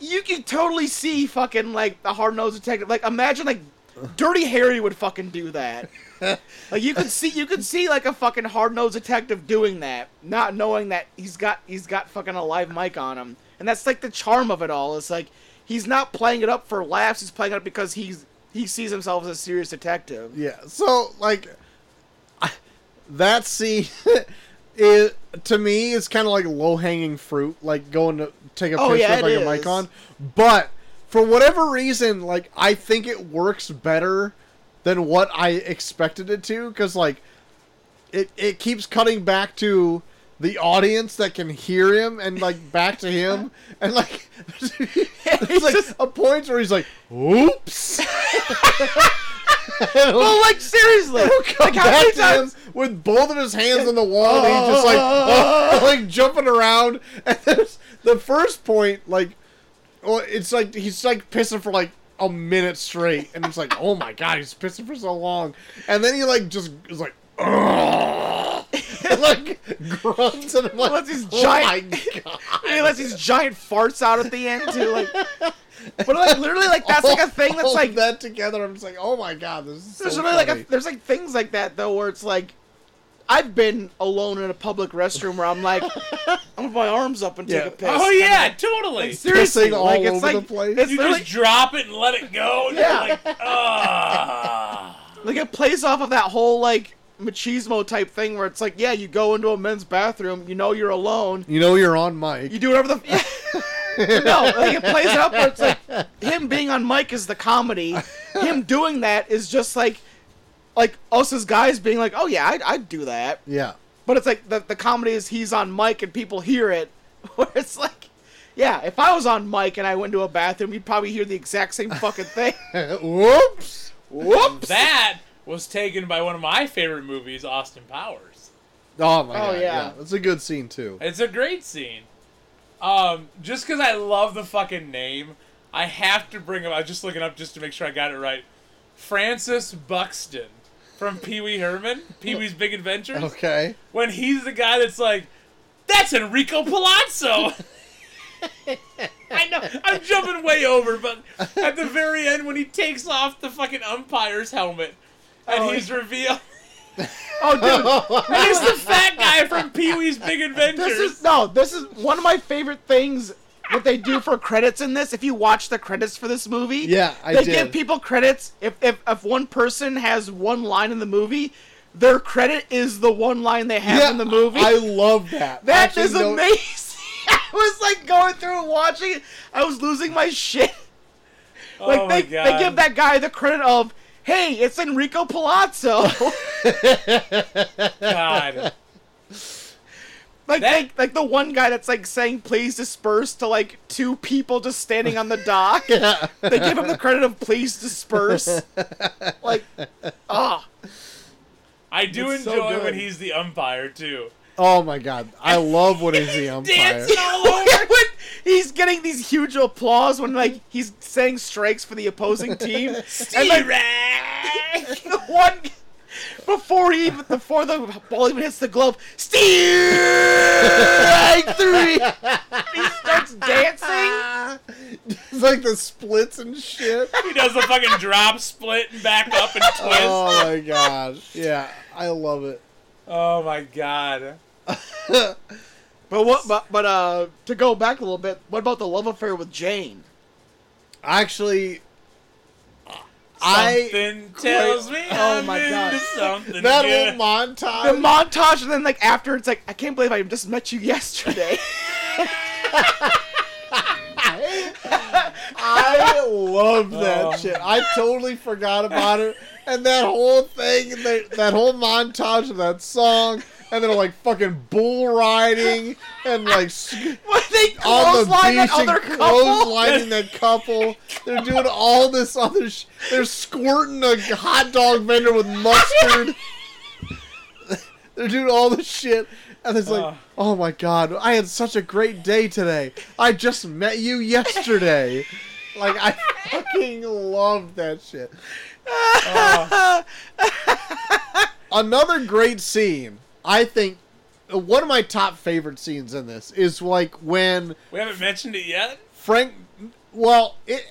A: you can totally see fucking like the hard nosed detective. Like imagine like Dirty Harry would fucking do that. like you could see, you could see like a fucking hard nosed detective doing that, not knowing that he's got he's got fucking a live mic on him, and that's like the charm of it all. It's like he's not playing it up for laughs. He's playing it up because he's he sees himself as a serious detective.
C: Yeah. So like I- that scene it to me is kind of like low hanging fruit, like going to take a
A: Oh,
C: picture
A: yeah,
C: with
A: it
C: like a mic
A: is.
C: on. But for whatever reason, like I think it works better than what I expected it to cuz like it it keeps cutting back to the audience that can hear him and like back to him and like there's like a point where he's like oops And, like,
A: Well, like seriously, like how many
C: back to
A: times?
C: him with both of his hands on the wall, and he's just like oh, like jumping around. And there's the first point, like, well, it's like he's like pissing for like a minute straight, and it's like, oh my god, he's pissing for so long, and then he like just is like. "Ugh," and, like grunts and I'm like,
A: What's his
C: oh
A: giant-
C: my god.
A: And he lets these giant farts out at the end too, like. But like literally, like that's like a thing
C: All
A: that's
C: of
A: like
C: that together. I'm just like, oh my god, this is so
A: there's really like
C: funny."
A: a, there's like things like that though where it's like I've been alone in a public restroom where I'm like I'm gonna put my arms up and
C: Yeah.
A: take a piss.
B: Oh
A: And
B: yeah,
A: I'm
B: totally.
A: like, seriously,
C: Pissing all
A: like it's
C: over
A: like
C: the place.
A: it's
B: you
A: literally-
B: just drop it and let it go. and you're
A: Yeah.
B: Like, ah.
A: like it plays off of that whole like machismo type thing where it's like yeah you go into a men's bathroom you know you're alone
C: you know you're on mic.
A: you do whatever the no like it plays out where it's like him being on mic is the comedy him doing that is just like like us as guys being like oh yeah I'd, I'd do that
C: yeah.
A: But it's like the, the comedy is he's on mic and people hear it. Where it's like, yeah, if I was on mic and I went to a bathroom, you'd probably hear the exact same fucking thing.
C: Whoops.
A: Whoops.
B: That was taken by one of my favorite movies, Austin Powers.
C: Oh my
A: Oh, yeah.
C: god! Yeah, that's a good scene too.
B: It's a great scene. Um, just because I love the fucking name, I have to bring up. I was just looking up just to make sure I got it right. Francis Buxton from Pee Wee Herman, Pee Wee's Big Adventures.
C: Okay.
B: When he's the guy that's like, "That's Enrico Palazzo." I know I'm jumping way over, but at the very end when he takes off the fucking umpire's helmet and
A: Oh,
B: he's revealed,
A: Oh, dude.
B: and it's the fat guy from Pee Wee's Big Adventures.
A: This is, no, this is one of my favorite things that they do for credits in this. If you watch the credits for this movie,
C: Yeah, I
A: they
C: did.
A: give people credits. If, if, if one person has one line in the movie, their credit is the one line they have in the movie.
C: I love that.
A: That
C: Actually,
A: is
C: no-
A: amazing. I was like going through and watching it. I was losing my shit. Like
B: Oh my
A: they, they
B: God.
A: give that guy the credit of, hey, it's Enrico Palazzo.
B: God.
A: like
B: That-
A: they, like the one guy that's like saying please disperse to like two people just standing on the dock.
C: Yeah.
A: they give him the credit of please disperse. like ah.
B: I do
C: It's so
B: enjoy
C: good.
B: when he's the umpire too.
C: Oh my god! I love when he's the umpire.
B: Dancing all
A: When
B: over.
A: he's getting these huge applause when like he's saying strikes for the opposing team. and like
B: T-Rex.
A: the one before he even before the ball even hits the glove, strike three. He starts dancing.
C: it's like the splits and shit.
B: he does the fucking drop split and back up and twist. Oh,
C: Oh my god! Yeah, I love it.
B: Oh, my god.
A: But what? But but uh, to go back a little bit, what about the love affair with Jane?
C: Actually, I
B: Something tells me
A: Oh
B: I'm
A: my God.
B: into something
C: that
B: good.
C: whole montage.
A: the montage, and then like after, it's like I can't believe I just met you yesterday.
C: I love that
B: Oh.
C: shit. I totally forgot about it. And that whole thing, and that- that whole montage of that song, and they're like fucking bull riding and like s-
A: What they
C: on the
A: clothesline that
C: beach and
A: other couple?
C: clotheslining that couple. They're doing all this other sh- They're squirting a hot dog vendor with mustard. they're doing all this shit. And it's like,
B: Ugh.
C: oh my god, I had such a great day today. I just met you yesterday. like, I fucking love that shit. Another great scene, I think. One of my top favorite scenes in this is like when
B: We haven't mentioned it yet.
C: Frank, well, it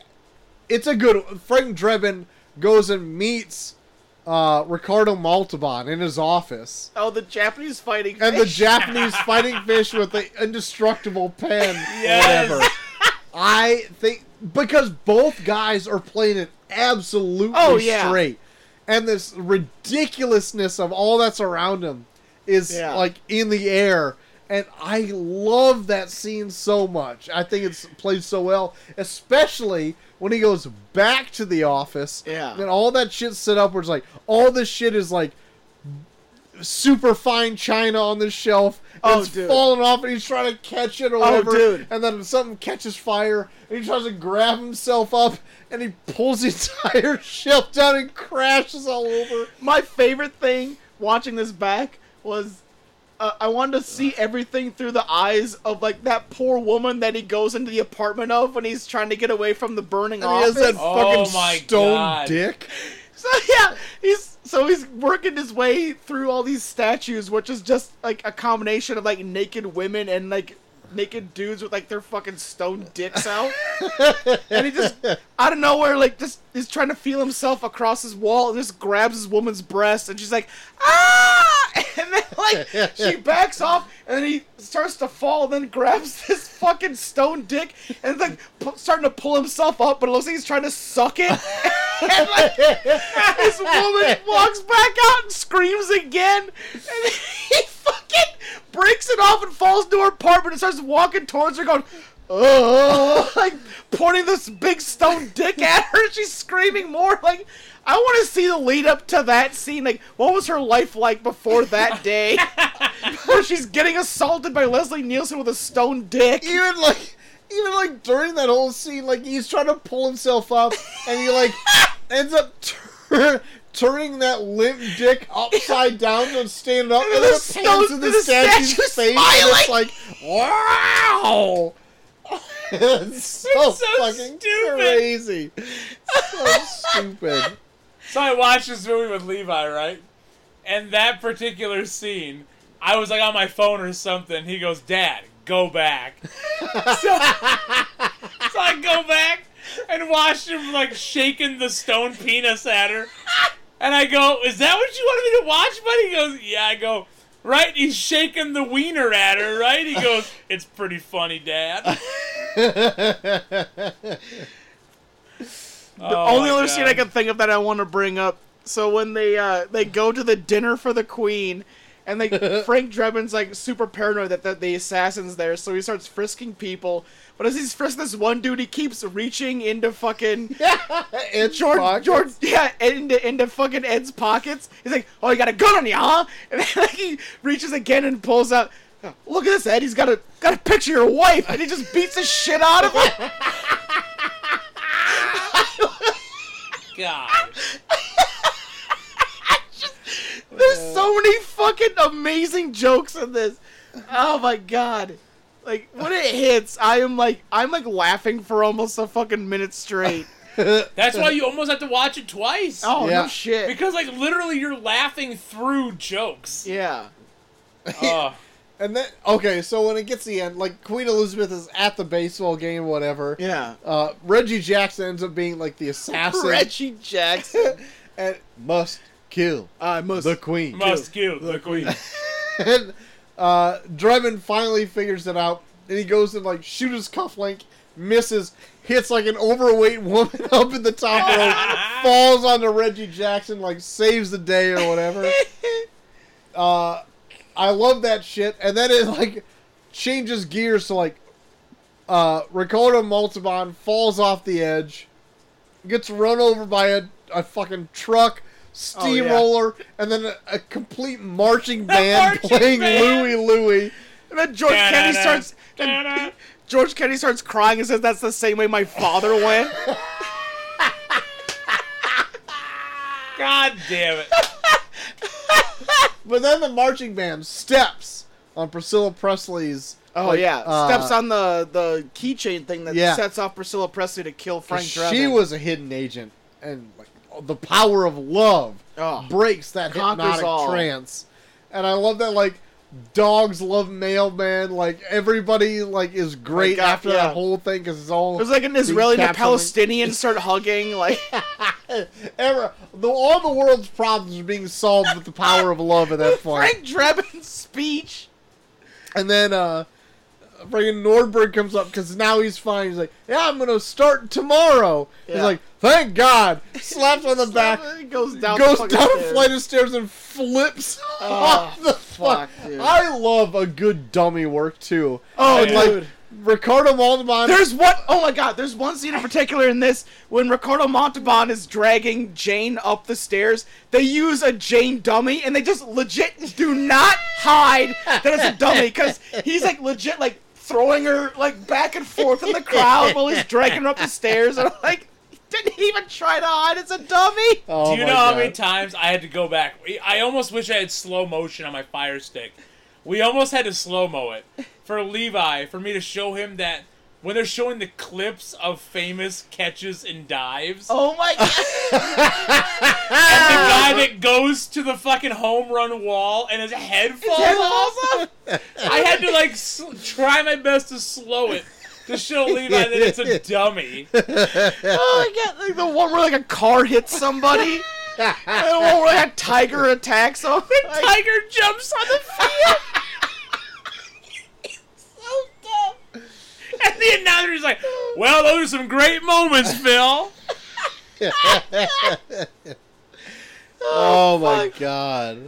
C: it's a good one. Frank Drebin goes and meets uh, Ricardo Montalban in his office,
A: Oh, the Japanese fighting.
C: and the
A: fish.
C: Japanese fighting fish with the indestructible pen,
B: Yes.
C: or whatever. I think because both guys are playing it absolutely
A: Oh, yeah.
C: straight, and this ridiculousness of all that's around him is
A: Yeah.
C: like in the air. And I love that scene so much. I think it's played so well, especially when he goes back to the office.
A: Yeah.
C: And all that shit's set up where it's like, all this shit is like super fine china on the shelf. And
A: Oh,
C: it's
A: dude. Oh,
C: falling off, and he's trying to catch it or whatever.
A: dude.
C: And then something catches fire, and he tries to grab himself up, and he pulls the entire shelf down and crashes all over.
A: My favorite thing watching this back was uh, I wanted to see everything through the eyes of like that poor woman that he goes into the apartment of when he's trying to get away from the burning
C: And he has
A: office.
C: that
B: Oh
C: fucking
B: my
C: stone
B: God.
C: dick.
A: So yeah, he's so he's working his way through all these statues, which is just like a combination of like naked women and like naked dudes with like their fucking stone dicks out. and he just out of nowhere, like just is trying to feel himself across his wall and just grabs his woman's breast and she's like, ah and then like she backs off and then he starts to fall and then grabs this fucking stone dick and like pu- starting to pull himself up, but it looks like he's trying to suck it. and like this
C: Oh,
A: woman walks back out and screams again, and then he fucking breaks it off and falls into her apartment and starts walking towards her, going, "Oh!" like pointing this big stone dick at her. and She's screaming more. Like, I want to see the lead up to that scene. Like, what was her life like before that day, where she's getting assaulted by Leslie Nielsen with a stone dick?
C: even like even like during that whole scene like he's trying to pull himself up and he like ends up tur- turning that limp dick upside down and standing up and
A: the
C: then pans
A: stone-
C: to the
A: the
C: statue's
A: statue's
C: face and it's like wow it's so,
B: so
C: fucking
B: stupid.
C: crazy so stupid
B: So I watched this movie with Levi, right? And that particular scene, I was like on my phone or something. He goes, "Dad, go back." so, so I go back and watched him like shaking the stone penis at her, and I go, "Is that what you wanted me to watch, buddy?" He goes, "Yeah." I go. Right, he's shaking the wiener at her. Right, he goes, "It's pretty funny, Dad."
A: The
B: Oh,
A: only other scene I can think of that I want to bring up. So when they uh, they go to the dinner for the queen, and they Frank Drebin's like super paranoid that, that the assassin's there, so he starts frisking people. But as he's frisking this one dude, he keeps reaching into fucking
C: it's
A: George,
C: fucking-
A: George, yeah, into into fucking Ed's pockets. He's like, "Oh, you got a gun on you, huh?" And then like, he reaches again and pulls out. Look at this, Ed. He's got a got a picture of your wife, and he just beats the shit out of him.
B: God.
A: There's so many fucking amazing jokes in this. Oh my god. Like when it hits, I am like I'm like laughing for almost a fucking minute straight.
B: That's why you almost have to watch it twice.
A: Oh
C: Yeah.
A: no shit.
B: Because like literally, you're laughing through jokes.
A: yeah.
B: Oh,
C: and then okay so when it gets to the end like queen elizabeth is at the baseball game whatever
A: Yeah.
C: Uh, Reggie Jackson ends up being like the assassin
A: Reggie Jackson.
C: and must kill
A: I must
C: the queen.
B: must kill the queen.
C: and uh, Drebin finally figures it out, and he goes and like shoot his cufflink, misses, hits like an overweight woman up in the top rope, falls onto Reggie Jackson, like saves the day or whatever. Uh, I love that shit. And then it like changes gears to like uh, Ricardo Montalban falls off the edge, gets run over by a, a fucking truck, steamroller, and then a, a complete marching band
B: marching
C: playing
B: band.
C: Louie Louie.
A: And then George Kennedy
B: Da-da-da.
A: starts.
B: Da-da.
A: Then George Kennedy starts crying and says, "That's the same way my father went."
B: God damn it.
C: But then the marching band steps on Priscilla Presley's.
A: Oh
C: like,
A: yeah,
C: uh,
A: steps on the the keychain thing that
C: Yeah.
A: sets off Priscilla Presley to kill Frank Drebin.
C: She was a hidden agent, and like the power of love
A: Oh.
C: breaks that
A: Conquers
C: hypnotic
A: all.
C: trance. And I love that like dogs love mailman. Like everybody like is great
A: God,
C: after
A: yeah.
C: that whole thing because it's all
A: It was like an Israeli and a
C: Encapsulate.
A: Palestinian start hugging. Like
C: era. The, all the world's problems are being solved with the power of love at that point.
A: Frank Drebin's speech.
C: And then uh friggin' Nordberg comes up because now he's fine. He's like, Yeah, I'm gonna start tomorrow. He's
A: Yeah.
C: like, Thank God. Slaps on the back,
A: It goes down.
C: goes
A: the fucking
C: down a
A: stairs.
C: flight of stairs and flips off the fuck.
A: fuck, dude.
C: I love a good dummy work too.
A: Oh,
C: And, like,
A: dude.
C: Ricardo Montalban
A: There's one oh my god, there's one scene in particular in this when Ricardo Montalban is dragging Jane up the stairs. They use a Jane dummy and they just legit do not hide that it's a dummy because he's like legit like throwing her like back and forth in the crowd while he's dragging her up the stairs and I'm like didn't even try to hide it's a dummy.
C: Oh
B: Do you
C: my
B: know how many
C: God.
B: times I had to go back? I almost wish I had slow motion on my fire stick. We almost had to slow mo it for Levi, for me to show him that when they're showing the clips of famous catches and dives,
A: Oh my god.
B: the guy that goes to the fucking home run wall and his head falls
A: head
B: off.
A: falls
B: I had to like sl- try my best to slow it to show Levi that it's a dummy.
A: Oh my god, like the one where like a car hits somebody. and the one where like a tiger attacks him.
B: Tiger jumps on the field. And the announcer's like, "Well, those are some great moments, Phil."
C: Oh my god.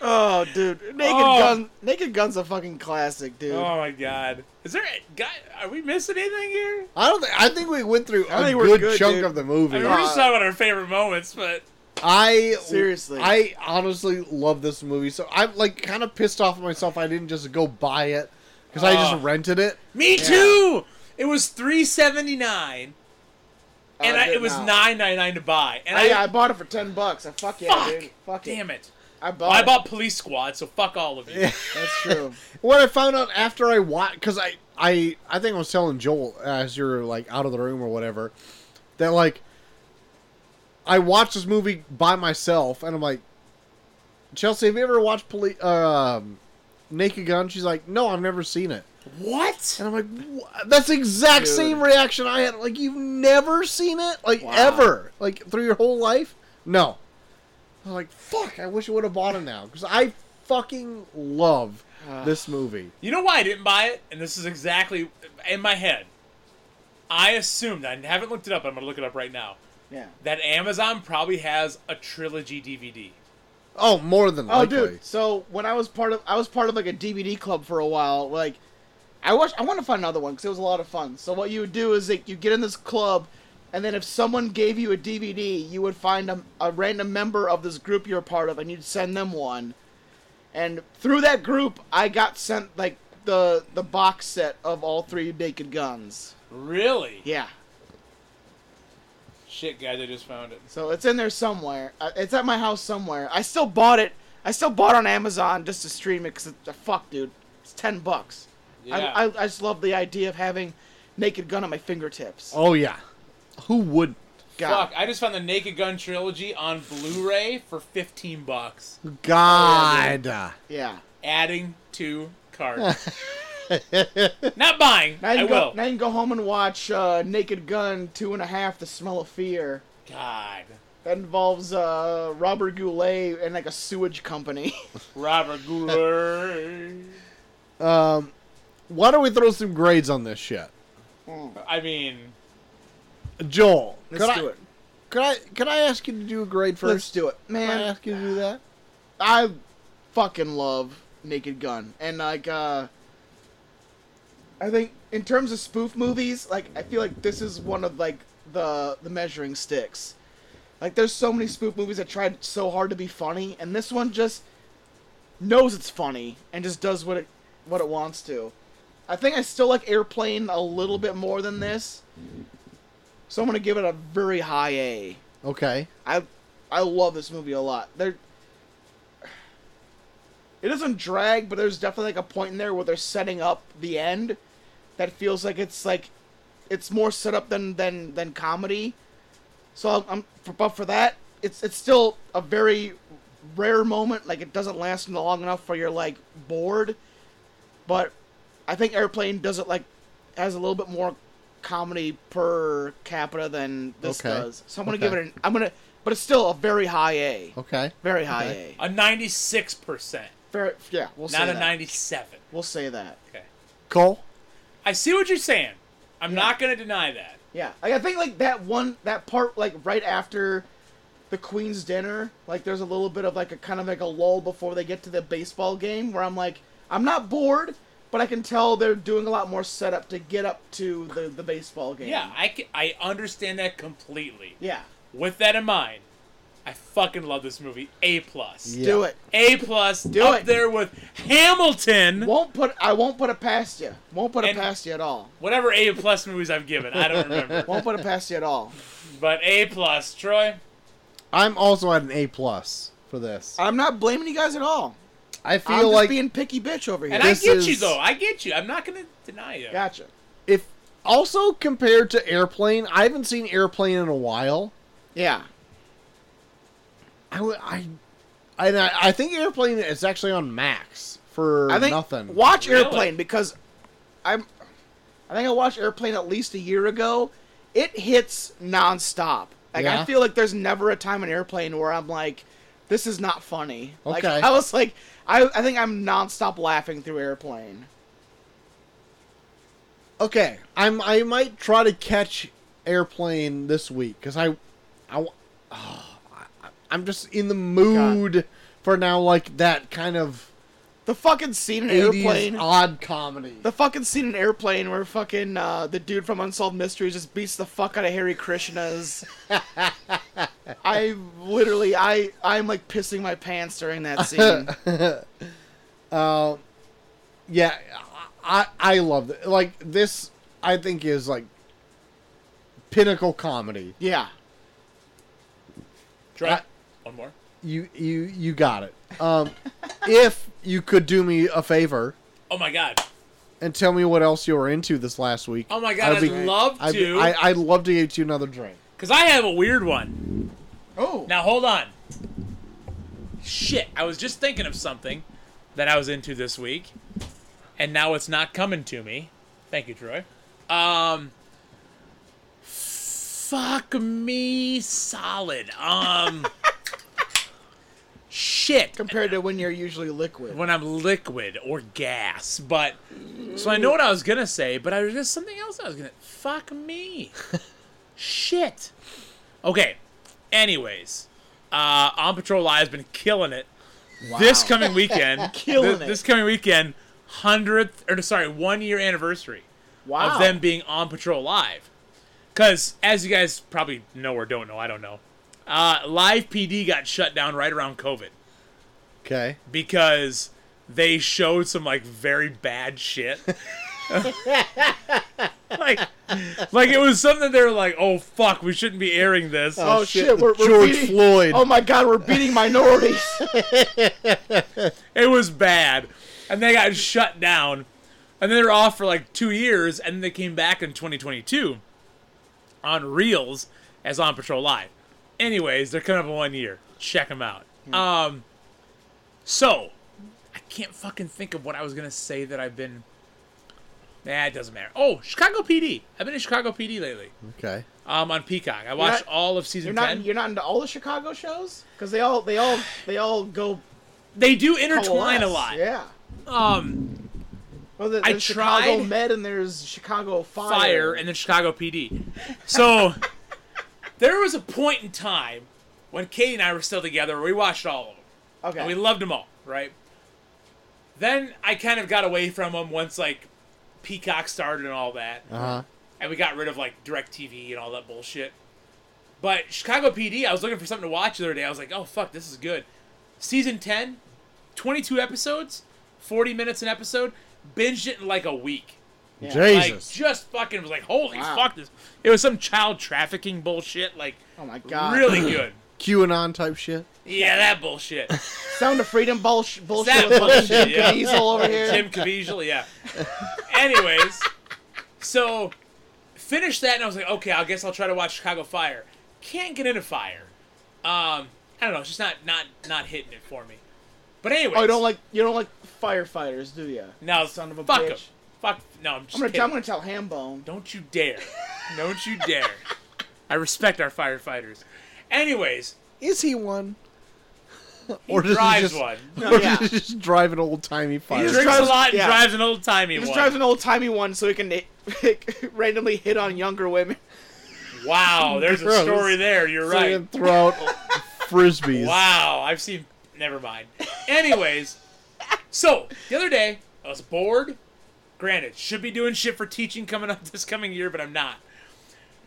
A: Oh, dude, Naked
B: Oh.
A: Gun, Naked Gun's a fucking classic, dude.
B: Oh my god, is there? a Guy, are we missing anything here?
C: I don't think I think we went through
A: I
C: a
A: think we're
C: good,
A: good,
C: chunk
A: dude.
C: of the
B: I
C: movie.
B: mean, we're
A: Uh,
B: just talking about our favorite moments, but
C: I
A: Seriously.
C: I honestly love this movie. So I'm like kind of pissed off at myself. I didn't just go buy it because I
B: Oh.
C: just rented it.
B: me too. It was three seventy nine,
A: Oh,
B: and I,
A: did
B: it was
A: not.
B: nine ninety nine to buy, and
A: I,
B: I,
A: yeah, I bought it for ten bucks. I fuck yeah,
B: fuck,
A: dude. Fuck it.
B: damn it.
A: I bought.
B: Well, I
A: it.
B: bought Police Squad, so fuck all of you.
A: That's true.
C: What I found out after I watched, because I, I, I think I was telling Joel as you're like out of the room or whatever, that like I watched this movie by myself, and I'm like, Chelsea, have you ever watched Poli- um, Naked Gun? She's like, No, I've never seen it.
B: what?
C: And I'm like, "Wha- that's the exact
A: Dude.
C: same reaction I had. Like, you've never seen it? Like,
A: Wow.
C: ever? Like, through your whole life? No. I'm like, fuck, I wish I would have bought it now. Because I fucking love this movie.
B: You know why I didn't buy it? And this is exactly in my head. I assumed I haven't looked it up. I'm gonna look it up right now.
A: Yeah.
B: That Amazon probably has a trilogy DVD.
C: Oh, more than
A: Oh,
C: likely.
A: dude. So when I was part of, I was part of like a DVD club for a while. Like, I watched. I want to find another one because it was a lot of fun. So what you would do is like you get in this club, and then if someone gave you a DVD, you would find a, a random member of this group you're a part of, and you'd send them one. And through that group, I got sent like the the box set of all three Naked Guns.
B: Really?
A: Yeah.
B: Shit, guys, I just found it.
A: So it's in there somewhere. Uh, It's at my house somewhere. I still bought it. I still bought it on Amazon just to stream it because it's uh, fuck, dude. It's ten bucks.
B: Yeah.
A: I, I, I just love the idea of having Naked Gun at my fingertips.
C: Oh, yeah. Who wouldn't?
A: God.
B: Fuck, I just found the Naked Gun trilogy on Blu-ray for 15 bucks,
C: God.
A: Oh, Yeah.
B: adding to cart. Not buying.
A: Now you,
B: I
A: can go,
B: will.
A: now you can go home and watch uh, Naked Gun two and a half. The Smell of Fear.
B: God.
A: That involves uh, Robert Goulet and like a sewage company.
B: Robert Goulet.
C: Um, Why don't we throw some grades on this shit?
B: I mean,
C: Joel,
A: Let's
C: could
A: do
C: I,
A: it.
C: Could I could I ask you to do a grade 1st
A: Let's do it,
C: Can I
A: man.
C: ask you to do that?
A: I fucking love Naked Gun, and like, uh, I think in terms of spoof movies, like, I feel like this is one of like the the measuring sticks. Like, there's so many spoof movies that tried so hard to be funny, and this one just knows it's funny and just does what it what it wants to. I think I still like Airplane a little bit more than this, so I'm gonna give it a very high A.
C: Okay.
A: I I love this movie a lot. There It doesn't drag, but there's definitely like a point in there where they're setting up the end that feels like it's like it's more set up than than than comedy. So I'm, I'm for, but for that, it's it's still a very rare moment. Like it doesn't last long enough for you're like bored. But I think Airplane does it like has a little bit more comedy per capita than this
C: Okay.
A: does. So I'm gonna
C: Okay.
A: give it an I'm gonna but it's still a very high A.
C: Okay.
A: Very high
C: Okay.
A: A.
B: a 96%,
A: Very yeah, we'll say
B: not a
A: that.
B: 97.
A: We'll say that.
B: Okay.
C: Cole.
B: I see what you're saying. I'm not going to deny that.
A: Yeah, like, I think like that one that part like right after the Queen's dinner, like there's a little bit of like a kind of like a lull before they get to the baseball game where I'm like I'm not bored, but I can tell they're doing a lot more setup to get up to the the baseball game.
B: Yeah, I, ca- I understand that completely.
A: yeah,
B: With that in mind, I fucking love this movie. A plus.
C: Yeah.
A: do it.
B: A plus.
A: Do
B: up
A: it.
B: there with Hamilton.
A: Won't put I won't put it past you. Won't put it
B: And-
A: past you at all.
B: Whatever A plus movies I've given, I don't remember.
A: Won't put it past you at all.
B: but A plus, Troy.
C: I'm also at an A plus for this.
A: I'm not blaming you guys at all.
C: I feel
A: I'm just
C: like
A: being picky bitch over here.
B: And
C: This
B: I get you
C: is-
B: though. I get you. I'm not gonna deny you.
A: gotcha.
C: if also compared to Airplane, I haven't seen Airplane in a while.
A: Yeah.
C: I would I I I- I think Airplane is actually on max for
A: I think
C: nothing.
A: watch
B: Really?
A: Airplane because I'm I think I watched Airplane at least a year ago. It hits nonstop. Like
C: Yeah?
A: I feel like there's never a time in Airplane where I'm like, this is not funny. Like
C: Okay.
A: I was like I, I think I'm nonstop laughing through Airplane.
C: Okay, I'm I might try to catch Airplane this week because I, I, oh, I, I'm just in the mood for now like that kind of
A: The fucking scene in
C: 80s
A: Airplane.
C: odd comedy.
A: The fucking scene in Airplane where fucking uh, the dude from Unsolved Mysteries just beats the fuck out of Harry Krishna's. I literally, I, I'm like pissing my pants during that scene.
C: yeah, I I I love it. Like this, I think is like pinnacle comedy.
A: Yeah.
B: Troy.
C: I-
B: one more.
C: You you you got it. Um, if you could do me a favor
B: Oh my god.
C: and tell me what else you were into this last week,
B: Oh my God, I'd love
C: I'd be-
B: to.
C: I, I'd love to get you another drink.
B: Cause I have a weird one.
A: Oh.
B: Now hold on. Shit, I was just thinking of something that I was into this week, and now it's not coming to me. Thank you, Troy. Um. Fuck me solid. Um. shit.
A: Compared to when you're usually liquid.
B: when I'm liquid or gas. But so I know what I was gonna say, but I was just something else I was gonna fuck me. Shit. Okay. Anyways, uh, on Patrol I has been killing it. This coming weekend,
A: Killing
B: thi-
A: it.
B: This coming weekend, hundredth or sorry, one year anniversary
A: wow.
B: of them being on Patrol Live. Because, as you guys probably know or don't know, I don't know, uh, Live PD got shut down right around COVID
C: Okay.
B: because they showed some like very bad shit. like, like it was something they were like, "Oh fuck, we shouldn't be airing this."
A: oh shit, we're, we're
C: George
A: beating-
C: Floyd.
A: Oh my god, we're beating minorities.
B: It was bad, and they got shut down, and they were off for like two years, and then they came back in 2022 on Reels as on Patrol Live. Anyways, they're coming up in one year. Check them out.
A: Hmm.
B: Um, so I can't fucking think of what I was gonna say that I've been. Nah, it doesn't matter. Oh, Chicago PD. I've been in Chicago PD lately.
C: Okay.
B: Um, on Peacock. I watched
A: not-
B: all of season
A: you're not,
B: ten.
A: you're not into all the Chicago shows because they all, they all, they all go
B: They do intertwine a
A: coalesce.
B: lot.
A: Yeah.
B: Um,
A: Well, there-
B: I
A: Oh, there's Chicago
B: tried-
A: Med and there's Chicago Fire.
B: fire and then Chicago PD. So there was a point in time when Katie and I were still together. where We watched all of them.
A: okay.
B: And we loved them all, right? Then I kind of got away from them once like Peacock started and all that,
C: Uh huh.
B: and we got rid of like DirecTV and all that bullshit. But Chicago PD, I was looking for something to watch the other day. I was like, oh fuck, this is good. Season 10, 22 episodes, 40 minutes an episode. Binged it in like a week.
A: Yeah.
B: Like
C: Jesus.
B: just fucking was like, holy
A: Wow.
B: fuck this. It was some child trafficking bullshit. Like
A: oh my god.
B: really good.
C: QAnon type shit.
B: Yeah, that bullshit.
A: Sound of Freedom bullsh- bullshit.
B: that
A: with Jim
B: bullshit, yeah.
A: Caviezel over here.
B: Jim Caviezel, yeah. Anyways, so finished that, and I was like, okay, I guess I'll try to watch Chicago Fire. Can't get into Fire. Um, I don't know, it's just not not not hitting it for me. But anyways,
A: oh, you don't like you don't like firefighters, do you?
B: no
A: son of a
B: fuck
A: bitch.
B: 'em. Fuck. No, I'm just
A: I'm gonna
B: kidding.
A: I'm gonna tell Hambone.
B: Don't you dare. Don't you dare. I respect our firefighters. Anyways,
C: Is he one?
B: he
C: Or does he
B: drives
C: just-
B: one.
A: No,
C: Or
A: yeah.
C: does he just drive an old timey
B: He
C: fire?
A: just
B: drinks
A: drives-
B: a lot and
A: yeah.
B: drives an old timey
A: He
B: one.
A: just drives an old timey one so he can hit- randomly hit on younger women.
B: wow, there's
C: Gross.
B: a story there. You're right.
C: and throw out frisbees.
B: Wow, I've seen. Never mind. Anyways, so the other day I was bored. Granted, should be doing shit for teaching coming up this coming year, but I'm not.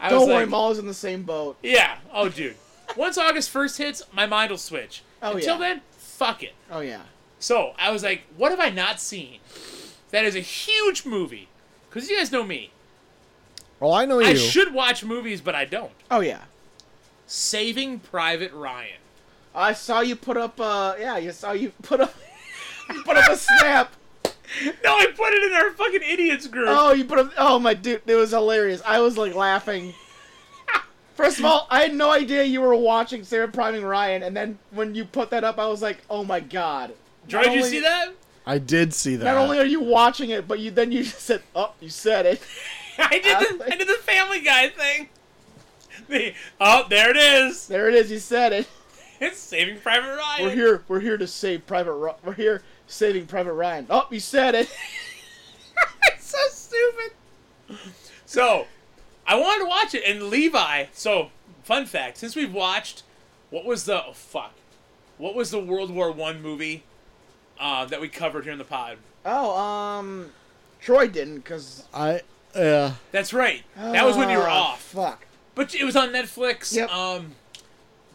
B: I
A: Don't
B: was
A: worry,
B: like,
A: Maul's in the same boat.
B: Yeah. Oh, dude. Once August first hits, my mind will switch.
A: Oh,
B: Until
A: yeah.
B: then, fuck it.
A: Oh yeah.
B: So I was like, what have I not seen? That is a huge movie. Because you guys know me.
C: Oh, I know you.
B: I should watch movies, but I don't.
A: Oh yeah.
B: Saving Private Ryan.
A: I saw you put up. Uh, yeah, I saw you put up. you put up a snap.
B: No, I put it in our fucking idiots group.
A: Oh, you put up. Oh my dude, it was hilarious. I was like laughing. First of all, I had no idea you were watching Sarah priming Ryan, and then when you put that up, I was like, oh my god.
B: Troy,
A: Not
B: Did you
A: only-
B: see that?
C: I did see that.
A: Not only are you watching it, but you then you just said, oh, you said it.
B: I
A: I
B: did the
A: like-
B: I did the Family Guy thing. The, oh, there it is.
A: There it is. You said it.
B: It's Saving Private Ryan.
A: We're here. We're here to save Private. Ry- we're here saving Private Ryan. Oh, you said it.
B: it's so stupid. So, I wanted to watch it, and Levi. So, fun fact: since we've watched, what was the oh, fuck? What was the World War One movie uh, that we covered here in the pod?
A: Oh, um, Troy didn't because
C: I uh
B: That's right. That was when you were off.
A: Fuck.
B: But it was on Netflix.
A: Ah. Yep.
B: Um,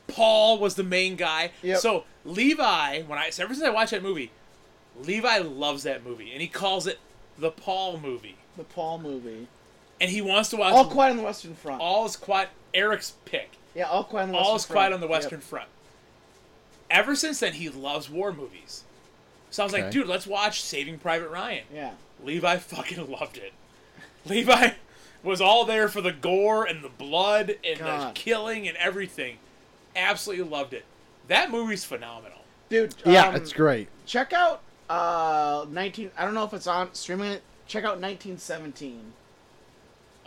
B: Paul was the main guy.
A: Yep.
B: So Levi, when I so ever since I watched that movie, Levi loves that movie, and he calls it the Paul movie,
A: The Paul movie.
B: and he wants to watch
A: All Quiet on the Western Front.
B: All's Quiet. Eric's pick.
A: yeah, All Quiet on the Western
B: All's
A: Front.
B: Quiet on the Western Front. Ever since then, he loves war movies. So I was like,
C: Okay.
B: dude, let's watch Saving Private Ryan.
A: Yep.
B: Levi fucking loved it. Levi was all there for the gore and the blood and
A: God.
B: the killing and everything. Absolutely loved it. That movie's phenomenal.
A: Yeah. Dude.
C: yeah,
A: um,
C: it's great.
A: Check out uh 19. I don't know if it's on streaming. It. Check out 1917.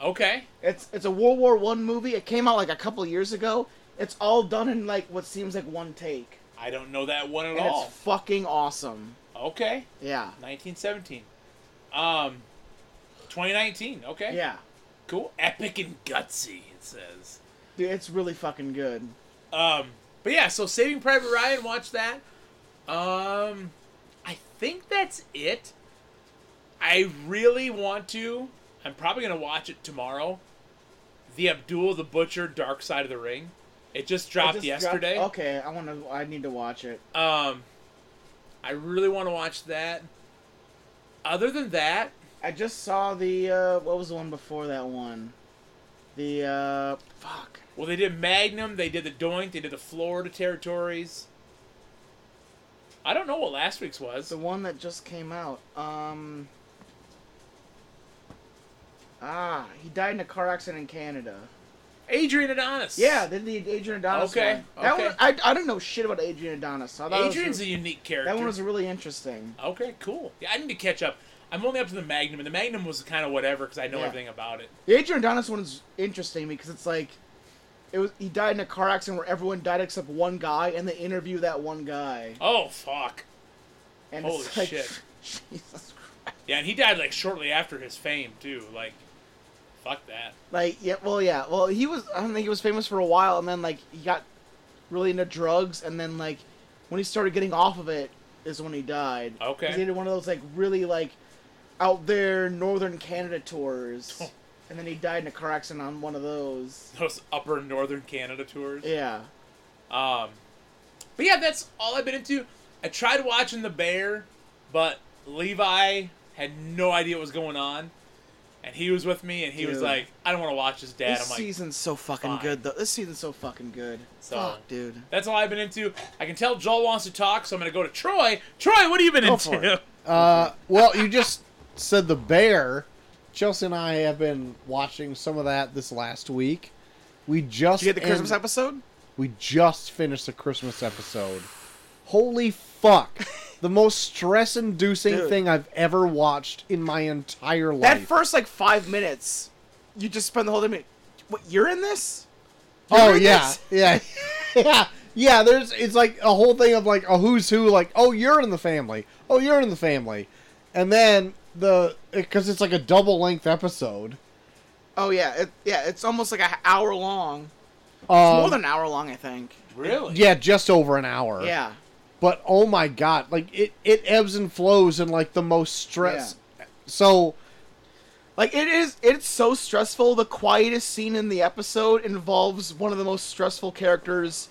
B: Okay.
A: It's it's a World War One movie. It came out like a couple years ago. It's all done in like what seems like one take,
B: I don't know that one at
A: and
B: all.
A: it's fucking awesome.
B: okay.
A: Yeah.
B: 1917. Um 2019. Okay.
A: Yeah.
B: Cool. Epic and gutsy, it says.
A: Dude, it's really fucking good.
B: Um but yeah, so Saving Private Ryan, watch that. Um I think that's it. I really want to. I'm probably gonna watch it tomorrow. The Abdul the Butcher Dark Side of the Ring. It just dropped
A: It just dropped-
B: yesterday.
A: okay, I want to. I need to watch it.
B: Um I really want to watch that. Other than that,
A: I just saw the uh, what was the one before that one? The uh, fuck.
B: well they did Magnum, they did the Doink, they did the Florida territories. I don't know what last week's was.
A: The one that just came out. Um. Ah, he died in a car accident in Canada.
B: Adrian Adonis.
A: Yeah, then the Adrian Adonis
B: Okay,
A: one. That
B: okay.
A: one, I, I don't know shit about Adrian Adonis. So that
B: Adrian's
A: was,
B: a unique character.
A: that one was really interesting.
B: okay, cool. Yeah, I need to catch up. I'm only up to the Magnum, and the Magnum was kind of whatever because I know
A: Yeah.
B: everything about it.
A: The Adrian Adonis one is interesting because it's like, it was he died in a car accident where everyone died except one guy, and they interview that one guy.
B: Oh fuck!
A: And
B: Holy
A: it's like,
B: shit.
A: Jesus Christ.
B: Yeah, and he died like shortly after his fame too. Like, fuck that.
E: Like, yeah, well, yeah, well, he was. I don't think he was famous for a while, and then like he got really into drugs, and then like when he started getting off of it is when he died.
B: Okay.
E: 'Cause He did one of those like really like out there northern Canada tours, and then he died in a car accident on one of those.
B: Those upper northern Canada tours.
E: Yeah.
B: Um, but yeah, that's all I've been into. I tried watching The Bear, but Levi had no idea what was going on, and he was with me, and he was
E: Dude.
B: like, "I don't want to watch this, Dad."
E: this
B: I'm like,
E: season's so fucking
B: fine.
E: good though. This season's so fucking good.
B: So-
E: Fuck, dude.
B: "That's all I've been into." I can tell Joel wants to talk, so I'm gonna go to Troy. Troy, what have you been
E: Go for
B: into?
C: Uh, well, you just said the bear. Chelsea and I have been watching some of that this last week. We just
E: Did you get the Christmas
C: end-
E: episode?
C: We just finished the Christmas episode. Holy fuck! the most stress-inducing
E: Dude.
C: thing I've ever watched in my entire life.
E: That first like five minutes, you just spend the whole time. like, What you're in this?
C: Oh
E: You're in
C: yeah,
E: this?
C: yeah, yeah, yeah. There's it's like a whole thing of like a who's who. Like oh you're in the family. Oh you're in the family, and then the because it's like a double length episode.
E: Oh yeah, it, yeah. It's almost like an hour long. It's
C: Um,
E: more than an hour long, I think.
B: Really?
C: yeah, just over an hour.
E: Yeah.
C: But oh my god, like it it ebbs and flows in like the most stress. So
E: Like it is. It's so stressful. The quietest scene in the episode involves one of the most stressful characters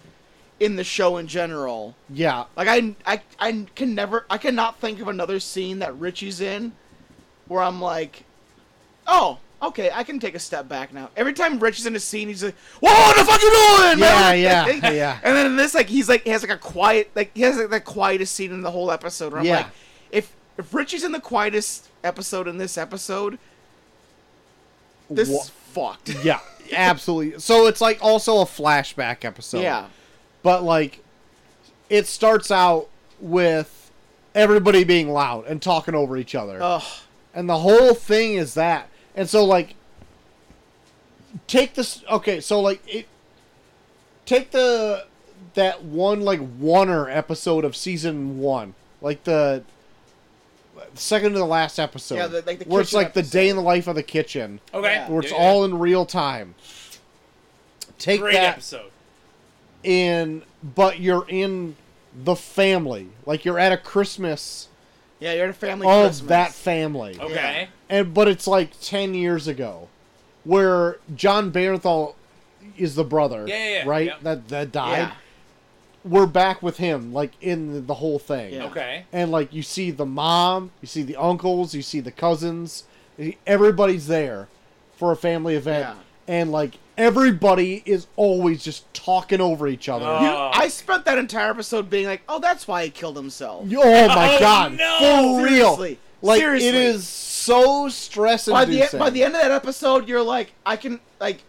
E: in the show in general.
C: yeah,
E: Like I, I, I can never, I cannot think of another scene that Richie's in where I'm like, oh, okay, I can take a step back now. Every time Richie's in a scene, he's like, what the fuck you doing, man?
C: Yeah, yeah, yeah.
E: And then in this, like, he's like, he has like a quiet, like he has like the quietest scene in the whole episode. Where I'm
C: Yeah.
E: like, if if Richie's in the quietest episode in this episode, this
C: Wha-
E: is fucked.
C: yeah, absolutely. So it's like also a flashback episode.
E: yeah.
C: but like it starts out with everybody being loud and talking over each other
E: Ugh.
C: and the whole thing is that and so like take this okay so like it take the that one like oneer episode of season one like the second to the last episode
E: Yeah, the- like the
C: where it's
E: kitchen
C: like the day
E: episode.
C: in the life of the kitchen
B: Okay.
E: Yeah.
C: where it's
B: Yeah, yeah.
C: all in real time take
B: great
C: that
B: episode.
C: in but you're in the family like you're at a christmas
E: Yeah, you're in a family
C: of
E: Christmas.
C: that family
B: Okay.
C: and but it's like 10 years ago where john Barenthal is the brother
B: Yeah, yeah, yeah,
C: right
B: yeah.
C: that that died
E: Yeah.
C: we're back with him like in the whole thing
E: Yeah.
B: Okay.
C: and like you see the mom you see the uncles you see the cousins everybody's there for a family event
E: Yeah.
C: and like everybody is always just talking over each other
B: Oh.
E: You- I spent that entire episode being like, oh, that's why he killed himself.
C: Oh my
B: Oh,
C: god!
B: no!
C: For real,
E: Seriously.
C: like it
E: Seriously.
C: is so stress
E: by the e-
C: inducing.
E: by the end of that episode, you're like, I can like,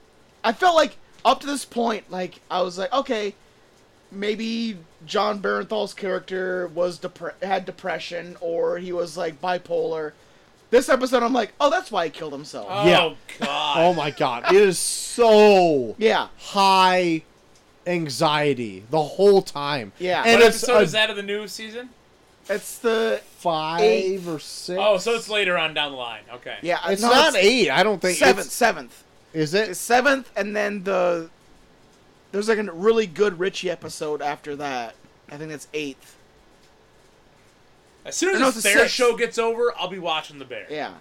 E: I felt like up to this point, like I was like, okay, maybe John Bernthal's character was depre- had depression or he was like bipolar. This episode, I'm like, oh, that's why he killed himself.
B: Oh
C: Yeah.
B: God.
C: oh my god, it is so
E: yeah,
C: high anxiety the whole time.
E: Yeah.
C: and
B: what
C: it's
B: episode
C: a
B: is that of the new season?
E: it's the
C: five
E: Eight.
C: or six.
B: Oh, so it's later on down the line. Okay.
E: yeah.
C: it's
E: no,
C: not eight. I don't think
E: Seventh,
C: It's,
E: seventh,
C: is
E: It's
C: it?
E: seventh, and then the there's like a really good Richie episode after that. I think that's eighth.
B: As soon as
E: No,
B: this
E: it's the
B: bear
E: sixth.
B: show gets over, I'll be watching the bear.
E: Yeah,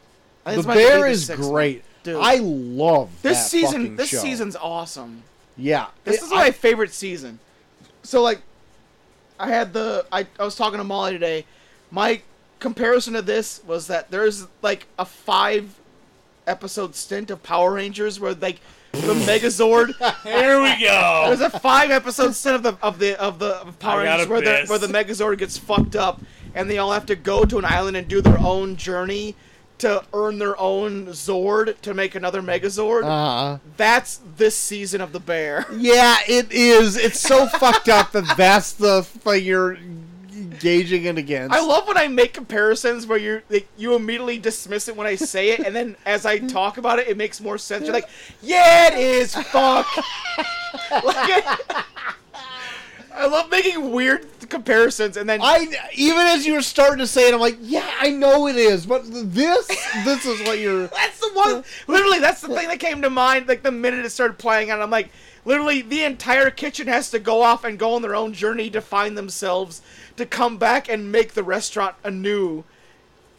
C: The
E: I think this might be
C: bear is
E: sixth one.
C: great.
E: Dude.
C: I love
E: This
C: that
E: season,
C: fucking
E: this
C: show.
E: season's awesome.
C: Yeah,
E: This
C: It-
E: is
C: I-
E: my favorite season. So like, I had the I, I was talking to Molly today. My comparison to this was that there's like a five episode stint of Power Rangers where like the Megazord.
B: Here we go.
E: There's a five episode stint of the of the of the of Power
B: I gotta
E: Rangers where the
B: piss.
E: where the Megazord gets fucked up and they all have to go to an island and do their own journey to earn their own Zord to make another Megazord.
C: uh-huh.
E: That's this season of the bear.
C: Yeah, it is. It's so fucked up that that's the thing you're gauging it against.
E: I love when I make comparisons where you like, you immediately dismiss it when I say it, and then as I talk about it, it makes more sense. You're like, yeah, it is. Fuck. like, I love making weird comparisons and then
C: I even as you were starting to say it, I'm like, yeah, I know it is, but this, this is what you're.
E: That's the one. Literally, that's the thing that came to mind. Like the minute it started playing, and I'm like, literally, the entire kitchen has to go off and go on their own journey to find themselves, to come back and make the restaurant anew.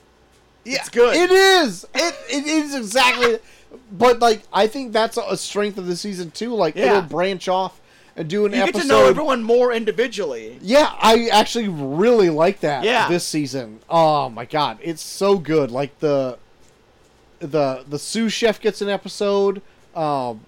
E: it's good.
C: It is. It it is exactly. But like, I think that's a- a strength of the season too. Like,
E: Yeah.
C: it'll branch off and do an
E: you
C: episode.
E: get to know everyone more individually.
C: Yeah, I actually really like that.
E: Yeah.
C: This season. Oh my god, it's so good. Like the, the the sous chef gets an episode. Um,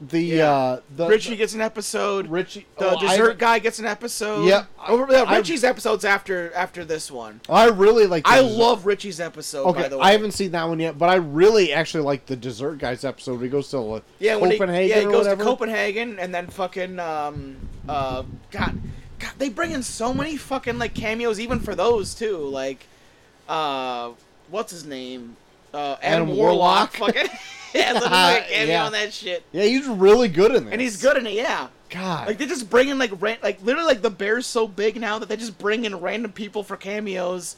C: the
E: Yeah.
C: uh the
E: Richie gets an episode.
C: Richie
E: the
C: oh, I-
E: dessert guy gets an episode.
C: Yep.
E: Oh, yeah,
C: I-
E: Richie's episode's after after this one.
C: I really like.
E: I
C: the dessert-
E: love Richie's episode.
C: Okay,
E: by the way.
C: I haven't seen that one yet, but I really actually like the dessert guys episode. He goes to like,
E: Yeah, when
C: Copenhagen
E: He, yeah, he
C: or
E: goes
C: whatever.
E: to Copenhagen and then fucking um uh God, God, they bring in so many fucking like cameos even for those too. Like, uh, what's his name? Uh, Adam,
C: Adam
E: Warlock.
C: Warlock.
E: Fucking yeah, literally like a cameo
C: Yeah.
E: on that shit.
C: Yeah, he's really good in this,
E: And he's good in it, yeah.
C: God,
E: Like they just bring in like ran- like literally like the bear's so big now that they just bring in random people for cameos,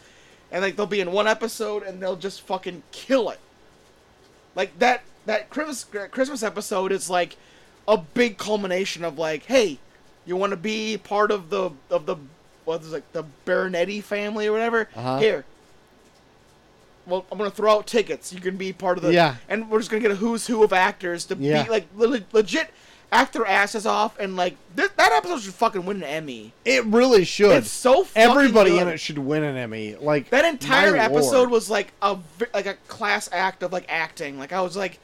E: and like they'll be in one episode and they'll just fucking kill it. Like that that Christmas Christmas episode is like a big culmination of like, hey, you want to be part of the of the what is it, like the Baronetti family or whatever?
C: Uh-huh.
E: Here. Well, I'm gonna throw out tickets. You can be part of the
C: Yeah.
E: and we're just gonna get a who's who of actors to
C: Yeah.
E: be like le- legit act their asses off and like th- that episode should fucking win an Emmy.
C: it really should.
E: It's so fucking
C: Everybody in
E: good.
C: it should win an Emmy. Like
E: That entire
C: my
E: episode
C: lord.
E: was like a vi- like a class act of like acting. Like I was like,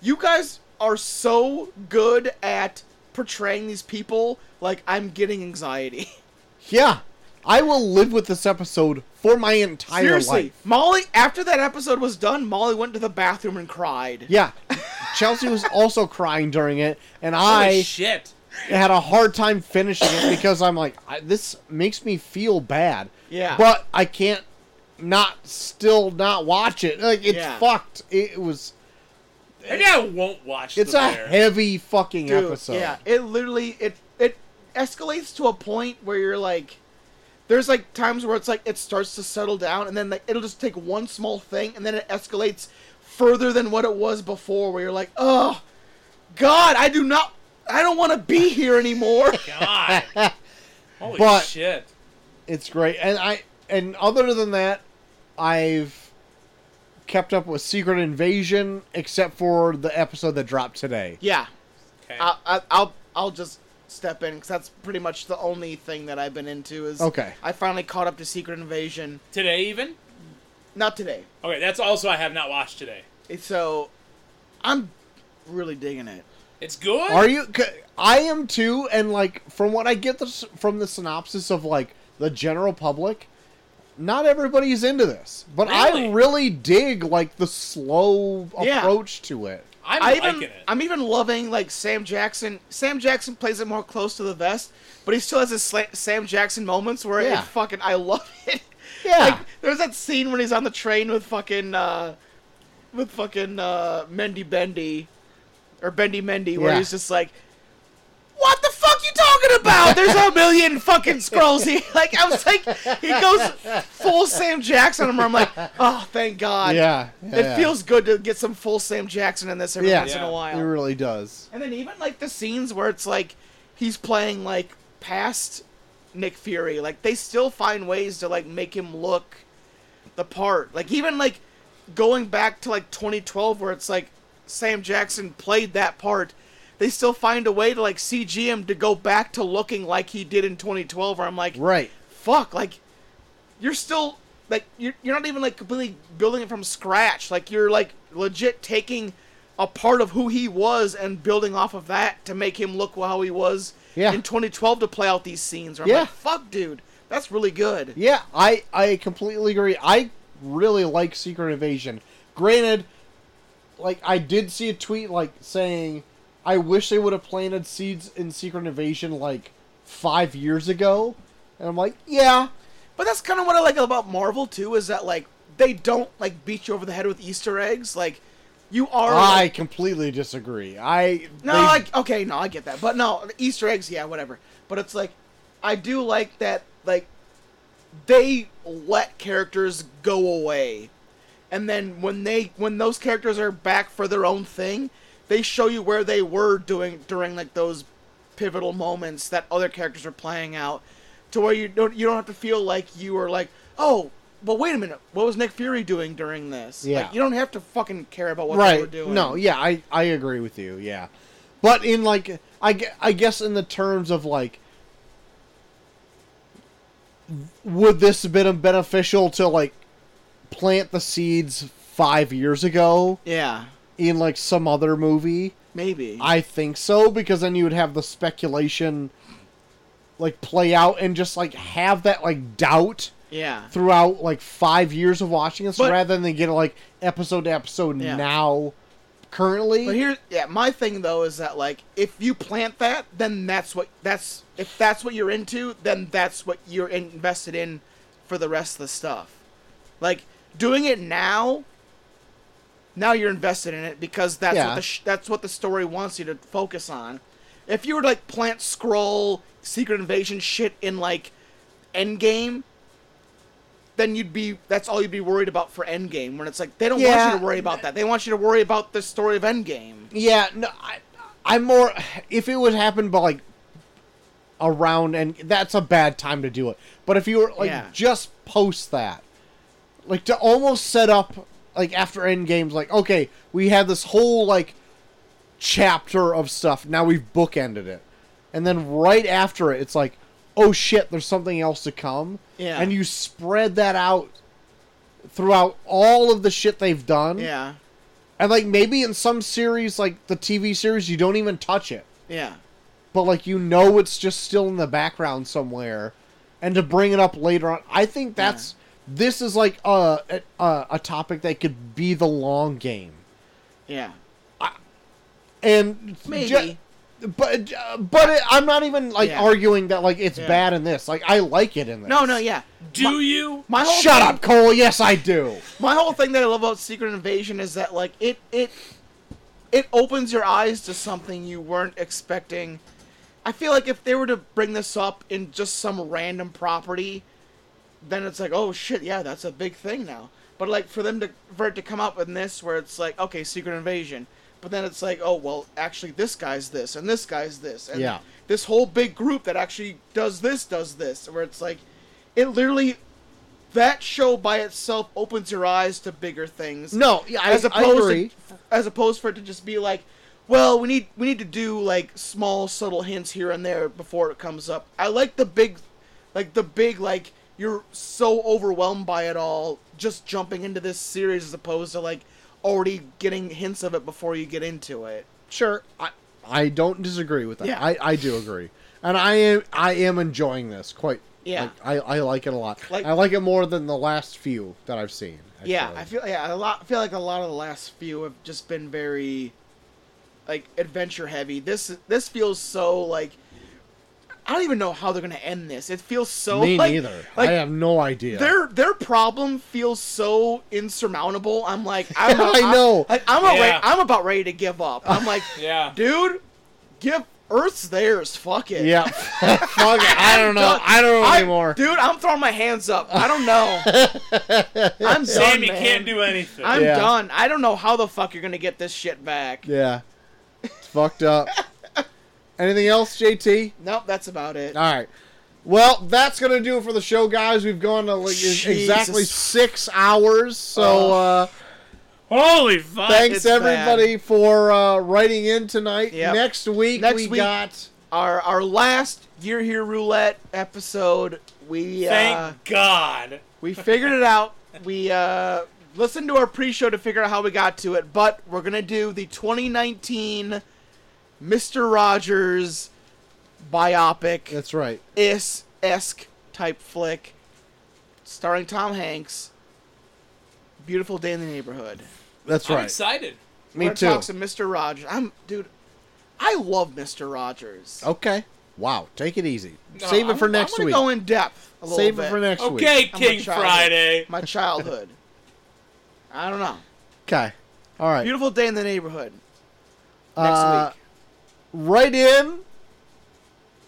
E: you guys are so good at portraying these people. Like I'm getting anxiety.
C: Yeah, I will live with this episode for my entire
E: Seriously,
C: life.
E: Molly. After that episode was done, Molly went to the bathroom and cried.
C: Yeah, Chelsea was also crying during it, and
B: Holy
C: I
B: shit.
C: had a hard time finishing it because I'm like, I, this makes me feel bad.
E: Yeah.
C: But I can't not still not watch it. Like it's
E: Yeah.
C: fucked. It, was.
B: Maybe I won't watch.
C: It's
B: the
C: a
B: bear.
C: heavy fucking
E: Dude,
C: episode.
E: Yeah, it literally it it escalates to a point where you're like, there's like times where it's like it starts to settle down, and then like it'll just take one small thing, and then it escalates further than what it was before, where you're like, oh, God, I do not, I don't want to be here anymore.
B: God. Holy
C: But-
B: shit.
C: It's great, and I and other than that, I've kept up with Secret Invasion except for the episode that dropped today.
E: yeah,
B: Okay.
E: I, I, I'll I'll just step in because that's pretty much the only thing that I've been into is
C: Okay.
E: I finally caught up to Secret Invasion.
B: today even?
E: Not today.
B: Okay, that's also I have not watched today.
E: So, I'm really digging it.
B: It's good.
C: Are you? c- I am too, and like from what I get this, from the synopsis of like the general public, not everybody's into this, but
B: Really?
C: I really dig like the slow
E: Yeah.
C: approach to it.
B: I'm
E: I
B: liking
E: even,
B: it.
E: I'm even loving like Sam Jackson. Sam Jackson plays it more close to the vest, but he still has his sla- Sam Jackson moments where
C: Yeah.
E: it fucking I love it.
C: Yeah,
E: Like there's that scene when he's on the train with fucking uh with fucking uh Mendy Bendy or Bendy Mendy where
C: Yeah.
E: he's just like what the fuck you talking about? There's a million fucking scrolls. He like I was like he goes full Sam Jackson on him. where I'm like, oh thank God.
C: yeah, yeah,
E: It
C: yeah.
E: feels good to get some full Sam Jackson in this every
C: Yeah.
E: once in
B: Yeah.
E: a while.
C: It really does.
E: And then even like the scenes where it's like he's playing like past Nick Fury, like they still find ways to like make him look the part. Like even like going back to like 2012 where it's like Sam Jackson played that part, they still find a way to like CG him to go back to looking like he did in 2012 where I'm like,
C: Right.
E: fuck, like you're still like you're, you're not even like completely building it from scratch. Like you're like legit taking a part of who he was and building off of that to make him look how he was
C: Yeah.
E: in 2012 to play out these scenes. Where I'm
C: Yeah.
E: like, fuck, dude, that's really good.
C: Yeah, I I completely agree. I really like Secret Invasion. Granted, like I did see a tweet like saying, "I wish they would have planted seeds in Secret Invasion like five years ago," and I'm like, "Yeah,
E: But that's kind of what I like about Marvel too is that like they don't like beat you over the head with Easter eggs. Like you are.
C: I
E: like-
C: completely disagree." I
E: No,
C: they-
E: like okay, no, I get that, but no, Easter eggs, yeah, whatever. But it's like I do like that like they let characters go away. And then when they when those characters are back for their own thing, they show you where they were doing during like those pivotal moments that other characters are playing out to where you don't you don't have to feel like you are like, "Oh, but wait a minute. What was Nick Fury doing during this?"
C: Yeah.
E: Like you don't have to fucking care about what they were
C: right.
E: doing.
C: No, yeah, I, I agree with you. Yeah, but in like I, gue- I guess in the terms of like, would this have been beneficial to like plant the seeds five years ago
E: Yeah.
C: in like some other movie?
E: Maybe.
C: I think so because then you would have the speculation like play out and just like have that like doubt
E: yeah.
C: throughout like five years of watching this
E: But-
C: rather than get like episode to episode
E: Yeah.
C: now currently
E: But here, yeah, my thing though is that like if you plant that, then that's what that's if that's what you're into, then that's what you're invested in for the rest of the stuff. Like doing it now, now you're invested in it because that's
C: Yeah.
E: what the sh- that's what the story wants you to focus on. If you were to, like plant scroll secret invasion shit in like Endgame, then you'd be that's all you'd be worried about for Endgame. When it's like they don't want
C: Yeah.
E: you to worry about that. They want you to worry about the story of Endgame.
C: yeah no I, i'm more if it would happen but like around and that's a bad time to do it but if you were like
E: Yeah.
C: just post that like to almost set up like after end games like okay we had this whole like chapter of stuff now we've bookended it and then right after it it's like oh shit there's something else to come
E: Yeah.
C: and you spread that out throughout all of the shit they've done
E: Yeah,
C: and like maybe in some series like the tv series you don't even touch it
E: yeah,
C: but like you know it's just still in the background somewhere and to bring it up later on i think that's this is like a, a a topic that could be the long game
E: yeah.
C: and ju-
E: Maybe.
C: but uh, but it, i'm not even like
E: Yeah.
C: arguing that like it's
E: Yeah.
C: bad in this like i like it in this
E: No, no, yeah.
B: Do you?
E: My whole
C: shut
E: thing,
C: up cole yes i do
E: My whole thing that I love about Secret Invasion is that like it it it opens your eyes to something you weren't expecting. I feel like if they were to bring this up in just some random property, then it's like, oh shit, yeah, that's a big thing now. But like for them to for it to come up in this where it's like, okay, Secret Invasion, but then it's like, oh well, actually this guy's this and this guy's this and
C: Yeah.
E: this whole big group that actually does this does this where it's like, it literally that show by itself opens your eyes to bigger things
C: no yeah, I,
E: as
C: I
E: opposed
C: agree.
E: To, as opposed for it to just be like well we need we need to do like small subtle hints here and there before it comes up i like the big like the big like you're so overwhelmed by it all just jumping into this series as opposed to like already getting hints of it before you get into it
C: sure i i don't disagree with that
E: Yeah.
C: i i do agree and i am i am enjoying this quite
E: Yeah.
C: like, i i like it a lot
E: Like-
C: i like it more than the last few that i've seen
E: Yeah,
C: actually.
E: I feel yeah a lot. I feel like a lot of the last few have just been very, like adventure heavy. This this feels so like I don't even know how they're gonna end this. It feels so
C: me
E: like,
C: neither
E: Like
C: i have no idea
E: their their problem feels so insurmountable. I'm like I'm,
C: I
E: I'm-
C: know.
E: like, I'm about
B: Yeah.
E: ready, I'm about ready to give up. I'm like
B: Yeah.
E: dude, give Earth's theirs. Fuck it.
C: yeah Fuck it, i don't know
E: Done.
C: i don't know
E: I-
C: anymore
E: dude. I'm throwing my hands up. I don't know. I'm done,
B: Sammy
E: man.
B: can't do anything.
E: I'm
C: Yeah.
E: done. I don't know how the fuck you're gonna get this shit back.
C: yeah it's fucked up anything else jt
E: Nope, that's about it.
C: all right well, that's gonna do it for the show, guys. We've gone to like
E: Jesus.
C: exactly six hours, so uh,
B: Holy fuck!
C: Thanks
E: It's
C: everybody for uh, writing in tonight.
E: Yep.
C: Next week
E: Next
C: we
E: week-
C: got
E: Our our last year here roulette episode, we
B: Thank
E: uh,
B: God.
E: we figured it out. We uh, listened to our pre-show to figure out how we got to it, but we're gonna do the 2019 Mister Rogers biopic
C: that's right.
E: is esque type flick, starring Tom Hanks. Beautiful day in the neighborhood.
C: That's
B: I'm
C: right.
B: excited.
C: Me
E: We're gonna
C: too.
E: Talk some Mister Rogers. I'm dude. I love Mister Rogers.
C: Okay. Wow. Take it easy.
B: No,
C: Save it
B: I'm-
C: for
E: I'm
C: next
E: gonna
C: week.
E: go in depth a little
C: Save
E: bit.
C: it for next week.
B: Okay,
E: I'm a
B: King
E: child.
B: Friday.
E: My childhood. I don't know.
C: Okay. All right.
E: Beautiful day in the neighborhood. Next
C: Uh,
E: week.
C: Right in.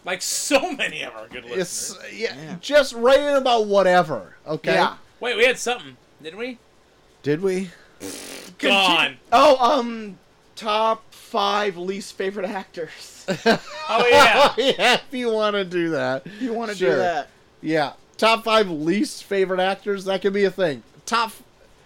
B: Like so many of our good listeners.
C: It's yeah,
A: Yeah.
C: just write in about whatever. Okay.
A: Yeah.
B: Wait, we had something, didn't we?
C: Did we?
B: Gone.
A: Oh, um, top five least favorite actors.
B: Oh yeah.
C: yeah. If you want to do that,
A: You want to
C: Sure.
A: do that?
C: Yeah. Top five least favorite actors. That could be a thing. Top.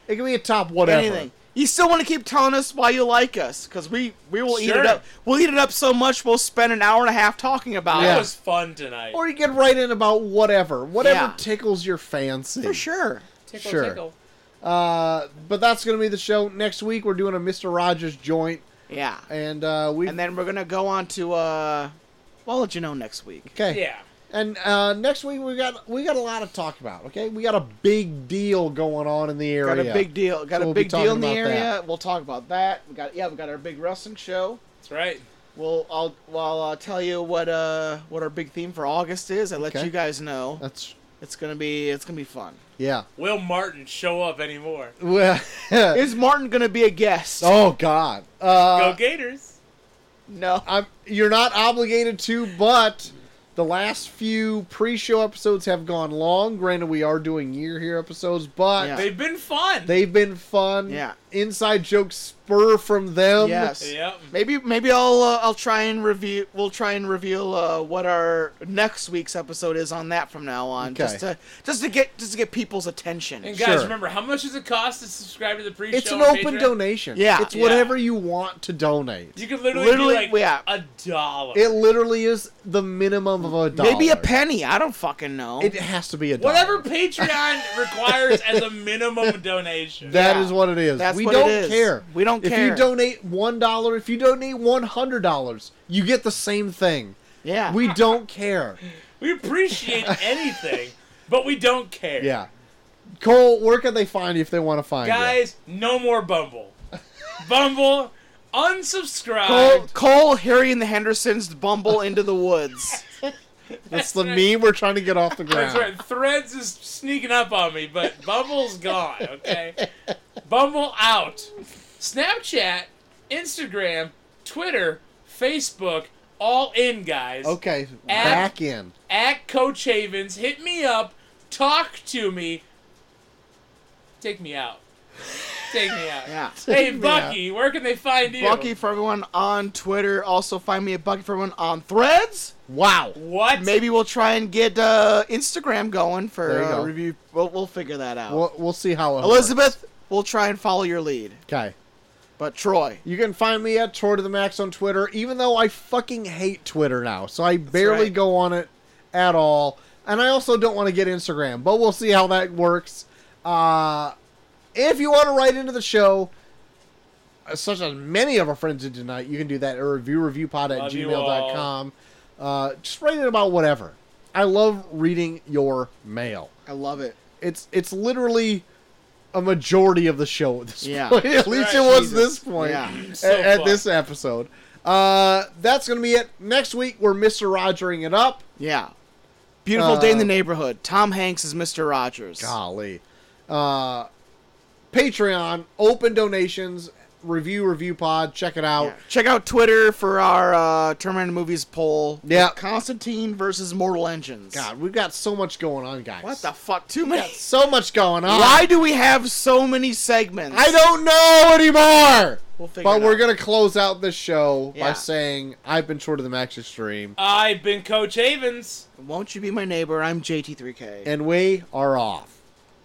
C: It could be a top whatever.
A: Anything. You still want to keep telling us why you like us, because we we will eat
B: Sure.
A: it up. We'll eat it up so much we'll spend an hour and a half talking about
C: Yeah.
B: That
A: it.
B: was fun tonight.
C: Or you can write in about whatever. Whatever
A: Yeah.
C: tickles your fancy.
A: For sure.
B: tickle,
C: sure.
B: tickle.
C: Uh, but that's gonna be the show. Next week we're doing a Mister Rogers joint,
A: Yeah.
C: and uh, we.
A: And then we're gonna go on to uh, well, I'll let you know next week.
C: okay.
B: Yeah.
C: And uh, next week we got we got a lot to talk about. Okay, we got a big deal going on in the area.
A: Got a big deal. Got
C: So Oh, we'll
A: a
C: be
A: big deal in
C: talking
A: the
C: about
A: area.
C: that.
A: We'll talk about that. We got yeah, we got our big wrestling show.
B: That's right.
A: We'll I'll well I'll tell you what uh what our big theme for August is. I let
C: Okay. Uh.
A: you guys know.
C: That's
A: It's gonna be it's gonna be fun.
C: yeah.
B: Will Martin show up anymore?
C: Well,
A: Is Martin gonna be a guest?
C: oh God. Uh,
B: Go Gators.
A: no.
C: I'm, you're not obligated to, but the last few pre-show episodes have gone long. Granted, we are doing year here episodes, but
A: Yeah.
B: They've been fun.
C: they've been fun.
A: Yeah.
C: Inside jokes spur from them.
A: Yes.
B: Yep.
A: Maybe maybe I'll uh, I'll try and review. We'll try and reveal uh, what our next week's episode is on that from now on, just
C: Okay.
A: to just to get just to get people's attention.
B: And guys,
C: Sure.
B: remember how much does it cost to subscribe to the pre-show?
C: It's an
B: on
C: open
B: Patreon?
C: donation.
A: Yeah.
C: It's
B: Yeah.
C: whatever you want to donate.
B: You could literally,
A: Literally,
B: do like
A: yeah.
B: a dollar.
C: It literally is the minimum of a dollar.
A: Maybe a penny. I don't fucking know.
C: It has to be a dollar.
B: Whatever Patreon requires as a minimum donation.
C: That
A: Yeah.
C: is what it is.
A: That's
C: we
A: what
C: don't
A: it is.
C: care.
A: We don't
C: if If you
A: care.
C: donate one dollar, if you donate one hundred dollars, you get the same thing.
A: yeah.
C: We don't care.
B: we appreciate anything, but we don't care.
C: Yeah. Cole, where can they find you if they want to find you?
B: Guys, no more Bumble. Bumble, unsubscribe.
A: Cole, Cole, Harry, and the Hendersons bumble into the woods.
C: That's the
B: right.
C: meme we're trying to get off the ground.
B: That's right. Threads is sneaking up on me, but Bumble's gone, okay? Bumble out. Snapchat, Instagram, Twitter, Facebook, all in, guys.
C: Okay,
B: Add-
C: back in.
B: At Coach Havens, hit me up, talk to me, take me out. Take me out.
A: Yeah.
B: Hey,
C: Take me
B: Bucky, where can they find you?
A: Bucky for everyone on Twitter. Also find me at Bucky for everyone on Threads.
C: Wow.
B: What?
A: Maybe we'll try and get uh, Instagram going
C: There
A: for
C: you
A: uh,
C: go.
A: review. We'll, we'll figure that out.
C: We'll, we'll see how it
A: Elizabeth, we'll try and follow your lead.
C: Okay.
A: But Troy,
C: You can find me at Tour to the Max on Twitter, even though I fucking hate Twitter now, so I barely
A: right.
C: go on it at all. And I also don't want to get Instagram, but we'll see how that works. Uh, if you want to write into the show, uh, such as many of our friends did tonight, you can do that at reviewreviewpod at
B: Love you
C: gmail.com. Uh, just write in about whatever. I love reading your mail.
A: I love it.
C: It's it's literally a majority of the show at this
A: Yeah.
C: point. At least it
B: right.
C: was
A: Jesus.
C: this point
A: Yeah.
C: at,
B: So
C: at
B: fun.
C: this episode. Uh, that's gonna be it. Next week we're Mister Rogering it up.
A: Yeah. Beautiful
C: Uh,
A: day in the neighborhood. Tom Hanks is Mr. Rogers.
C: Golly, uh, Patreon open donations review review pod. Check it out.
A: Yeah. Check out Twitter for our uh, Terminator movies poll.
C: Yeah.
A: Constantine versus Mortal Engines.
C: God, we've got so much going on, guys.
A: What the fuck? Too many.
C: So much going on.
A: Why do we have so many segments?
C: I don't know anymore.
A: We'll figure
C: but
A: it
C: we're
A: out.
C: gonna close out this show by
A: Yeah.
C: saying I've been short of the Max Extreme,
B: I've been Coach Havens.
A: Won't you be my neighbor? I'm JT3K.
C: and we are off.